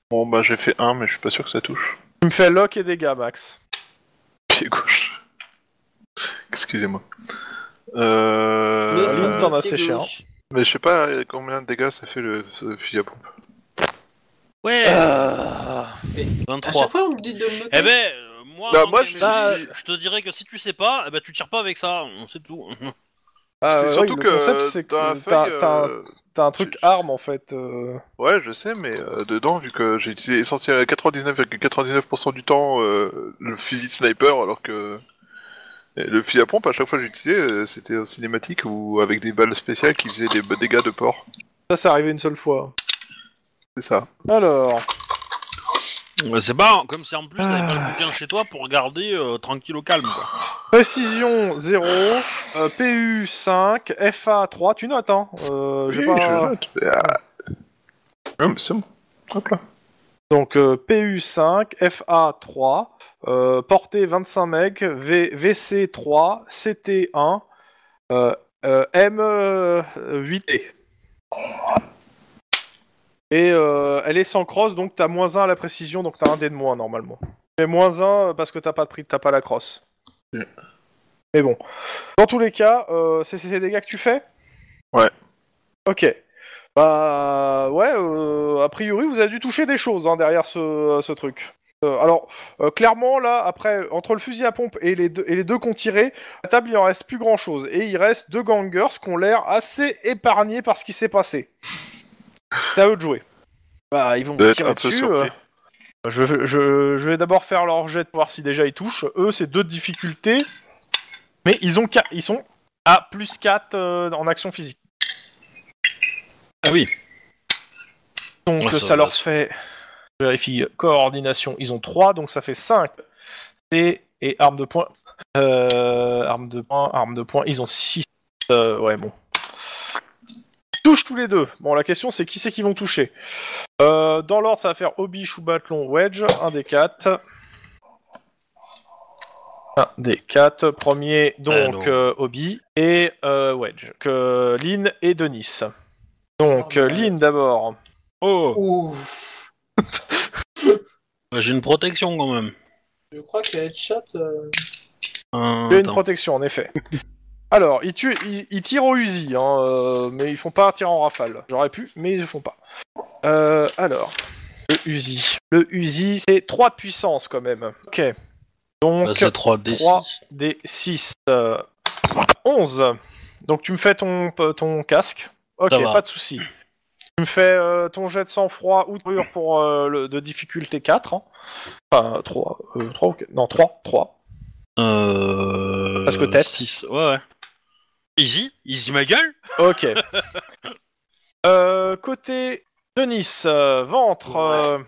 [SPEAKER 3] Bon bah j'ai fait un mais je suis pas sûr que ça touche.
[SPEAKER 2] Tu me fais lock et dégâts, Max.
[SPEAKER 3] Pied gauche. Excusez-moi. Euh...
[SPEAKER 2] Lynn,
[SPEAKER 4] Neuf,
[SPEAKER 2] t'en as
[SPEAKER 4] pied
[SPEAKER 2] séché,
[SPEAKER 4] gauche.
[SPEAKER 3] Mais je sais pas combien de dégâts ça fait le ce fusil à pompe.
[SPEAKER 1] Ouais.
[SPEAKER 4] Et Euh. À
[SPEAKER 1] 23.
[SPEAKER 4] chaque fois, on me dit de me
[SPEAKER 1] Eh ben, euh, moi,
[SPEAKER 3] Bah,
[SPEAKER 1] en tant
[SPEAKER 3] moi,
[SPEAKER 1] que
[SPEAKER 3] je
[SPEAKER 1] MJ,
[SPEAKER 3] dis-
[SPEAKER 1] je te dirais que si tu sais pas, eh ben, tu tires pas avec ça. C'est tout.
[SPEAKER 2] Ah,
[SPEAKER 3] c'est
[SPEAKER 2] ouais,
[SPEAKER 3] surtout
[SPEAKER 2] le
[SPEAKER 3] que
[SPEAKER 2] concept, c'est
[SPEAKER 3] dans la
[SPEAKER 2] que t'as
[SPEAKER 3] feuille,
[SPEAKER 2] t'as un,
[SPEAKER 3] euh,
[SPEAKER 2] t'as un truc
[SPEAKER 3] tu-
[SPEAKER 2] arme en fait. euh.
[SPEAKER 3] ouais, je sais, mais euh, dedans, vu que j'ai utilisé essentiellement 99,99% du temps euh, le fusil de sniper, alors que et le fusil à pompe, à chaque fois que j'utilisais, euh, c'était en cinématique ou avec des balles spéciales qui faisaient des b- dégâts de porc.
[SPEAKER 2] Ça, c'est arrivé une seule fois.
[SPEAKER 3] C'est ça.
[SPEAKER 2] Alors,
[SPEAKER 1] Ouais, C'est pas comme si en plus t'avais pas
[SPEAKER 2] Ah.
[SPEAKER 1] le bouquin chez toi pour regarder euh, tranquille au calme. Quoi.
[SPEAKER 2] précision 0, euh, PU 5, FA 3. Tu notes, hein euh, j'ai
[SPEAKER 3] Oui,
[SPEAKER 2] pas-
[SPEAKER 3] je note. Mais, ah. Ouais, mais c'est bon. Hop là.
[SPEAKER 2] Donc euh, PU5, FA3, euh, portée 25 mecs, v, VC3, CT1, euh, euh, M8T. Et euh, elle est sans crosse, donc t'as moins 1 à la précision, donc t'as un dé de moins normalement. Mais moins 1 parce que t'as pas de prix, t'as pas la crosse.
[SPEAKER 3] Ouais.
[SPEAKER 2] Mais bon. Dans tous les cas, euh, c'est c'est ces dégâts que tu fais
[SPEAKER 3] Ouais.
[SPEAKER 2] Ok. Bah ouais, euh, a priori vous avez dû toucher des choses hein, derrière ce, ce truc. Euh, alors euh, clairement là, après entre le fusil à pompe et les deux, et les deux qu'on tirait, à la table il en reste plus grand chose et il reste deux gangers qui ont l'air assez épargnés par ce qui s'est passé. C'est à eux de jouer. Bah ils vont
[SPEAKER 3] Doit être
[SPEAKER 2] tirer
[SPEAKER 3] un peu
[SPEAKER 2] dessus.
[SPEAKER 3] surpris.
[SPEAKER 2] euh, je, je- je vais d'abord faire leur jet pour voir si déjà ils touchent. Eux c'est deux difficultés, mais ils ont qua- ils sont à plus 4 en action physique.
[SPEAKER 1] Ah oui.
[SPEAKER 2] Donc
[SPEAKER 1] Ouais,
[SPEAKER 2] euh,
[SPEAKER 1] ça
[SPEAKER 2] ça,
[SPEAKER 1] va,
[SPEAKER 2] leur
[SPEAKER 1] ça.
[SPEAKER 2] fait. Je vérifie. Coordination, ils ont 3, donc ça fait 5. C et arme de poing. Euh, arme de poing, arme de poing, ils ont 6. Euh, ouais, bon. Touchent tous les deux. Bon, la question c'est qui c'est qui vont toucher. Euh, dans l'ordre, ça va faire Obi, Choubatlon, Wedge, 1 des 4. 1 des 4. Premier,
[SPEAKER 1] non.
[SPEAKER 2] donc euh, Obi et euh, Wedge. Que Lynn et Denis. Donc, euh, Lynn d'abord.
[SPEAKER 5] ben,
[SPEAKER 1] Oh,
[SPEAKER 4] Ouh,
[SPEAKER 1] bah, j'ai une protection quand même.
[SPEAKER 4] je crois que Headshot. euh,
[SPEAKER 1] Euh,
[SPEAKER 2] Il y a une
[SPEAKER 1] attends.
[SPEAKER 2] protection, en effet. Alors, ils, tuent, ils, ils tirent au Uzi, hein, euh, mais ils font pas tirer en rafale. J'aurais pu, mais ils le font pas. Euh, alors, le Uzi. Le Uzi, c'est 3 de puissance quand même. Ok. Donc,
[SPEAKER 1] Bah, c'est 3 d
[SPEAKER 2] trois. des 6. 11. Donc, tu me fais ton, ton casque. Ok,
[SPEAKER 1] Ça va.
[SPEAKER 2] pas de souci. Tu me fais euh, ton jet de sang-froid ou de brûlure pour euh, le, de difficulté 4. hein. Enfin, 3. 3 Non, 3. 3.
[SPEAKER 1] Euh...
[SPEAKER 2] Parce que tête.
[SPEAKER 1] 6, ouais, ouais. Easy Easy ma gueule
[SPEAKER 2] Ok. Euh, côté Denis, euh, ventre. euh,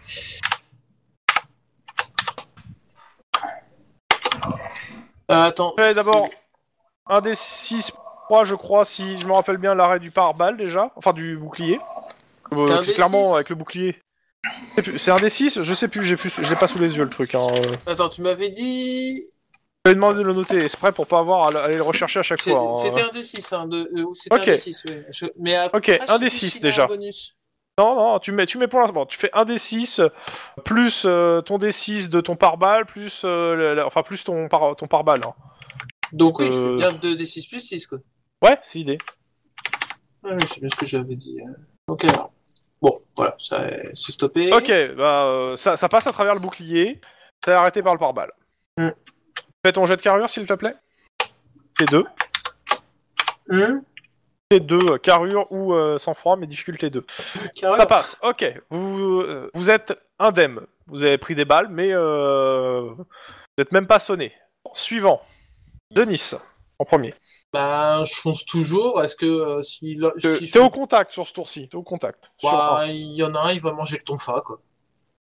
[SPEAKER 4] euh, attends.
[SPEAKER 2] fais d'abord un des 6 3, je crois, si je me rappelle bien l'arrêt du pare-balles déjà. Enfin, du bouclier. Euh,
[SPEAKER 4] T'as un
[SPEAKER 2] qui,
[SPEAKER 4] des
[SPEAKER 2] clairement,
[SPEAKER 4] six
[SPEAKER 2] avec le bouclier. Je sais plus, C'est un des 6 Je sais plus, j'ai plus, j'ai pas sous les yeux le truc. Hein. euh.
[SPEAKER 4] Attends, tu m'avais dit.
[SPEAKER 2] Je vais demander de le noter exprès pour pas avoir à le- à aller le rechercher à chaque
[SPEAKER 4] C'est-
[SPEAKER 2] fois. hein.
[SPEAKER 4] C'était un des 6, hein. De... euh, C'était
[SPEAKER 2] Ok.
[SPEAKER 4] un des 6, oui. Je- Mais après,
[SPEAKER 2] Ok,
[SPEAKER 4] je
[SPEAKER 2] un
[SPEAKER 4] sais
[SPEAKER 2] des
[SPEAKER 4] plus
[SPEAKER 2] six,
[SPEAKER 4] s'il a un
[SPEAKER 2] déjà.
[SPEAKER 4] bonus.
[SPEAKER 2] Non, non, tu mets, tu mets pour l'instant. bon, Tu fais un D6 plus euh, ton D6 de ton pare-balles, plus, euh, la- la- enfin, plus ton, par, ton pare-balles. hein.
[SPEAKER 4] Donc oui, je
[SPEAKER 2] Euh.
[SPEAKER 4] fais bien 2 des 6 plus 6, quoi.
[SPEAKER 2] Ouais, c'est idée.
[SPEAKER 4] Ouais, je sais bien ce que j'avais dit. euh. Donc alors. Bon, voilà, ça est- c'est stoppé.
[SPEAKER 2] Ok, bah euh, ça, ça passe à travers le bouclier. T'es arrêté par le pare-balles.
[SPEAKER 4] Mm.
[SPEAKER 2] Fais ton jet de carrure, s'il te plaît. T2.
[SPEAKER 4] Hum
[SPEAKER 2] T2, euh, carrure ou euh, sang-froid, mais difficulté 2.
[SPEAKER 4] Carole,
[SPEAKER 2] Ça passe, ok. Vous, euh, vous êtes indemne. Vous avez pris des balles, mais euh, vous n'êtes même pas sonné. Bon, suivant. Denis, en premier.
[SPEAKER 4] bah, je fonce toujours. Est-ce que euh, si, là-
[SPEAKER 2] T'es
[SPEAKER 4] si je
[SPEAKER 2] t'es au
[SPEAKER 4] fonce-
[SPEAKER 2] contact sur ce tour-ci. T'es au contact.
[SPEAKER 4] Bah,
[SPEAKER 2] Sur un.
[SPEAKER 4] il y en a un, il va manger le tonfa, quoi.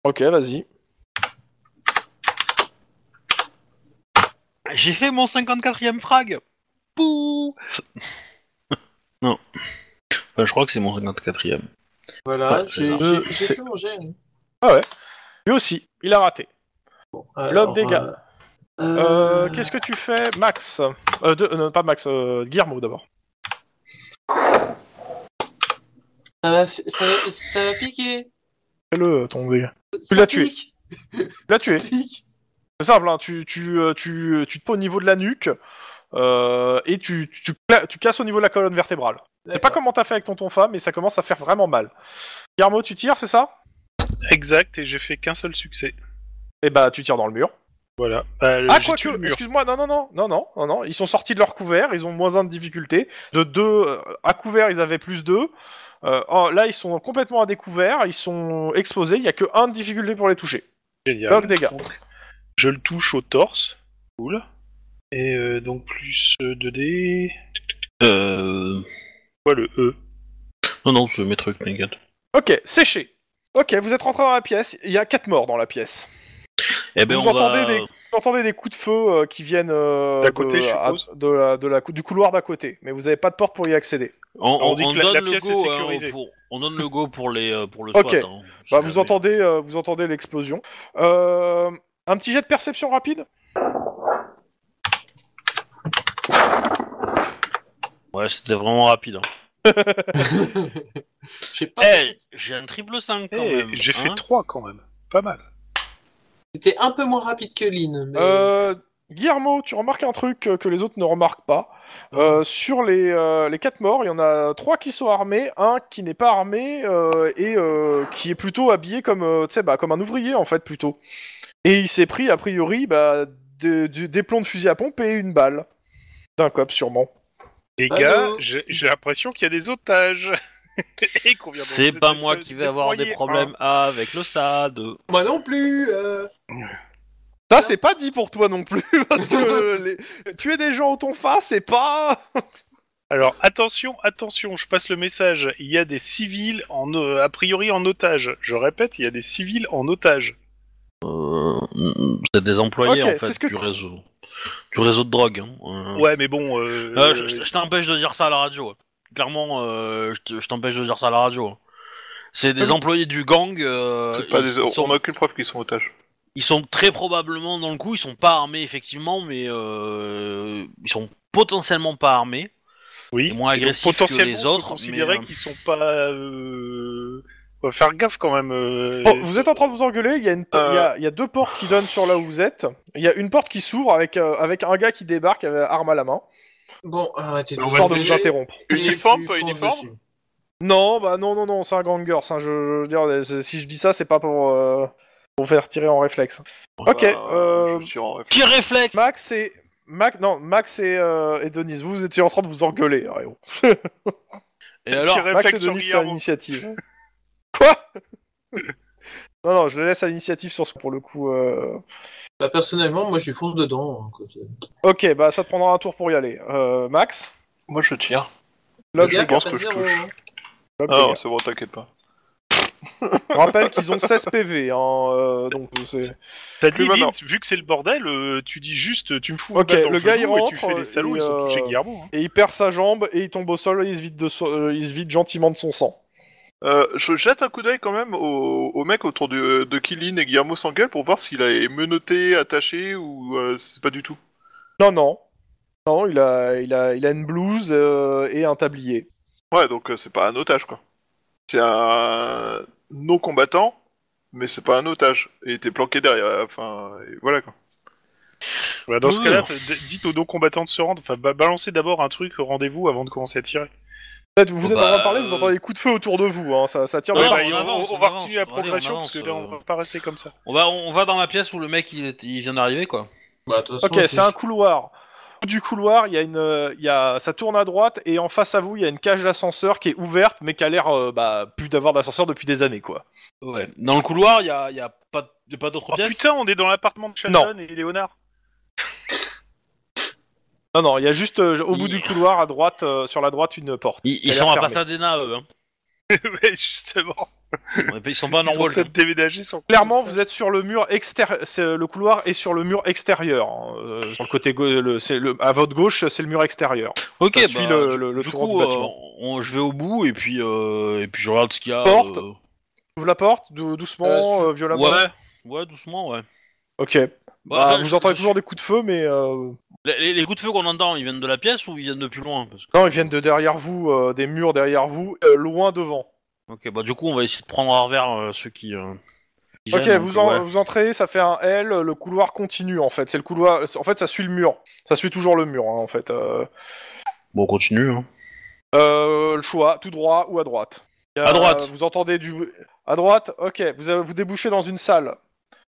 [SPEAKER 2] Ok, vas-y.
[SPEAKER 1] J'ai fait mon 54ème frag Pouh Non. Enfin, je crois que c'est mon 54ème.
[SPEAKER 4] Voilà,
[SPEAKER 1] Ouais, c'est
[SPEAKER 4] j'ai
[SPEAKER 1] ça.
[SPEAKER 4] j'ai-
[SPEAKER 2] Je-
[SPEAKER 4] j'ai
[SPEAKER 2] c'est-
[SPEAKER 4] fait manger. hein.
[SPEAKER 2] Lui aussi, il a raté.
[SPEAKER 4] Bon,
[SPEAKER 2] L'autre dégât.
[SPEAKER 4] euh,
[SPEAKER 2] Euh,
[SPEAKER 4] euh,
[SPEAKER 2] Qu'est-ce que tu fais, Max euh, de- euh, non, Pas Max, euh, Guillermo d'abord.
[SPEAKER 4] ça m'a fait- ça m'a- ça m'a piqué.
[SPEAKER 2] Fais-le, euh, ton dégât.
[SPEAKER 4] Ça
[SPEAKER 2] l'as tué.
[SPEAKER 4] pique.
[SPEAKER 2] Là, tu es.
[SPEAKER 4] Ça pique.
[SPEAKER 2] C'est simple, hein, tu, tu, euh, tu, tu te poses au niveau de la nuque euh, et tu, tu, tu cla- tu casses au niveau de la colonne vertébrale. Je sais pas
[SPEAKER 4] D'accord.
[SPEAKER 2] comment t'as fait avec ton tonfa, mais ça commence à faire vraiment mal. Guillermo, tu tires, c'est ça
[SPEAKER 5] Exact, et j'ai fait qu'un seul succès.
[SPEAKER 2] Et bah, Eh tu tires dans le mur.
[SPEAKER 5] Voilà. Bah, le-
[SPEAKER 2] Ah,
[SPEAKER 5] j'ai
[SPEAKER 2] quoi
[SPEAKER 5] tué
[SPEAKER 2] que,
[SPEAKER 5] le mur.
[SPEAKER 2] excuse-moi, non, non, non, non, non, non, non, ils sont sortis de leur couvert, ils ont moins un de difficulté. De deux, euh, à couvert, ils avaient plus deux. Euh, en- là, ils sont complètement à découvert, ils sont exposés, il y a que un de difficulté pour les toucher.
[SPEAKER 5] Génial.
[SPEAKER 2] Bloc dégâts.
[SPEAKER 5] Je le touche au torse. Cool. Et euh, donc plus euh, 2D.
[SPEAKER 1] Euh...
[SPEAKER 5] Quoi le E
[SPEAKER 1] Non, non, c'est mes trucs, t'inquiète.
[SPEAKER 2] Ok, séché. Ok, vous êtes rentré dans la pièce, il y a quatre morts dans la pièce.
[SPEAKER 1] Eh ben,
[SPEAKER 2] Vous
[SPEAKER 1] on va...
[SPEAKER 2] entendez des- Vous entendez des coups de feu euh, qui viennent euh,
[SPEAKER 5] D'à côté,
[SPEAKER 2] de-
[SPEAKER 5] je suppose.
[SPEAKER 2] à- de la- de la cou- du couloir d'à côté, mais vous n'avez pas de porte pour y accéder. Bah,
[SPEAKER 1] On,
[SPEAKER 5] On
[SPEAKER 1] on-
[SPEAKER 5] dit
[SPEAKER 1] on
[SPEAKER 5] que la-
[SPEAKER 1] donne
[SPEAKER 5] la
[SPEAKER 1] le
[SPEAKER 5] pièce est
[SPEAKER 1] go, hein,
[SPEAKER 5] sécurisée.
[SPEAKER 1] pour, on donne le go pour, les, euh, pour le
[SPEAKER 2] Ok.
[SPEAKER 1] SWAT. hein.
[SPEAKER 2] Bah,
[SPEAKER 1] C'est
[SPEAKER 2] vous
[SPEAKER 1] la-
[SPEAKER 2] entendez, euh, vous entendez l'explosion. Euh, un petit jet de perception rapide
[SPEAKER 1] Ouais, c'était vraiment rapide. hein.
[SPEAKER 4] Je sais pas,
[SPEAKER 1] Eh,
[SPEAKER 4] si
[SPEAKER 1] j'ai un triple 5 quand
[SPEAKER 5] Eh,
[SPEAKER 1] même.
[SPEAKER 5] J'ai fait
[SPEAKER 1] hein.
[SPEAKER 5] 3 quand même. Pas mal.
[SPEAKER 4] c'était un peu moins rapide que Lynn. mais-
[SPEAKER 2] Euh, Guillermo, tu remarques un truc euh, que les autres ne remarquent pas. Euh, sur les, euh, les quatre morts, il y en a trois qui sont armés, un qui n'est pas armé euh, et euh, qui est plutôt habillé comme, euh, tu sais, bah, comme un ouvrier en fait plutôt. Et il s'est pris a priori bah, de- du- des plombs de fusil à pompe et une balle. D'un cop sûrement.
[SPEAKER 5] Les
[SPEAKER 4] Allô
[SPEAKER 5] gars, j'ai j'ai l'impression qu'il y a des otages. Et qu'on vient de
[SPEAKER 1] C'est
[SPEAKER 5] se-
[SPEAKER 1] pas
[SPEAKER 5] de
[SPEAKER 1] moi
[SPEAKER 5] se
[SPEAKER 1] qui vais avoir des
[SPEAKER 5] déployer,
[SPEAKER 1] problèmes avec le SAD.
[SPEAKER 4] Moi non plus. euh,
[SPEAKER 2] Ça c'est pas dit pour toi non plus parce que les- tuer des gens au ton face c'est pas...
[SPEAKER 5] Alors attention, attention, je passe le message. Il y a des civils en o- a priori en otage. Je répète, il y a des civils en otage.
[SPEAKER 1] Euh, c'est des employés
[SPEAKER 2] Ok,
[SPEAKER 1] en
[SPEAKER 2] c'est
[SPEAKER 1] fait
[SPEAKER 2] ce que-
[SPEAKER 1] du réseau, du réseau de drogue. hein. Euh,
[SPEAKER 5] Ouais, mais bon. euh,
[SPEAKER 1] euh, je je- je t'empêche de dire ça à la radio. Clairement, euh, je te- je t'empêche de dire ça à la radio. C'est des employés du gang. euh,
[SPEAKER 3] C'est pas
[SPEAKER 1] ils,
[SPEAKER 3] des...
[SPEAKER 1] ils
[SPEAKER 3] On
[SPEAKER 1] sont,
[SPEAKER 3] a aucune preuve qu'ils sont otages.
[SPEAKER 1] ils sont très probablement dans le coup. Ils sont pas armés effectivement, mais euh, ils sont potentiellement pas armés.
[SPEAKER 5] oui.
[SPEAKER 1] et moins
[SPEAKER 5] Et donc,
[SPEAKER 1] agressifs que
[SPEAKER 5] potentiellement,
[SPEAKER 1] les
[SPEAKER 5] on peut
[SPEAKER 1] autres,
[SPEAKER 5] Considérer
[SPEAKER 1] mais, euh,
[SPEAKER 5] qu'ils sont pas. Euh... faut faire gaffe quand même. euh,
[SPEAKER 2] Bon, Oh, vous êtes en train de vous engueuler, il y, a une- il y a- il y a deux portes qui donnent sur là où vous êtes. Il y a une porte qui s'ouvre avec, euh, avec un gars qui débarque avec arme à la main,
[SPEAKER 4] Bon, arrêtez de
[SPEAKER 5] On
[SPEAKER 4] vous
[SPEAKER 5] va
[SPEAKER 2] histoire de
[SPEAKER 4] engueuler
[SPEAKER 2] vous interrompre.
[SPEAKER 4] et
[SPEAKER 3] Uniforme,
[SPEAKER 4] je
[SPEAKER 3] pas
[SPEAKER 4] fonce
[SPEAKER 3] uniforme
[SPEAKER 4] dessus.
[SPEAKER 2] Non, bah non, non, non, c'est un ganger. c'est un- je, je veux dire, c'est- si je dis ça, c'est pas pour, euh, pour faire tirer en réflexe. Ok,
[SPEAKER 3] Bah,
[SPEAKER 2] euh,
[SPEAKER 3] je suis en réflexe.
[SPEAKER 1] Qui réflexe
[SPEAKER 2] Max et. Max, non, Max et, euh, et Denise, vous, vous étiez en train de vous engueuler. hein, héros.
[SPEAKER 1] Et alors,
[SPEAKER 5] Tirer-
[SPEAKER 2] Max
[SPEAKER 5] Réflexe
[SPEAKER 2] et
[SPEAKER 5] sur
[SPEAKER 2] Denise, c'est à
[SPEAKER 5] Guillermo.
[SPEAKER 2] l'initiative. Quoi Non, non, je le laisse à l'initiative sur ce pour le coup. euh.
[SPEAKER 4] Bah, personnellement, moi, je lui fonce dedans. hein, quoi, c'est-
[SPEAKER 2] Ok, bah ça te prendra un tour pour y aller. Euh, Max
[SPEAKER 3] Moi je tire.
[SPEAKER 2] Là,
[SPEAKER 4] Le gars,
[SPEAKER 3] pense
[SPEAKER 4] ça
[SPEAKER 3] que
[SPEAKER 4] fait
[SPEAKER 3] je
[SPEAKER 4] zéro,
[SPEAKER 3] touche.
[SPEAKER 4] hein.
[SPEAKER 2] Hop, les
[SPEAKER 3] Ah
[SPEAKER 1] Oh.
[SPEAKER 3] non,
[SPEAKER 2] gars.
[SPEAKER 3] c'est bon, t'inquiète pas.
[SPEAKER 2] Je rappelle qu'ils ont 16 PV, hein, euh, donc c'est...
[SPEAKER 5] T'as dit
[SPEAKER 3] Plus maintenant.
[SPEAKER 5] Vince, vu que c'est le bordel, euh, tu dis juste, tu me fous. une
[SPEAKER 2] Ok,
[SPEAKER 5] balle dans
[SPEAKER 2] le
[SPEAKER 5] le,
[SPEAKER 2] gars, il
[SPEAKER 5] genou et
[SPEAKER 2] rentre,
[SPEAKER 5] tu fais
[SPEAKER 2] euh,
[SPEAKER 5] les salauds,
[SPEAKER 2] et,
[SPEAKER 5] ils ont touché
[SPEAKER 2] euh,
[SPEAKER 5] Guillermo. hein.
[SPEAKER 2] Et il perd sa jambe, et il tombe au sol, et il se vide, de so- euh, il se vide gentiment de son sang.
[SPEAKER 3] Euh, je jette un coup d'œil quand même au, au mec autour de, de Killin et Guillermo s'engueule pour voir s'il est menotté, attaché ou euh, c'est pas du tout.
[SPEAKER 2] Non, non. Non, il a, il a, il a une blouse euh, et un tablier.
[SPEAKER 3] Ouais, donc euh, c'est pas un otage quoi. C'est un non combattant, mais c'est pas un otage. Et t'es planqué derrière. euh, Enfin, et voilà quoi.
[SPEAKER 5] Bah, dans ce
[SPEAKER 1] Ouais.
[SPEAKER 5] cas-là, d- dites aux non-combattants de se rendre. Enfin, ba- balancez d'abord un truc au rendez-vous avant de commencer à tirer.
[SPEAKER 2] Peut-être vous êtes en train de
[SPEAKER 1] Bah,
[SPEAKER 2] parler, vous
[SPEAKER 1] euh,
[SPEAKER 2] entendez des coups de feu autour de vous, hein, ça, ça tire
[SPEAKER 1] Ouais,
[SPEAKER 2] des
[SPEAKER 1] bah,
[SPEAKER 2] balles.
[SPEAKER 1] on
[SPEAKER 5] et
[SPEAKER 1] avance,
[SPEAKER 5] on
[SPEAKER 1] on
[SPEAKER 5] va
[SPEAKER 1] avance,
[SPEAKER 5] continuer la
[SPEAKER 1] allez, on
[SPEAKER 5] progression
[SPEAKER 1] avance,
[SPEAKER 5] parce que là, on
[SPEAKER 1] euh.
[SPEAKER 5] va pas rester comme ça.
[SPEAKER 1] on va on va dans la pièce où le mec il, est- il vient d'arriver quoi.
[SPEAKER 4] Bah, de toute façon,
[SPEAKER 2] Ok, c'est un couloir. Au bout Du couloir, il y a une, euh, il y a, ça tourne à droite, et en face à vous, il y a une cage d'ascenseur qui est ouverte, mais qui a l'air euh, bah, plus d'avoir d'ascenseur depuis des années, quoi.
[SPEAKER 1] Ouais. Dans le couloir, il y a, il y a pas y a pas d'autre
[SPEAKER 5] Oh
[SPEAKER 1] pièce.
[SPEAKER 5] putain, on est dans l'appartement de Shannon et Léonard.
[SPEAKER 2] Non, non, il y a juste euh, au bout
[SPEAKER 1] Il-
[SPEAKER 2] du couloir à droite, euh, sur la droite, une porte.
[SPEAKER 1] Ils, ils
[SPEAKER 2] Elle a
[SPEAKER 1] sont à
[SPEAKER 2] fermé.
[SPEAKER 1] Pasadena, eux. Hein.
[SPEAKER 5] ouais, justement.
[SPEAKER 1] Ils sont pas à
[SPEAKER 5] Ils ont
[SPEAKER 1] Norwalk.
[SPEAKER 5] peut-être déménagé sans.
[SPEAKER 2] Clairement, vous êtes sur le mur extérieur. Le couloir est sur le mur extérieur. hein, euh, sur le côté gau- le- c'est le- à votre gauche, c'est le mur extérieur.
[SPEAKER 1] Ok, bah,
[SPEAKER 2] ça suit le- le- le
[SPEAKER 1] du
[SPEAKER 2] tour
[SPEAKER 1] coup,
[SPEAKER 2] bah, du
[SPEAKER 1] euh,
[SPEAKER 2] bâtiment.
[SPEAKER 1] on- je vais au bout et puis euh, et puis je regarde ce qu'il y a.
[SPEAKER 2] Porte.
[SPEAKER 1] euh,
[SPEAKER 2] Ouvre la porte, dou- doucement,
[SPEAKER 4] Euh, sous-
[SPEAKER 2] euh, violemment.
[SPEAKER 1] Ouais, ouais, doucement, ouais.
[SPEAKER 2] Ok. Bah,
[SPEAKER 1] enfin,
[SPEAKER 2] vous
[SPEAKER 1] je-
[SPEAKER 2] entendez
[SPEAKER 1] je-
[SPEAKER 2] toujours des coups de feu, mais euh,
[SPEAKER 1] Les, les- les coups de feu qu'on entend, ils viennent de la pièce ou ils viennent de plus loin Parce que-
[SPEAKER 2] non, ils viennent de derrière vous, euh, des murs derrière vous, euh, loin devant.
[SPEAKER 1] Ok, bah du coup, on va essayer de prendre à revers euh, ceux qui. euh, qui
[SPEAKER 2] Ok,
[SPEAKER 1] gênent, donc,
[SPEAKER 2] vous, en-
[SPEAKER 1] ouais.
[SPEAKER 2] vous entrez, ça fait un L, le couloir continue en fait. C'est le couloir. En fait, ça suit le mur. Ça suit toujours le mur hein, en fait. Euh,
[SPEAKER 1] Bon, on continue. Hein.
[SPEAKER 2] Euh, le choix, tout droit ou à droite. Il y a-
[SPEAKER 1] À droite.
[SPEAKER 2] Vous entendez du. À droite, ok. Vous, avez- vous débouchez dans une salle.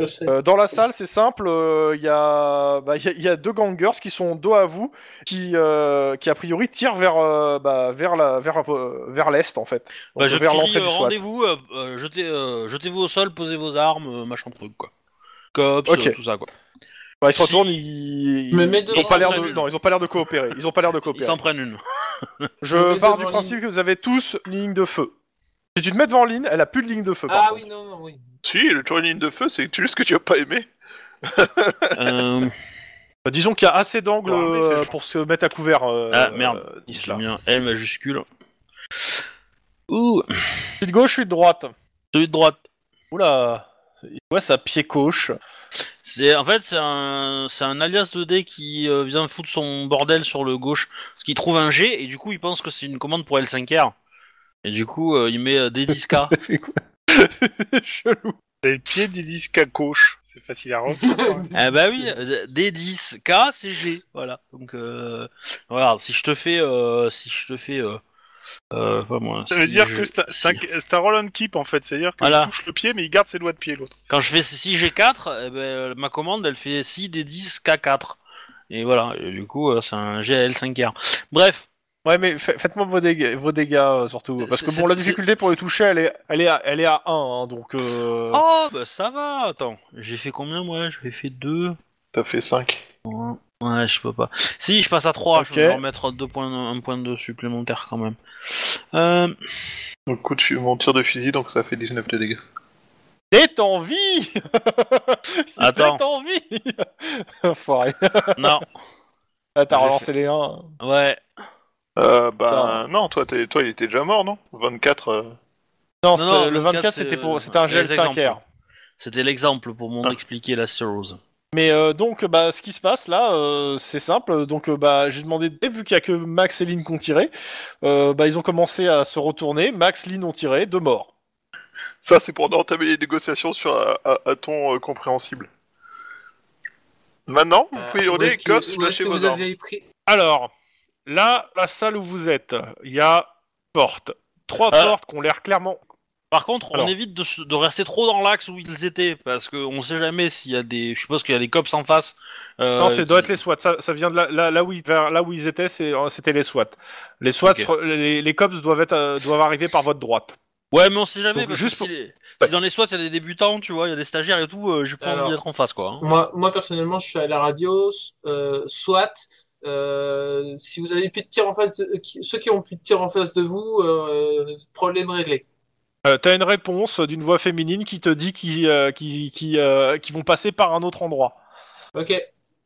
[SPEAKER 4] Je sais.
[SPEAKER 2] Euh, dans la salle, c'est simple, euh, il y, a- bah, y a- y a deux gangers qui sont dos à vous, qui, euh, qui a priori tirent vers, euh, bah, vers, la, vers, euh, vers l'est en fait.
[SPEAKER 1] Bah,
[SPEAKER 2] Donc,
[SPEAKER 1] je
[SPEAKER 2] vers
[SPEAKER 1] crie,
[SPEAKER 2] l'entrée
[SPEAKER 1] euh,
[SPEAKER 2] du SWAT.
[SPEAKER 1] rendez-vous, euh, euh, jetez, euh, jetez-vous au sol, posez vos armes, euh, machin truc, quoi. Cops,
[SPEAKER 2] Ok.
[SPEAKER 1] euh, tout ça, quoi.
[SPEAKER 2] Bah, ils se
[SPEAKER 1] Si-
[SPEAKER 2] retournent, ils,
[SPEAKER 4] Je me mets
[SPEAKER 2] ils ont
[SPEAKER 4] devant
[SPEAKER 2] pas l'air
[SPEAKER 1] la
[SPEAKER 2] de,
[SPEAKER 1] bulle.
[SPEAKER 2] non, ils ont pas l'air de coopérer. Ils ont pas l'air de
[SPEAKER 1] Ils
[SPEAKER 2] coopérer.
[SPEAKER 1] s'en prennent une.
[SPEAKER 4] Je me
[SPEAKER 2] Je
[SPEAKER 4] mets
[SPEAKER 2] pars du
[SPEAKER 4] devant
[SPEAKER 2] principe que vous avez tous une ligne de feu. Si tu te mets devant ligne, elle a plus de ligne de feu. par
[SPEAKER 4] Ah
[SPEAKER 2] contre.
[SPEAKER 4] oui, non, non, oui.
[SPEAKER 3] Si, le toujours une ligne de feu, c'est juste que tu as pas aimé.
[SPEAKER 1] Euh,
[SPEAKER 2] Bah, disons qu'il y a assez d'angles
[SPEAKER 3] Ouais, mais c'est
[SPEAKER 2] euh,
[SPEAKER 3] le
[SPEAKER 2] pour se mettre à couvert. euh,
[SPEAKER 1] Ah, merde.
[SPEAKER 2] euh,
[SPEAKER 1] il se
[SPEAKER 2] là.
[SPEAKER 1] met un L majuscule. Ouh,
[SPEAKER 2] Je suis de gauche, je suis de droite.
[SPEAKER 1] celui de droite.
[SPEAKER 2] Oula, ouais, ça pied gauche.
[SPEAKER 1] C'est en fait c'est un c'est un alias 2D qui euh, vient foutre son bordel sur le gauche, parce qu'il trouve un G et du coup il pense que c'est une commande pour L5R. Et du coup euh, il met euh, des 10K.
[SPEAKER 2] Chelou.
[SPEAKER 5] C'est le pied des disques à gauche. C'est facile à reprendre.
[SPEAKER 1] ah bah oui, euh, des 10K c'est G, voilà. Donc euh, voilà, si je te fais euh, si je te fais euh, euh, pas moi.
[SPEAKER 5] Ça veut
[SPEAKER 1] si
[SPEAKER 5] dire
[SPEAKER 1] je-
[SPEAKER 5] que c'est un- c'est
[SPEAKER 1] si-
[SPEAKER 5] un, c'est un roll-on keep en fait. C'est-à-dire qu'il
[SPEAKER 1] Voilà.
[SPEAKER 5] touche le pied mais il garde ses doigts de pied l'autre.
[SPEAKER 1] quand je fais 6G4, eh ben, euh, ma commande elle fait 6 des 10K4. Et voilà, et du coup euh, c'est un GL5R. Bref,
[SPEAKER 2] Ouais, mais fa- faites-moi vos dégâts, vos dégâts euh, surtout. Parce que
[SPEAKER 1] C'est-
[SPEAKER 2] bon, la
[SPEAKER 1] c'est-
[SPEAKER 2] difficulté pour le toucher, elle est, elle est, à, elle est à 1, donc. Euh...
[SPEAKER 1] Oh, bah ça va, attends. J'ai fait combien moi J'ai fait 2.
[SPEAKER 3] T'as fait 5.
[SPEAKER 1] Ouais, je peux pas. Si, je passe à 3,
[SPEAKER 2] Ok.
[SPEAKER 1] je vais remettre deux points, un point de supplémentaire quand même. Euh,
[SPEAKER 3] Donc, coup de ch- mon tir de fusil, donc ça fait 19 de dégâts.
[SPEAKER 2] Il est en vie Il
[SPEAKER 1] Attends.
[SPEAKER 2] est en vie Enfoiré.
[SPEAKER 1] non,
[SPEAKER 2] Ah, t'as
[SPEAKER 1] J'ai
[SPEAKER 2] relancé les 1.
[SPEAKER 1] ouais.
[SPEAKER 3] Euh, bah, non, toi, t'es- toi, il était déjà mort, non 24. euh,
[SPEAKER 1] Non,
[SPEAKER 2] Non, c'est-
[SPEAKER 1] non,
[SPEAKER 2] le 24, c'était
[SPEAKER 1] c'est,
[SPEAKER 2] pour,
[SPEAKER 1] euh,
[SPEAKER 2] c'était un
[SPEAKER 1] les
[SPEAKER 2] GL5R.
[SPEAKER 1] exemples. C'était l'exemple pour m'en
[SPEAKER 3] Ah.
[SPEAKER 1] expliquer la chose.
[SPEAKER 2] Mais euh, donc, bah, ce qui se passe là, euh, c'est simple. Donc, euh, bah, j'ai demandé, et vu qu'il y a que Max et Lynn qui ont tiré, euh, bah, ils ont commencé à se retourner. Max, Lynn ont tiré, deux morts.
[SPEAKER 3] Ça, c'est pour entamer les négociations sur un, un- un ton euh, compréhensible. Maintenant, vous pouvez
[SPEAKER 4] Euh, Où
[SPEAKER 3] hurler,
[SPEAKER 4] est-ce que-
[SPEAKER 3] cops,
[SPEAKER 4] où est-ce
[SPEAKER 3] lâchez
[SPEAKER 4] que
[SPEAKER 3] vos
[SPEAKER 4] vous
[SPEAKER 3] armes.
[SPEAKER 4] avez pris
[SPEAKER 2] Alors, là, la salle où vous êtes, il y a porte. Trois
[SPEAKER 1] Ah.
[SPEAKER 2] portes qui ont l'air clairement.
[SPEAKER 1] Par contre, on
[SPEAKER 2] Alors.
[SPEAKER 1] évite de, se- de rester trop dans l'axe où ils étaient, parce qu'on sait jamais s'il y a des. Je suppose qu'il y a des cops en face. euh,
[SPEAKER 2] non, ça doit
[SPEAKER 1] qui-
[SPEAKER 2] être les SWAT. Ça, ça vient de là, là, là où, ils, vers- là où ils étaient, c'est- euh, c'était les SWAT. Les SWAT,
[SPEAKER 1] Ok.
[SPEAKER 2] sur- les, les cops doivent, être, euh, doivent arriver par votre droite.
[SPEAKER 1] Ouais, mais on sait jamais.
[SPEAKER 2] Donc,
[SPEAKER 1] parce
[SPEAKER 2] juste
[SPEAKER 1] que
[SPEAKER 2] pour-
[SPEAKER 1] si, les- si dans les SWAT, il y a des débutants, tu vois, il y a des stagiaires et tout, euh, j'ai pas
[SPEAKER 4] Alors.
[SPEAKER 1] envie d'être en face, quoi. hein.
[SPEAKER 4] Moi, moi, personnellement, je suis à la radio, euh, soit. euh, si vous avez plus de tir en face de, euh, qui- ceux qui ont plus de tir en face de vous, euh, problème réglé.
[SPEAKER 2] Euh, T'as une réponse d'une voix féminine qui te dit qu'ils euh, qu'ils- qu'ils, euh, qu'ils vont passer par un autre endroit.
[SPEAKER 4] Ok.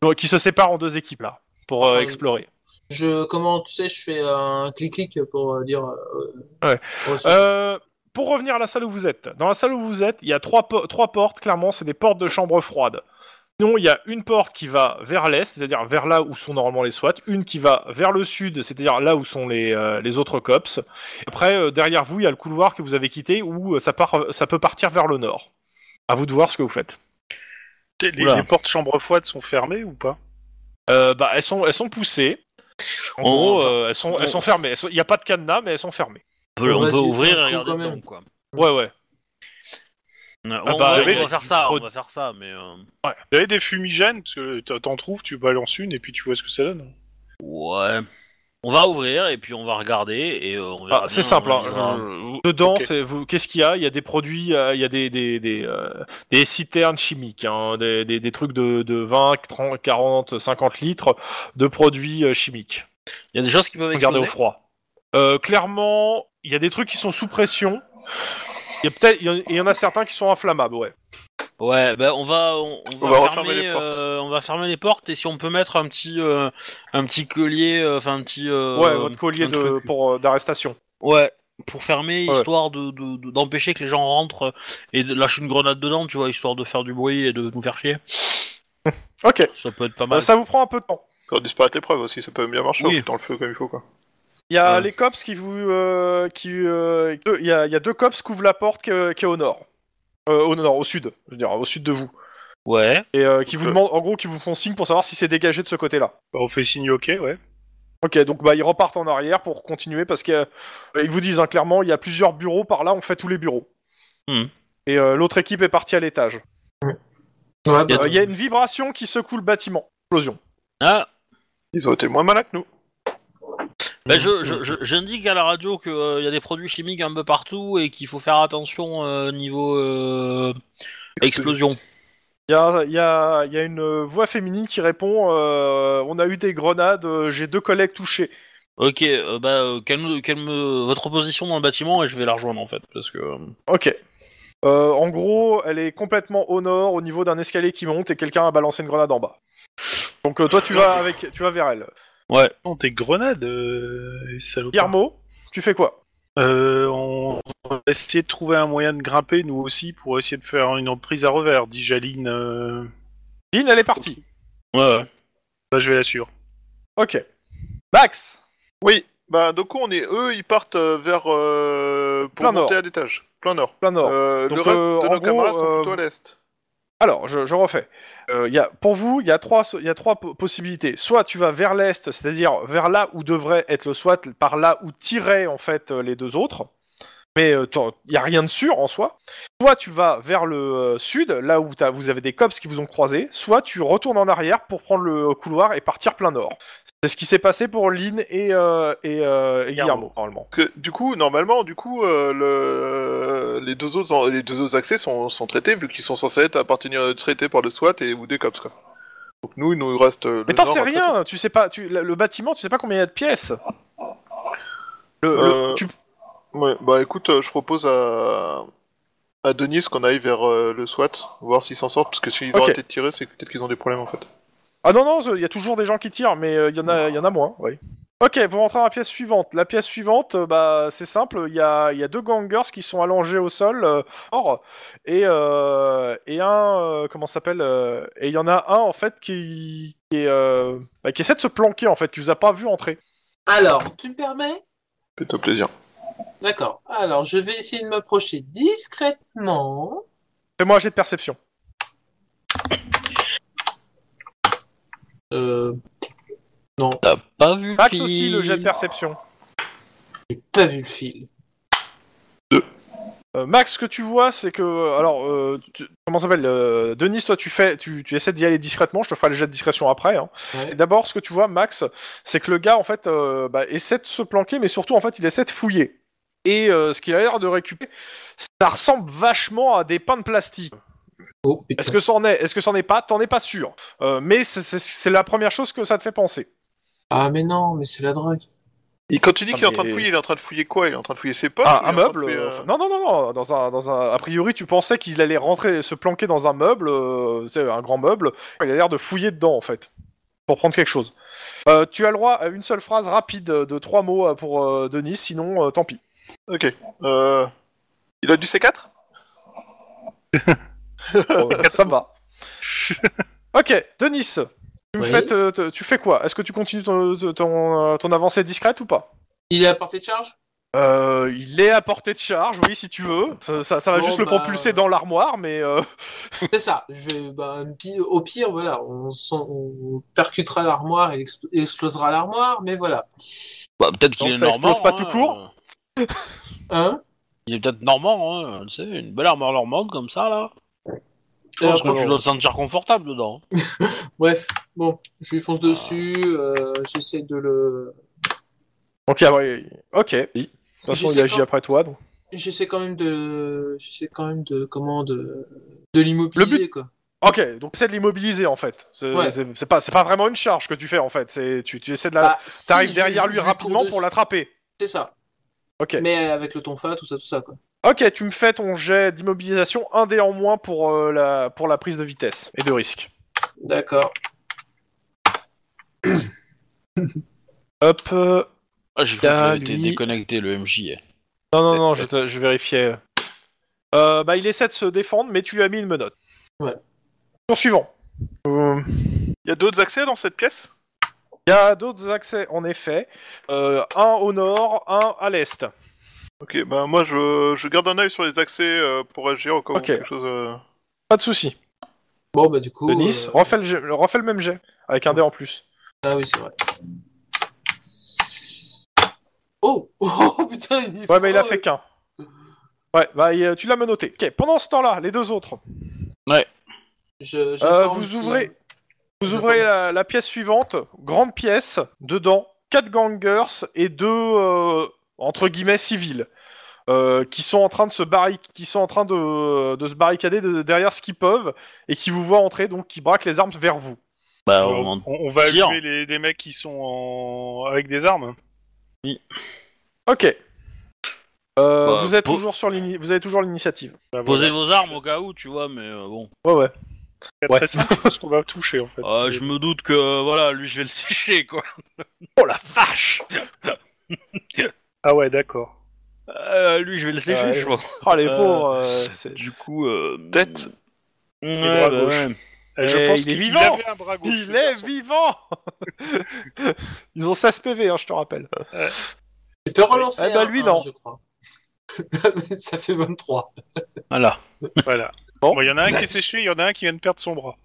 [SPEAKER 2] Donc, qui se séparent en deux équipes là, pour euh,
[SPEAKER 4] Enfin,
[SPEAKER 2] explorer.
[SPEAKER 4] Je, comment, tu sais, je fais un clic-clic pour euh, dire. euh,
[SPEAKER 2] Ouais.
[SPEAKER 4] reçu.
[SPEAKER 2] Euh, pour revenir à la salle où vous êtes, dans la salle où vous êtes, il y a trois, po- trois portes, clairement, c'est des portes de chambre froide. Sinon, il y a une porte qui va vers l'est, c'est-à-dire vers là où sont normalement les SWAT, une qui va vers le sud, c'est-à-dire là où sont les, euh, les autres cops. Après, euh, derrière vous, il y a le couloir que vous avez quitté où euh, ça, part, ça peut partir vers le nord. À vous de voir ce que vous faites.
[SPEAKER 5] Les, les
[SPEAKER 1] Oula.
[SPEAKER 5] portes chambre froide sont fermées ou pas
[SPEAKER 2] Euh, bah, elles sont, elles sont poussées. En
[SPEAKER 1] On-
[SPEAKER 2] gros, euh, elles, sont, elles
[SPEAKER 1] on-
[SPEAKER 2] sont fermées. Elles sont- Il n'y a pas de cadenas, mais elles sont fermées.
[SPEAKER 1] On peut,
[SPEAKER 4] On
[SPEAKER 1] on
[SPEAKER 4] va
[SPEAKER 1] peut
[SPEAKER 4] essayer de
[SPEAKER 1] ouvrir et
[SPEAKER 4] faire un coup,
[SPEAKER 1] regarder
[SPEAKER 4] quand
[SPEAKER 1] dedans,
[SPEAKER 4] même.
[SPEAKER 1] quoi.
[SPEAKER 2] Ouais, ouais.
[SPEAKER 1] Euh,
[SPEAKER 2] Ah
[SPEAKER 1] on,
[SPEAKER 2] bah,
[SPEAKER 1] va-
[SPEAKER 5] j'avais
[SPEAKER 1] on va
[SPEAKER 2] des-
[SPEAKER 1] faire ça,
[SPEAKER 2] pro-
[SPEAKER 1] on va faire ça, mais... euh,
[SPEAKER 5] Vous avez des fumigènes Parce que t- t'en trouves, tu balances une et puis tu vois ce que ça donne.
[SPEAKER 1] Ouais. On va ouvrir, et puis on va regarder, et euh, on verra
[SPEAKER 2] Ah, c'est
[SPEAKER 1] bien,
[SPEAKER 2] simple.
[SPEAKER 1] on
[SPEAKER 2] hein,
[SPEAKER 1] avisera.
[SPEAKER 2] euh, Dedans,
[SPEAKER 5] Ok.
[SPEAKER 2] c'est- vous- qu'est-ce qu'il y a Il y a des produits, euh, il y a des, des, des, euh, des citernes chimiques, hein, des, des, des trucs de, de 20, 30, 40, 50 litres de produits euh, chimiques.
[SPEAKER 1] Il y a des choses qui peuvent
[SPEAKER 2] Regardez
[SPEAKER 1] exploser.
[SPEAKER 2] au froid. Euh, clairement, il y a des trucs qui sont sous pression. Il y, a peut-être- il y en- il y en a certains qui sont inflammables, ouais.
[SPEAKER 1] Ouais, bah, on va, on, on
[SPEAKER 3] va
[SPEAKER 1] va
[SPEAKER 3] refermer
[SPEAKER 1] fermer,
[SPEAKER 3] les portes.
[SPEAKER 1] euh, on va fermer les portes, et si on peut mettre un petit, euh, un petit collier, euh, enfin un petit, euh,
[SPEAKER 2] Ouais, votre collier
[SPEAKER 1] un
[SPEAKER 2] de,
[SPEAKER 1] truc.
[SPEAKER 2] pour, euh, d'arrestation.
[SPEAKER 1] ouais, pour fermer,
[SPEAKER 2] Ouais.
[SPEAKER 1] histoire de, de- de- d'empêcher que les gens rentrent euh, et de lâchent une grenade dedans, tu vois, histoire de faire du bruit et de nous faire chier.
[SPEAKER 2] Ok,
[SPEAKER 1] Ça peut être pas
[SPEAKER 2] Euh,
[SPEAKER 1] mal.
[SPEAKER 2] ça vous prend un peu de temps.
[SPEAKER 3] Ça va disparaître l'épreuve aussi, ça peut bien marcher
[SPEAKER 1] Oui.
[SPEAKER 3] on fout dans le feu comme il faut quoi.
[SPEAKER 2] Il y a
[SPEAKER 1] Ouais.
[SPEAKER 2] les cops qui vous. euh, qui, euh, deux- il, y a, il y a deux cops qui ouvrent la porte qui, est- qui est au nord. Euh, au nord, au sud, je veux dire, au sud de vous.
[SPEAKER 1] Ouais.
[SPEAKER 2] Et euh, qui vous
[SPEAKER 3] Ok.
[SPEAKER 2] demandent, en gros, qui vous font signe pour savoir si c'est dégagé de ce côté-là.
[SPEAKER 5] Bah, on fait signe ok, ouais.
[SPEAKER 2] Ok, donc bah, ils repartent en arrière pour continuer parce que euh, ils vous disent hein, clairement, il y a plusieurs bureaux par là, on fait tous les bureaux.
[SPEAKER 1] Hmm.
[SPEAKER 2] Et euh, l'autre équipe est partie à l'étage.
[SPEAKER 4] Ouais, bah,
[SPEAKER 1] Y a-
[SPEAKER 2] Euh, Il y a une vibration qui secoue le bâtiment. Explosion.
[SPEAKER 1] Ah,
[SPEAKER 3] Ils ont été moins malins que nous.
[SPEAKER 1] bah, je- je- je- j'indique à la radio qu'il y a des produits chimiques un peu partout et qu'il faut faire attention euh, niveau euh, explosion.
[SPEAKER 2] Il y a, il y a- il y a une euh, voix féminine qui répond euh, On a eu des grenades, euh, j'ai deux collègues touchés.
[SPEAKER 1] Ok, euh, bah euh, calme, calme euh, votre position dans le bâtiment et je vais la rejoindre en fait parce que. euh,
[SPEAKER 2] Ok. Euh, en gros, elle est complètement au nord, au niveau d'un escalier qui monte, et quelqu'un a balancé une grenade en bas. Donc euh, toi, tu vas avec, tu vas vers elle.
[SPEAKER 1] Ouais.
[SPEAKER 5] Non, tes Oh, grenades, euh, les salopards.
[SPEAKER 2] Guillermo, tu fais quoi
[SPEAKER 5] Euh, on va essayer de trouver un moyen de grimper, nous aussi, pour essayer de faire une reprise à revers, dit Jaline. euh,
[SPEAKER 2] Lynn, elle est partie.
[SPEAKER 1] Ouais. ouais.
[SPEAKER 5] Bah, je vais l'assure.
[SPEAKER 2] Ok. Max
[SPEAKER 3] Oui, bah donc on est eux, ils partent euh, vers euh, pour
[SPEAKER 2] Plein
[SPEAKER 3] monter
[SPEAKER 2] nord.
[SPEAKER 3] à l'étage, plein nord.
[SPEAKER 2] Plein nord.
[SPEAKER 3] Euh,
[SPEAKER 2] Donc,
[SPEAKER 3] le reste
[SPEAKER 2] euh,
[SPEAKER 3] de
[SPEAKER 2] en
[SPEAKER 3] nos
[SPEAKER 2] gros,
[SPEAKER 3] camarades sont
[SPEAKER 2] euh,
[SPEAKER 3] plutôt à l'est.
[SPEAKER 2] Alors, je, je refais. Euh, il y a, pour vous, il y a trois, il y a trois po- possibilités. Soit tu vas vers l'est, c'est-à-dire vers là où devrait être le SWAT, par là où tiraient en fait euh, les deux autres. Mais euh, t'en- il n'y a rien de sûr en soi. Soit tu vas vers le euh, sud, là où t'as- vous avez des cops qui vous ont croisé. Soit tu retournes en arrière pour prendre le euh, couloir et partir plein nord. C'est ce qui s'est passé pour Lynn et, euh, et, euh, et Guillermo, normalement.
[SPEAKER 3] Que, du coup, normalement, du coup, euh, le, les deux autres en- les deux autres accès sont, sont traités vu qu'ils sont censés être appartenir traités par le SWAT et ou des cops quoi. Donc nous, il nous reste. euh, le
[SPEAKER 2] Mais t'en
[SPEAKER 3] nord
[SPEAKER 2] sais
[SPEAKER 3] à traiter.
[SPEAKER 2] rien, tu sais pas, tu, le, le bâtiment, tu sais pas combien il y a de pièces. Le- le-
[SPEAKER 3] Euh,
[SPEAKER 2] tu-
[SPEAKER 3] Ouais, bah écoute, euh, je propose à, à Denis qu'on aille vers euh, le SWAT, voir s'ils s'en sortent, parce que s'ils ont
[SPEAKER 2] Ok.
[SPEAKER 3] arrêté de tirer, c'est que peut-être qu'ils ont des problèmes en fait.
[SPEAKER 2] Ah non, non, il y a toujours des gens qui tirent, mais euh, il y, en a- y en a moins, oui. Ok, pour rentrer à la pièce suivante. La pièce suivante, euh, bah, c'est simple, il y a, y a deux gangers qui sont allongés au sol, euh, hors, et, euh, et un, euh, comment ça s'appelle, euh, et il y en a un, en fait, qui, qui, est, euh, bah, qui essaie de se planquer, en fait, qui vous a pas vu entrer.
[SPEAKER 4] Alors, tu me permets
[SPEAKER 3] Plutôt plaisir.
[SPEAKER 4] D'accord. Alors, je vais essayer de m'approcher discrètement.
[SPEAKER 2] Fais-moi un jet de perception.
[SPEAKER 4] Euh, Non,
[SPEAKER 1] T'as pas vu
[SPEAKER 2] Max
[SPEAKER 1] qui-
[SPEAKER 2] aussi, le jet de perception.
[SPEAKER 4] j'ai pas vu le fil.
[SPEAKER 2] Euh, Max, ce que tu vois, c'est que, alors, euh, tu- comment ça s'appelle, euh, Denis, toi, tu fais, tu, tu essaies d'y aller discrètement. Je te ferai le jet de discrétion après. hein.
[SPEAKER 4] Ouais.
[SPEAKER 2] Et D'abord, ce que tu vois, Max, c'est que le gars, en fait, euh, bah, essaie de se planquer, mais surtout, en fait, il essaie de fouiller. Et euh, ce qu'il a l'air de récupérer, ça ressemble vachement à des pains de plastique.
[SPEAKER 4] Oh, putain.
[SPEAKER 2] Est-ce que c'en est Est-ce que c'en est pas T'en es pas sûr. Euh, mais c'est- c'est c'est la première chose que ça te fait penser.
[SPEAKER 4] Ah, mais non, mais c'est la drogue.
[SPEAKER 3] Et quand tu dis
[SPEAKER 2] Ah,
[SPEAKER 3] qu'il est en train de
[SPEAKER 2] mais-
[SPEAKER 3] fouiller, il est en train de fouiller quoi Il est en train de fouiller ses poches ou il
[SPEAKER 2] Ah,
[SPEAKER 3] est
[SPEAKER 2] un
[SPEAKER 3] en train de
[SPEAKER 2] meuble
[SPEAKER 3] fouiller,
[SPEAKER 2] euh,
[SPEAKER 3] euh,
[SPEAKER 2] enfin, Non, non, non, non. Dans un, dans un. A priori, tu pensais qu'il allait rentrer, se planquer dans un meuble, euh, c'est un grand meuble. Il a l'air de fouiller dedans, en fait, pour prendre quelque chose. Euh, tu as le droit à une seule phrase rapide euh, de trois mots euh, pour euh, Denis, sinon, euh, tant pis.
[SPEAKER 3] Ok. Euh, Il a du C4
[SPEAKER 2] Bon, ça me va. ok, Denis, tu, me
[SPEAKER 4] Oui.
[SPEAKER 2] fais te- te- tu fais quoi Est-ce que tu continues ton, ton, euh, ton avancée discrète ou pas
[SPEAKER 4] Il est à portée de charge
[SPEAKER 2] euh, il est à portée de charge, oui, si tu veux. Ça, ça- ça va
[SPEAKER 4] Bon,
[SPEAKER 2] juste le
[SPEAKER 4] bah,
[SPEAKER 2] propulser dans l'armoire, mais euh,
[SPEAKER 4] C'est ça. Je vais, bah, pi- au pire, voilà, on, s'en- on percutera l'armoire et l'expl- explosera l'armoire, mais voilà.
[SPEAKER 1] Bah, peut-être qu'il
[SPEAKER 2] Donc,
[SPEAKER 1] est
[SPEAKER 2] ça
[SPEAKER 1] normand.
[SPEAKER 2] explose pas
[SPEAKER 1] hein,
[SPEAKER 2] tout court.
[SPEAKER 1] euh,
[SPEAKER 4] Hein
[SPEAKER 1] Il est peut-être normand, hein, tu sais, une belle armure normande comme ça là. Je
[SPEAKER 4] Et
[SPEAKER 1] pense que
[SPEAKER 4] après,
[SPEAKER 1] tu dois te sentir confortable dedans.
[SPEAKER 4] Bref, bon, je lui fonce dessus,
[SPEAKER 2] Ah.
[SPEAKER 4] euh, j'essaie de le.
[SPEAKER 2] Ok, ah ouais, ok. De toute façon,
[SPEAKER 4] Je
[SPEAKER 2] il
[SPEAKER 4] sais
[SPEAKER 2] agit
[SPEAKER 4] pas.
[SPEAKER 2] après toi. donc.
[SPEAKER 4] J'essaie quand même de. J'essaie quand même de. Comment De, de
[SPEAKER 2] Le
[SPEAKER 4] l'immobiliser, quoi.
[SPEAKER 2] Ok, donc c'est de l'immobiliser en fait. C'est
[SPEAKER 4] Ouais.
[SPEAKER 2] c'est- c'est pas, c'est pas vraiment une charge que tu fais en fait. C'est tu, tu essaies de la.
[SPEAKER 4] Bah,
[SPEAKER 2] T'arrives
[SPEAKER 4] si, je-
[SPEAKER 2] derrière
[SPEAKER 4] je-
[SPEAKER 2] lui
[SPEAKER 4] je cours
[SPEAKER 2] rapidement
[SPEAKER 4] dessus.
[SPEAKER 2] pour l'attraper.
[SPEAKER 4] C'est ça.
[SPEAKER 2] Ok.
[SPEAKER 4] Mais avec le tonfa, tout ça, tout ça, quoi.
[SPEAKER 2] Ok, tu me fais ton jet d'immobilisation un dé en moins pour euh, la pour la prise de vitesse et de risque.
[SPEAKER 4] D'accord.
[SPEAKER 2] Hop. euh,
[SPEAKER 1] Ah, j'ai cru que
[SPEAKER 2] Ah,
[SPEAKER 1] t'avais été
[SPEAKER 2] lui.
[SPEAKER 1] déconnecté le MJ. eh.
[SPEAKER 2] Non non non, je, te- je vérifiais. Euh, bah il essaie de se défendre, mais tu lui as mis une menotte.
[SPEAKER 4] Ouais.
[SPEAKER 2] Tour suivant. Euh,
[SPEAKER 3] Il y a d'autres accès dans cette pièce
[SPEAKER 2] Il y a d'autres accès en effet. Euh, un au nord, un à l'est.
[SPEAKER 3] Ok, bah moi je, je garde un œil sur les accès euh, pour agir au cas où
[SPEAKER 2] Ok.
[SPEAKER 3] quelque chose. euh,
[SPEAKER 2] Pas de souci.
[SPEAKER 4] Bon, bah, du coup.
[SPEAKER 2] Denis,
[SPEAKER 4] euh,
[SPEAKER 2] refais, le jet- le, refais le même jet, avec un dé en plus.
[SPEAKER 4] Ah oui, c'est vrai. Oh Oh putain, il est
[SPEAKER 2] Ouais, mais il a
[SPEAKER 4] fort, euh,
[SPEAKER 2] fait
[SPEAKER 4] le-
[SPEAKER 2] qu'un. euh, Ouais, bah il- tu l'as menotté. Ok, pendant ce temps-là, les deux autres.
[SPEAKER 1] Ouais.
[SPEAKER 4] Je,
[SPEAKER 2] Euh,
[SPEAKER 4] j'informe
[SPEAKER 2] vous
[SPEAKER 4] qui-
[SPEAKER 2] ouvrez, vous
[SPEAKER 4] Je
[SPEAKER 2] ouvrez
[SPEAKER 4] forme.
[SPEAKER 2] la, la pièce suivante, grande pièce, dedans, quatre gangers et deux euh, entre guillemets civils euh, qui sont en train de se barri- qui sont en train de, de se barricader de- derrière ce qu'ils peuvent et qui vous voient entrer donc qui braquent les armes vers vous.
[SPEAKER 1] Bah,
[SPEAKER 5] Euh,
[SPEAKER 1] on-
[SPEAKER 5] on, on va
[SPEAKER 1] tire.
[SPEAKER 5] allumer les, des mecs qui sont en... avec des armes.
[SPEAKER 2] Ok. Euh,
[SPEAKER 1] Bah,
[SPEAKER 2] vous êtes
[SPEAKER 1] pour-
[SPEAKER 2] toujours sur l'ini- vous avez toujours l'initiative.
[SPEAKER 5] Bah, voilà.
[SPEAKER 1] posez vos armes au cas où, tu vois, mais euh, bon.
[SPEAKER 2] Ouais ouais.
[SPEAKER 5] C'est
[SPEAKER 2] ouais.
[SPEAKER 5] Très simple, je pense qu'on va toucher en fait.
[SPEAKER 1] Euh, je me doute que, voilà, lui, je vais le sécher, quoi.
[SPEAKER 2] Oh la vache
[SPEAKER 5] Ah ouais, d'accord.
[SPEAKER 1] Euh, lui, je vais le sécher,
[SPEAKER 2] Ouais.
[SPEAKER 1] je crois.
[SPEAKER 2] Oh les
[SPEAKER 1] Euh,
[SPEAKER 2] pauvres. euh, c'est-
[SPEAKER 1] Du coup, euh...
[SPEAKER 3] Tête.
[SPEAKER 1] Ouais,
[SPEAKER 5] bras
[SPEAKER 1] bah
[SPEAKER 5] gauche.
[SPEAKER 1] ouais.
[SPEAKER 5] Euh, je
[SPEAKER 2] Eh,
[SPEAKER 5] pense
[SPEAKER 2] il est
[SPEAKER 5] qu'il
[SPEAKER 2] vivant
[SPEAKER 5] avait un bras gauche,
[SPEAKER 2] Il
[SPEAKER 5] le
[SPEAKER 2] est
[SPEAKER 5] garçon.
[SPEAKER 2] vivant Ils ont 16 PV, hein, je te rappelle.
[SPEAKER 4] Tu peux relancer.
[SPEAKER 2] Eh ben,
[SPEAKER 4] un-
[SPEAKER 2] lui,
[SPEAKER 4] un,
[SPEAKER 2] non.
[SPEAKER 4] je crois. ça fait 23.
[SPEAKER 1] Voilà.
[SPEAKER 5] Voilà.
[SPEAKER 2] Bon.
[SPEAKER 5] Bon, il y en a un qui est séché, il y en a un qui vient de perdre son bras.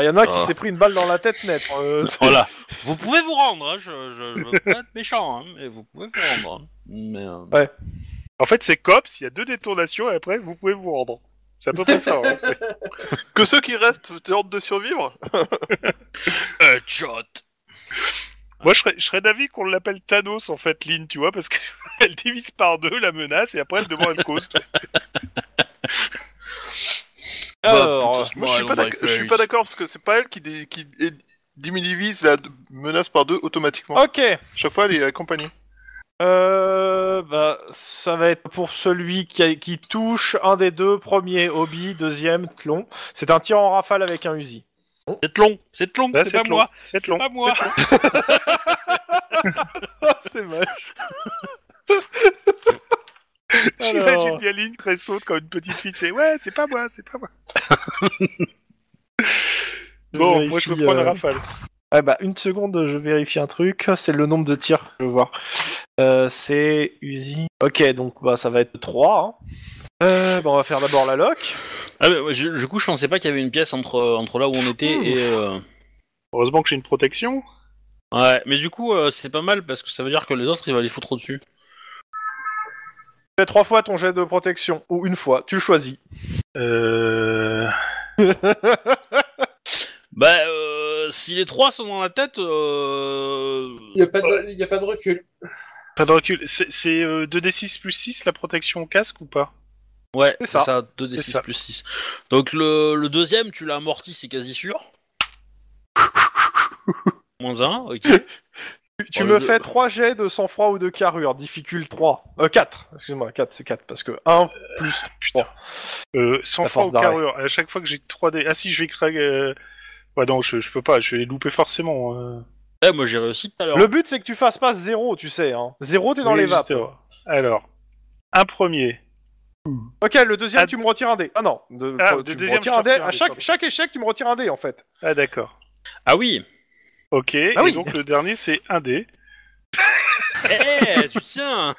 [SPEAKER 2] Il y en a un
[SPEAKER 1] Ah.
[SPEAKER 2] qui s'est pris une balle dans la tête net. euh,
[SPEAKER 1] voilà. Vous pouvez vous rendre, hein, je, je, je veux pas être méchant, hein, mais vous pouvez vous rendre. hein. Mais, euh,
[SPEAKER 5] En fait, c'est cops, il y a deux détournations et après, vous pouvez vous rendre. C'est à peu près ça. hein, c'est-
[SPEAKER 3] Que ceux qui restent tentent de survivre
[SPEAKER 1] Headshot.
[SPEAKER 5] Moi, je serais, je serais d'avis qu'on l'appelle Thanos, en fait, Lynn, tu vois, parce qu'elle divise par deux la menace et après, elle demande une cause. toi.
[SPEAKER 1] Ah, Bah,
[SPEAKER 2] Alors,
[SPEAKER 1] putain, ce
[SPEAKER 3] Moi, je suis
[SPEAKER 1] moral,
[SPEAKER 3] pas
[SPEAKER 1] on va
[SPEAKER 3] d'ac-
[SPEAKER 1] le
[SPEAKER 3] je suis
[SPEAKER 1] faire.
[SPEAKER 3] pas d'accord parce que c'est pas elle qui, dé- qui é- divise la d- menace par deux automatiquement.
[SPEAKER 2] Ok,
[SPEAKER 3] Chaque fois, elle est accompagnée.
[SPEAKER 2] euh, bah, ça va être pour celui qui, a- qui touche un des deux premiers hobby, deuxième tlon. C'est un tir en rafale avec un Uzi.
[SPEAKER 1] C'est long, c'est long,
[SPEAKER 5] Là,
[SPEAKER 1] c'est pas
[SPEAKER 5] Tlon,
[SPEAKER 1] moi,
[SPEAKER 5] C'est
[SPEAKER 1] c'est
[SPEAKER 5] long.
[SPEAKER 1] pas moi.
[SPEAKER 2] c'est moche.
[SPEAKER 5] J'imagine bien Lynn très saute comme une petite fille. C'est ouais, c'est pas moi, c'est pas moi. Bon, moi, je veux prendre Rafale.
[SPEAKER 2] Ah euh, bah, une seconde, je vérifie un truc. Ah, C'est le nombre de tirs, je veux voir. Euh, c'est Uzi. Ok, donc bah, ça va être 3. bah, on va faire d'abord la lock.
[SPEAKER 1] Ah, mais, ouais, je- du coup, je pensais pas qu'il y avait une pièce entre, entre là où on était
[SPEAKER 2] Ouh.
[SPEAKER 1] et. euh,
[SPEAKER 5] Heureusement que j'ai une protection.
[SPEAKER 1] Ouais, mais du coup, euh, c'est pas mal parce que ça veut dire que les autres, il va les foutre au-dessus.
[SPEAKER 2] Fais trois fois ton jet de protection, ou une fois, tu choisis.
[SPEAKER 5] Euh...
[SPEAKER 1] Bah, euh, si les trois sont dans la tête, euh...
[SPEAKER 4] Il n'y a, pas de- y a pas de recul.
[SPEAKER 5] Pas de recul. C'est c'est, euh, 2d6 plus 6 la protection au casque ou pas
[SPEAKER 1] ouais,
[SPEAKER 2] C'est
[SPEAKER 1] c'est
[SPEAKER 2] ça.
[SPEAKER 1] ça, 2d6
[SPEAKER 5] C'est ça.
[SPEAKER 1] plus 6. Donc le, le deuxième, tu l'as amorti, c'est quasi sûr. Moins 1, ok.
[SPEAKER 2] Tu- Tu
[SPEAKER 1] Oh,
[SPEAKER 2] me
[SPEAKER 1] le-
[SPEAKER 2] fais 3 jets de sang-froid ou de carrure, difficile 3. Euh, 4, excuse-moi, 4 c'est 4, parce que 1 plus...
[SPEAKER 5] Putain. Euh, sans
[SPEAKER 2] La
[SPEAKER 5] froid
[SPEAKER 2] force
[SPEAKER 5] ou
[SPEAKER 2] d'arrêt.
[SPEAKER 5] carrure. À chaque fois que j'ai 3D. Ah si, je vais craquer. euh, Ouais, non, je, je peux pas. Je vais les louper forcément. euh.
[SPEAKER 1] Eh, moi j'ai réussi tout à l'heure.
[SPEAKER 2] Le but c'est que tu fasses pas 0, tu sais. Hein. 0 t'es dans
[SPEAKER 5] Oui,
[SPEAKER 2] les
[SPEAKER 5] juste,
[SPEAKER 2] vapes.
[SPEAKER 5] euh, Alors, un premier.
[SPEAKER 2] Ok, le deuxième
[SPEAKER 5] Ah,
[SPEAKER 2] tu me retires un dé. Ah non, de,
[SPEAKER 5] Ah,
[SPEAKER 2] tu
[SPEAKER 5] le
[SPEAKER 2] me
[SPEAKER 5] deuxième,
[SPEAKER 2] retires
[SPEAKER 5] je
[SPEAKER 2] un
[SPEAKER 5] te
[SPEAKER 2] dé.
[SPEAKER 5] retire un
[SPEAKER 2] À
[SPEAKER 5] dé,
[SPEAKER 2] chaque,
[SPEAKER 5] pardon.
[SPEAKER 2] chaque échec tu me retires un dé en fait.
[SPEAKER 5] Ah d'accord.
[SPEAKER 1] Ah oui
[SPEAKER 5] Ok.
[SPEAKER 1] Ah
[SPEAKER 5] et
[SPEAKER 2] oui.
[SPEAKER 5] donc le dernier c'est un d
[SPEAKER 1] Eh, tu tiens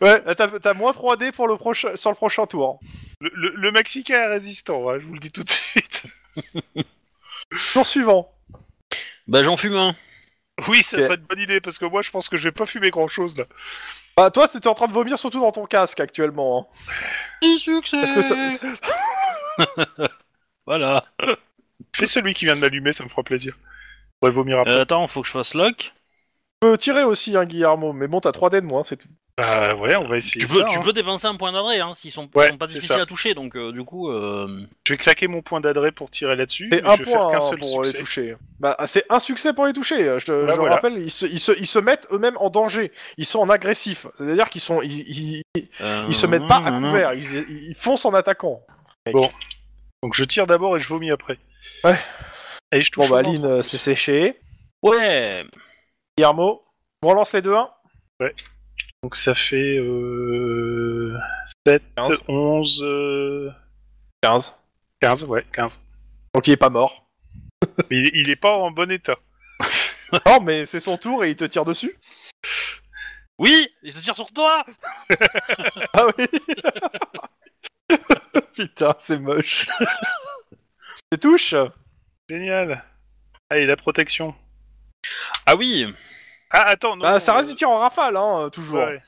[SPEAKER 2] Ouais, là, t'as t'as moins 3 dés pour le prochain, sur le prochain tour. hein.
[SPEAKER 5] Le, le, le Mexicain est résistant. hein, je vous le dis tout de suite.
[SPEAKER 2] Tour suivant.
[SPEAKER 1] Bah j'en fume un.
[SPEAKER 5] Oui, ça
[SPEAKER 2] Ok.
[SPEAKER 5] serait une bonne idée parce que moi je pense que je vais pas fumer grand chose là.
[SPEAKER 2] Bah toi tu es en train de vomir surtout dans ton casque actuellement. hein.
[SPEAKER 1] succès
[SPEAKER 2] Parce que ça...
[SPEAKER 1] Voilà.
[SPEAKER 5] Fais celui qui vient de m'allumer, ça me fera plaisir. Ouais, vomir après.
[SPEAKER 1] Euh, attends, faut que je fasse lock.
[SPEAKER 2] Tu peux tirer aussi hein, Guillermo, mais bon t'as 3 dés de moins, c'est tout.
[SPEAKER 5] Bah ouais, on va essayer
[SPEAKER 1] Tu peux,
[SPEAKER 5] ça,
[SPEAKER 1] tu
[SPEAKER 5] hein.
[SPEAKER 1] peux dépenser un point d'adresse hein, s'ils sont,
[SPEAKER 5] Ouais,
[SPEAKER 1] sont pas
[SPEAKER 5] c'est
[SPEAKER 1] difficiles
[SPEAKER 5] ça.
[SPEAKER 1] à toucher, donc euh, du coup... euh,
[SPEAKER 5] Je vais claquer mon point d'adresse pour tirer là-dessus.
[SPEAKER 2] C'est
[SPEAKER 5] mais
[SPEAKER 2] un
[SPEAKER 5] je vais faire
[SPEAKER 2] point
[SPEAKER 5] qu'un
[SPEAKER 2] hein,
[SPEAKER 5] seul
[SPEAKER 2] pour les
[SPEAKER 5] succès.
[SPEAKER 2] toucher. Bah, c'est un succès pour les toucher. euh, Je, te-
[SPEAKER 5] Bah,
[SPEAKER 2] je
[SPEAKER 5] voilà.
[SPEAKER 2] rappelle, ils se, ils, se, ils se mettent eux-mêmes en danger. Ils sont en agressif. C'est-à-dire qu'ils sont, ils, ils, ils- ils se mettent pas à
[SPEAKER 1] euh,
[SPEAKER 2] couvert. Ils, ils foncent en attaquant.
[SPEAKER 5] Donc je tire d'abord et je vomis après.
[SPEAKER 2] Ouais.
[SPEAKER 5] Et je touche.
[SPEAKER 2] Bon, bah,
[SPEAKER 5] au ventre.
[SPEAKER 2] Aline, euh, c'est séché.
[SPEAKER 1] Ouais
[SPEAKER 2] Guillermo, on relance les deux 1
[SPEAKER 5] Donc ça fait euh... 7,
[SPEAKER 2] 15.
[SPEAKER 5] 11, euh,
[SPEAKER 2] 15.
[SPEAKER 5] 15, ouais, 15.
[SPEAKER 2] Donc, il est pas mort.
[SPEAKER 5] Mais il, il est pas en bon état.
[SPEAKER 2] non, Oh, mais c'est son tour et il te tire dessus.
[SPEAKER 1] Oui Il se tire sur toi
[SPEAKER 2] Ah oui Putain, c'est moche. Tu touches
[SPEAKER 5] Génial. Allez, la protection.
[SPEAKER 1] Ah oui
[SPEAKER 5] Ah, attends, non.
[SPEAKER 2] Bah, Ça
[SPEAKER 5] euh,
[SPEAKER 2] reste du tir en rafale, hein, toujours.
[SPEAKER 5] ouais.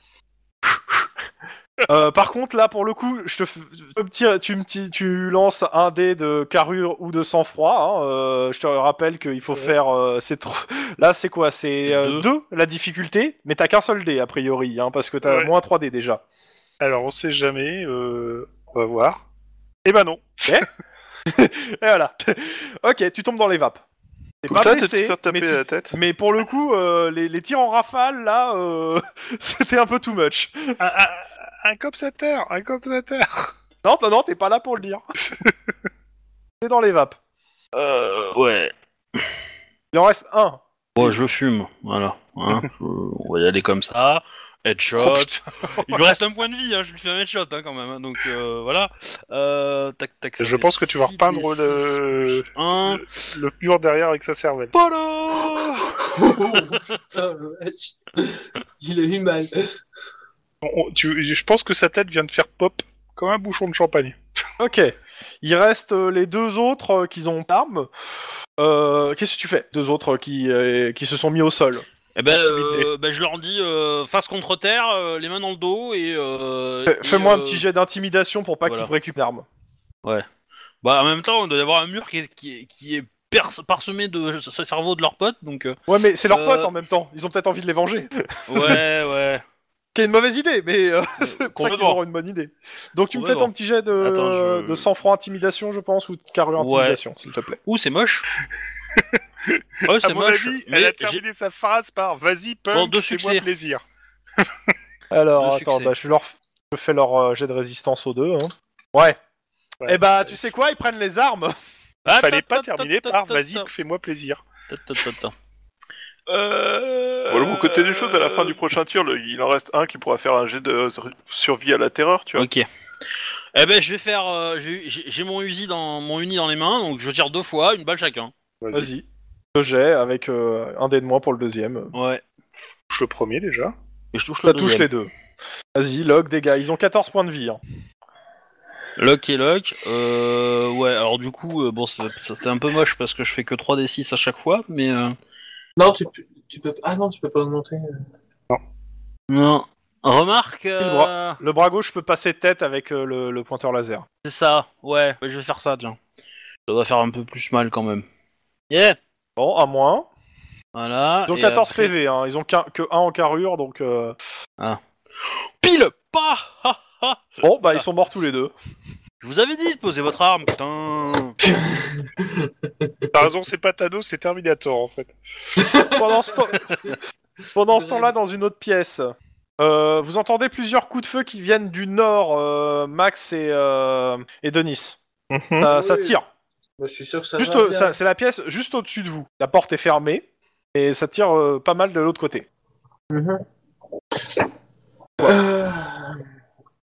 [SPEAKER 2] Euh, par contre, là, pour le coup, je te f- te petit- tu, me ti- tu lances un dé de carrure ou de sang-froid. hein, euh, je te rappelle qu'il faut
[SPEAKER 1] Ouais.
[SPEAKER 2] faire. euh, c'est trop- Là, c'est quoi C'est
[SPEAKER 1] Deux.
[SPEAKER 2] euh, deux la difficulté, mais t'as qu'un seul dé a priori, hein, parce que t'as
[SPEAKER 5] Ouais.
[SPEAKER 2] moins 3 dés déjà.
[SPEAKER 5] Alors, on sait jamais, euh, on va voir. Eh ben non.
[SPEAKER 2] Eh Et voilà. ok, tu tombes dans les vapes. T'es
[SPEAKER 3] Putain,
[SPEAKER 2] pas
[SPEAKER 3] t'as
[SPEAKER 2] blessé,
[SPEAKER 3] te faire taper
[SPEAKER 2] mais, tu-
[SPEAKER 3] la tête.
[SPEAKER 2] mais pour le coup, euh, les, les tirs en rafale, là, euh, c'était un peu too much.
[SPEAKER 5] Un, un, un cops à terre, un cops à terre.
[SPEAKER 2] Non, non, non, t'es pas là pour le dire. t'es dans les vapes.
[SPEAKER 1] Euh, ouais.
[SPEAKER 2] Il en reste un.
[SPEAKER 1] Bon, je fume, voilà. hein. Je- On va y aller comme ça. Headshot.
[SPEAKER 5] Oh, putain.
[SPEAKER 1] Il me reste un point de vie, hein, je lui fais un headshot hein, quand même. hein, donc euh, voilà. Euh, tac, tac, ça
[SPEAKER 5] Je
[SPEAKER 1] fait
[SPEAKER 5] pense que tu vas
[SPEAKER 1] six
[SPEAKER 5] repeindre
[SPEAKER 1] des
[SPEAKER 5] le-
[SPEAKER 1] six, Un.
[SPEAKER 5] Le mur derrière avec sa cervelle.
[SPEAKER 1] Polo
[SPEAKER 4] Oh, putain, le match. Il a eu mal.
[SPEAKER 5] On- on- tu- je pense que sa tête vient de faire pop comme un bouchon de champagne.
[SPEAKER 2] Ok. Il reste euh, les deux autres euh, qui ont d'armes. Euh, Qu'est-ce que tu fais Deux autres euh, qui, euh, qui se sont mis au sol.
[SPEAKER 1] Eh ben,
[SPEAKER 5] Intimidé.
[SPEAKER 1] euh, ben, je leur dis euh, face contre terre, euh, les mains dans le dos et. euh,
[SPEAKER 2] Fais-
[SPEAKER 1] et,
[SPEAKER 2] Fais-moi un
[SPEAKER 1] euh,
[SPEAKER 2] petit jet d'intimidation pour pas
[SPEAKER 1] voilà.
[SPEAKER 2] qu'ils récupèrent l'arme.
[SPEAKER 1] Bah, en même temps, on doit y avoir un mur qui est, qui est, qui est pers- parsemé de ce cerveau de leurs potes, donc. euh,
[SPEAKER 2] Ouais, mais c'est leurs
[SPEAKER 1] Euh.
[SPEAKER 2] potes en même temps. Ils ont peut-être envie de les venger.
[SPEAKER 1] ouais, ouais.
[SPEAKER 2] Qui est une mauvaise idée, mais euh, c'est pour ça qu'ils
[SPEAKER 1] complètement.
[SPEAKER 2] auront une bonne idée. Donc tu me fais
[SPEAKER 1] Complètement.
[SPEAKER 2] ton petit jet de,
[SPEAKER 1] Attends, je-
[SPEAKER 2] de sang-froid intimidation, je pense, ou de carrure
[SPEAKER 1] Ouais.
[SPEAKER 2] intimidation, s'il te plaît.
[SPEAKER 1] Ouh, c'est moche. oh,
[SPEAKER 5] À
[SPEAKER 1] c'est
[SPEAKER 5] mon
[SPEAKER 1] moche.
[SPEAKER 5] avis,
[SPEAKER 1] mais
[SPEAKER 5] elle a
[SPEAKER 1] j'ai-
[SPEAKER 5] terminé sa phrase par "Vas-y, punk,
[SPEAKER 1] Bon, deux
[SPEAKER 5] fais-moi
[SPEAKER 1] succès.
[SPEAKER 5] plaisir."
[SPEAKER 1] Le
[SPEAKER 2] Alors, attends,
[SPEAKER 1] succès.
[SPEAKER 2] bah, je, leur... je fais leur euh, jet de résistance aux deux. hein. Ouais.
[SPEAKER 5] Ouais.
[SPEAKER 2] Eh bah, tu sais quoi Ils prennent les armes.
[SPEAKER 1] Ah,
[SPEAKER 5] Fallait
[SPEAKER 1] ta-
[SPEAKER 5] pas
[SPEAKER 1] ta- ta-
[SPEAKER 5] terminer
[SPEAKER 1] ta-
[SPEAKER 5] par
[SPEAKER 1] ta-
[SPEAKER 5] "Vas-y,
[SPEAKER 1] ta-
[SPEAKER 5] fais-moi plaisir."
[SPEAKER 1] ta- ta- ta- ta. Euh...
[SPEAKER 3] Voilà, bon, côté des choses, à la fin du prochain tir, le- il en reste un qui pourra faire un jet de sur- survie à la terreur, tu vois.
[SPEAKER 1] Ok. Eh ben, je vais faire. euh, j'ai j'ai- j'ai mon Uzi dans mon uni dans les mains, donc je tire deux fois, une balle chacun.
[SPEAKER 5] Vas-y.
[SPEAKER 2] Vas-y. Deux jets avec euh, un dé de moins pour le deuxième.
[SPEAKER 1] Ouais.
[SPEAKER 5] Touche le premier déjà.
[SPEAKER 1] Et je touche le
[SPEAKER 2] Ça touche
[SPEAKER 1] deuxième.
[SPEAKER 2] les deux. Vas-y, log, dégâts. Ils ont 14 points de vie. hein.
[SPEAKER 1] Lock et lock. Euh, ouais. Alors du coup, euh, bon, c'est ça- c'est un peu moche parce que je fais que 3 d 6 à chaque fois, mais euh,
[SPEAKER 4] Non, tu, peux- tu peux. Ah non, tu peux pas augmenter.
[SPEAKER 1] non. Remarque. euh,
[SPEAKER 2] Le bras. Le bras gauche peut passer tête avec euh, le, le pointeur laser.
[SPEAKER 1] c'est ça. Ouais. ouais, Je vais faire ça, tiens. Ça doit faire un peu plus mal quand même. Yeah.
[SPEAKER 2] Bon, un moins.
[SPEAKER 1] Voilà.
[SPEAKER 2] Ils ont
[SPEAKER 1] et
[SPEAKER 2] 14
[SPEAKER 1] après-
[SPEAKER 2] PV. hein. Ils ont qu'un- que 1 en carrure, donc... euh,
[SPEAKER 1] Pile. Pas. Ah, ah.
[SPEAKER 2] Bon, bah, ils sont morts tous les deux.
[SPEAKER 1] je vous avais dit de poser votre arme, putain.
[SPEAKER 5] T'as raison, c'est pas Thanos, c'est Terminator en fait.
[SPEAKER 2] Pendant ce temps- pendant ce temps-là, dans une autre pièce... euh, vous entendez plusieurs coups de feu qui viennent du nord, euh, Max et, euh, et Denis. Ça, ça
[SPEAKER 4] Oui.
[SPEAKER 2] tire.
[SPEAKER 4] Moi, Bah, je suis sûr que ça
[SPEAKER 2] Juste,
[SPEAKER 4] va.
[SPEAKER 2] au-
[SPEAKER 4] bien.
[SPEAKER 2] ça- c'est la pièce juste au-dessus de vous. La porte est fermée et ça tire euh, pas mal de l'autre côté.
[SPEAKER 4] Mhm. Euh,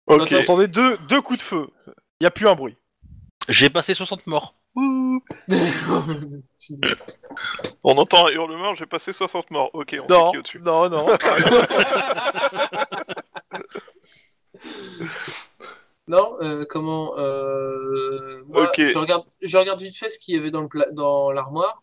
[SPEAKER 3] Ok.
[SPEAKER 2] Vous entendez deux, deux coups de feu. Il n'y a plus un bruit.
[SPEAKER 1] J'ai passé 60 morts. Ouh.
[SPEAKER 3] On entend un hurlement, j'ai passé 60 morts. Ok, on
[SPEAKER 2] Non,
[SPEAKER 3] sait qui est au-dessus.
[SPEAKER 2] non, non.
[SPEAKER 4] non, euh, comment euh, moi,
[SPEAKER 3] Ok.
[SPEAKER 4] je, regarde, je regarde vite fait ce qu'il y avait dans le pla- dans l'armoire.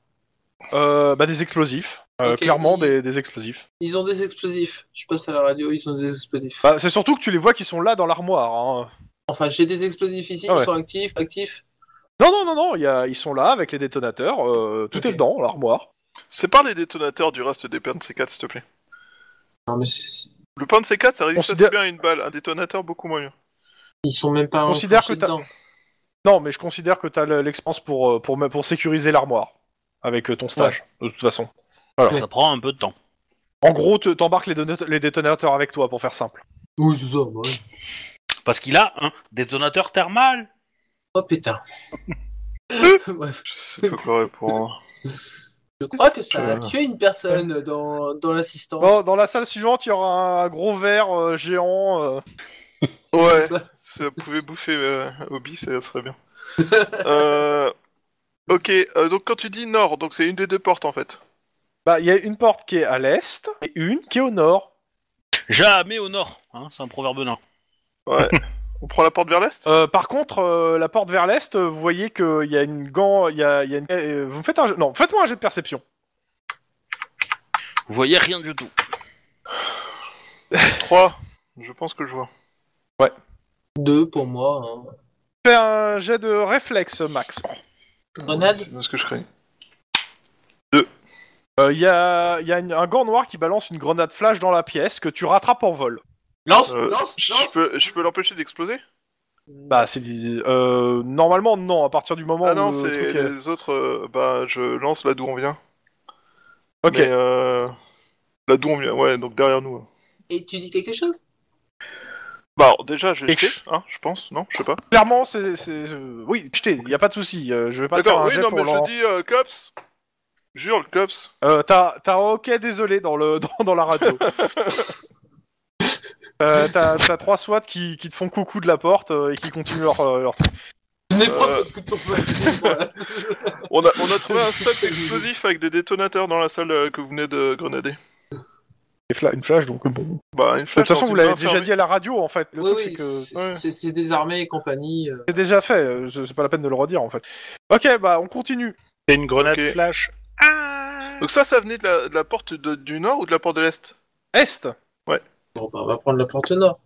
[SPEAKER 2] Euh, bah, des explosifs. Euh,
[SPEAKER 4] Ok.
[SPEAKER 2] Clairement, des, des explosifs.
[SPEAKER 4] Ils ont des explosifs. Je passe à la radio, ils ont des explosifs.
[SPEAKER 2] Bah, c'est surtout que tu les vois qui sont là dans l'armoire. hein.
[SPEAKER 4] Enfin, j'ai des explosifs ici,
[SPEAKER 2] Ah ouais.
[SPEAKER 4] ils sont actifs, actifs.
[SPEAKER 2] Non, non, non, non. il Y a, ils sont là avec les détonateurs. euh, tout
[SPEAKER 4] Ok.
[SPEAKER 2] est dedans, l'armoire.
[SPEAKER 3] Sépare les détonateurs du reste des pains de C4, s'il te plaît.
[SPEAKER 4] Non, mais c'est-
[SPEAKER 3] Le pain de C4, ça résiste
[SPEAKER 2] Considère-
[SPEAKER 3] assez bien à une balle, un détonateur beaucoup moins bien.
[SPEAKER 4] ils sont même pas
[SPEAKER 2] Considère
[SPEAKER 4] enclenchés
[SPEAKER 2] que t'as-
[SPEAKER 4] dedans.
[SPEAKER 2] Non, mais je considère que t'as le- l'expense pour, euh, pour, me- pour sécuriser l'armoire avec euh, ton stage, de toute façon.
[SPEAKER 1] Alors, ça prend un peu de temps.
[SPEAKER 2] En gros, te- t'embarques les, donat- les détonateurs avec toi pour faire simple.
[SPEAKER 4] Oui, c'est ça, ouais.
[SPEAKER 1] Parce qu'il a hein, un détonateur thermal.
[SPEAKER 4] Oh putain. Bref,
[SPEAKER 3] Je sais pas quoi répondre.
[SPEAKER 4] je crois que ça a
[SPEAKER 3] Voilà.
[SPEAKER 4] tué une personne dans, dans
[SPEAKER 2] Bon,
[SPEAKER 4] l'assistance.
[SPEAKER 2] dans la salle suivante, il y aura un gros verre euh, géant. euh,
[SPEAKER 3] Ouais,
[SPEAKER 4] Ça-
[SPEAKER 3] ça pouvait bouffer euh, Obi, ça serait bien. Euh, Ok, euh, donc quand tu dis nord, donc c'est une des deux portes en fait.
[SPEAKER 2] Bah, il y a une porte qui est à l'est et une qui est au nord.
[SPEAKER 1] Jamais au nord. Hein, c'est un proverbe nain.
[SPEAKER 3] On prend la porte vers l'est
[SPEAKER 2] Euh, par contre, euh, la porte vers l'est, euh, vous voyez qu'il y a une gant, il y a, il y a une... euh, vous me faites un, jet- non, faites-moi un jet de perception.
[SPEAKER 1] Vous voyez rien du tout.
[SPEAKER 3] 3, je pense que je vois.
[SPEAKER 2] Ouais.
[SPEAKER 4] Deux pour moi. hein.
[SPEAKER 2] Fais un jet de réflexe, Max.
[SPEAKER 4] Grenade.
[SPEAKER 3] C'est bien ce que je craignais.
[SPEAKER 2] Euh, Il y a, y a une- un gant noir qui balance une grenade flash dans la pièce que tu rattrapes en vol.
[SPEAKER 4] Lance,
[SPEAKER 3] Euh,
[SPEAKER 4] lance,
[SPEAKER 3] je
[SPEAKER 4] lance.
[SPEAKER 3] peux, je peux l'empêcher d'exploser
[SPEAKER 2] Bah, c'est. des- Euh, normalement, non, à partir du moment
[SPEAKER 3] Ah
[SPEAKER 2] où.
[SPEAKER 3] non,
[SPEAKER 2] le
[SPEAKER 3] c'est
[SPEAKER 2] truc
[SPEAKER 3] les,
[SPEAKER 2] est-
[SPEAKER 3] les autres. euh, bah, je lance là d'où on vient.
[SPEAKER 2] Ok.
[SPEAKER 3] Mais, euh, là d'où on vient, ouais, donc derrière nous. hein.
[SPEAKER 4] Et tu dis quelque chose
[SPEAKER 3] Bah, alors, déjà, je vais
[SPEAKER 2] Et
[SPEAKER 3] jeter, hein, je pense, non Je sais pas.
[SPEAKER 2] Clairement, c'est. c'est- euh, Oui, il n'y a pas de souci. euh, je vais pas te faire
[SPEAKER 3] D'accord,
[SPEAKER 2] un
[SPEAKER 3] oui,
[SPEAKER 2] jet
[SPEAKER 3] non,
[SPEAKER 2] pour
[SPEAKER 3] mais
[SPEAKER 2] l'en-
[SPEAKER 3] je dis euh, Cops Jure, le Cops
[SPEAKER 2] Euh, t'as, t'as un ok désolé dans, le, dans, dans la radio. Euh, t'as, t'as trois SWAT qui, qui te font coucou de la porte euh, et qui continuent leur, euh, leur truc.
[SPEAKER 4] Venez
[SPEAKER 3] Euh.
[SPEAKER 4] prendre votre coup de ton feu. Voilà.
[SPEAKER 3] on a, on a trouvé un stock d'explosifs avec des détonateurs dans la salle euh, que vous venez de grenader.
[SPEAKER 2] Des fla- une flash donc. euh, bon.
[SPEAKER 3] Bah, une
[SPEAKER 2] De
[SPEAKER 3] flash
[SPEAKER 2] toute façon, vous
[SPEAKER 3] dans une
[SPEAKER 2] l'avez
[SPEAKER 3] main
[SPEAKER 2] déjà
[SPEAKER 3] fermée.
[SPEAKER 2] dit à la radio en fait. Le
[SPEAKER 4] Oui,
[SPEAKER 2] truc, c'est
[SPEAKER 4] oui,
[SPEAKER 2] que-
[SPEAKER 4] c'est-
[SPEAKER 2] ouais.
[SPEAKER 4] c'est c'est des armées et compagnie. euh.
[SPEAKER 2] C'est déjà fait, euh, je- c'est pas la peine de le redire en fait. Ok, bah on continue.
[SPEAKER 5] C'est une grenade
[SPEAKER 3] Ok.
[SPEAKER 5] flash. Ah
[SPEAKER 3] Donc, ça, ça venait de la, de la porte de- du nord ou de la porte de l'est
[SPEAKER 2] Est,
[SPEAKER 4] Bon, bah, on va prendre la porte nord.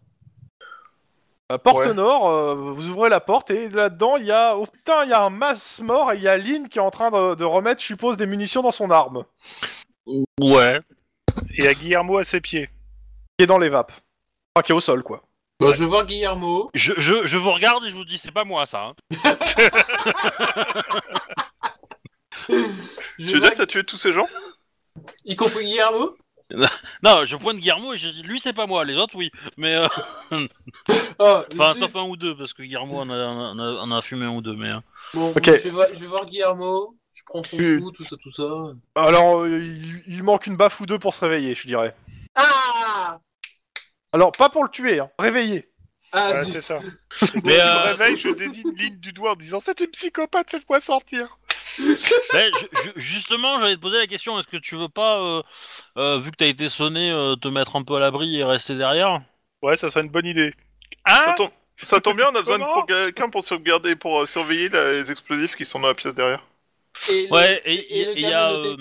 [SPEAKER 2] euh, porte
[SPEAKER 3] Ouais.
[SPEAKER 2] nord, euh, vous ouvrez la porte et là-dedans il y a. Oh putain, il y a un masse mort et il y a Lynn qui est en train de, de remettre, je suppose, des munitions dans son arme.
[SPEAKER 1] Ouais.
[SPEAKER 5] Et à Guillermo à ses pieds.
[SPEAKER 2] Qui est dans les vapes. Enfin, qui est au sol quoi.
[SPEAKER 4] Bon, je vais voir Guillermo.
[SPEAKER 1] Je, je, je vous regarde et je vous dis, c'est pas moi ça. hein.
[SPEAKER 4] Je
[SPEAKER 3] Tu veux
[SPEAKER 4] vois-
[SPEAKER 3] dire que t'as tué tous ces gens
[SPEAKER 4] Y compris Guillermo
[SPEAKER 1] Non, je pointe Guillermo et je dis, lui c'est pas moi, les autres oui. Mais euh,
[SPEAKER 4] Ah,
[SPEAKER 1] enfin,
[SPEAKER 4] zut.
[SPEAKER 1] sauf un ou deux parce que Guillermo en a, en a- en a fumé un ou deux, mais. euh,
[SPEAKER 4] Bon,
[SPEAKER 2] Ok.
[SPEAKER 4] je, vais voir, je vais voir Guillermo. Je prends son
[SPEAKER 2] Tu-
[SPEAKER 4] coup, tout ça, tout ça.
[SPEAKER 2] Alors, euh, il, il manque une baffe ou deux pour se réveiller, je dirais.
[SPEAKER 4] Ah
[SPEAKER 2] Alors, pas pour le tuer, hein. réveiller.
[SPEAKER 4] Ah,
[SPEAKER 5] Ouais,
[SPEAKER 4] zut.
[SPEAKER 5] c'est ça.
[SPEAKER 1] Mais,
[SPEAKER 5] Je
[SPEAKER 1] euh,
[SPEAKER 5] me réveille, je désigne Lynn du doigt en disant C'est une psychopathe, faites-moi sortir
[SPEAKER 1] Ben, je- je- justement, j'allais te poser la question. Est-ce que tu veux pas, euh, euh, vu que t'as été sonné, euh, te mettre un peu à l'abri et rester derrière
[SPEAKER 5] Ouais, ça serait une bonne idée. Ah
[SPEAKER 3] Ça tombe- Ça tombe bien, on a besoin de
[SPEAKER 5] Comment
[SPEAKER 3] pour- quelqu'un pour sauvegarder, pour euh, surveiller la- les explosifs qui sont dans la pièce derrière.
[SPEAKER 4] Et le-
[SPEAKER 1] Ouais. Et
[SPEAKER 4] et- et le
[SPEAKER 1] et il y
[SPEAKER 4] gars
[SPEAKER 1] a,
[SPEAKER 4] menotté.
[SPEAKER 1] euh, et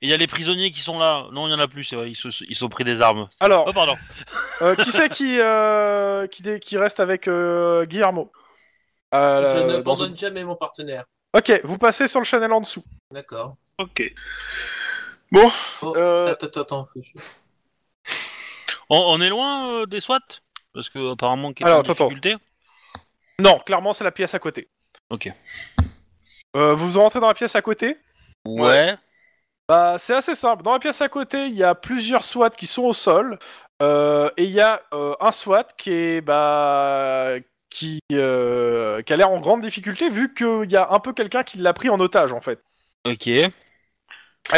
[SPEAKER 1] il y a les prisonniers qui sont là. Non, il y en a plus. C'est vrai. Ils se, ils sont pris des armes.
[SPEAKER 2] Alors,
[SPEAKER 1] Oh pardon.
[SPEAKER 2] euh, qui c'est qui, euh, qui, dé- qui reste avec euh, Guillermo Euh,
[SPEAKER 4] Je
[SPEAKER 2] dans
[SPEAKER 4] n'abandonne
[SPEAKER 2] une-
[SPEAKER 4] jamais mon partenaire.
[SPEAKER 2] Ok, vous passez sur le channel en dessous.
[SPEAKER 4] D'accord.
[SPEAKER 5] Ok.
[SPEAKER 3] Bon,
[SPEAKER 4] Oh,
[SPEAKER 3] euh,
[SPEAKER 4] Attends, attends, attends. faut que je-
[SPEAKER 1] On, on est loin euh, des SWAT Parce que apparemment, qu'il y a
[SPEAKER 2] Alors,
[SPEAKER 1] pas de
[SPEAKER 2] attends,
[SPEAKER 1] difficulté.
[SPEAKER 2] Non, clairement, c'est la pièce à côté.
[SPEAKER 1] Ok.
[SPEAKER 2] Euh, vous rentrez dans la pièce à côté
[SPEAKER 1] Ouais.
[SPEAKER 2] Bah, c'est assez simple. Dans la pièce à côté, il y a plusieurs SWAT qui sont au sol. euh, et il y a euh, un SWAT qui est bah qui, euh, qui a l'air en grande difficulté vu qu'il y a un peu quelqu'un qui l'a pris en otage en fait.
[SPEAKER 1] Ok.
[SPEAKER 2] Elle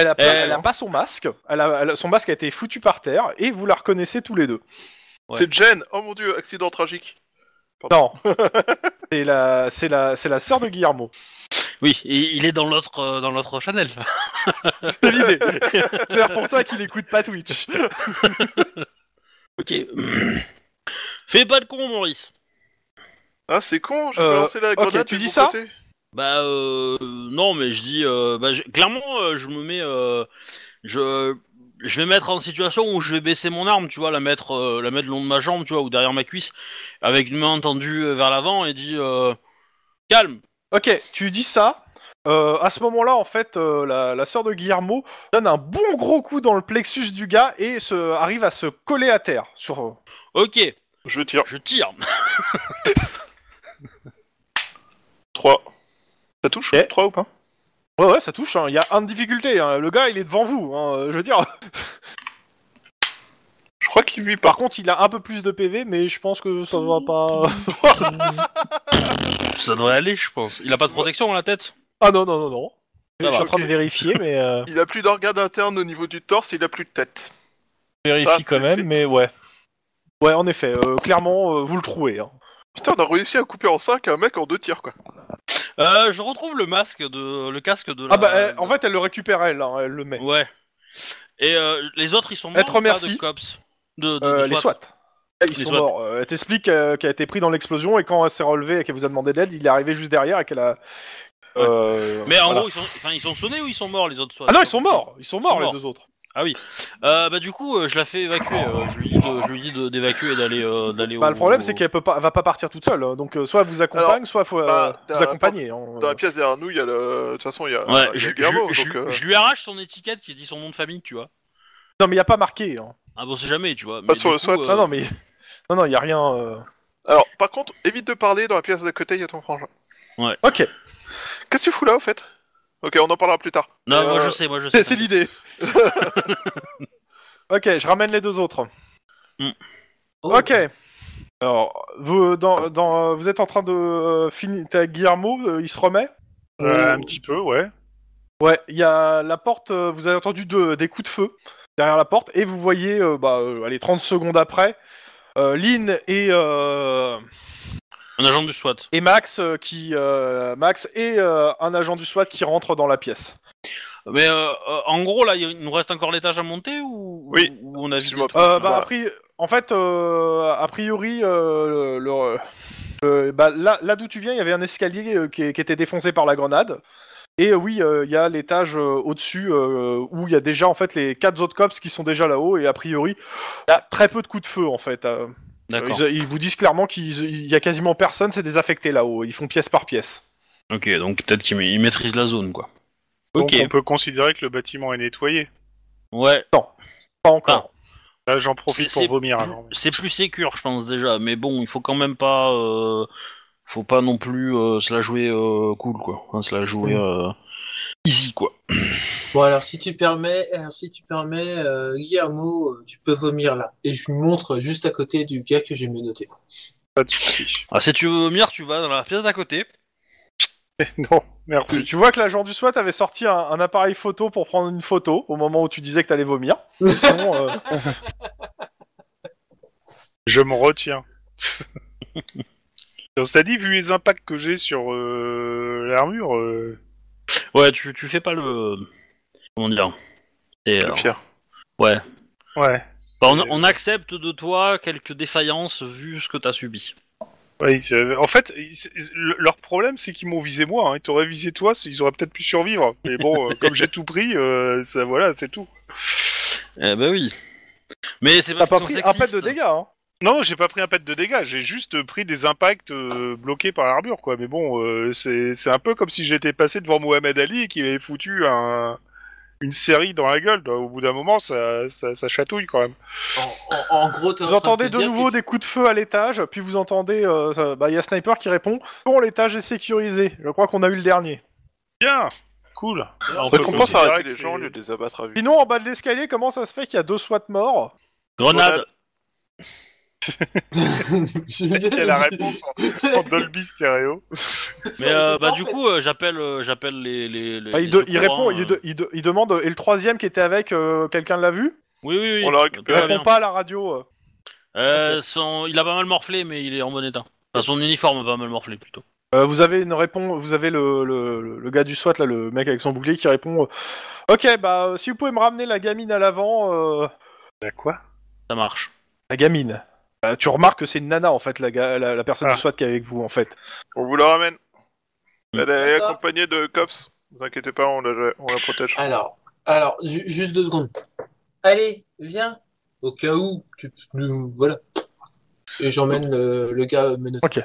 [SPEAKER 2] a pas,
[SPEAKER 1] Euh,
[SPEAKER 2] elle a pas son masque. Elle a- elle a- son masque a été foutu par terre et vous la reconnaissez tous les deux.
[SPEAKER 1] Ouais.
[SPEAKER 3] c'est Jen, oh mon dieu, accident tragique.
[SPEAKER 2] Non. c'est la, c'est la, c'est la sœur de Guillermo.
[SPEAKER 1] Oui. Et il est dans l'autre, euh, dans l'autre Chanel.
[SPEAKER 2] C'est l'idée. Claire pour toi qu'il écoute pas Twitch.
[SPEAKER 1] ok. Fais pas de con, Maurice.
[SPEAKER 3] Ah, c'est con, j'ai
[SPEAKER 2] Euh,
[SPEAKER 3] balancé la grenade
[SPEAKER 2] tu
[SPEAKER 3] du
[SPEAKER 2] dis
[SPEAKER 3] bon
[SPEAKER 2] ça
[SPEAKER 3] côté.
[SPEAKER 1] Bah euh, non, mais je dis euh, bah, je- clairement, euh, je me mets, euh, je je vais mettre en situation où je vais baisser mon arme, tu vois, la mettre euh, la mettre le long de ma jambe, tu vois, ou derrière ma cuisse, avec une main tendue euh, vers l'avant et dis euh, calme.
[SPEAKER 2] Ok, tu dis ça. euh, à ce moment-là, en fait, euh, la, la sœur de Guillermo donne un bon gros coup dans le plexus du gars et se, arrive à se coller à terre. Sur... euh,
[SPEAKER 1] Ok,
[SPEAKER 3] Je tire.
[SPEAKER 1] je tire.
[SPEAKER 3] 3. Ça touche
[SPEAKER 2] Ok.
[SPEAKER 3] 3 ou pas
[SPEAKER 2] Ouais, ouais, ça touche. hein. Il y a un de difficulté. hein. Le gars, il est devant vous. hein. Euh, Je veux dire.
[SPEAKER 3] Je crois qu'il lui
[SPEAKER 2] Par
[SPEAKER 3] part.
[SPEAKER 2] contre, il a un peu plus de PV, mais je pense que ça va pas.
[SPEAKER 1] Ça devrait aller, je pense. Il a pas de protection à la tête.
[SPEAKER 2] Ah non, non, non, non. Je
[SPEAKER 1] Ça
[SPEAKER 2] suis
[SPEAKER 1] va.
[SPEAKER 2] en train de
[SPEAKER 3] ok.
[SPEAKER 2] vérifier, mais. euh,
[SPEAKER 3] Il a plus d'organe interne au niveau du torse, il a plus de tête.
[SPEAKER 2] Je
[SPEAKER 3] Ça,
[SPEAKER 2] vérifie
[SPEAKER 3] c'est
[SPEAKER 2] quand même,
[SPEAKER 3] fait.
[SPEAKER 2] mais ouais. Ouais, en effet, euh, clairement, euh, vous le trouvez. hein.
[SPEAKER 3] Putain, on a réussi à couper en 5 un mec en deux tirs quoi.
[SPEAKER 1] Euh, je retrouve le masque de le casque de.
[SPEAKER 2] Ah
[SPEAKER 1] la-
[SPEAKER 2] bah, elle- en fait, elle le récupère, elle, hein, elle le met.
[SPEAKER 1] ouais. Et euh, les autres, ils sont morts.
[SPEAKER 2] Elle te
[SPEAKER 1] ou pas,
[SPEAKER 2] remercie.
[SPEAKER 1] De cops. De, de-
[SPEAKER 2] Euh,
[SPEAKER 1] de
[SPEAKER 2] les
[SPEAKER 1] SWAT
[SPEAKER 2] SWAT. Eh, Ils
[SPEAKER 1] Les
[SPEAKER 2] sont
[SPEAKER 1] SWAT.
[SPEAKER 2] morts. Euh, elle t'explique euh, qu'elle a été prise dans l'explosion et quand elle s'est relevée et qu'elle vous a demandé de l'aide, il est arrivé juste derrière et qu'elle a. Euh,
[SPEAKER 1] Mais en
[SPEAKER 2] voilà.
[SPEAKER 1] gros, ils sont, enfin, ils sont sonnés ou ils sont morts les autres SWAT
[SPEAKER 2] Ah non, ils sont morts Ils sont morts,
[SPEAKER 1] Ils sont
[SPEAKER 2] les
[SPEAKER 1] morts.
[SPEAKER 2] deux autres.
[SPEAKER 1] Ah oui. Euh, bah du coup, euh, je la fais évacuer. euh, je lui dis, de- je lui dis de- d'évacuer et d'aller, euh, d'aller.
[SPEAKER 2] Bah,
[SPEAKER 1] au-
[SPEAKER 2] le problème, c'est qu'elle peut pas, va pas partir toute seule. hein. Donc, euh, soit elle vous accompagne,
[SPEAKER 3] Alors,
[SPEAKER 2] soit faut euh,
[SPEAKER 3] bah, t'as
[SPEAKER 2] vous accompagner. hein.
[SPEAKER 3] Dans la pièce derrière nous, il y a le. De toute façon, il y a, il y
[SPEAKER 1] Ouais,
[SPEAKER 3] a
[SPEAKER 1] je, je-
[SPEAKER 3] Guillermo,
[SPEAKER 1] je-
[SPEAKER 3] donc. euh,
[SPEAKER 1] je lui arrache son étiquette qui dit son nom de famille, tu vois.
[SPEAKER 2] Non, mais il y a pas marqué. hein.
[SPEAKER 1] Ah bon, c'est jamais, tu vois.
[SPEAKER 3] Pas
[SPEAKER 1] Mais
[SPEAKER 3] sur
[SPEAKER 1] du
[SPEAKER 3] le
[SPEAKER 1] coup,
[SPEAKER 3] SWAT.
[SPEAKER 1] euh,
[SPEAKER 2] Non, non, mais non, non, il y a rien. euh.
[SPEAKER 3] Alors, par contre, évite de parler dans la pièce d'à côté, il y a ton frangin.
[SPEAKER 2] Ok,
[SPEAKER 3] Qu'est-ce que tu fous là, au fait Ok, on en parlera plus tard.
[SPEAKER 1] Non,
[SPEAKER 3] Euh,
[SPEAKER 1] moi je sais, moi je sais.
[SPEAKER 2] c'est c'est l'idée. ok, je ramène les deux autres.
[SPEAKER 4] Oh.
[SPEAKER 2] Ok. Alors, vous, dans, dans, euh, vous êtes en train de euh, finir. T'as Guillermo, euh, il se remet.
[SPEAKER 5] Euh, un petit peu, ouais.
[SPEAKER 2] Ouais, il y a la porte, euh, vous avez entendu deux- des coups de feu derrière la porte, et vous voyez, euh, bah, euh, allez, 30 secondes après, euh, Lynn et, euh,
[SPEAKER 1] Un agent du SWAT.
[SPEAKER 2] et Max, euh, qui, euh, Max et euh, un agent du SWAT qui rentre dans la pièce.
[SPEAKER 1] Mais euh, euh, en gros, là, il nous reste encore l'étage à monter ou
[SPEAKER 3] Oui.
[SPEAKER 1] ou on a vidé
[SPEAKER 3] Excuse-moi.
[SPEAKER 1] tout
[SPEAKER 2] Euh, bah,
[SPEAKER 3] Bah.
[SPEAKER 2] a pri- en fait, euh, a priori, euh, le, le- le- bah, là, là d'où tu viens, il y avait un escalier euh, qui, qui était défoncé par la grenade. Et euh, oui, euh, il y a l'étage euh, au-dessus euh, où il y a déjà en fait les quatre autres cops qui sont déjà là-haut et a priori, il y a très peu de coups de feu en fait. euh.
[SPEAKER 1] D'accord.
[SPEAKER 2] Ils, ils vous disent clairement qu'il il y a quasiment personne, c'est désaffecté là-haut. Ils font pièce par pièce.
[SPEAKER 1] Ok, donc peut-être qu'il ma- il maîtrise la zone, quoi.
[SPEAKER 5] Donc
[SPEAKER 1] Ok.
[SPEAKER 5] on peut considérer que le bâtiment est nettoyé.
[SPEAKER 1] Ouais.
[SPEAKER 2] Pas encore.
[SPEAKER 5] Là, j'en profite
[SPEAKER 1] C'est-
[SPEAKER 5] pour
[SPEAKER 1] c'est
[SPEAKER 5] vomir
[SPEAKER 1] plus-
[SPEAKER 5] avant.
[SPEAKER 1] C'est plus sécure, je pense déjà. Mais bon, il faut quand même pas. euh, Faut pas non plus euh, se la jouer euh, cool, quoi. Enfin, se la jouer euh, easy, quoi.
[SPEAKER 4] Bon, alors, si tu permets, euh, si tu permets, euh, Guillermo, euh, tu peux vomir là. Et je lui montre juste à côté du gars que j'ai menotté.
[SPEAKER 5] Pas de soucis.
[SPEAKER 1] Ah, si tu veux vomir, tu vas dans la pièce d'à côté.
[SPEAKER 5] non,
[SPEAKER 1] Ah.
[SPEAKER 2] Tu,
[SPEAKER 5] merci.
[SPEAKER 2] tu vois que l'agent du SWAT avait sorti un, un appareil photo pour prendre une photo au moment où tu disais que t'allais vomir. Sinon, euh,
[SPEAKER 5] Je me retiens. Donc, ça dit, vu les impacts que j'ai sur euh, l'armure, euh,
[SPEAKER 1] Ouais, tu, tu fais pas le. Comment dire C'est, euh,
[SPEAKER 3] Le fier.
[SPEAKER 1] Ouais.
[SPEAKER 5] ouais.
[SPEAKER 1] Bah, on, on accepte de toi quelques défaillances vu ce que t'as subi.
[SPEAKER 5] Ouais, ils se- en fait, ils- ils- le- leur problème, c'est qu'ils m'ont visé moi. Hein. Ils t'auraient visé toi, c'est- ils auraient peut-être pu survivre. Mais bon, euh, comme j'ai tout pris, euh, ça, voilà, c'est tout.
[SPEAKER 1] Eh ben oui. Mais c'est
[SPEAKER 2] t'as
[SPEAKER 1] parce
[SPEAKER 2] pas
[SPEAKER 1] qu'ils
[SPEAKER 2] pris
[SPEAKER 1] sont
[SPEAKER 2] un pet de
[SPEAKER 1] sexistes.
[SPEAKER 2] dégâts. Hein.
[SPEAKER 5] Non, j'ai pas pris un pet de dégâts. J'ai juste pris des impacts euh, bloqués par l'armure, quoi. Mais bon, euh, c'est c'est un peu comme si j'étais passé devant Mohamed Ali et qu'il avait foutu un- une série dans la gueule. Au bout d'un moment, ça, ça, ça chatouille quand même.
[SPEAKER 4] En, en- en gros, t'es en
[SPEAKER 2] Vous
[SPEAKER 4] train te
[SPEAKER 2] entendez de
[SPEAKER 4] dire
[SPEAKER 2] nouveau
[SPEAKER 4] que-
[SPEAKER 2] des coups de feu à l'étage, puis vous entendez, il euh, ça- bah, il y a Sniper qui répond Bon, l'étage est sécurisé. Je crois qu'on a eu le dernier.
[SPEAKER 5] Bien, cool.
[SPEAKER 1] Alors,
[SPEAKER 3] On
[SPEAKER 1] faut-
[SPEAKER 3] commence à
[SPEAKER 5] considérer
[SPEAKER 3] arrêter
[SPEAKER 5] que
[SPEAKER 3] les
[SPEAKER 5] c'est-
[SPEAKER 3] gens au lieu de les abattre à vue.
[SPEAKER 2] Sinon, en bas de l'escalier, comment ça se fait qu'il y a deux SWAT morts
[SPEAKER 1] Grenade.
[SPEAKER 4] Je l'ai bien
[SPEAKER 5] Quelle est la
[SPEAKER 4] dit.
[SPEAKER 5] réponse en, en Dolby stéréo
[SPEAKER 1] Mais euh, bah
[SPEAKER 4] En
[SPEAKER 1] du
[SPEAKER 4] fait.
[SPEAKER 1] coup, euh, j'appelle, euh, j'appelle les les. les-
[SPEAKER 2] Bah,
[SPEAKER 1] les
[SPEAKER 2] il, de- il
[SPEAKER 1] secours,
[SPEAKER 2] répond,
[SPEAKER 1] hein.
[SPEAKER 4] euh.
[SPEAKER 2] il, de- il de- il demande Et le troisième qui était avec, euh, quelqu'un l'a vu
[SPEAKER 1] Oui oui oui.
[SPEAKER 3] On l'a
[SPEAKER 1] tout
[SPEAKER 3] récupéré.
[SPEAKER 1] va
[SPEAKER 2] Répond
[SPEAKER 1] bien.
[SPEAKER 2] pas à la radio. euh.
[SPEAKER 1] Euh, son- il a pas mal morflé, mais il est en bon état. Enfin, son uniforme a pas mal morflé plutôt.
[SPEAKER 2] Euh, vous avez une réponse, vous avez le, le- le- le gars du SWAT là, le mec avec son bouclier qui répond euh, Ok, bah euh, si vous pouvez me ramener la gamine à l'avant, euh,
[SPEAKER 5] Bah quoi
[SPEAKER 1] Ça marche.
[SPEAKER 2] la gamine. Euh, tu remarques que c'est une nana en fait, la, ga- la, la personne
[SPEAKER 5] Ah.
[SPEAKER 2] du SWAT qui est avec vous en fait.
[SPEAKER 3] On vous la ramène.
[SPEAKER 2] Mm.
[SPEAKER 3] Elle est
[SPEAKER 4] D'accord.
[SPEAKER 3] accompagnée de cops. Ne vous inquiétez pas, on la, on la protège.
[SPEAKER 4] Alors, alors, ju- juste deux secondes. Allez, viens. Au cas où, tu, nous- voilà. Et j'emmène le, le gars menotté.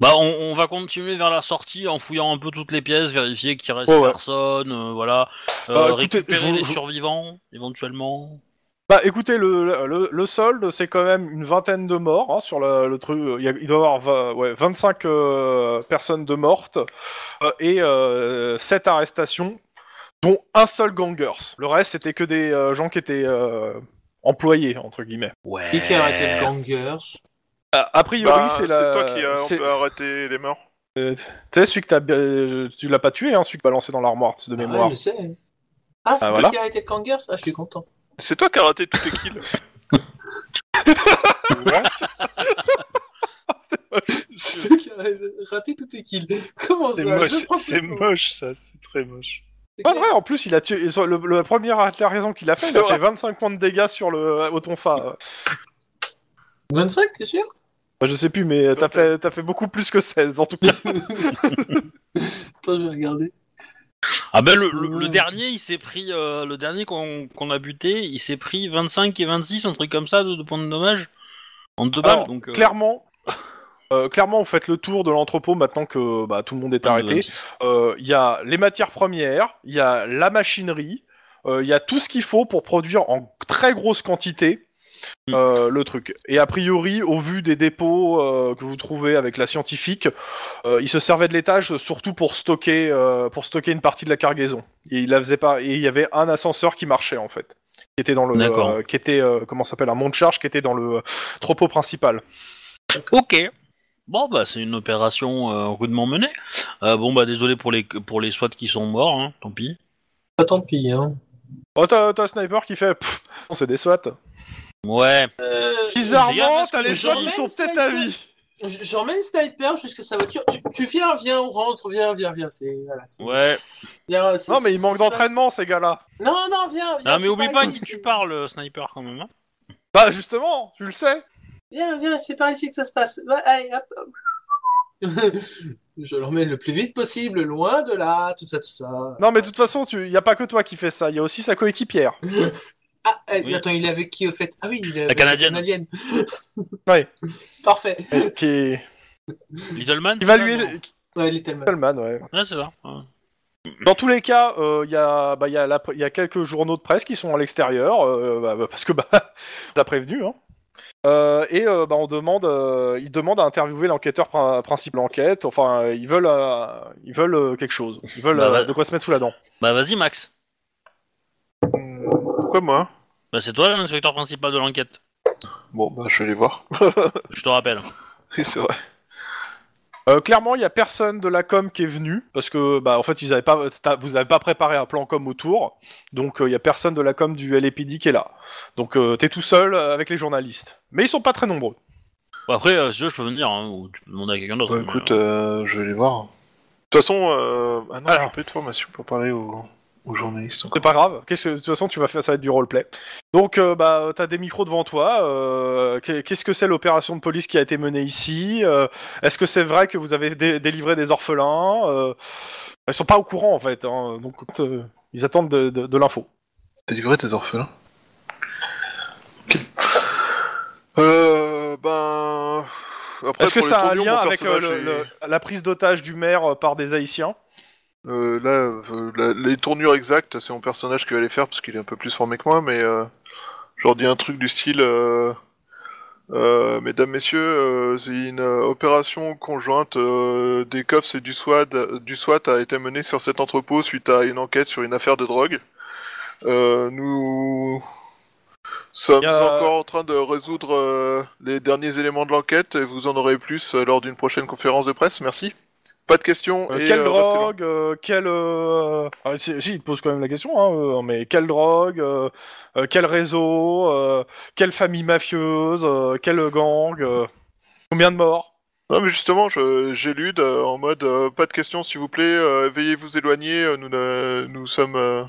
[SPEAKER 1] Bah on, on va continuer vers la sortie en fouillant un peu toutes les pièces, vérifier qu'il reste
[SPEAKER 2] Ouais, ouais.
[SPEAKER 1] personne, euh, voilà. Euh,
[SPEAKER 2] Bah, écoutez,
[SPEAKER 1] récupérer
[SPEAKER 2] je vous-
[SPEAKER 1] les
[SPEAKER 2] je-
[SPEAKER 1] survivants éventuellement.
[SPEAKER 2] Bah écoutez, le, le- le- le solde c'est quand même une vingtaine de morts hein, sur le, le truc. Il, y a- il doit y avoir vingt- ouais, 25 euh, personnes de mortes euh, et 7 arrestations, dont un seul gangers. Le reste c'était que des euh, gens qui étaient euh, employés entre guillemets.
[SPEAKER 1] Ouais.
[SPEAKER 4] Qui qui a arrêté le gangers
[SPEAKER 2] Ah, A priori,
[SPEAKER 3] Bah,
[SPEAKER 2] c'est
[SPEAKER 3] c'est
[SPEAKER 2] la.
[SPEAKER 3] toi qui a, on
[SPEAKER 2] c'est-
[SPEAKER 3] peut arrêter les morts.
[SPEAKER 2] euh, Tu sais, celui que t'as, euh, tu l'as pas tué, hein, celui que balancé dans l'armoire c'est de
[SPEAKER 4] Ah
[SPEAKER 2] mémoire.
[SPEAKER 4] ouais, je sais. Ah, c'est
[SPEAKER 2] Ah,
[SPEAKER 4] toi
[SPEAKER 2] voilà.
[SPEAKER 4] qui a arrêté le gangers Ah, je suis content.
[SPEAKER 3] C'est toi qui as raté tous les kills.
[SPEAKER 5] What
[SPEAKER 4] C'est toi qui a raté tous tes kills. Comment
[SPEAKER 5] C'est
[SPEAKER 4] ça
[SPEAKER 5] moche,
[SPEAKER 4] Je
[SPEAKER 5] c'est-
[SPEAKER 4] prends
[SPEAKER 5] c'est
[SPEAKER 4] plus.
[SPEAKER 5] moche ça, c'est très moche.
[SPEAKER 4] C'est
[SPEAKER 2] Pas
[SPEAKER 4] clair.
[SPEAKER 2] vrai, en plus, il a tué. ils ont- Le, le premier la raison qu'il a fait,
[SPEAKER 3] C'est
[SPEAKER 2] il a
[SPEAKER 3] vrai.
[SPEAKER 2] fait 25 points de dégâts sur le au tonfa. Euh,
[SPEAKER 4] 25, t'es sûr
[SPEAKER 2] bah, je sais plus, mais t'as fait, t'as fait beaucoup plus que 16 en tout cas.
[SPEAKER 4] Attends, je vais regarder.
[SPEAKER 1] Ah ben le, le- le dernier, il s'est pris, euh, le dernier qu'on qu'on a buté, il s'est pris 25 et 26, un truc comme ça, de, de points de dommage en deux
[SPEAKER 2] Alors,
[SPEAKER 1] balles. Donc euh,
[SPEAKER 2] Clairement, euh, clairement, vous faites le tour de l'entrepôt maintenant que bah, tout le monde est
[SPEAKER 1] points de
[SPEAKER 2] arrêté.
[SPEAKER 1] 26.
[SPEAKER 2] Euh, Il y a les matières premières, il y a la machinerie, euh, il y a tout ce qu'il faut pour produire en très grosse quantité euh, le truc. Et a priori, au vu des dépôts euh, que vous trouvez avec la scientifique, euh, il se servait de l'étage surtout pour stocker, euh, pour stocker une partie de la cargaison. Et il la faisait pas. Et il y avait un ascenseur qui marchait en fait, qui était dans le,
[SPEAKER 1] D'accord.
[SPEAKER 2] euh, qui était euh, comment ça s'appelle un monte-charge qui était dans le euh, entrepôt principal.
[SPEAKER 1] Ok. Bon bah c'est une opération euh, rudement menée. Euh, bon bah désolé pour les pour les SWAT qui sont morts, hein, tant pis.
[SPEAKER 4] Bah, tant pis, hein.
[SPEAKER 2] Oh, t'as t'as un sniper qui fait, Pff, on c'est des SWAT.
[SPEAKER 1] Ouais.
[SPEAKER 4] Euh,
[SPEAKER 2] Bizarrement, t'as les
[SPEAKER 1] Genre
[SPEAKER 2] SWAT qui
[SPEAKER 4] même
[SPEAKER 2] sont peut-être à
[SPEAKER 4] sniper.
[SPEAKER 2] vie.
[SPEAKER 4] J- J'emmène Sniper jusqu'à sa voiture. Tu, tu viens, viens, on rentre, viens, viens, viens. C'est voilà, c'est-
[SPEAKER 1] Ouais.
[SPEAKER 4] viens, c'est-
[SPEAKER 2] Non, mais il
[SPEAKER 4] c'est-
[SPEAKER 2] manque
[SPEAKER 4] c'est pas-
[SPEAKER 2] d'entraînement, ces gars-là.
[SPEAKER 4] Non, non, viens, viens.
[SPEAKER 1] Non
[SPEAKER 4] c'est
[SPEAKER 1] mais oublie
[SPEAKER 4] par
[SPEAKER 1] pas
[SPEAKER 4] ici,
[SPEAKER 1] qui
[SPEAKER 4] c'est-
[SPEAKER 1] tu parles, euh, sniper quand même. hein.
[SPEAKER 2] Bah, justement, tu le sais.
[SPEAKER 4] Viens, viens, c'est par ici que ça se passe. Va, allez, hop, hop. Je l'emmène le plus vite possible, loin de là, tout ça, tout ça.
[SPEAKER 2] Non, mais de toute façon, tu... y a pas que toi qui fais ça, il y a aussi sa coéquipière.
[SPEAKER 4] Ah, euh,
[SPEAKER 1] Oui.
[SPEAKER 4] attends, il est avec qui au fait Ah oui, il est avec
[SPEAKER 1] Canadienne.
[SPEAKER 4] la Canadienne.
[SPEAKER 2] Ouais.
[SPEAKER 4] Parfait.
[SPEAKER 2] qui...
[SPEAKER 1] Little Man.
[SPEAKER 2] qui va
[SPEAKER 1] c'est
[SPEAKER 2] lui
[SPEAKER 1] ça,
[SPEAKER 2] aider.
[SPEAKER 4] Ouais, Little Man.
[SPEAKER 2] Coleman, ouais.
[SPEAKER 1] Ouais c'est ça. ouais.
[SPEAKER 2] Dans tous les cas, il y, a... bah, y, a la... y a quelques journaux de presse qui sont à l'extérieur, euh, bah, bah, parce que bah, t'as prévenu, hein. Euh, et euh, bah, on demande, euh, ils demandent à interviewer l'enquêteur prin- principal d'enquête. Enfin, euh, ils veulent, euh, ils veulent euh, quelque chose. Ils veulent
[SPEAKER 1] Bah,
[SPEAKER 2] euh,
[SPEAKER 1] bah.
[SPEAKER 2] de quoi se mettre sous la dent.
[SPEAKER 1] Bah vas-y Max.
[SPEAKER 3] Pourquoi moi
[SPEAKER 1] Bah c'est toi l'inspecteur principal de l'enquête.
[SPEAKER 3] Bon, bah je vais les voir.
[SPEAKER 1] Je te rappelle.
[SPEAKER 3] Oui, c'est vrai.
[SPEAKER 2] Euh, clairement, il y a personne de la com qui est venu parce que bah en fait ils avaient pas sta- vous avez pas préparé un plan com autour, donc euh, il y a personne de la com du LAPD qui est là. Donc euh, t'es tout seul euh, avec les journalistes, mais ils sont pas très nombreux.
[SPEAKER 1] Bon, après euh, si tu veux je peux venir hein, ou tu peux demander à quelqu'un d'autre.
[SPEAKER 3] Bah
[SPEAKER 1] mais,
[SPEAKER 3] écoute,
[SPEAKER 1] euh,
[SPEAKER 3] euh, je vais les voir. De toute façon, euh... ah non, j'ai un peu de formation pour parler aux, aux journalistes.
[SPEAKER 2] C'est
[SPEAKER 3] encore.
[SPEAKER 2] pas grave. Qu'est-ce que- de toute façon tu vas faire ça va être du roleplay. Donc euh, bah t'as des micros devant toi. euh, qu'est- Qu'est-ce que c'est l'opération de police qui a été menée ici Euh, Est-ce que c'est vrai que vous avez dé- délivré des orphelins Euh, Ils sont pas au courant en fait, hein, donc euh, ils attendent de- de- de l'info.
[SPEAKER 3] T'as livré tes orphelins Ok. Euh... Ben... Après,
[SPEAKER 2] Est-ce que
[SPEAKER 3] pour les
[SPEAKER 2] ça a un
[SPEAKER 3] tourbillons,
[SPEAKER 2] lien
[SPEAKER 3] mon
[SPEAKER 2] avec euh,
[SPEAKER 3] personnage
[SPEAKER 2] le-
[SPEAKER 3] est-
[SPEAKER 2] le- la prise d'otage du maire euh, par des Haïtiens
[SPEAKER 3] Euh, là, euh, la- les tournures exactes, c'est mon personnage qui va les faire parce qu'il est un peu plus formé que moi, mais euh, je leur dis un truc du style euh, euh, Mesdames, messieurs, euh, c'est une euh, opération conjointe euh, des cops et du SWAT, du SWAT a été menée sur cet entrepôt suite à une enquête sur une affaire de drogue. Euh, nous sommes
[SPEAKER 2] Y a-
[SPEAKER 3] encore en train de résoudre euh, les derniers éléments de l'enquête et vous en aurez plus euh, lors d'une prochaine conférence de presse. Merci. Pas de questions.
[SPEAKER 2] Euh,
[SPEAKER 3] et,
[SPEAKER 2] Quelle
[SPEAKER 3] euh, restez là.
[SPEAKER 2] drogue euh, Quelle... euh, ah, si, si, il te pose quand même la question, hein, euh, mais quelle drogue euh, euh, Quel réseau euh, Quelle famille mafieuse euh, Quel gang euh, Combien de morts
[SPEAKER 3] Non mais justement, je- j'élude euh, en mode euh, pas de questions s'il vous plaît, euh, veuillez vous éloigner, euh, nous, ne- nous sommes... euh,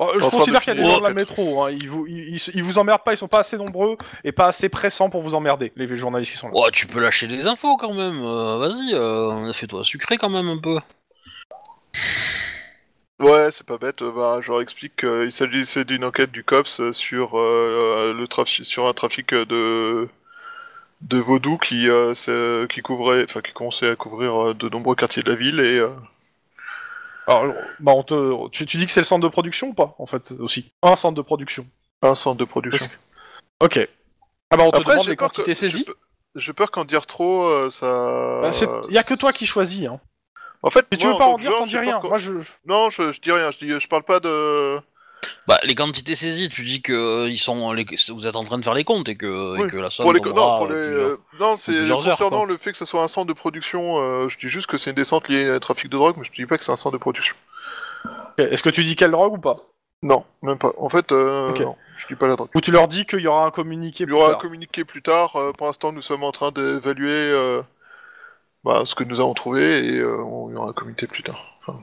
[SPEAKER 2] Euh, Je
[SPEAKER 3] En train
[SPEAKER 2] considère
[SPEAKER 3] de
[SPEAKER 2] qu'il y a des
[SPEAKER 3] finir
[SPEAKER 2] gens de la
[SPEAKER 3] l'enquête.
[SPEAKER 2] métro, hein, ils, vous, ils, ils- ils vous emmerdent pas, ils sont pas assez nombreux et pas assez pressants pour vous emmerder, les journalistes qui sont
[SPEAKER 3] euh,
[SPEAKER 2] là.
[SPEAKER 1] Oh, tu peux lâcher des infos quand même. euh, Vas-y, euh, fais-toi sucré quand même un peu.
[SPEAKER 3] Ouais, c'est pas bête, euh, bah, je leur explique qu'il s'agissait d'une enquête du COPS euh, sur, euh, le trafic, sur un trafic euh, de, de vaudou qui, euh, s'est- qui couvrait, enfin qui commençait à couvrir euh, de nombreux quartiers de la ville et... euh,
[SPEAKER 2] Alors, bah, on te, tu, tu dis que c'est le centre de production ou pas, en fait, aussi Un centre de production.
[SPEAKER 3] un centre de production.
[SPEAKER 2] Ok. Ah bah on te
[SPEAKER 3] Après,
[SPEAKER 2] demande
[SPEAKER 3] j'ai
[SPEAKER 2] les
[SPEAKER 3] peur que-
[SPEAKER 2] quantités
[SPEAKER 3] j'ai
[SPEAKER 2] saisies
[SPEAKER 3] pe- J'ai peur qu'en dire trop, euh, ça...
[SPEAKER 2] Il Bah, y a que toi qui choisis. Hein.
[SPEAKER 3] En fait,
[SPEAKER 2] Si tu
[SPEAKER 3] moi,
[SPEAKER 2] veux
[SPEAKER 3] en
[SPEAKER 2] pas
[SPEAKER 3] tant
[SPEAKER 2] en
[SPEAKER 3] que
[SPEAKER 2] dire,
[SPEAKER 3] joueur,
[SPEAKER 2] t'en dis
[SPEAKER 3] j'ai peur
[SPEAKER 2] rien.
[SPEAKER 3] qu'on-
[SPEAKER 2] Moi, je... je-
[SPEAKER 3] Non, je, je dis rien, je, dis, je parle pas de...
[SPEAKER 1] Bah, les quantités saisies, tu dis que euh, ils sont, les- vous êtes en train de faire les comptes et que, et
[SPEAKER 3] Oui,
[SPEAKER 1] que la somme
[SPEAKER 3] Pour les, co-
[SPEAKER 1] tombera,
[SPEAKER 3] non, pour les,
[SPEAKER 1] euh, plusieurs-
[SPEAKER 3] euh, non, c'est
[SPEAKER 1] plusieurs heures,
[SPEAKER 3] concernant
[SPEAKER 1] quoi.
[SPEAKER 3] le fait que ce soit un centre de production. euh, je dis juste que c'est une descente liée au trafic de drogue, mais je dis pas que c'est un centre de production.
[SPEAKER 2] Ok, Est-ce que tu dis quelle drogue ou pas
[SPEAKER 3] Non, même pas. En fait, euh,
[SPEAKER 2] Ok.
[SPEAKER 3] non, je dis pas la drogue.
[SPEAKER 2] Ou tu leur dis qu'il y aura un communiqué
[SPEAKER 3] Il y
[SPEAKER 2] plus
[SPEAKER 3] aura
[SPEAKER 2] tard.
[SPEAKER 3] communiqué plus tard. euh, pour l'instant, nous sommes en train d'évaluer euh, bah, ce que nous avons trouvé et euh, on il y aura un comité plus tard. Enfin,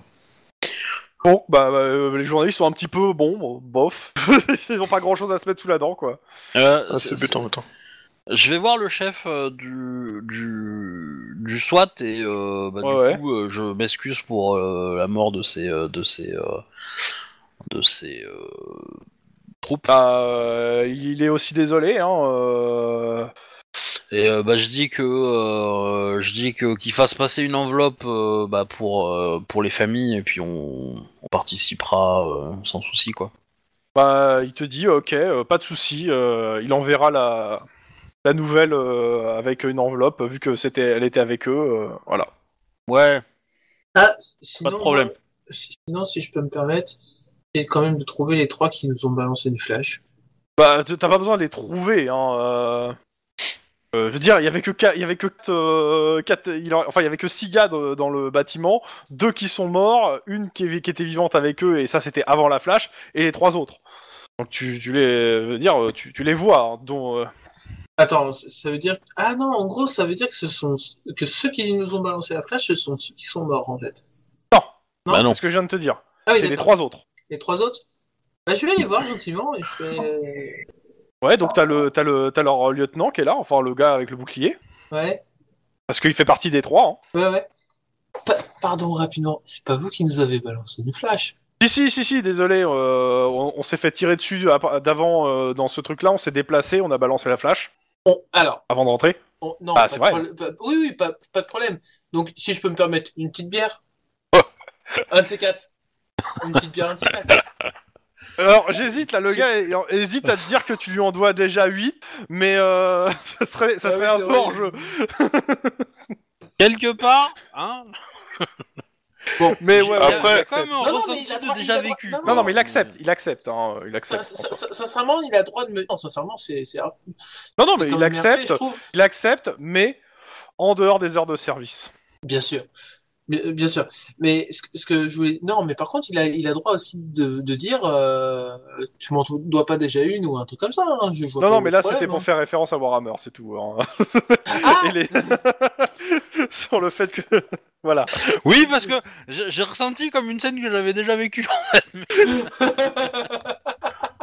[SPEAKER 2] Bon, bah, bah, euh, les journalistes sont un petit peu, bon, bof. Ils ont pas grand-chose à se mettre sous la dent, quoi.
[SPEAKER 1] Euh,
[SPEAKER 3] ah, c'est
[SPEAKER 1] c'est-
[SPEAKER 3] but en même temps.
[SPEAKER 1] Je vais voir le chef euh, du, du, du SWAT et euh, bah,
[SPEAKER 2] Ouais, ouais.
[SPEAKER 1] du coup euh, je m'excuse pour euh, la mort de ces euh, de ces euh, de ces euh, troupes.
[SPEAKER 2] Bah, euh, il est aussi désolé, hein. euh,
[SPEAKER 1] Et euh, bah, je dis que euh, je dis que qu'ils fassent passer une enveloppe euh, bah, pour euh, pour les familles et puis on, on participera euh, sans souci quoi.
[SPEAKER 2] Bah, il te dit, ok, euh, pas de souci, euh, il enverra la, la nouvelle euh, avec une enveloppe, vu que c'était, elle était avec eux, euh, voilà.
[SPEAKER 1] Ouais.
[SPEAKER 4] Ah, sinon,
[SPEAKER 1] Pas de problème.
[SPEAKER 4] moi, si- sinon, si je peux me permettre, c'est quand même de trouver les trois qui nous ont balancé une flash.
[SPEAKER 2] Bah, t- t'as pas besoin de les trouver, hein. euh. Euh, je veux dire, il y avait que qua- il y avait que euh, quatre, il en- enfin il y avait que six gars de- dans le bâtiment, deux qui sont morts, une qui, est- qui était vivante avec eux et ça c'était avant la flash et les trois autres. Donc tu, tu les je veux dire tu, tu les vois hein, dont euh,
[SPEAKER 4] Attends, c- ça veut dire. Ah non, en gros, ça veut dire que ce sont que ceux qui nous ont balancé la flash, ce sont ceux qui sont morts en fait.
[SPEAKER 2] non,
[SPEAKER 4] Non,
[SPEAKER 1] bah non.
[SPEAKER 2] c'est ce que je viens de te dire.
[SPEAKER 4] Ah oui,
[SPEAKER 2] c'est les
[SPEAKER 4] d'accord.
[SPEAKER 2] trois autres.
[SPEAKER 4] Les trois autres bah, Je vais les voir gentiment et je fais. euh,
[SPEAKER 2] Ouais, donc t'as le t'as le t'as leur lieutenant qui est là, enfin le gars avec le bouclier
[SPEAKER 4] Ouais,
[SPEAKER 2] parce qu'il fait partie des trois. Hein.
[SPEAKER 4] ouais, ouais. Pa- pardon, rapidement, c'est pas vous qui nous avez balancé une flash.
[SPEAKER 2] Si, si, si, si, désolé, euh, on, on s'est fait tirer dessus à- d'avant euh, dans ce truc-là, on s'est déplacé, on a balancé la flash
[SPEAKER 4] Bon, alors,
[SPEAKER 2] avant de rentrer.
[SPEAKER 4] bon, Oh, non,
[SPEAKER 2] Ah,
[SPEAKER 4] pas
[SPEAKER 2] c'est
[SPEAKER 4] de
[SPEAKER 2] vrai.
[SPEAKER 4] problème. pas- Oui, oui, pas, pas de problème. Donc, si je peux me permettre, une petite bière Un de ces quatre. Une petite bière, un de ces quatre.
[SPEAKER 2] Alors j'hésite là, le gars il- il hésite à te dire que tu lui en dois déjà 8, mais euh, ça serait, ça
[SPEAKER 4] Ah
[SPEAKER 2] serait
[SPEAKER 4] oui,
[SPEAKER 2] un
[SPEAKER 4] c'est
[SPEAKER 2] peu en jeu.
[SPEAKER 4] vrai.
[SPEAKER 1] Quelque part, hein.
[SPEAKER 4] Bon,
[SPEAKER 2] Mais
[SPEAKER 1] j'ai-
[SPEAKER 2] ouais,
[SPEAKER 1] il y a-
[SPEAKER 2] ouais,
[SPEAKER 1] il y
[SPEAKER 3] après-
[SPEAKER 1] a quand même un
[SPEAKER 4] Non, non, mais
[SPEAKER 1] ressenti
[SPEAKER 4] il a
[SPEAKER 1] de
[SPEAKER 4] droit- il a
[SPEAKER 1] déjà
[SPEAKER 4] droit-
[SPEAKER 1] vécu.
[SPEAKER 4] non,
[SPEAKER 1] quoi.
[SPEAKER 2] Non, non, mais il accepte, il accepte, hein, il
[SPEAKER 4] sin-
[SPEAKER 2] accepte.
[SPEAKER 4] sin- sin- sincèrement, il a le droit de me. Non, sincèrement, c'est. c'est-
[SPEAKER 2] Non, non,
[SPEAKER 4] c'est
[SPEAKER 2] mais
[SPEAKER 4] quand
[SPEAKER 2] il
[SPEAKER 4] même merveilleux,
[SPEAKER 2] accepte,
[SPEAKER 4] je trouve.
[SPEAKER 2] il accepte, mais en dehors des heures de service.
[SPEAKER 4] Bien sûr. euh, Bien bien sûr. Mais ce que, ce que je voulais. Non, mais par contre, il a, il a droit aussi de, de dire euh, tu m'en dois pas déjà une ou un truc comme ça. hein, je vois
[SPEAKER 2] Non,
[SPEAKER 4] pas
[SPEAKER 2] non,
[SPEAKER 4] le
[SPEAKER 2] mais là
[SPEAKER 4] problème,
[SPEAKER 2] c'était pour
[SPEAKER 4] hein.
[SPEAKER 2] faire référence à Warhammer, c'est tout. hein.
[SPEAKER 4] Ah
[SPEAKER 2] Et les- Sur le fait que... voilà.
[SPEAKER 1] Oui, parce que j'ai j'ai ressenti comme une scène que j'avais déjà vécue.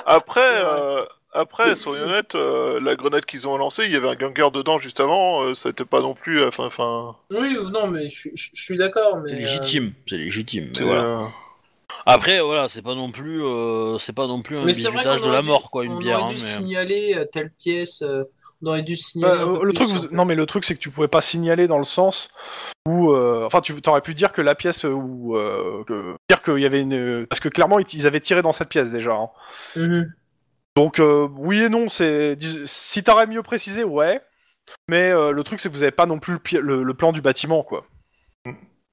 [SPEAKER 3] Après,
[SPEAKER 4] C'est vrai.
[SPEAKER 3] euh, après, soyons honnêtes, euh, la grenade qu'ils ont lancée, il y avait un ganger dedans juste avant, euh, ça n'était pas non plus. Enfin, enfin.
[SPEAKER 4] Oui, non, mais je, je- je suis d'accord.
[SPEAKER 1] C'est
[SPEAKER 4] Mais,
[SPEAKER 1] légitime, c'est légitime.
[SPEAKER 3] c'est,
[SPEAKER 1] Mais voilà.
[SPEAKER 3] euh,
[SPEAKER 1] Après, voilà, c'est pas non plus, euh, c'est pas non plus
[SPEAKER 4] euh,
[SPEAKER 1] un
[SPEAKER 4] mais c'est vrai
[SPEAKER 1] bizutage
[SPEAKER 4] qu'on
[SPEAKER 1] de la
[SPEAKER 4] aurait dû,
[SPEAKER 1] mort, quoi,
[SPEAKER 4] on
[SPEAKER 1] une
[SPEAKER 4] aurait
[SPEAKER 1] bière.
[SPEAKER 4] dû
[SPEAKER 1] hein, mais-
[SPEAKER 4] signaler euh, telle pièce. euh, on aurait dû signaler.
[SPEAKER 2] Bah,
[SPEAKER 4] un peu
[SPEAKER 2] le
[SPEAKER 4] plus,
[SPEAKER 2] truc,
[SPEAKER 4] en
[SPEAKER 2] vous-
[SPEAKER 4] fait.
[SPEAKER 2] non mais le truc c'est que tu pouvais pas signaler dans le sens où, euh, enfin tu t'aurais pu dire que la pièce où euh, que- dire qu'il y avait une, parce que clairement ils- ils avaient tiré dans cette pièce déjà. hein.
[SPEAKER 4] Mhm.
[SPEAKER 2] Donc euh, oui et non, c'est dis- si t'aurais mieux précisé, ouais. Mais euh, le truc c'est que vous avez pas non plus le, pi- le- le plan du bâtiment quoi.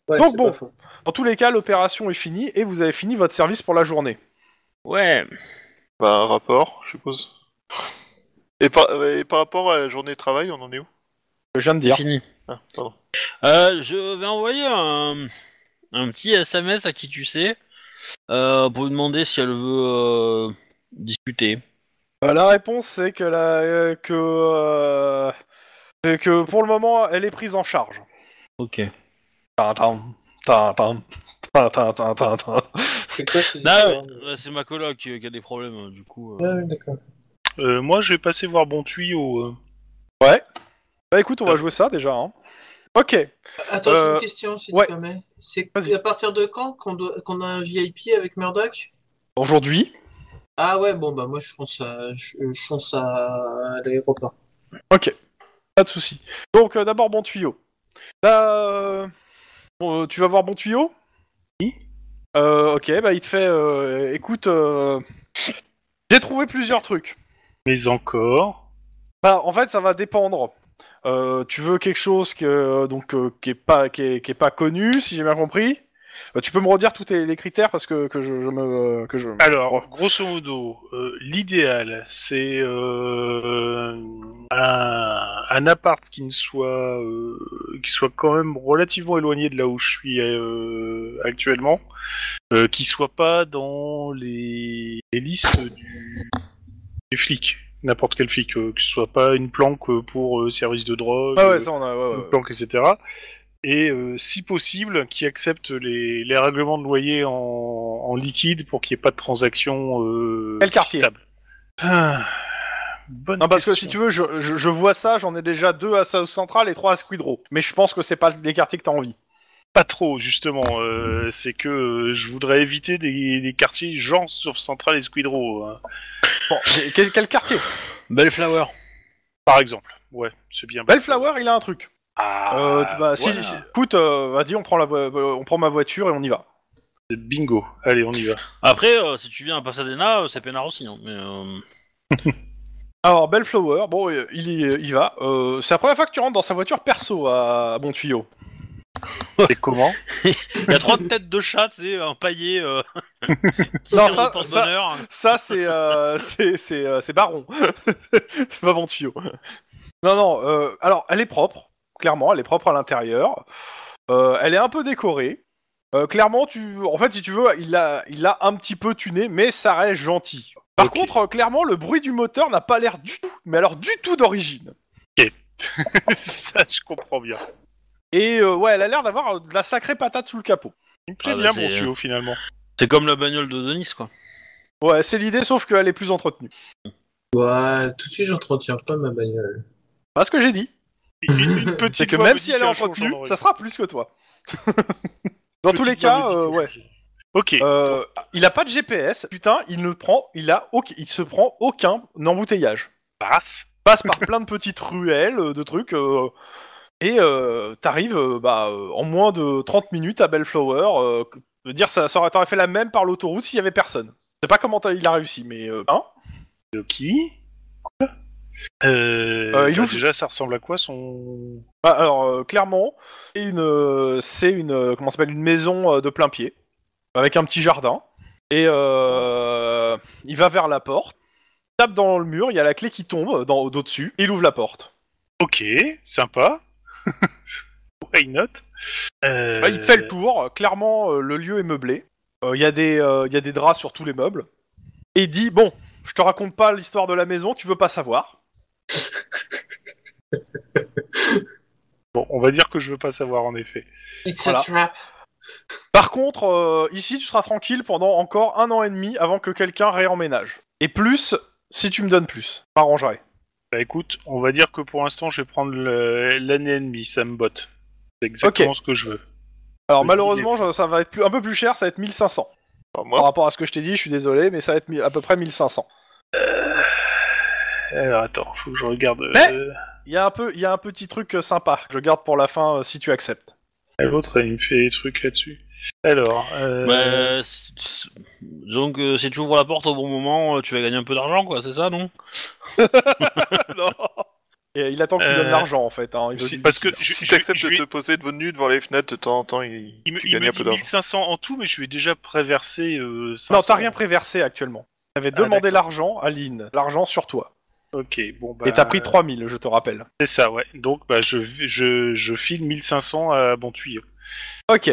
[SPEAKER 4] Ouais,
[SPEAKER 2] Donc
[SPEAKER 4] c'est
[SPEAKER 2] bon.
[SPEAKER 4] pas faux.
[SPEAKER 2] Dans tous les cas, l'opération est finie et vous avez fini votre service pour la journée.
[SPEAKER 1] Ouais.
[SPEAKER 3] bah, un rapport, je suppose. Et par, et par rapport à la journée de travail, on en est où
[SPEAKER 2] Je viens de dire.
[SPEAKER 1] Fini.
[SPEAKER 3] Ah, pardon.
[SPEAKER 1] Euh, je vais envoyer un, un petit SMS à qui tu sais euh, pour lui demander si elle veut euh, discuter.
[SPEAKER 2] Euh, la réponse c'est que la euh, que euh, c'est que pour le moment elle est prise en charge.
[SPEAKER 1] Ok.
[SPEAKER 2] Tintin, tintin, tintin, tintin, tintin.
[SPEAKER 4] C'est quoi ce-
[SPEAKER 2] Bah,
[SPEAKER 1] Non, euh, c'est ma coloc qui, qui a des problèmes, euh, du coup. euh.
[SPEAKER 4] Ouais, ouais, d'accord.
[SPEAKER 5] Euh, moi, je vais passer voir Bon Tuyau. euh.
[SPEAKER 2] Bah écoute, on va jouer ça déjà. Hein. Ok.
[SPEAKER 4] Attends, j'ai
[SPEAKER 2] Euh,
[SPEAKER 4] une question, si
[SPEAKER 2] ouais.
[SPEAKER 4] tu permets. C'est
[SPEAKER 2] Vas-y.
[SPEAKER 4] à partir de quand qu'on doit- qu'on a un VIP avec Murdoch
[SPEAKER 2] Aujourd'hui.
[SPEAKER 4] Ah ouais, bon, bah moi je fonce à, je, euh, je fonce à l'aéroport.
[SPEAKER 2] Ok. Pas de souci. Donc euh, d'abord bon tuyau. Là, euh, bon, euh, tu vas voir bon tuyau.
[SPEAKER 5] Oui.
[SPEAKER 2] Euh, ok. Bah il te fait. euh, écoute, euh, j'ai trouvé plusieurs trucs.
[SPEAKER 5] Mais encore.
[SPEAKER 2] Bah en fait, ça va dépendre. Euh, tu veux quelque chose que donc euh, qui est pas qui est, qui est pas connu, si j'ai bien compris. Bah, tu peux me redire tous tes- les critères parce que, que je, je me euh, que je.
[SPEAKER 5] Alors, grosso modo, euh, l'idéal, c'est euh, un, un appart qui ne soit euh, qui soit quand même relativement éloigné de là où je suis euh, actuellement, euh, qui soit pas dans les, les listes du, des flics, n'importe quel flic, euh, que ce soit pas une planque euh, pour euh, service de drogue,
[SPEAKER 2] Ah
[SPEAKER 5] euh,
[SPEAKER 2] ouais, ça on a. ouais, ouais, ouais.
[SPEAKER 5] une planque, etc. Et euh, si possible, qui accepte les, les règlements de loyer en, en liquide pour qu'il n'y ait pas de transaction euh,
[SPEAKER 2] Quel quartier
[SPEAKER 5] stable. Ah, bonne
[SPEAKER 2] Non, parce que si
[SPEAKER 5] question.
[SPEAKER 2] tu veux, je, je- je vois ça, j'en ai déjà deux à South Central et trois à Squidrow. Mais je pense que c'est pas les quartiers que t'as envie.
[SPEAKER 5] Pas trop, justement. euh, c'est que euh, je voudrais éviter des, des quartiers genre sur Central et Squidrow, hein,
[SPEAKER 2] Bon, j'ai- quel, quel quartier
[SPEAKER 1] Bellflower.
[SPEAKER 5] par exemple. Ouais, c'est bien.
[SPEAKER 2] Bellflower, il a un truc.
[SPEAKER 5] Ah,
[SPEAKER 2] Euh, bah, si,
[SPEAKER 5] voilà.
[SPEAKER 2] si- si- écoute, euh, vas-y, on prend la, vo- euh, on prend ma voiture et on y va.
[SPEAKER 5] C'est bingo. Allez, on y va.
[SPEAKER 1] Après, euh, si tu viens à Pasadena, euh, c'est peinard aussi. hein, mais, euh,
[SPEAKER 2] Alors Bellflower, bon, euh, il y, il y va. Euh, c'est la première fois que tu rentres dans sa voiture perso à, à Bon Tuyau.
[SPEAKER 5] C'est comment
[SPEAKER 1] Il y a trois têtes de chat, tu sais, un paillet euh, qui
[SPEAKER 2] Non,
[SPEAKER 1] sert
[SPEAKER 2] ça-
[SPEAKER 1] de porte
[SPEAKER 2] ça-
[SPEAKER 1] bonheur.
[SPEAKER 2] Ça, c'est euh, c'est c'est, euh, c'est Baron. c'est pas Bon Tuyau. Non, non. euh, alors, elle est propre. Clairement, elle est propre à l'intérieur. Euh, elle est un peu décorée. Euh, clairement, tu, en fait, si tu veux, il l'a, il l'a un petit peu tuné, mais ça reste gentil. Par
[SPEAKER 5] Ok.
[SPEAKER 2] contre, euh, clairement, le bruit du moteur n'a pas l'air du tout, mais alors du tout d'origine.
[SPEAKER 5] Ça, je comprends bien.
[SPEAKER 2] Et euh, ouais, elle a l'air d'avoir euh, de la sacrée patate sous le capot.
[SPEAKER 5] Il me plaît
[SPEAKER 1] Ah bah,
[SPEAKER 5] bien,
[SPEAKER 1] c'est-
[SPEAKER 5] mon
[SPEAKER 2] hein.
[SPEAKER 5] tuyau, finalement.
[SPEAKER 1] C'est comme la bagnole de Denis, quoi.
[SPEAKER 2] Ouais, c'est l'idée, sauf qu'elle est plus entretenue.
[SPEAKER 4] Ouais, tout de suite, j'entretiens pas ma bagnole.
[SPEAKER 2] Pas ce que j'ai dit.
[SPEAKER 5] Une petite
[SPEAKER 2] C'est que
[SPEAKER 5] voix
[SPEAKER 2] même
[SPEAKER 5] me
[SPEAKER 2] si
[SPEAKER 5] dit
[SPEAKER 2] elle est
[SPEAKER 5] qu'un jour,
[SPEAKER 2] entretenue,
[SPEAKER 5] j'en aurai.
[SPEAKER 2] ça sera plus que toi. Dans tous les
[SPEAKER 5] Petite voix
[SPEAKER 2] cas,
[SPEAKER 5] me dit
[SPEAKER 2] euh,
[SPEAKER 5] que-
[SPEAKER 2] ouais.
[SPEAKER 5] Ok.
[SPEAKER 2] Euh, il a pas de GPS, putain, il ne prend, il a, auc- il se prend aucun embouteillage.
[SPEAKER 5] Passe.
[SPEAKER 2] Passe par plein de petites ruelles, euh, de trucs, euh, et euh, t'arrives euh, bah, euh, en moins de 30 minutes à Bellflower. euh, que- je veux dire, ça, ça aurait t'aurais fait la même par l'autoroute s'il y avait personne. Je sais pas comment t'as- il a réussi, mais euh, hein
[SPEAKER 5] Ok. Quoi Euh,
[SPEAKER 2] Euh, il
[SPEAKER 5] bah,
[SPEAKER 2] ouvre-
[SPEAKER 5] Déjà, ça ressemble à quoi son
[SPEAKER 2] Bah, alors euh, clairement, c'est une, euh, c'est une, euh, comment ça s'appelle, une maison euh, de plein pied avec un petit jardin. Et euh, il va vers la porte, tape dans le mur, il y a la clé qui tombe dans d'au-dessus, il ouvre la porte.
[SPEAKER 5] Ok, sympa. Why not Euh,
[SPEAKER 2] Bah, il fait le tour, clairement euh, le lieu est meublé, Euh, il y a des, euh, il y a des draps sur tous les meubles. Et il dit bon, je te raconte pas l'histoire de la maison, tu veux pas savoir.
[SPEAKER 5] Bon, on va dire que je veux pas savoir en effet.
[SPEAKER 4] It's
[SPEAKER 2] Voilà.
[SPEAKER 4] a trap.
[SPEAKER 2] Par contre, euh, ici, tu seras tranquille pendant encore un an et demi avant que quelqu'un réemménage. Et plus, si tu me donnes plus, m'arrangerai.
[SPEAKER 5] Bah écoute, on va dire que pour l'instant je vais prendre le- l'année et demie, ça me botte. C'est exactement ce que je veux.
[SPEAKER 2] Alors
[SPEAKER 5] Le
[SPEAKER 2] malheureusement, je- ça va être plus- un peu plus cher, ça va être 1500.
[SPEAKER 3] Enfin,
[SPEAKER 2] Par
[SPEAKER 3] moi,
[SPEAKER 2] rapport à ce que je t'ai dit, je suis désolé, mais ça va être mi- à peu près 1500.
[SPEAKER 5] Alors attends, faut que je regarde.
[SPEAKER 2] Mais-
[SPEAKER 5] euh,
[SPEAKER 2] Il y a un peu, il y a un petit truc euh, sympa. que Je garde pour la fin euh, si tu acceptes.
[SPEAKER 5] L'autre, il me fait des trucs là-dessus. Alors, euh,
[SPEAKER 1] Bah, c- c- donc, euh, si tu ouvres la porte au bon moment, euh, tu vas gagner un peu d'argent, quoi, c'est ça, non
[SPEAKER 2] Et il attend que tu
[SPEAKER 5] Euh,
[SPEAKER 2] donnes l'argent en fait. hein. Il veut
[SPEAKER 5] si-
[SPEAKER 2] du-
[SPEAKER 5] parce que
[SPEAKER 3] si
[SPEAKER 5] je-
[SPEAKER 3] si
[SPEAKER 5] je-
[SPEAKER 3] t'acceptes
[SPEAKER 5] je
[SPEAKER 3] de
[SPEAKER 5] vais-
[SPEAKER 3] te poser devenu devant les fenêtres de temps en temps, il,
[SPEAKER 5] il me,
[SPEAKER 3] tu
[SPEAKER 5] il
[SPEAKER 3] gagnes
[SPEAKER 5] me
[SPEAKER 3] un
[SPEAKER 5] dit
[SPEAKER 3] peu d'argent.
[SPEAKER 5] 1500 en tout, mais je lui ai déjà préversé. Euh,
[SPEAKER 2] non, t'as
[SPEAKER 5] 500.
[SPEAKER 2] rien préversé actuellement. T'avais
[SPEAKER 5] Ah,
[SPEAKER 2] demandé
[SPEAKER 5] d'accord.
[SPEAKER 2] l'argent à Lynn, l'argent sur toi. Euh,
[SPEAKER 5] Ok, bon bah.
[SPEAKER 2] Et t'as pris 3000, je te rappelle.
[SPEAKER 5] C'est ça, ouais. Donc bah je, je, je file 1500 à bon tuyau.
[SPEAKER 2] Ok.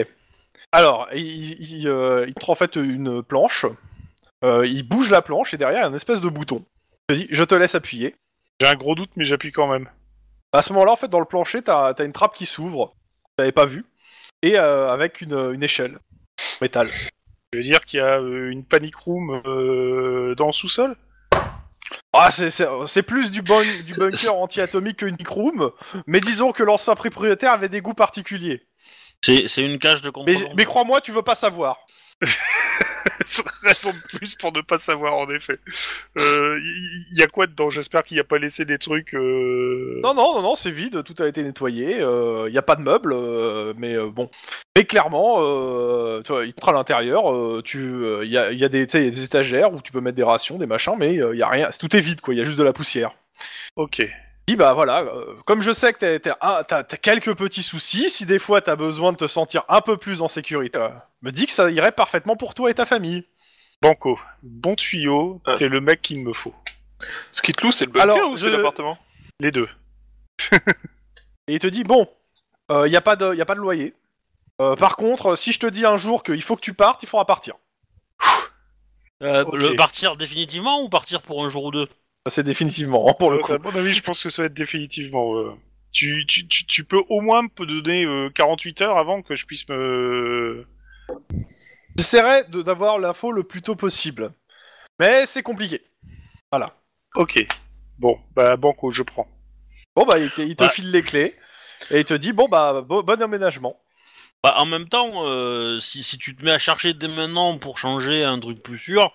[SPEAKER 2] Alors, il, il- euh, il te rend en fait une planche. Euh, il bouge la planche et derrière il y a un espèce de bouton. Je te dis, je te laisse appuyer.
[SPEAKER 5] J'ai un gros doute, mais j'appuie quand même.
[SPEAKER 2] À ce moment-là, en fait, dans le plancher, t'as as une trappe qui s'ouvre, t'avais pas vu, et euh, avec une, une échelle en métal.
[SPEAKER 5] Je veux dire qu'il y a euh, une panic room euh, dans le sous-sol
[SPEAKER 2] Ah, c'est- c'est c'est plus du, bon, du bunker anti-atomique qu'une microom, mais disons que l'ancien propriétaire avait des goûts particuliers.
[SPEAKER 1] C'est c'est une cage de
[SPEAKER 2] Mais,
[SPEAKER 1] contrebande.
[SPEAKER 2] mais crois-moi, tu veux pas savoir.
[SPEAKER 5] Raison de plus pour ne pas savoir, en effet. Euh, Il y, y a quoi dedans J'espère qu'il n'y a pas laissé des trucs. euh,
[SPEAKER 2] Non, non, non, non, c'est vide, tout a été nettoyé, il y a pas de meubles, euh, mais euh, bon. Mais clairement, euh, tu vois, il entre à l'intérieur, euh, tu, euh, y, a, y, a des- tu sais, y a des étagères où tu peux mettre des rations, des machins, mais il y a rien, tout est vide, quoi, il y a juste de la poussière.
[SPEAKER 5] Ok.
[SPEAKER 2] dis bah voilà, euh, comme je sais que t'as- t'as ah, t'as- t'as quelques petits soucis, si des fois t'as besoin de te sentir un peu plus en sécurité, euh, me dis que ça irait parfaitement pour toi et ta famille.
[SPEAKER 5] Banco. Bon tuyau,
[SPEAKER 3] Ah,
[SPEAKER 5] t'es le mec qu'il me faut.
[SPEAKER 3] Ce qui te loue, c'est le bunker
[SPEAKER 2] Alors,
[SPEAKER 3] ou
[SPEAKER 2] je-
[SPEAKER 3] c'est l'appartement
[SPEAKER 5] Les deux.
[SPEAKER 2] Et il te dit bon, euh, y a pas de y a pas de loyer. Euh, par contre, si je te dis un jour qu'il faut que tu partes, il faudra partir.
[SPEAKER 1] Euh,
[SPEAKER 5] Ok.
[SPEAKER 1] le partir définitivement ou partir pour un jour ou deux
[SPEAKER 2] Ça, C'est définitivement hein, pour le
[SPEAKER 5] Euh,
[SPEAKER 2] coup.
[SPEAKER 5] à mon avis, je pense que ça va être définitivement. euh, Tu, tu, tu, tu peux au moins me donner euh, 48 heures avant que je puisse me.
[SPEAKER 2] J'essaierai de- d'avoir l'info le plus tôt possible, mais c'est compliqué.
[SPEAKER 5] Ok. Bon, bah banco, je prends.
[SPEAKER 2] Bon, bah, il te, il te
[SPEAKER 1] Ouais.
[SPEAKER 2] file les clés et il te dit Bon, bah, bo- bon emménagement.
[SPEAKER 1] Bah, en même temps, euh, si, si tu te mets à chercher dès maintenant pour changer un truc plus sûr,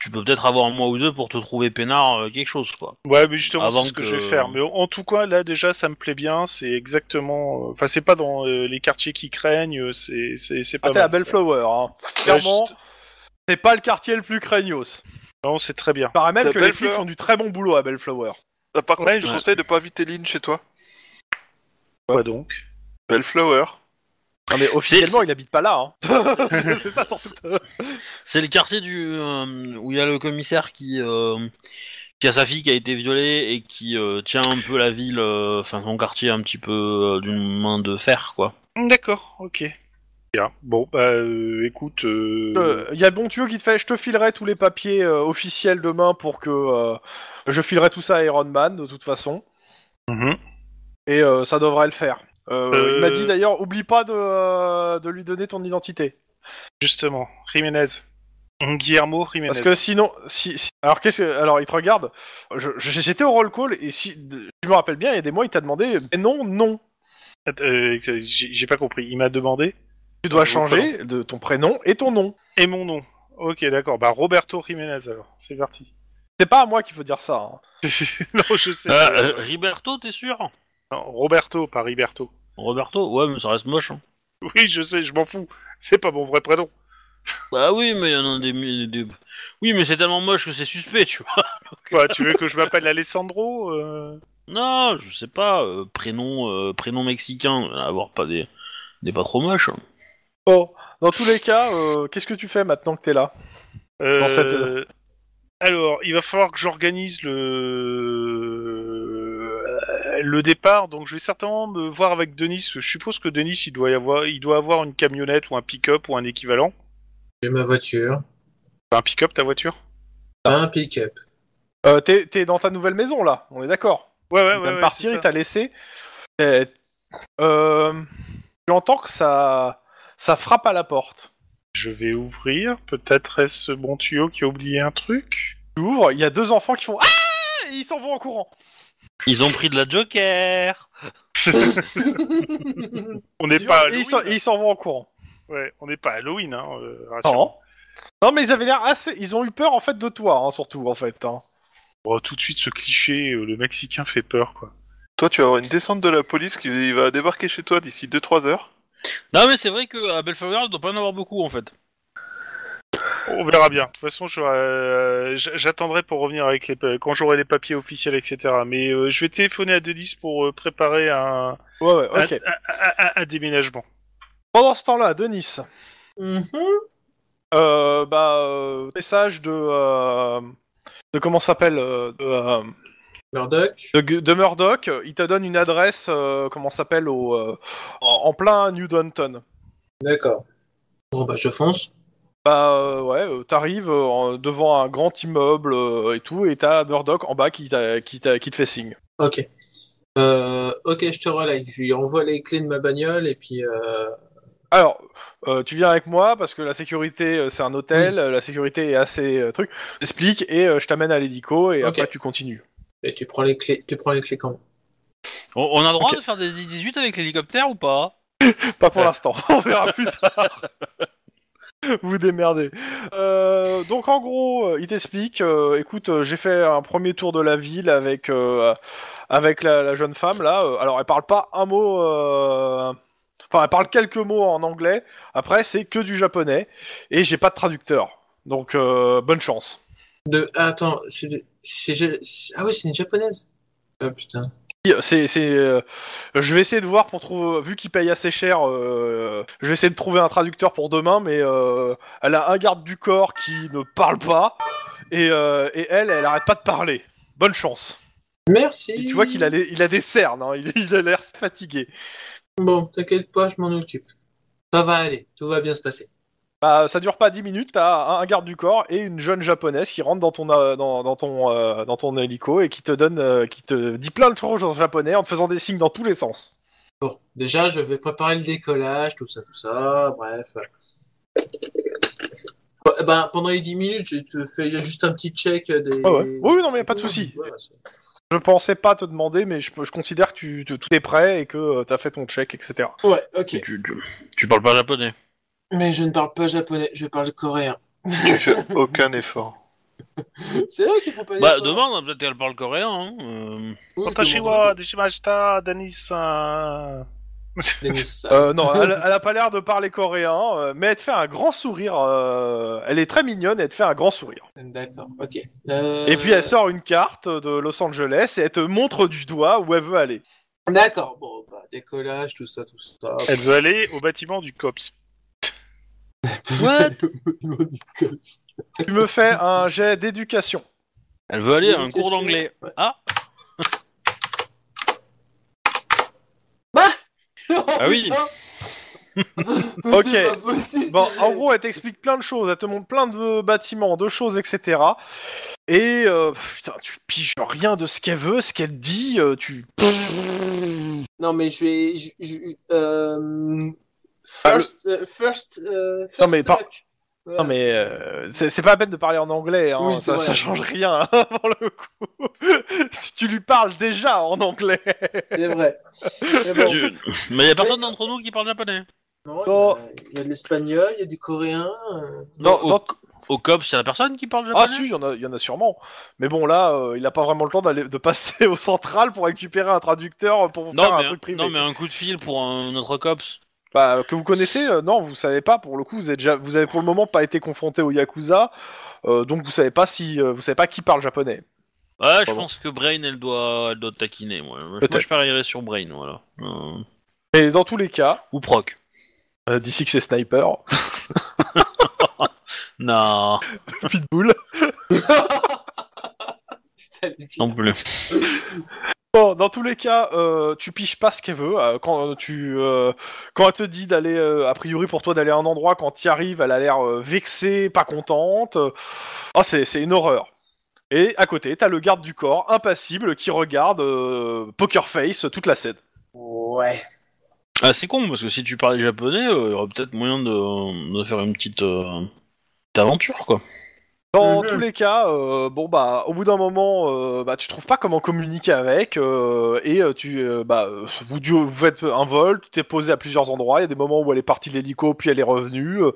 [SPEAKER 1] tu peux peut-être avoir un mois ou deux pour te trouver peinard euh, quelque chose, quoi.
[SPEAKER 5] Ouais, mais justement,
[SPEAKER 1] Avant
[SPEAKER 5] c'est ce que,
[SPEAKER 1] que-
[SPEAKER 5] je vais faire. Mais en- en tout cas, là, déjà, ça me plaît bien. C'est exactement. Enfin, c'est pas dans euh, les quartiers qui craignent. euh, C'est, c'est, c'est pas
[SPEAKER 2] Ah, t'es
[SPEAKER 5] mal,
[SPEAKER 2] à
[SPEAKER 5] ça.
[SPEAKER 2] Bellflower, hein.
[SPEAKER 5] Ouais,
[SPEAKER 2] Clairement,
[SPEAKER 5] juste-
[SPEAKER 2] c'est pas le quartier le plus craignos.
[SPEAKER 5] Non, c'est très bien.
[SPEAKER 2] Il paraît même
[SPEAKER 3] C'est
[SPEAKER 2] que les
[SPEAKER 3] Bellflower.
[SPEAKER 2] flics font du très bon boulot à Bellflower.
[SPEAKER 3] Ah, par contre,
[SPEAKER 5] Ouais,
[SPEAKER 3] je te
[SPEAKER 1] je-
[SPEAKER 3] conseille de pas inviter Lynn chez toi.
[SPEAKER 5] Quoi donc
[SPEAKER 3] Bellflower.
[SPEAKER 2] Non, mais officiellement, il habite pas là. Hein. c'est ça, surtout.
[SPEAKER 1] C'est le quartier du euh, où il y a le commissaire qui euh, qui a sa fille qui a été violée et qui euh, tient un peu la ville, euh, enfin son quartier un petit peu euh, d'une main de fer, quoi.
[SPEAKER 5] Mm, D'accord, ok. Bien. Bon, bah, euh, écoute. euh,
[SPEAKER 2] Euh, Il y a le bon tuyau qui te fait Je te filerai tous les papiers euh, officiels demain pour que. euh, je filerai tout ça à Iron Man, de toute façon.
[SPEAKER 5] mhm.
[SPEAKER 2] Et euh, ça devrait le faire. Euh,
[SPEAKER 5] Euh,
[SPEAKER 2] Il m'a dit d'ailleurs, oublie pas de, euh, de lui donner ton identité.
[SPEAKER 5] Justement, Jiménez. Guillermo Jiménez.
[SPEAKER 2] Parce que sinon, si, si- alors qu'est-ce que, alors il te regarde. Je- je- J'étais au roll call et si de- je me rappelle bien, il y a des mois, il t'a demandé eh non, non.
[SPEAKER 5] Euh, j'ai, j'ai pas compris. Il m'a demandé.
[SPEAKER 2] Tu dois
[SPEAKER 5] Oh,
[SPEAKER 2] changer de ton prénom et ton nom.
[SPEAKER 5] Et mon nom. Ok, d'accord. Bah, Roberto Jiménez, alors. C'est parti.
[SPEAKER 2] C'est pas à moi qu'il faut dire ça. hein.
[SPEAKER 5] non, je sais.
[SPEAKER 1] Euh,
[SPEAKER 5] pas.
[SPEAKER 1] euh, Riberto, t'es sûr
[SPEAKER 5] Non, Roberto, pas Riberto.
[SPEAKER 1] Roberto, ouais, mais ça reste moche. hein.
[SPEAKER 5] Oui, je sais, je m'en fous. C'est pas mon vrai prénom.
[SPEAKER 1] Bah oui, mais il y en a des, mi- des- oui, mais c'est tellement moche que c'est suspect, tu vois.
[SPEAKER 5] Quoi, Bah, tu veux que je m'appelle Alessandro euh
[SPEAKER 1] Non, je sais pas, euh, prénom euh, prénom mexicain, avoir pas des des pas trop moches. hein.
[SPEAKER 2] Bon, dans tous les cas, euh, qu'est-ce que tu fais maintenant que t'es là
[SPEAKER 5] Euh,
[SPEAKER 2] cette-
[SPEAKER 5] Alors, il va falloir que j'organise le euh, le départ. Donc, je vais certainement me voir avec Denis. Je suppose que Denis, il doit y avoir, il doit avoir une camionnette ou un pick-up ou un équivalent.
[SPEAKER 4] J'ai ma voiture.
[SPEAKER 5] Enfin, un pick-up, ta voiture
[SPEAKER 2] Ah.
[SPEAKER 4] Un pick-up.
[SPEAKER 2] euh, T'es t'es dans ta nouvelle maison là. On est d'accord.
[SPEAKER 5] Ouais, ouais,
[SPEAKER 2] il
[SPEAKER 5] ouais.
[SPEAKER 2] vient de
[SPEAKER 5] ouais,
[SPEAKER 2] partir,
[SPEAKER 5] c'est
[SPEAKER 2] il
[SPEAKER 5] ça.
[SPEAKER 2] t'a laissé. Euh, euh, tu entends que ça, ça frappe à la porte.
[SPEAKER 5] Je vais ouvrir. Peut-être est-ce ce bon tuyau qui a oublié un truc.
[SPEAKER 2] Tu ouvres, il y a deux enfants qui font ah et ils s'en vont en courant.
[SPEAKER 1] Ils ont pris de la Joker.
[SPEAKER 5] On n'est pas
[SPEAKER 2] et
[SPEAKER 5] à
[SPEAKER 2] ils
[SPEAKER 5] Halloween.
[SPEAKER 2] s'en- et ils s'en vont en courant.
[SPEAKER 5] Ouais, on n'est pas à Halloween, hein. euh, rassure-moi.
[SPEAKER 2] Non. Non mais ils avaient l'air assez, ils ont eu peur en fait de toi hein, surtout en fait. hein.
[SPEAKER 5] Oh, tout de suite, ce cliché, euh, le Mexicain fait peur, quoi.
[SPEAKER 3] Toi, tu vas avoir une descente de la police qui va débarquer chez toi d'ici 2-3 heures.
[SPEAKER 1] Non, mais c'est vrai que à Bellflower, il doit pas en avoir beaucoup en fait.
[SPEAKER 5] On verra bien. De toute façon, je, euh, j- j'attendrai pour revenir avec les pa- quand j'aurai les papiers officiels, etc. Mais euh, je vais téléphoner à Denis pour euh, préparer un,
[SPEAKER 2] Ouais ouais. Ok.
[SPEAKER 5] un, un- un- un déménagement.
[SPEAKER 2] Pendant ce temps-là, Denis,
[SPEAKER 4] Mhm.
[SPEAKER 2] euh, bah euh, message de euh, de comment ça s'appelle euh, de, euh,
[SPEAKER 4] Murdoch.
[SPEAKER 2] de, Gu- de Murdoch, il te donne une adresse euh, comment ça s'appelle au euh, en, en plein New Downton.
[SPEAKER 4] D'accord. Bon, bah, je fonce.
[SPEAKER 2] Bah euh, ouais, euh, t'arrives euh, en- devant un grand immeuble euh, et tout, et t'as Murdoch en bas qui, t'a- qui, t'a- qui te fait signe.
[SPEAKER 4] Ok. Euh, ok, je te relaye. Je lui envoie les clés de ma bagnole et puis. euh,
[SPEAKER 2] Alors, euh, tu viens avec moi parce que la sécurité euh, c'est un hôtel, euh, la sécurité est assez euh, truc. J'explique et euh, je t'amène à l'hélico et
[SPEAKER 4] Ok.
[SPEAKER 2] après tu continues.
[SPEAKER 4] Et tu prends les clés. Tu prends les clés quand
[SPEAKER 1] On, on a le droit
[SPEAKER 2] Ok.
[SPEAKER 1] de faire des 18 avec l'hélicoptère ou pas
[SPEAKER 2] Pas pour l'instant, on verra plus tard. Vous démerdez. Euh, donc en gros, euh, il t'explique, euh, écoute, euh, j'ai fait un premier tour de la ville avec euh, avec la, la jeune femme là. Euh, alors elle parle pas un mot, euh, enfin elle parle quelques mots en anglais. Après c'est que du japonais et j'ai pas de traducteur. Donc euh, bonne chance.
[SPEAKER 4] De... Ah, attends, c'est. c'est- c'est- Ah oui, c'est une japonaise. Ah putain.
[SPEAKER 2] C'est, c'est, euh, je vais essayer de voir pour trouver, vu qu'il paye assez cher, euh, je vais essayer de trouver un traducteur pour demain, mais euh, elle a un garde du corps qui ne parle pas, et, euh, et elle, elle arrête pas de parler. Bonne chance.
[SPEAKER 4] Merci.
[SPEAKER 2] Et tu vois qu'il a, les- il a des cernes, hein, il, il a l'air fatigué.
[SPEAKER 4] Bon, t'inquiète pas, je m'en occupe. Ça va aller, tout va bien se passer.
[SPEAKER 2] Bah, ça dure pas 10 minutes, t'as un, un garde du corps et une jeune japonaise qui rentre dans ton, euh, dans, dans ton, euh, dans ton hélico et qui te donne, euh, qui te dit plein de choses en japonais en te faisant des signes dans tous les sens.
[SPEAKER 4] Bon, déjà, je vais préparer le décollage, tout ça, tout ça, bref. Bon, eh ben, pendant les 10 minutes, je te fais juste un petit check des.
[SPEAKER 2] Ouais, ouais. Oui, oui, non, mais y a pas de souci.
[SPEAKER 4] Voilà, c'est-
[SPEAKER 2] Je pensais pas te demander, mais je, je considère que tu, tu- tout est prêt et que euh, t'as fait ton check, etc.
[SPEAKER 4] Ouais, ok.
[SPEAKER 1] Tu, tu- tu parles pas japonais.
[SPEAKER 4] Mais je ne parle pas japonais, je parle coréen.
[SPEAKER 3] Tu fais aucun effort.
[SPEAKER 4] C'est eux qui font pas
[SPEAKER 1] Bah,
[SPEAKER 4] d'efforts.
[SPEAKER 1] demande, peut-être qu'elle parle coréen. Hein. euh.
[SPEAKER 4] Oui,
[SPEAKER 5] Kontachiwa, Deshimashita, Danis... euh,
[SPEAKER 4] Denis.
[SPEAKER 2] Euh, non, elle, elle a pas l'air de parler coréen, euh, mais elle te fait un grand sourire. euh, elle est très mignonne et elle te fait un grand sourire.
[SPEAKER 4] D'accord, ok. Euh,
[SPEAKER 2] Et puis elle sort une carte de Los Angeles et elle te montre du doigt où elle veut aller.
[SPEAKER 4] D'accord, bon, bah, décollage, tout ça, tout ça.
[SPEAKER 5] Elle veut aller au bâtiment du COPS.
[SPEAKER 1] What
[SPEAKER 2] Tu me fais un jet d'éducation.
[SPEAKER 1] Elle veut aller à un cours d'anglais.
[SPEAKER 4] Ouais.
[SPEAKER 1] Ah,
[SPEAKER 4] Bah Ah
[SPEAKER 1] oui.
[SPEAKER 2] Ok.
[SPEAKER 4] Pas possible,
[SPEAKER 2] Bon,
[SPEAKER 4] c'est
[SPEAKER 2] en
[SPEAKER 4] vrai.
[SPEAKER 2] gros, elle t'explique plein de choses, elle te montre plein de bâtiments, de choses, etc. Et euh, pff, putain, tu piges rien de ce qu'elle veut, ce qu'elle dit, euh, tu.
[SPEAKER 4] Non, mais je vais. je- je- euh, First. euh, first, euh, first
[SPEAKER 2] Ah, Non, mais par-
[SPEAKER 4] touch. Voilà.
[SPEAKER 2] Non mais euh, c'est c'est pas la peine de parler en anglais, hein,
[SPEAKER 4] Oui, c'est
[SPEAKER 2] ça,
[SPEAKER 4] vrai.
[SPEAKER 2] ça change rien hein, pour le coup. si tu lui parles déjà en anglais.
[SPEAKER 4] C'est vrai. Mais bon.
[SPEAKER 1] tu- mais y a personne d'entre nous qui parle japonais.
[SPEAKER 4] Non, Il y a- il y a de l'espagnol, il y a du coréen. euh,
[SPEAKER 2] Dans,
[SPEAKER 1] au-
[SPEAKER 2] dans-
[SPEAKER 1] Au COPS, c'est la personne qui parle japonais
[SPEAKER 2] Ah si, il y, en a- y en a sûrement. Mais bon là, euh, il a pas vraiment le temps d'aller de passer au central pour récupérer un traducteur pour vous
[SPEAKER 1] non,
[SPEAKER 2] faire
[SPEAKER 1] mais, hein.
[SPEAKER 2] un truc privé.
[SPEAKER 1] non, mais un coup de fil pour un, notre COPS.
[SPEAKER 2] Bah, que vous connaissez, euh, non, vous savez pas. Pour le coup, vous êtes déjà, vous avez pour le moment pas été confronté au yakuza, euh, donc vous savez pas si, euh, vous savez pas qui parle japonais.
[SPEAKER 1] Ouais, je
[SPEAKER 2] Pardon.
[SPEAKER 1] pense que Brain, elle doit, elle doit taquiner. Moi, Moi,
[SPEAKER 2] Peut-être.
[SPEAKER 1] je parierais sur Brain, voilà. Euh,
[SPEAKER 2] Et dans tous les cas,
[SPEAKER 1] Ou Proc.
[SPEAKER 2] euh, d'ici que c'est sniper,
[SPEAKER 1] Non,
[SPEAKER 2] pitbull.
[SPEAKER 4] putain, les filles.
[SPEAKER 1] non plus.
[SPEAKER 2] Bon, dans tous les cas, euh, tu piches pas ce qu'elle veut. euh, quand euh, tu, euh, quand elle te dit d'aller, euh, a priori pour toi d'aller à un endroit, quand t'y arrives, elle a l'air euh, vexée, pas contente. euh, Ah, c'est, c'est une horreur. Et à côté, t'as le garde du corps, impassible, qui regarde euh, Poker Face toute la scène.
[SPEAKER 4] Ouais.
[SPEAKER 1] Ah, c'est con, parce que si tu parlais japonais, euh, il y aurait peut-être moyen de, de faire une petite, euh, petite aventure, quoi.
[SPEAKER 2] Dans
[SPEAKER 4] Mhm.
[SPEAKER 2] tous les cas, euh, bon bah au bout d'un moment, euh, bah tu trouves pas comment communiquer avec euh, et euh, tu euh, bah euh, vous, du- vous faites un vol, tu t'es posé à plusieurs endroits. Il y a des moments où elle est partie de l'hélico, puis elle est revenue, euh,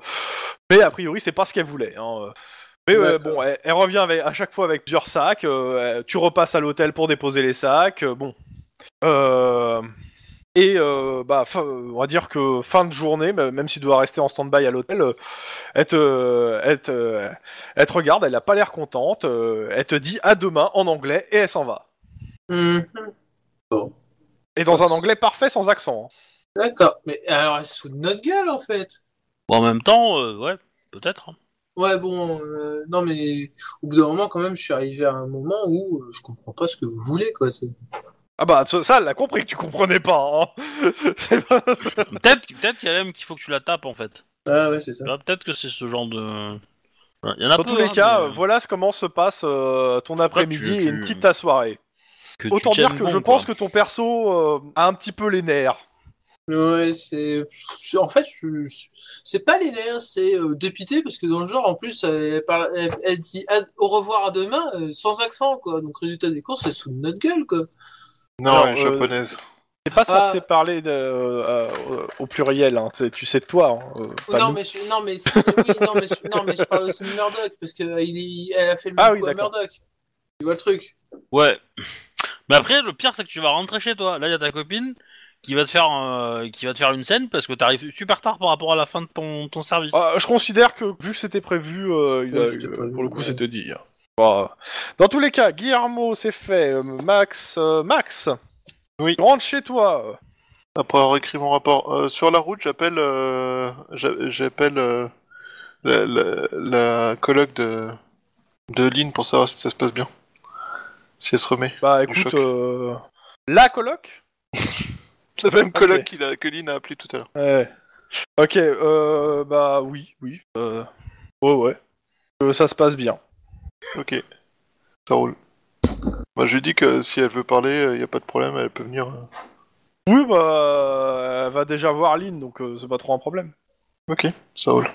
[SPEAKER 2] mais a priori c'est pas ce qu'elle voulait. hein. Mais euh,
[SPEAKER 4] D'accord.
[SPEAKER 2] bon, elle, elle revient avec- à chaque fois avec plusieurs sacs. euh, euh, tu repasses à l'hôtel pour déposer les sacs. euh, bon. Euh, et euh, bah, fin- on va dire que fin de journée, bah, même si tu dois rester en stand-by à l'hôtel, euh, elle te, elle te- elle te regarde, elle a pas l'air contente, euh, elle te dit à demain en anglais et elle s'en va.
[SPEAKER 4] Mhm.
[SPEAKER 2] Et dans un
[SPEAKER 4] Mince.
[SPEAKER 2] anglais parfait sans accent. hein.
[SPEAKER 4] D'accord. Mais alors, elle se fout de notre gueule, en fait.
[SPEAKER 1] Bon, en même temps, euh, ouais, peut-être.
[SPEAKER 4] Ouais, bon, euh, non, mais au bout d'un moment, quand même, je suis arrivé à un moment où euh, je comprends pas ce que vous voulez, quoi. c'est-
[SPEAKER 2] Ah bah ça, ça, elle l'a compris que tu comprenais pas. hein. C'est pas-
[SPEAKER 1] peut-être peut-être qu'il y a même qu'il faut que tu la tapes, en fait.
[SPEAKER 4] Ah, ouais, c'est ça.
[SPEAKER 1] Tu vois, Peut-être que c'est ce genre de... Il y en a
[SPEAKER 2] Dans
[SPEAKER 1] peu,
[SPEAKER 2] tous les
[SPEAKER 1] hein,
[SPEAKER 2] cas,
[SPEAKER 1] mais,
[SPEAKER 2] euh, voilà ce- comment se passe euh, ton après-midi
[SPEAKER 1] tu-
[SPEAKER 2] et une
[SPEAKER 1] tu-
[SPEAKER 2] petite ta soirée.
[SPEAKER 1] que tu
[SPEAKER 2] Autant dire
[SPEAKER 1] tiennes
[SPEAKER 2] que
[SPEAKER 1] bon,
[SPEAKER 2] je
[SPEAKER 1] quoi.
[SPEAKER 2] pense que ton perso euh, a un petit peu les nerfs.
[SPEAKER 4] Ouais, c'est. je- En fait, je- je- c'est pas linéaire, c'est euh, dépité, parce que dans le genre, en plus, elle, parle- elle- elle dit à- au revoir à demain euh, sans accent, quoi. Donc, résultat des courses, elle se fout de notre gueule, quoi.
[SPEAKER 3] Non,
[SPEAKER 2] Alors,
[SPEAKER 3] elle est
[SPEAKER 2] euh,
[SPEAKER 3] japonaise.
[SPEAKER 2] C'est pas
[SPEAKER 4] Ah.
[SPEAKER 2] censé parler de- euh, euh, au pluriel, hein, tu sais- tu sais de toi. hein, euh, pas
[SPEAKER 4] non,
[SPEAKER 2] nous.
[SPEAKER 4] mais je, non, mais c'est- oui, non, mais je, non, mais je parle aussi de Murdoch, parce que euh, il, est- elle a fait le même
[SPEAKER 2] Ah oui,
[SPEAKER 4] coup à
[SPEAKER 2] d'accord.
[SPEAKER 4] Murdoch. Tu vois le truc?
[SPEAKER 1] Ouais. Mais après, le pire, c'est que tu vas rentrer chez toi. Là, il y a ta copine qui va te faire, euh, qui va te faire une scène parce que t'arrives super tard par rapport à la fin de ton, ton service.
[SPEAKER 2] Ah, je considère que vu que c'était prévu, euh, il
[SPEAKER 4] Oui,
[SPEAKER 2] a
[SPEAKER 4] c'était
[SPEAKER 2] eu-
[SPEAKER 4] prévu,
[SPEAKER 2] pour le coup
[SPEAKER 4] ouais.
[SPEAKER 2] c'était dit. hein. Bah, dans tous les cas, Guillermo c'est fait. euh, Max, euh, Max,
[SPEAKER 5] Oui.
[SPEAKER 2] rentre chez toi.
[SPEAKER 3] Après avoir écrit mon rapport, euh, sur la route, j'appelle euh, j'a- j'appelle euh, la, la, la coloc de, de Lynn pour savoir si ça se passe bien. Si elle se remet.
[SPEAKER 2] Bah
[SPEAKER 3] Le
[SPEAKER 2] écoute,
[SPEAKER 3] choc.
[SPEAKER 2] euh, la coloc.
[SPEAKER 3] La même coloc
[SPEAKER 2] Ok.
[SPEAKER 3] qu'il a- que Lynn a appelé tout à l'heure.
[SPEAKER 2] Ouais. Ok, euh, bah oui, oui. euh, ouais, ouais. Euh, ça se passe bien.
[SPEAKER 3] Ok, ça roule. Moi, je lui dis que si elle veut parler, il n'y a pas de problème, elle peut venir. euh.
[SPEAKER 2] Oui, bah elle va déjà voir Lynn, donc euh, c'est pas trop un problème.
[SPEAKER 3] Ok, ça roule.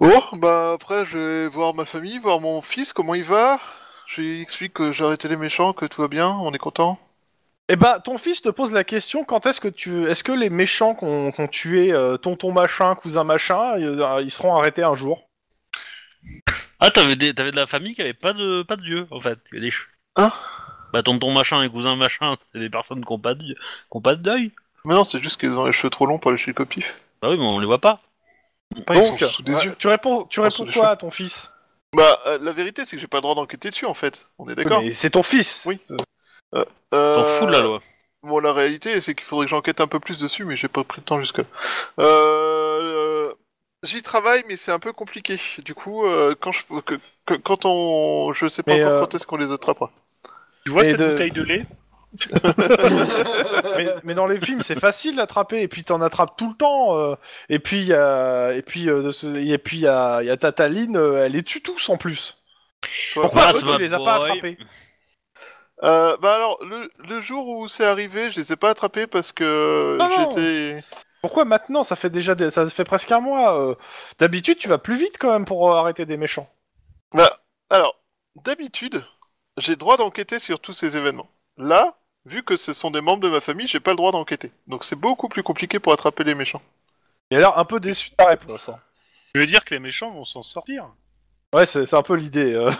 [SPEAKER 3] Bon, bah après, je vais voir ma famille, voir mon fils, comment il va. Je lui explique que j'ai arrêté les méchants, que tout va bien, on est content.
[SPEAKER 2] Eh bah, ton fils te pose la question quand est-ce que tu, est-ce que les méchants qu'on qu'on tué euh, tonton machin, cousin machin, euh, ils seront arrêtés un jour
[SPEAKER 1] Ah, t'avais, des- t'avais de la famille qui avait pas de, pas de dieu, en fait. Il y a des ch-
[SPEAKER 3] Hein
[SPEAKER 1] Bah, tonton machin et cousin machin, c'est des personnes qui ont pas de, dieu- qui ont pas de deuil.
[SPEAKER 3] Mais non, c'est juste qu'ils ont les cheveux trop longs pour aller chez le copif.
[SPEAKER 1] Bah oui, mais on les voit pas.
[SPEAKER 3] Enfin, ils
[SPEAKER 2] Donc,
[SPEAKER 3] sont sous des
[SPEAKER 2] ouais,
[SPEAKER 3] yeux.
[SPEAKER 2] tu réponds, tu
[SPEAKER 3] Ah,
[SPEAKER 2] réponds
[SPEAKER 3] sous les
[SPEAKER 2] quoi à ton fils
[SPEAKER 3] Bah, euh, la vérité, c'est que j'ai pas le droit d'enquêter dessus, en fait. On est d'accord
[SPEAKER 2] Mais C'est ton fils. Euh,
[SPEAKER 3] Oui.
[SPEAKER 1] T'en
[SPEAKER 3] Euh,
[SPEAKER 1] fous de la loi.
[SPEAKER 3] Bon, la réalité, c'est qu'il faudrait que j'enquête un peu plus dessus, mais j'ai pas pris le temps jusque-là. Euh, euh, J'y travaille, mais c'est un peu compliqué. Du coup, euh, quand je, que- que- quand on, je sais pas
[SPEAKER 2] Mais,
[SPEAKER 3] encore
[SPEAKER 2] euh,
[SPEAKER 3] quand est-ce qu'on les attrapera.
[SPEAKER 5] Tu vois
[SPEAKER 2] Et
[SPEAKER 5] cette
[SPEAKER 2] de-
[SPEAKER 5] bouteille de lait
[SPEAKER 2] mais, mais dans les films, c'est facile d'attraper, et puis t'en attrapes tout le temps. euh, et puis, euh, et puis, euh, de ce- et puis, il y a, il y a Tataline, euh, elle les tue tous en plus.
[SPEAKER 3] Toi,
[SPEAKER 2] Pourquoi
[SPEAKER 1] Ah,
[SPEAKER 2] toi,
[SPEAKER 1] c'est
[SPEAKER 2] tu
[SPEAKER 1] pas
[SPEAKER 2] les as pas
[SPEAKER 1] vrai.
[SPEAKER 2] attrapés
[SPEAKER 3] Euh, bah alors, le, le jour où c'est arrivé, je les ai pas attrapés parce que
[SPEAKER 2] Ah non
[SPEAKER 3] j'étais.
[SPEAKER 2] Pourquoi maintenant Ça fait déjà, des- ça fait presque un mois. euh. D'habitude, tu vas plus vite quand même pour euh, arrêter des méchants.
[SPEAKER 3] Bah, alors, d'habitude, j'ai le droit d'enquêter sur tous ces événements. Là, vu que ce sont des membres de ma famille, j'ai pas le droit d'enquêter. Donc c'est beaucoup plus compliqué pour attraper les méchants.
[SPEAKER 2] Et alors, un peu déçu de ta réponse. hein.
[SPEAKER 5] Je veux dire que les méchants vont s'en sortir.
[SPEAKER 2] Ouais, c'est c'est un peu l'idée. euh.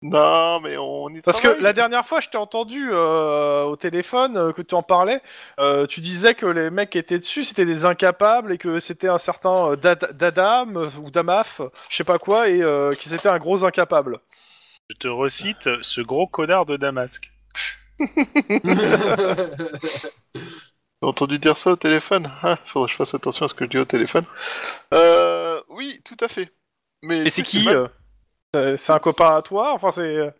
[SPEAKER 3] Non, mais on y
[SPEAKER 2] Parce que
[SPEAKER 3] travaille.
[SPEAKER 2] la dernière fois, je t'ai entendu euh, au téléphone euh, que tu en parlais. euh, tu disais que les mecs qui étaient dessus, c'était des incapables et que c'était un certain euh, Dad- Dadam euh, ou Damaf, je sais pas quoi, et euh, que c'était un gros incapable.
[SPEAKER 5] Je te recite ce gros connard de Damasque.
[SPEAKER 3] J'ai entendu dire ça au téléphone. Ah, faudrait que je fasse attention à ce que je dis au téléphone. Euh, oui, tout à fait. Mais
[SPEAKER 2] Et
[SPEAKER 3] tu
[SPEAKER 2] c'est
[SPEAKER 3] sais,
[SPEAKER 2] qui
[SPEAKER 3] ma-
[SPEAKER 2] euh C'est c'est un copain à toi Enfin, c'est. euh,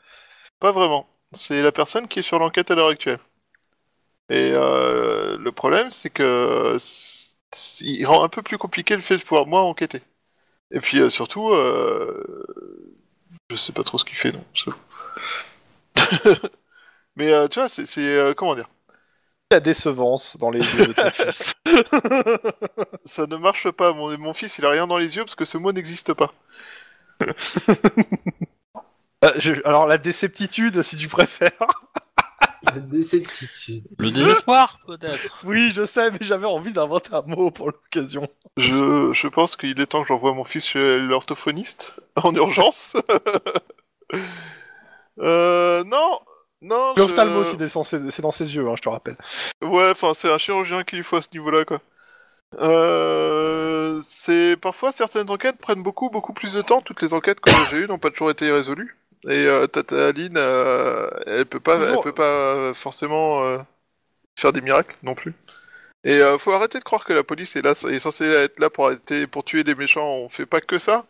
[SPEAKER 3] Pas vraiment. C'est la personne qui est sur l'enquête à l'heure actuelle. Et euh, le problème, c'est que c- c- il rend un peu plus compliqué le fait de pouvoir moi enquêter. Et puis euh, surtout, euh, je sais pas trop ce qu'il fait, non. j'avoue. Mais euh, tu vois, c'est c'est, euh, comment dire.
[SPEAKER 2] La décevance dans les yeux de ton fils.
[SPEAKER 3] Ça ne marche pas. Mon, mon fils, il a rien dans les yeux parce que ce mot n'existe pas.
[SPEAKER 2] Euh, je- Alors, la déceptitude, si tu préfères.
[SPEAKER 4] Déceptitude.
[SPEAKER 1] Le désespoir, peut-être.
[SPEAKER 2] Oui, je sais, mais j'avais envie d'inventer un mot pour l'occasion.
[SPEAKER 3] Je, je pense qu'il est temps que j'envoie mon fils chez l'orthophoniste en urgence. euh, non, non. je-
[SPEAKER 2] L'ophtalmo, c'est des- c'est dans ses yeux, hein, je te rappelle.
[SPEAKER 3] Ouais, enfin, c'est un chirurgien qu'il faut à ce niveau-là, quoi. Euh, c'est parfois certaines enquêtes prennent beaucoup beaucoup plus de temps. Toutes les enquêtes que j'ai eues n'ont pas toujours été résolues. Et euh, Tata Aline, euh, elle peut pas, elle
[SPEAKER 2] Toujours-
[SPEAKER 3] peut pas euh, forcément euh, faire des miracles non plus. Et euh, faut arrêter de croire que la police est là, est censée être là pour arrêter, pour tuer des méchants. On fait pas que ça.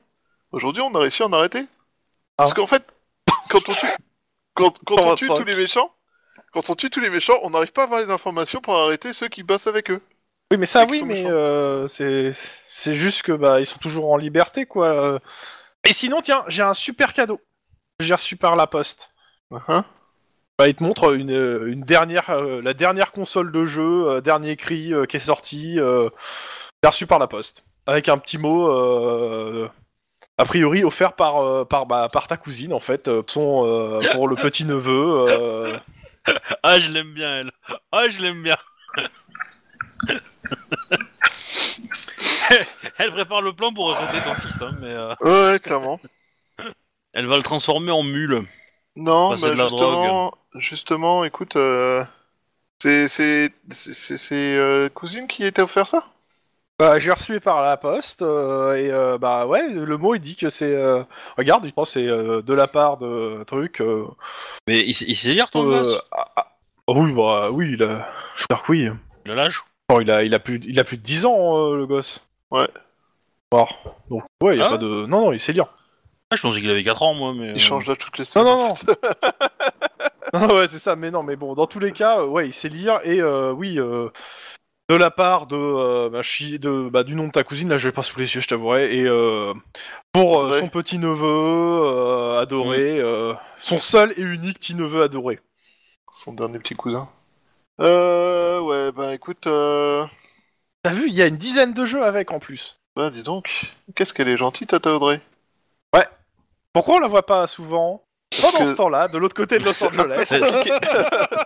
[SPEAKER 3] Aujourd'hui, on a réussi à en arrêter.
[SPEAKER 2] Ah.
[SPEAKER 3] Parce qu'en fait, quand on tue, quand, quand on tue
[SPEAKER 2] 125.
[SPEAKER 3] tous les méchants, quand on tue tous les méchants, on n'arrive pas à avoir les informations pour arrêter ceux qui bossent avec eux.
[SPEAKER 2] Oui, mais ça,
[SPEAKER 3] Et qui
[SPEAKER 2] oui,
[SPEAKER 3] sont
[SPEAKER 2] mais
[SPEAKER 3] méchants.
[SPEAKER 2] euh, c'est c'est juste que bah ils sont toujours en liberté, quoi. euh. Et sinon, tiens, j'ai un super cadeau. que J'ai reçu par la poste.
[SPEAKER 3] Uh-huh.
[SPEAKER 2] Bah, il te montre une, euh, une dernière, euh, la dernière console de jeu, euh, dernier cri euh, qui est sorti, euh, reçu par la poste, avec un petit mot. euh, a priori offert par euh, par bah, par ta cousine en fait euh, son, euh, pour le petit neveu euh.
[SPEAKER 1] Ah, je l'aime bien, elle. Ah, je l'aime bien. elle prépare le plan pour raconter ton fils, hein, mais euh,
[SPEAKER 3] Ouais, clairement.
[SPEAKER 1] elle va le transformer en mule.
[SPEAKER 3] Non,
[SPEAKER 1] Bah, c'est
[SPEAKER 3] mais
[SPEAKER 1] de la
[SPEAKER 3] justement, justement, écoute, euh, c'est c'est c'est- c'est- c'est, euh, cousine qui était offert ça.
[SPEAKER 2] Bah, j'ai reçu par la poste euh, et euh, bah ouais le mot il dit que c'est euh, regarde il pense que c'est euh, de la part de truc euh,
[SPEAKER 1] Mais il, s- il sait lire ton
[SPEAKER 2] euh,
[SPEAKER 1] gosse
[SPEAKER 2] ah, ah. Ah oui bah oui il a je veux dire que oui
[SPEAKER 1] Le lâche
[SPEAKER 2] Enfin, il a il a plus il a plus de 10 ans euh, le gosse
[SPEAKER 3] Ouais.
[SPEAKER 2] Bon, donc ouais il y a
[SPEAKER 1] Ah
[SPEAKER 2] pas de non non il sait lire
[SPEAKER 1] Ah, je pensais qu'il avait 4 ans, moi, mais... euh,
[SPEAKER 3] Il change là toutes les
[SPEAKER 2] non
[SPEAKER 3] semaines.
[SPEAKER 2] non non Ah ouais c'est ça mais non mais bon dans tous les cas euh, ouais il sait lire et euh, oui euh, de la part de, euh, bah, chi- de bah, du nom de ta cousine là je vais pas sous les yeux je t'avouerai et euh, pour euh,
[SPEAKER 3] Audrey.
[SPEAKER 2] son petit neveu adoré euh, son seul et unique petit neveu adoré
[SPEAKER 3] Son dernier petit cousin. Euh, ouais, bah écoute, euh...
[SPEAKER 2] t'as vu il y a une dizaine de jeux avec en plus
[SPEAKER 3] bah dis donc, qu'est-ce qu'elle est gentille, Tata Audrey.
[SPEAKER 2] pourquoi on la voit pas souvent Pendant
[SPEAKER 3] que-
[SPEAKER 2] ce temps-là, de l'autre côté de Los Angeles.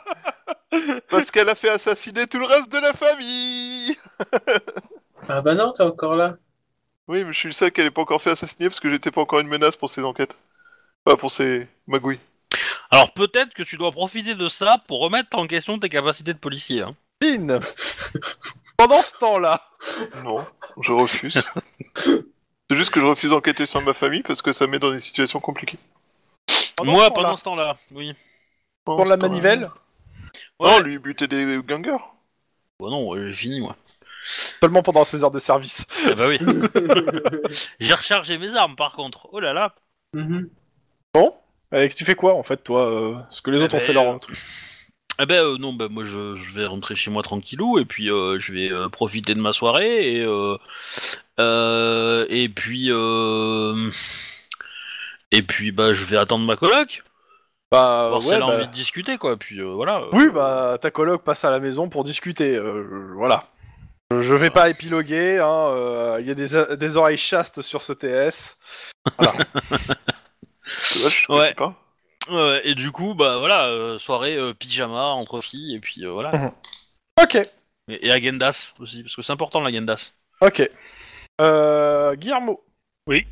[SPEAKER 3] Parce qu'elle a fait assassiner tout le reste de la famille
[SPEAKER 4] Ah bah non, t'es encore là.
[SPEAKER 3] Oui, mais je suis le seul qu'elle n'ait pas encore fait assassiner parce que j'étais pas encore une menace pour ses enquêtes. Enfin, pour ses magouilles.
[SPEAKER 1] Alors peut-être que tu dois profiter de ça pour remettre en question tes capacités de policier. hein.
[SPEAKER 2] Lynn. Pendant ce temps-là.
[SPEAKER 3] Non, je refuse. C'est juste que je refuse d'enquêter sur ma famille parce que ça met dans des situations compliquées.
[SPEAKER 2] pendant
[SPEAKER 1] Moi,
[SPEAKER 2] ce temps-là,
[SPEAKER 1] pendant ce temps-là, oui.
[SPEAKER 2] Pour la manivelle Oh,
[SPEAKER 3] Non, lui buter des gangers.
[SPEAKER 1] Bon non, euh, j'ai fini moi.
[SPEAKER 2] Seulement pendant ses heures de service.
[SPEAKER 1] Ah bah oui. j'ai rechargé mes armes par contre. Oh là là.
[SPEAKER 4] Mhm.
[SPEAKER 2] Et tu fais quoi en fait, toi euh, Parce que les
[SPEAKER 1] Eh
[SPEAKER 2] autres ont
[SPEAKER 1] ben,
[SPEAKER 2] fait leur
[SPEAKER 1] euh,
[SPEAKER 2] truc.
[SPEAKER 1] Ah bah euh, non, bah moi je, je vais rentrer chez moi tranquillou et puis euh, je vais euh, profiter de ma soirée et euh, euh, et puis euh, et puis bah je vais attendre ma coloc.
[SPEAKER 2] Bah,
[SPEAKER 1] voir si
[SPEAKER 2] ouais,
[SPEAKER 1] elle a
[SPEAKER 2] bah-
[SPEAKER 1] envie de discuter quoi. Puis euh, voilà.
[SPEAKER 2] Oui, bah ta coloc passe à la maison pour discuter. euh, voilà. Je- Je vais pas épiloguer, hein, euh, il y a des, des oreilles chastes sur ce TS.
[SPEAKER 3] C'est vache, je
[SPEAKER 1] Ouais.
[SPEAKER 3] connais pas.
[SPEAKER 1] Euh, et du coup bah voilà euh, soirée euh, pyjama entre filles et puis euh, voilà.
[SPEAKER 2] Ok,
[SPEAKER 1] Et, et agendas aussi parce que c'est important l'agendas.
[SPEAKER 2] ok. Euh, Guillermo.
[SPEAKER 5] Oui.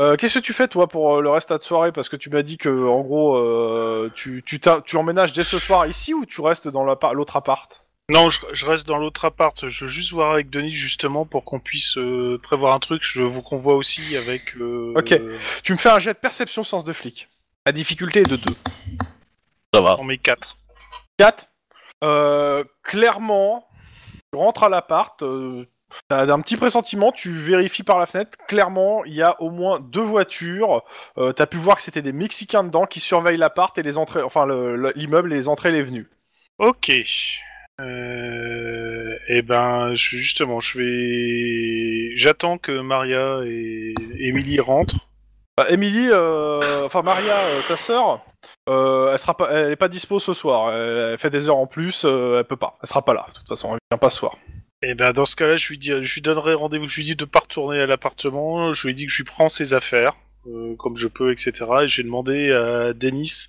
[SPEAKER 2] Euh, Qu'est-ce que tu fais toi pour euh, le reste de la soirée Parce que tu m'as dit que en gros euh, tu, tu, t'as- tu emménages dès ce soir ici ou tu restes dans l'appa- l'autre appart
[SPEAKER 5] Non, je, je reste dans l'autre appart. Je veux juste voir avec Denis justement pour qu'on puisse euh, prévoir un truc. Je vous convoie aussi avec. euh,
[SPEAKER 2] Ok.
[SPEAKER 5] euh,
[SPEAKER 2] Tu me fais un jet de perception sens de flic. La difficulté est de 2.
[SPEAKER 1] Ça va.
[SPEAKER 5] on met 4.
[SPEAKER 2] 4. Euh, clairement, tu rentres à l'appart, euh, t'as un petit pressentiment, tu vérifies par la fenêtre, clairement, il y a au moins deux voitures, euh, t'as pu voir que c'était des Mexicains dedans qui surveillent l'appart et les entrées, enfin le- le- l'immeuble et les entrées et les venues.
[SPEAKER 5] Ok. Euh, eh ben, je, justement, je vais. J'attends que Maria et Emily rentrent.
[SPEAKER 2] Bah, Emily, euh, enfin Maria, euh, ta sœur, euh, elle sera pas, elle est pas dispo ce soir, elle, elle fait des heures en plus, euh, elle peut pas, elle sera pas là, de toute façon, elle vient pas ce soir.
[SPEAKER 5] Eh ben, dans ce cas-là, je lui, dis, je lui donnerai rendez-vous. Je lui dis de pas retourner à l'appartement. Je lui dis que je lui prends ses affaires, euh, comme je peux, etc. Et j'ai demandé à Denis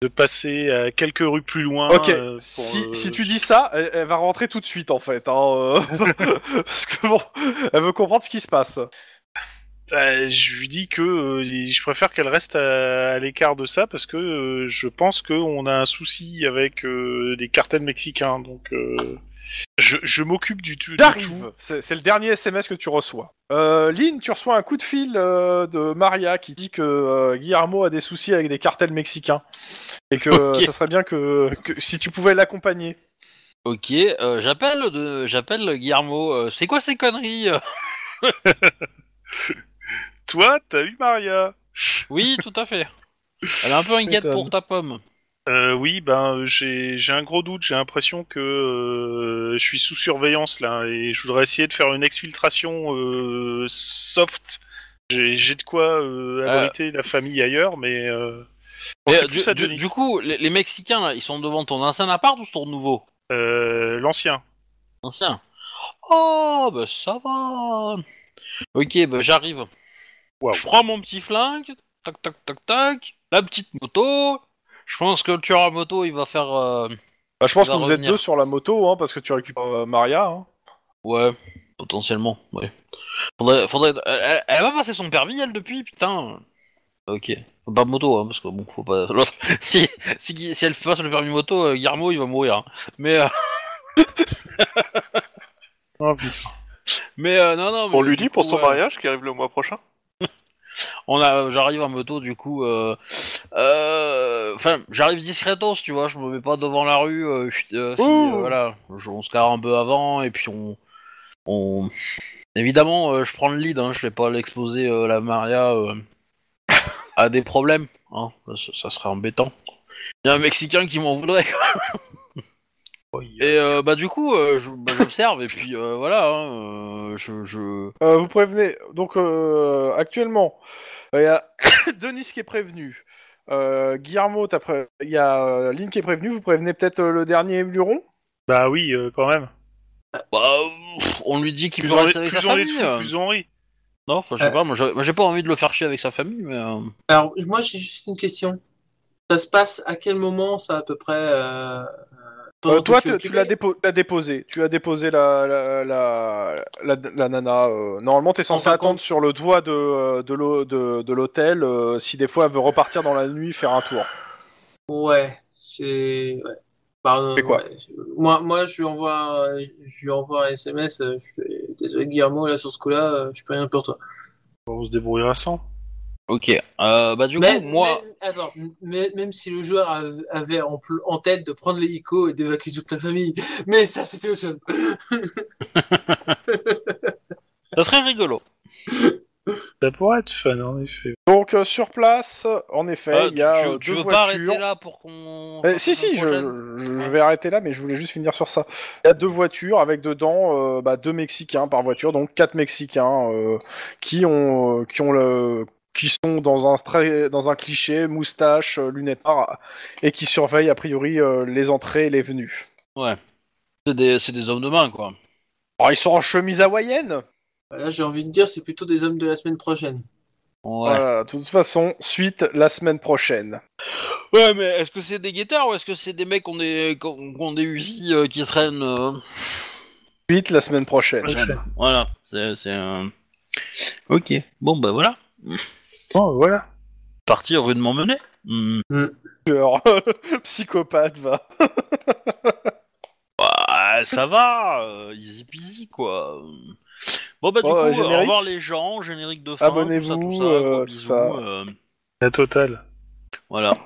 [SPEAKER 5] de passer à quelques rues plus loin.
[SPEAKER 2] Ok,
[SPEAKER 5] euh, pour,
[SPEAKER 2] si,
[SPEAKER 5] euh,
[SPEAKER 2] si tu dis ça, elle, elle va rentrer tout de suite en fait. hein, euh, Parce que bon, elle veut comprendre ce qui se passe.
[SPEAKER 5] Euh, je lui dis que euh, je préfère qu'elle reste à, à l'écart de ça parce que euh, je pense qu'on a un souci avec euh, des cartels mexicains. Donc, euh, je, je m'occupe du, tu- de tout.
[SPEAKER 2] J'arrive C'est c'est le dernier SMS que tu reçois. Euh, Lynn, tu reçois un coup de fil euh, de Maria qui dit que euh, Guillermo a des soucis avec des cartels mexicains. Et que euh,
[SPEAKER 1] Ok.
[SPEAKER 2] ça serait bien que, que si tu pouvais l'accompagner.
[SPEAKER 1] Ok, euh, j'appelle de... j'appelle Guillermo. euh, c'est quoi ces conneries euh
[SPEAKER 5] Toi, t'as eu Maria
[SPEAKER 1] Oui, tout à fait. Elle est un peu inquiète
[SPEAKER 2] M'étonne.
[SPEAKER 1] pour ta pomme.
[SPEAKER 5] Euh, Oui, ben j'ai j'ai un gros doute. J'ai l'impression que euh, je suis sous surveillance là et je voudrais essayer de faire une exfiltration euh, soft. J'ai j'ai de quoi euh,
[SPEAKER 1] Euh.
[SPEAKER 5] abriter la famille ailleurs, mais. Euh...
[SPEAKER 1] Et,
[SPEAKER 5] pensez
[SPEAKER 1] euh, du,
[SPEAKER 5] plus à
[SPEAKER 1] du-
[SPEAKER 5] Denis.
[SPEAKER 1] du coup, les, les Mexicains, là, ils sont devant ton ancien appart ou ton nouveau
[SPEAKER 5] Euh, L'ancien.
[SPEAKER 1] Ancien. Oh, bah ça va. Ok, bah j'arrive.
[SPEAKER 5] Waouh.
[SPEAKER 1] Je prends mon petit flingue, tac tac tac tac, la petite moto. Je pense que le tueur à moto, il va faire. euh,
[SPEAKER 2] Bah, je pense
[SPEAKER 1] Il
[SPEAKER 2] que
[SPEAKER 1] va
[SPEAKER 2] vous êtes
[SPEAKER 1] revenir.
[SPEAKER 2] deux sur la moto, hein, parce que tu récupères euh, Maria. hein.
[SPEAKER 1] Ouais, potentiellement. Ouais. Faudrait, faudrait. Elle, elle- elle va passer son permis, elle, depuis, putain. Ok. Pas moto, hein, parce que bon, faut pas. l'autre- si, si, si elle passe le permis moto, euh, Guillermo, il va mourir. hein. Mais, euh, mais euh, non, non.
[SPEAKER 3] Oh, On
[SPEAKER 1] mais
[SPEAKER 3] lui
[SPEAKER 1] du
[SPEAKER 3] dit pour
[SPEAKER 1] coup,
[SPEAKER 3] son
[SPEAKER 1] ouais,
[SPEAKER 3] mariage qui arrive le mois prochain.
[SPEAKER 1] On a, j'arrive en moto, du coup. euh, euh, Enfin, j'arrive discretos, tu vois. Je me mets pas devant la rue. euh, chut, euh, si,
[SPEAKER 2] Ouh.
[SPEAKER 1] euh, voilà. Je- on se carre un peu avant, et puis on. on... Évidemment, euh, je prends le lead, hein, je vais pas l'exposer euh, la Maria euh, à des problèmes, hein, ça, ça serait embêtant. Il y a un Mexicain qui m'en voudrait. et euh, bah du coup, euh, je- bah, j'observe et puis euh, voilà, hein, euh, je, je-
[SPEAKER 2] Euh, vous prévenez. Donc euh, actuellement, il y a Denis qui est prévenu. Euh, Guillermo, t'as pré- il y a euh, Lynn qui est prévenu. Vous prévenez peut-être euh, le dernier Luron
[SPEAKER 5] Bah oui, euh, quand même.
[SPEAKER 1] bah, pff, on lui dit qu'il
[SPEAKER 5] Plus
[SPEAKER 1] veut
[SPEAKER 5] on est,
[SPEAKER 1] rester avec sa
[SPEAKER 5] plus on est
[SPEAKER 1] famille.
[SPEAKER 5] de fous, plus on rit.
[SPEAKER 1] Non, enfin, je sais pas, moi j'ai moi, j'ai pas envie de le faire chier avec sa famille, mais euh,
[SPEAKER 4] Alors, moi, j'ai juste une question. Ça se passe à quel moment, ça, à peu près euh, euh, pendant
[SPEAKER 2] Euh,
[SPEAKER 4] que
[SPEAKER 2] toi,
[SPEAKER 4] je suis
[SPEAKER 2] tu, tu
[SPEAKER 4] occupé
[SPEAKER 2] l'as dépo- t'as déposé. Tu as déposé la, la, la, la, la nana. euh, Normalement, t'es censé
[SPEAKER 4] Enfin,
[SPEAKER 2] attendre
[SPEAKER 4] quand-
[SPEAKER 2] sur le doigt de, euh, de, l'hô- de, de l'hôtel euh, si des fois elle veut repartir dans la nuit faire un tour.
[SPEAKER 4] Ouais, c'est. Ouais. Pardon,
[SPEAKER 2] C'est quoi
[SPEAKER 4] ouais. Moi, moi, je lui envoie, un- je lui envoie un SMS. euh, Je fais, Désolé, Guillermo, là, sur ce coup-là, euh, je peux rien pour toi.
[SPEAKER 5] On se débrouillera sans.
[SPEAKER 1] Ok. Euh, bah du
[SPEAKER 4] Mais,
[SPEAKER 1] coup, moi,
[SPEAKER 4] même, attends, mais- même si le joueur a- avait en, pl- en tête de prendre l'hélico et d'évacuer toute la famille, mais ça, c'était autre chose.
[SPEAKER 1] ça serait rigolo.
[SPEAKER 5] Ça pourrait être fun, en effet.
[SPEAKER 2] Donc, euh, sur place, en effet,
[SPEAKER 1] Euh,
[SPEAKER 2] il y a
[SPEAKER 1] tu,
[SPEAKER 2] euh,
[SPEAKER 1] tu
[SPEAKER 2] deux
[SPEAKER 1] veux pas
[SPEAKER 2] voitures.
[SPEAKER 1] arrêter là pour qu'on.
[SPEAKER 2] Euh,
[SPEAKER 1] fasse
[SPEAKER 2] si,
[SPEAKER 1] la
[SPEAKER 2] si,
[SPEAKER 1] semaine
[SPEAKER 2] je,
[SPEAKER 1] prochaine
[SPEAKER 2] je- je vais arrêter là, mais je voulais juste finir sur ça. Il y a deux voitures avec dedans euh, bah, deux Mexicains par voiture, donc quatre Mexicains euh, qui ont euh, qui ont le qui sont dans un stra- dans un cliché moustache, euh, lunettes noires et qui surveillent a priori euh, les entrées et les venues.
[SPEAKER 1] C'est des, c'est des hommes de main, quoi.
[SPEAKER 2] Alors, Oh, ils sont en chemise hawaïenne.
[SPEAKER 4] Là, j'ai envie de dire, c'est plutôt des hommes de la semaine prochaine.
[SPEAKER 1] Ouais.
[SPEAKER 2] Voilà, de toute façon, suite la semaine prochaine.
[SPEAKER 1] Ouais, mais est-ce que c'est des guettards ou est-ce que c'est des mecs qui ont des, qui ont- qui ont des Uzi euh, qui traînent euh,
[SPEAKER 2] Suite la semaine prochaine.
[SPEAKER 1] traînent. Voilà, c'est... c'est, euh, Ok, bon bah voilà.
[SPEAKER 5] Bon, voilà.
[SPEAKER 1] Partir rudement mené. Hmm.
[SPEAKER 2] Alors, Psychopathe va.
[SPEAKER 1] Bah, ça va, euh, easy peasy, quoi. Bon bah du
[SPEAKER 2] Bon,
[SPEAKER 1] coup,
[SPEAKER 2] euh,
[SPEAKER 1] euh, au
[SPEAKER 2] générique.
[SPEAKER 1] revoir les gens, générique de fin, tout ça, tout
[SPEAKER 2] Abonnez-vous,
[SPEAKER 1] ça,
[SPEAKER 2] euh,
[SPEAKER 1] gros
[SPEAKER 2] tout
[SPEAKER 1] bisous,
[SPEAKER 2] ça.
[SPEAKER 1] euh,
[SPEAKER 5] La totale.
[SPEAKER 1] voilà.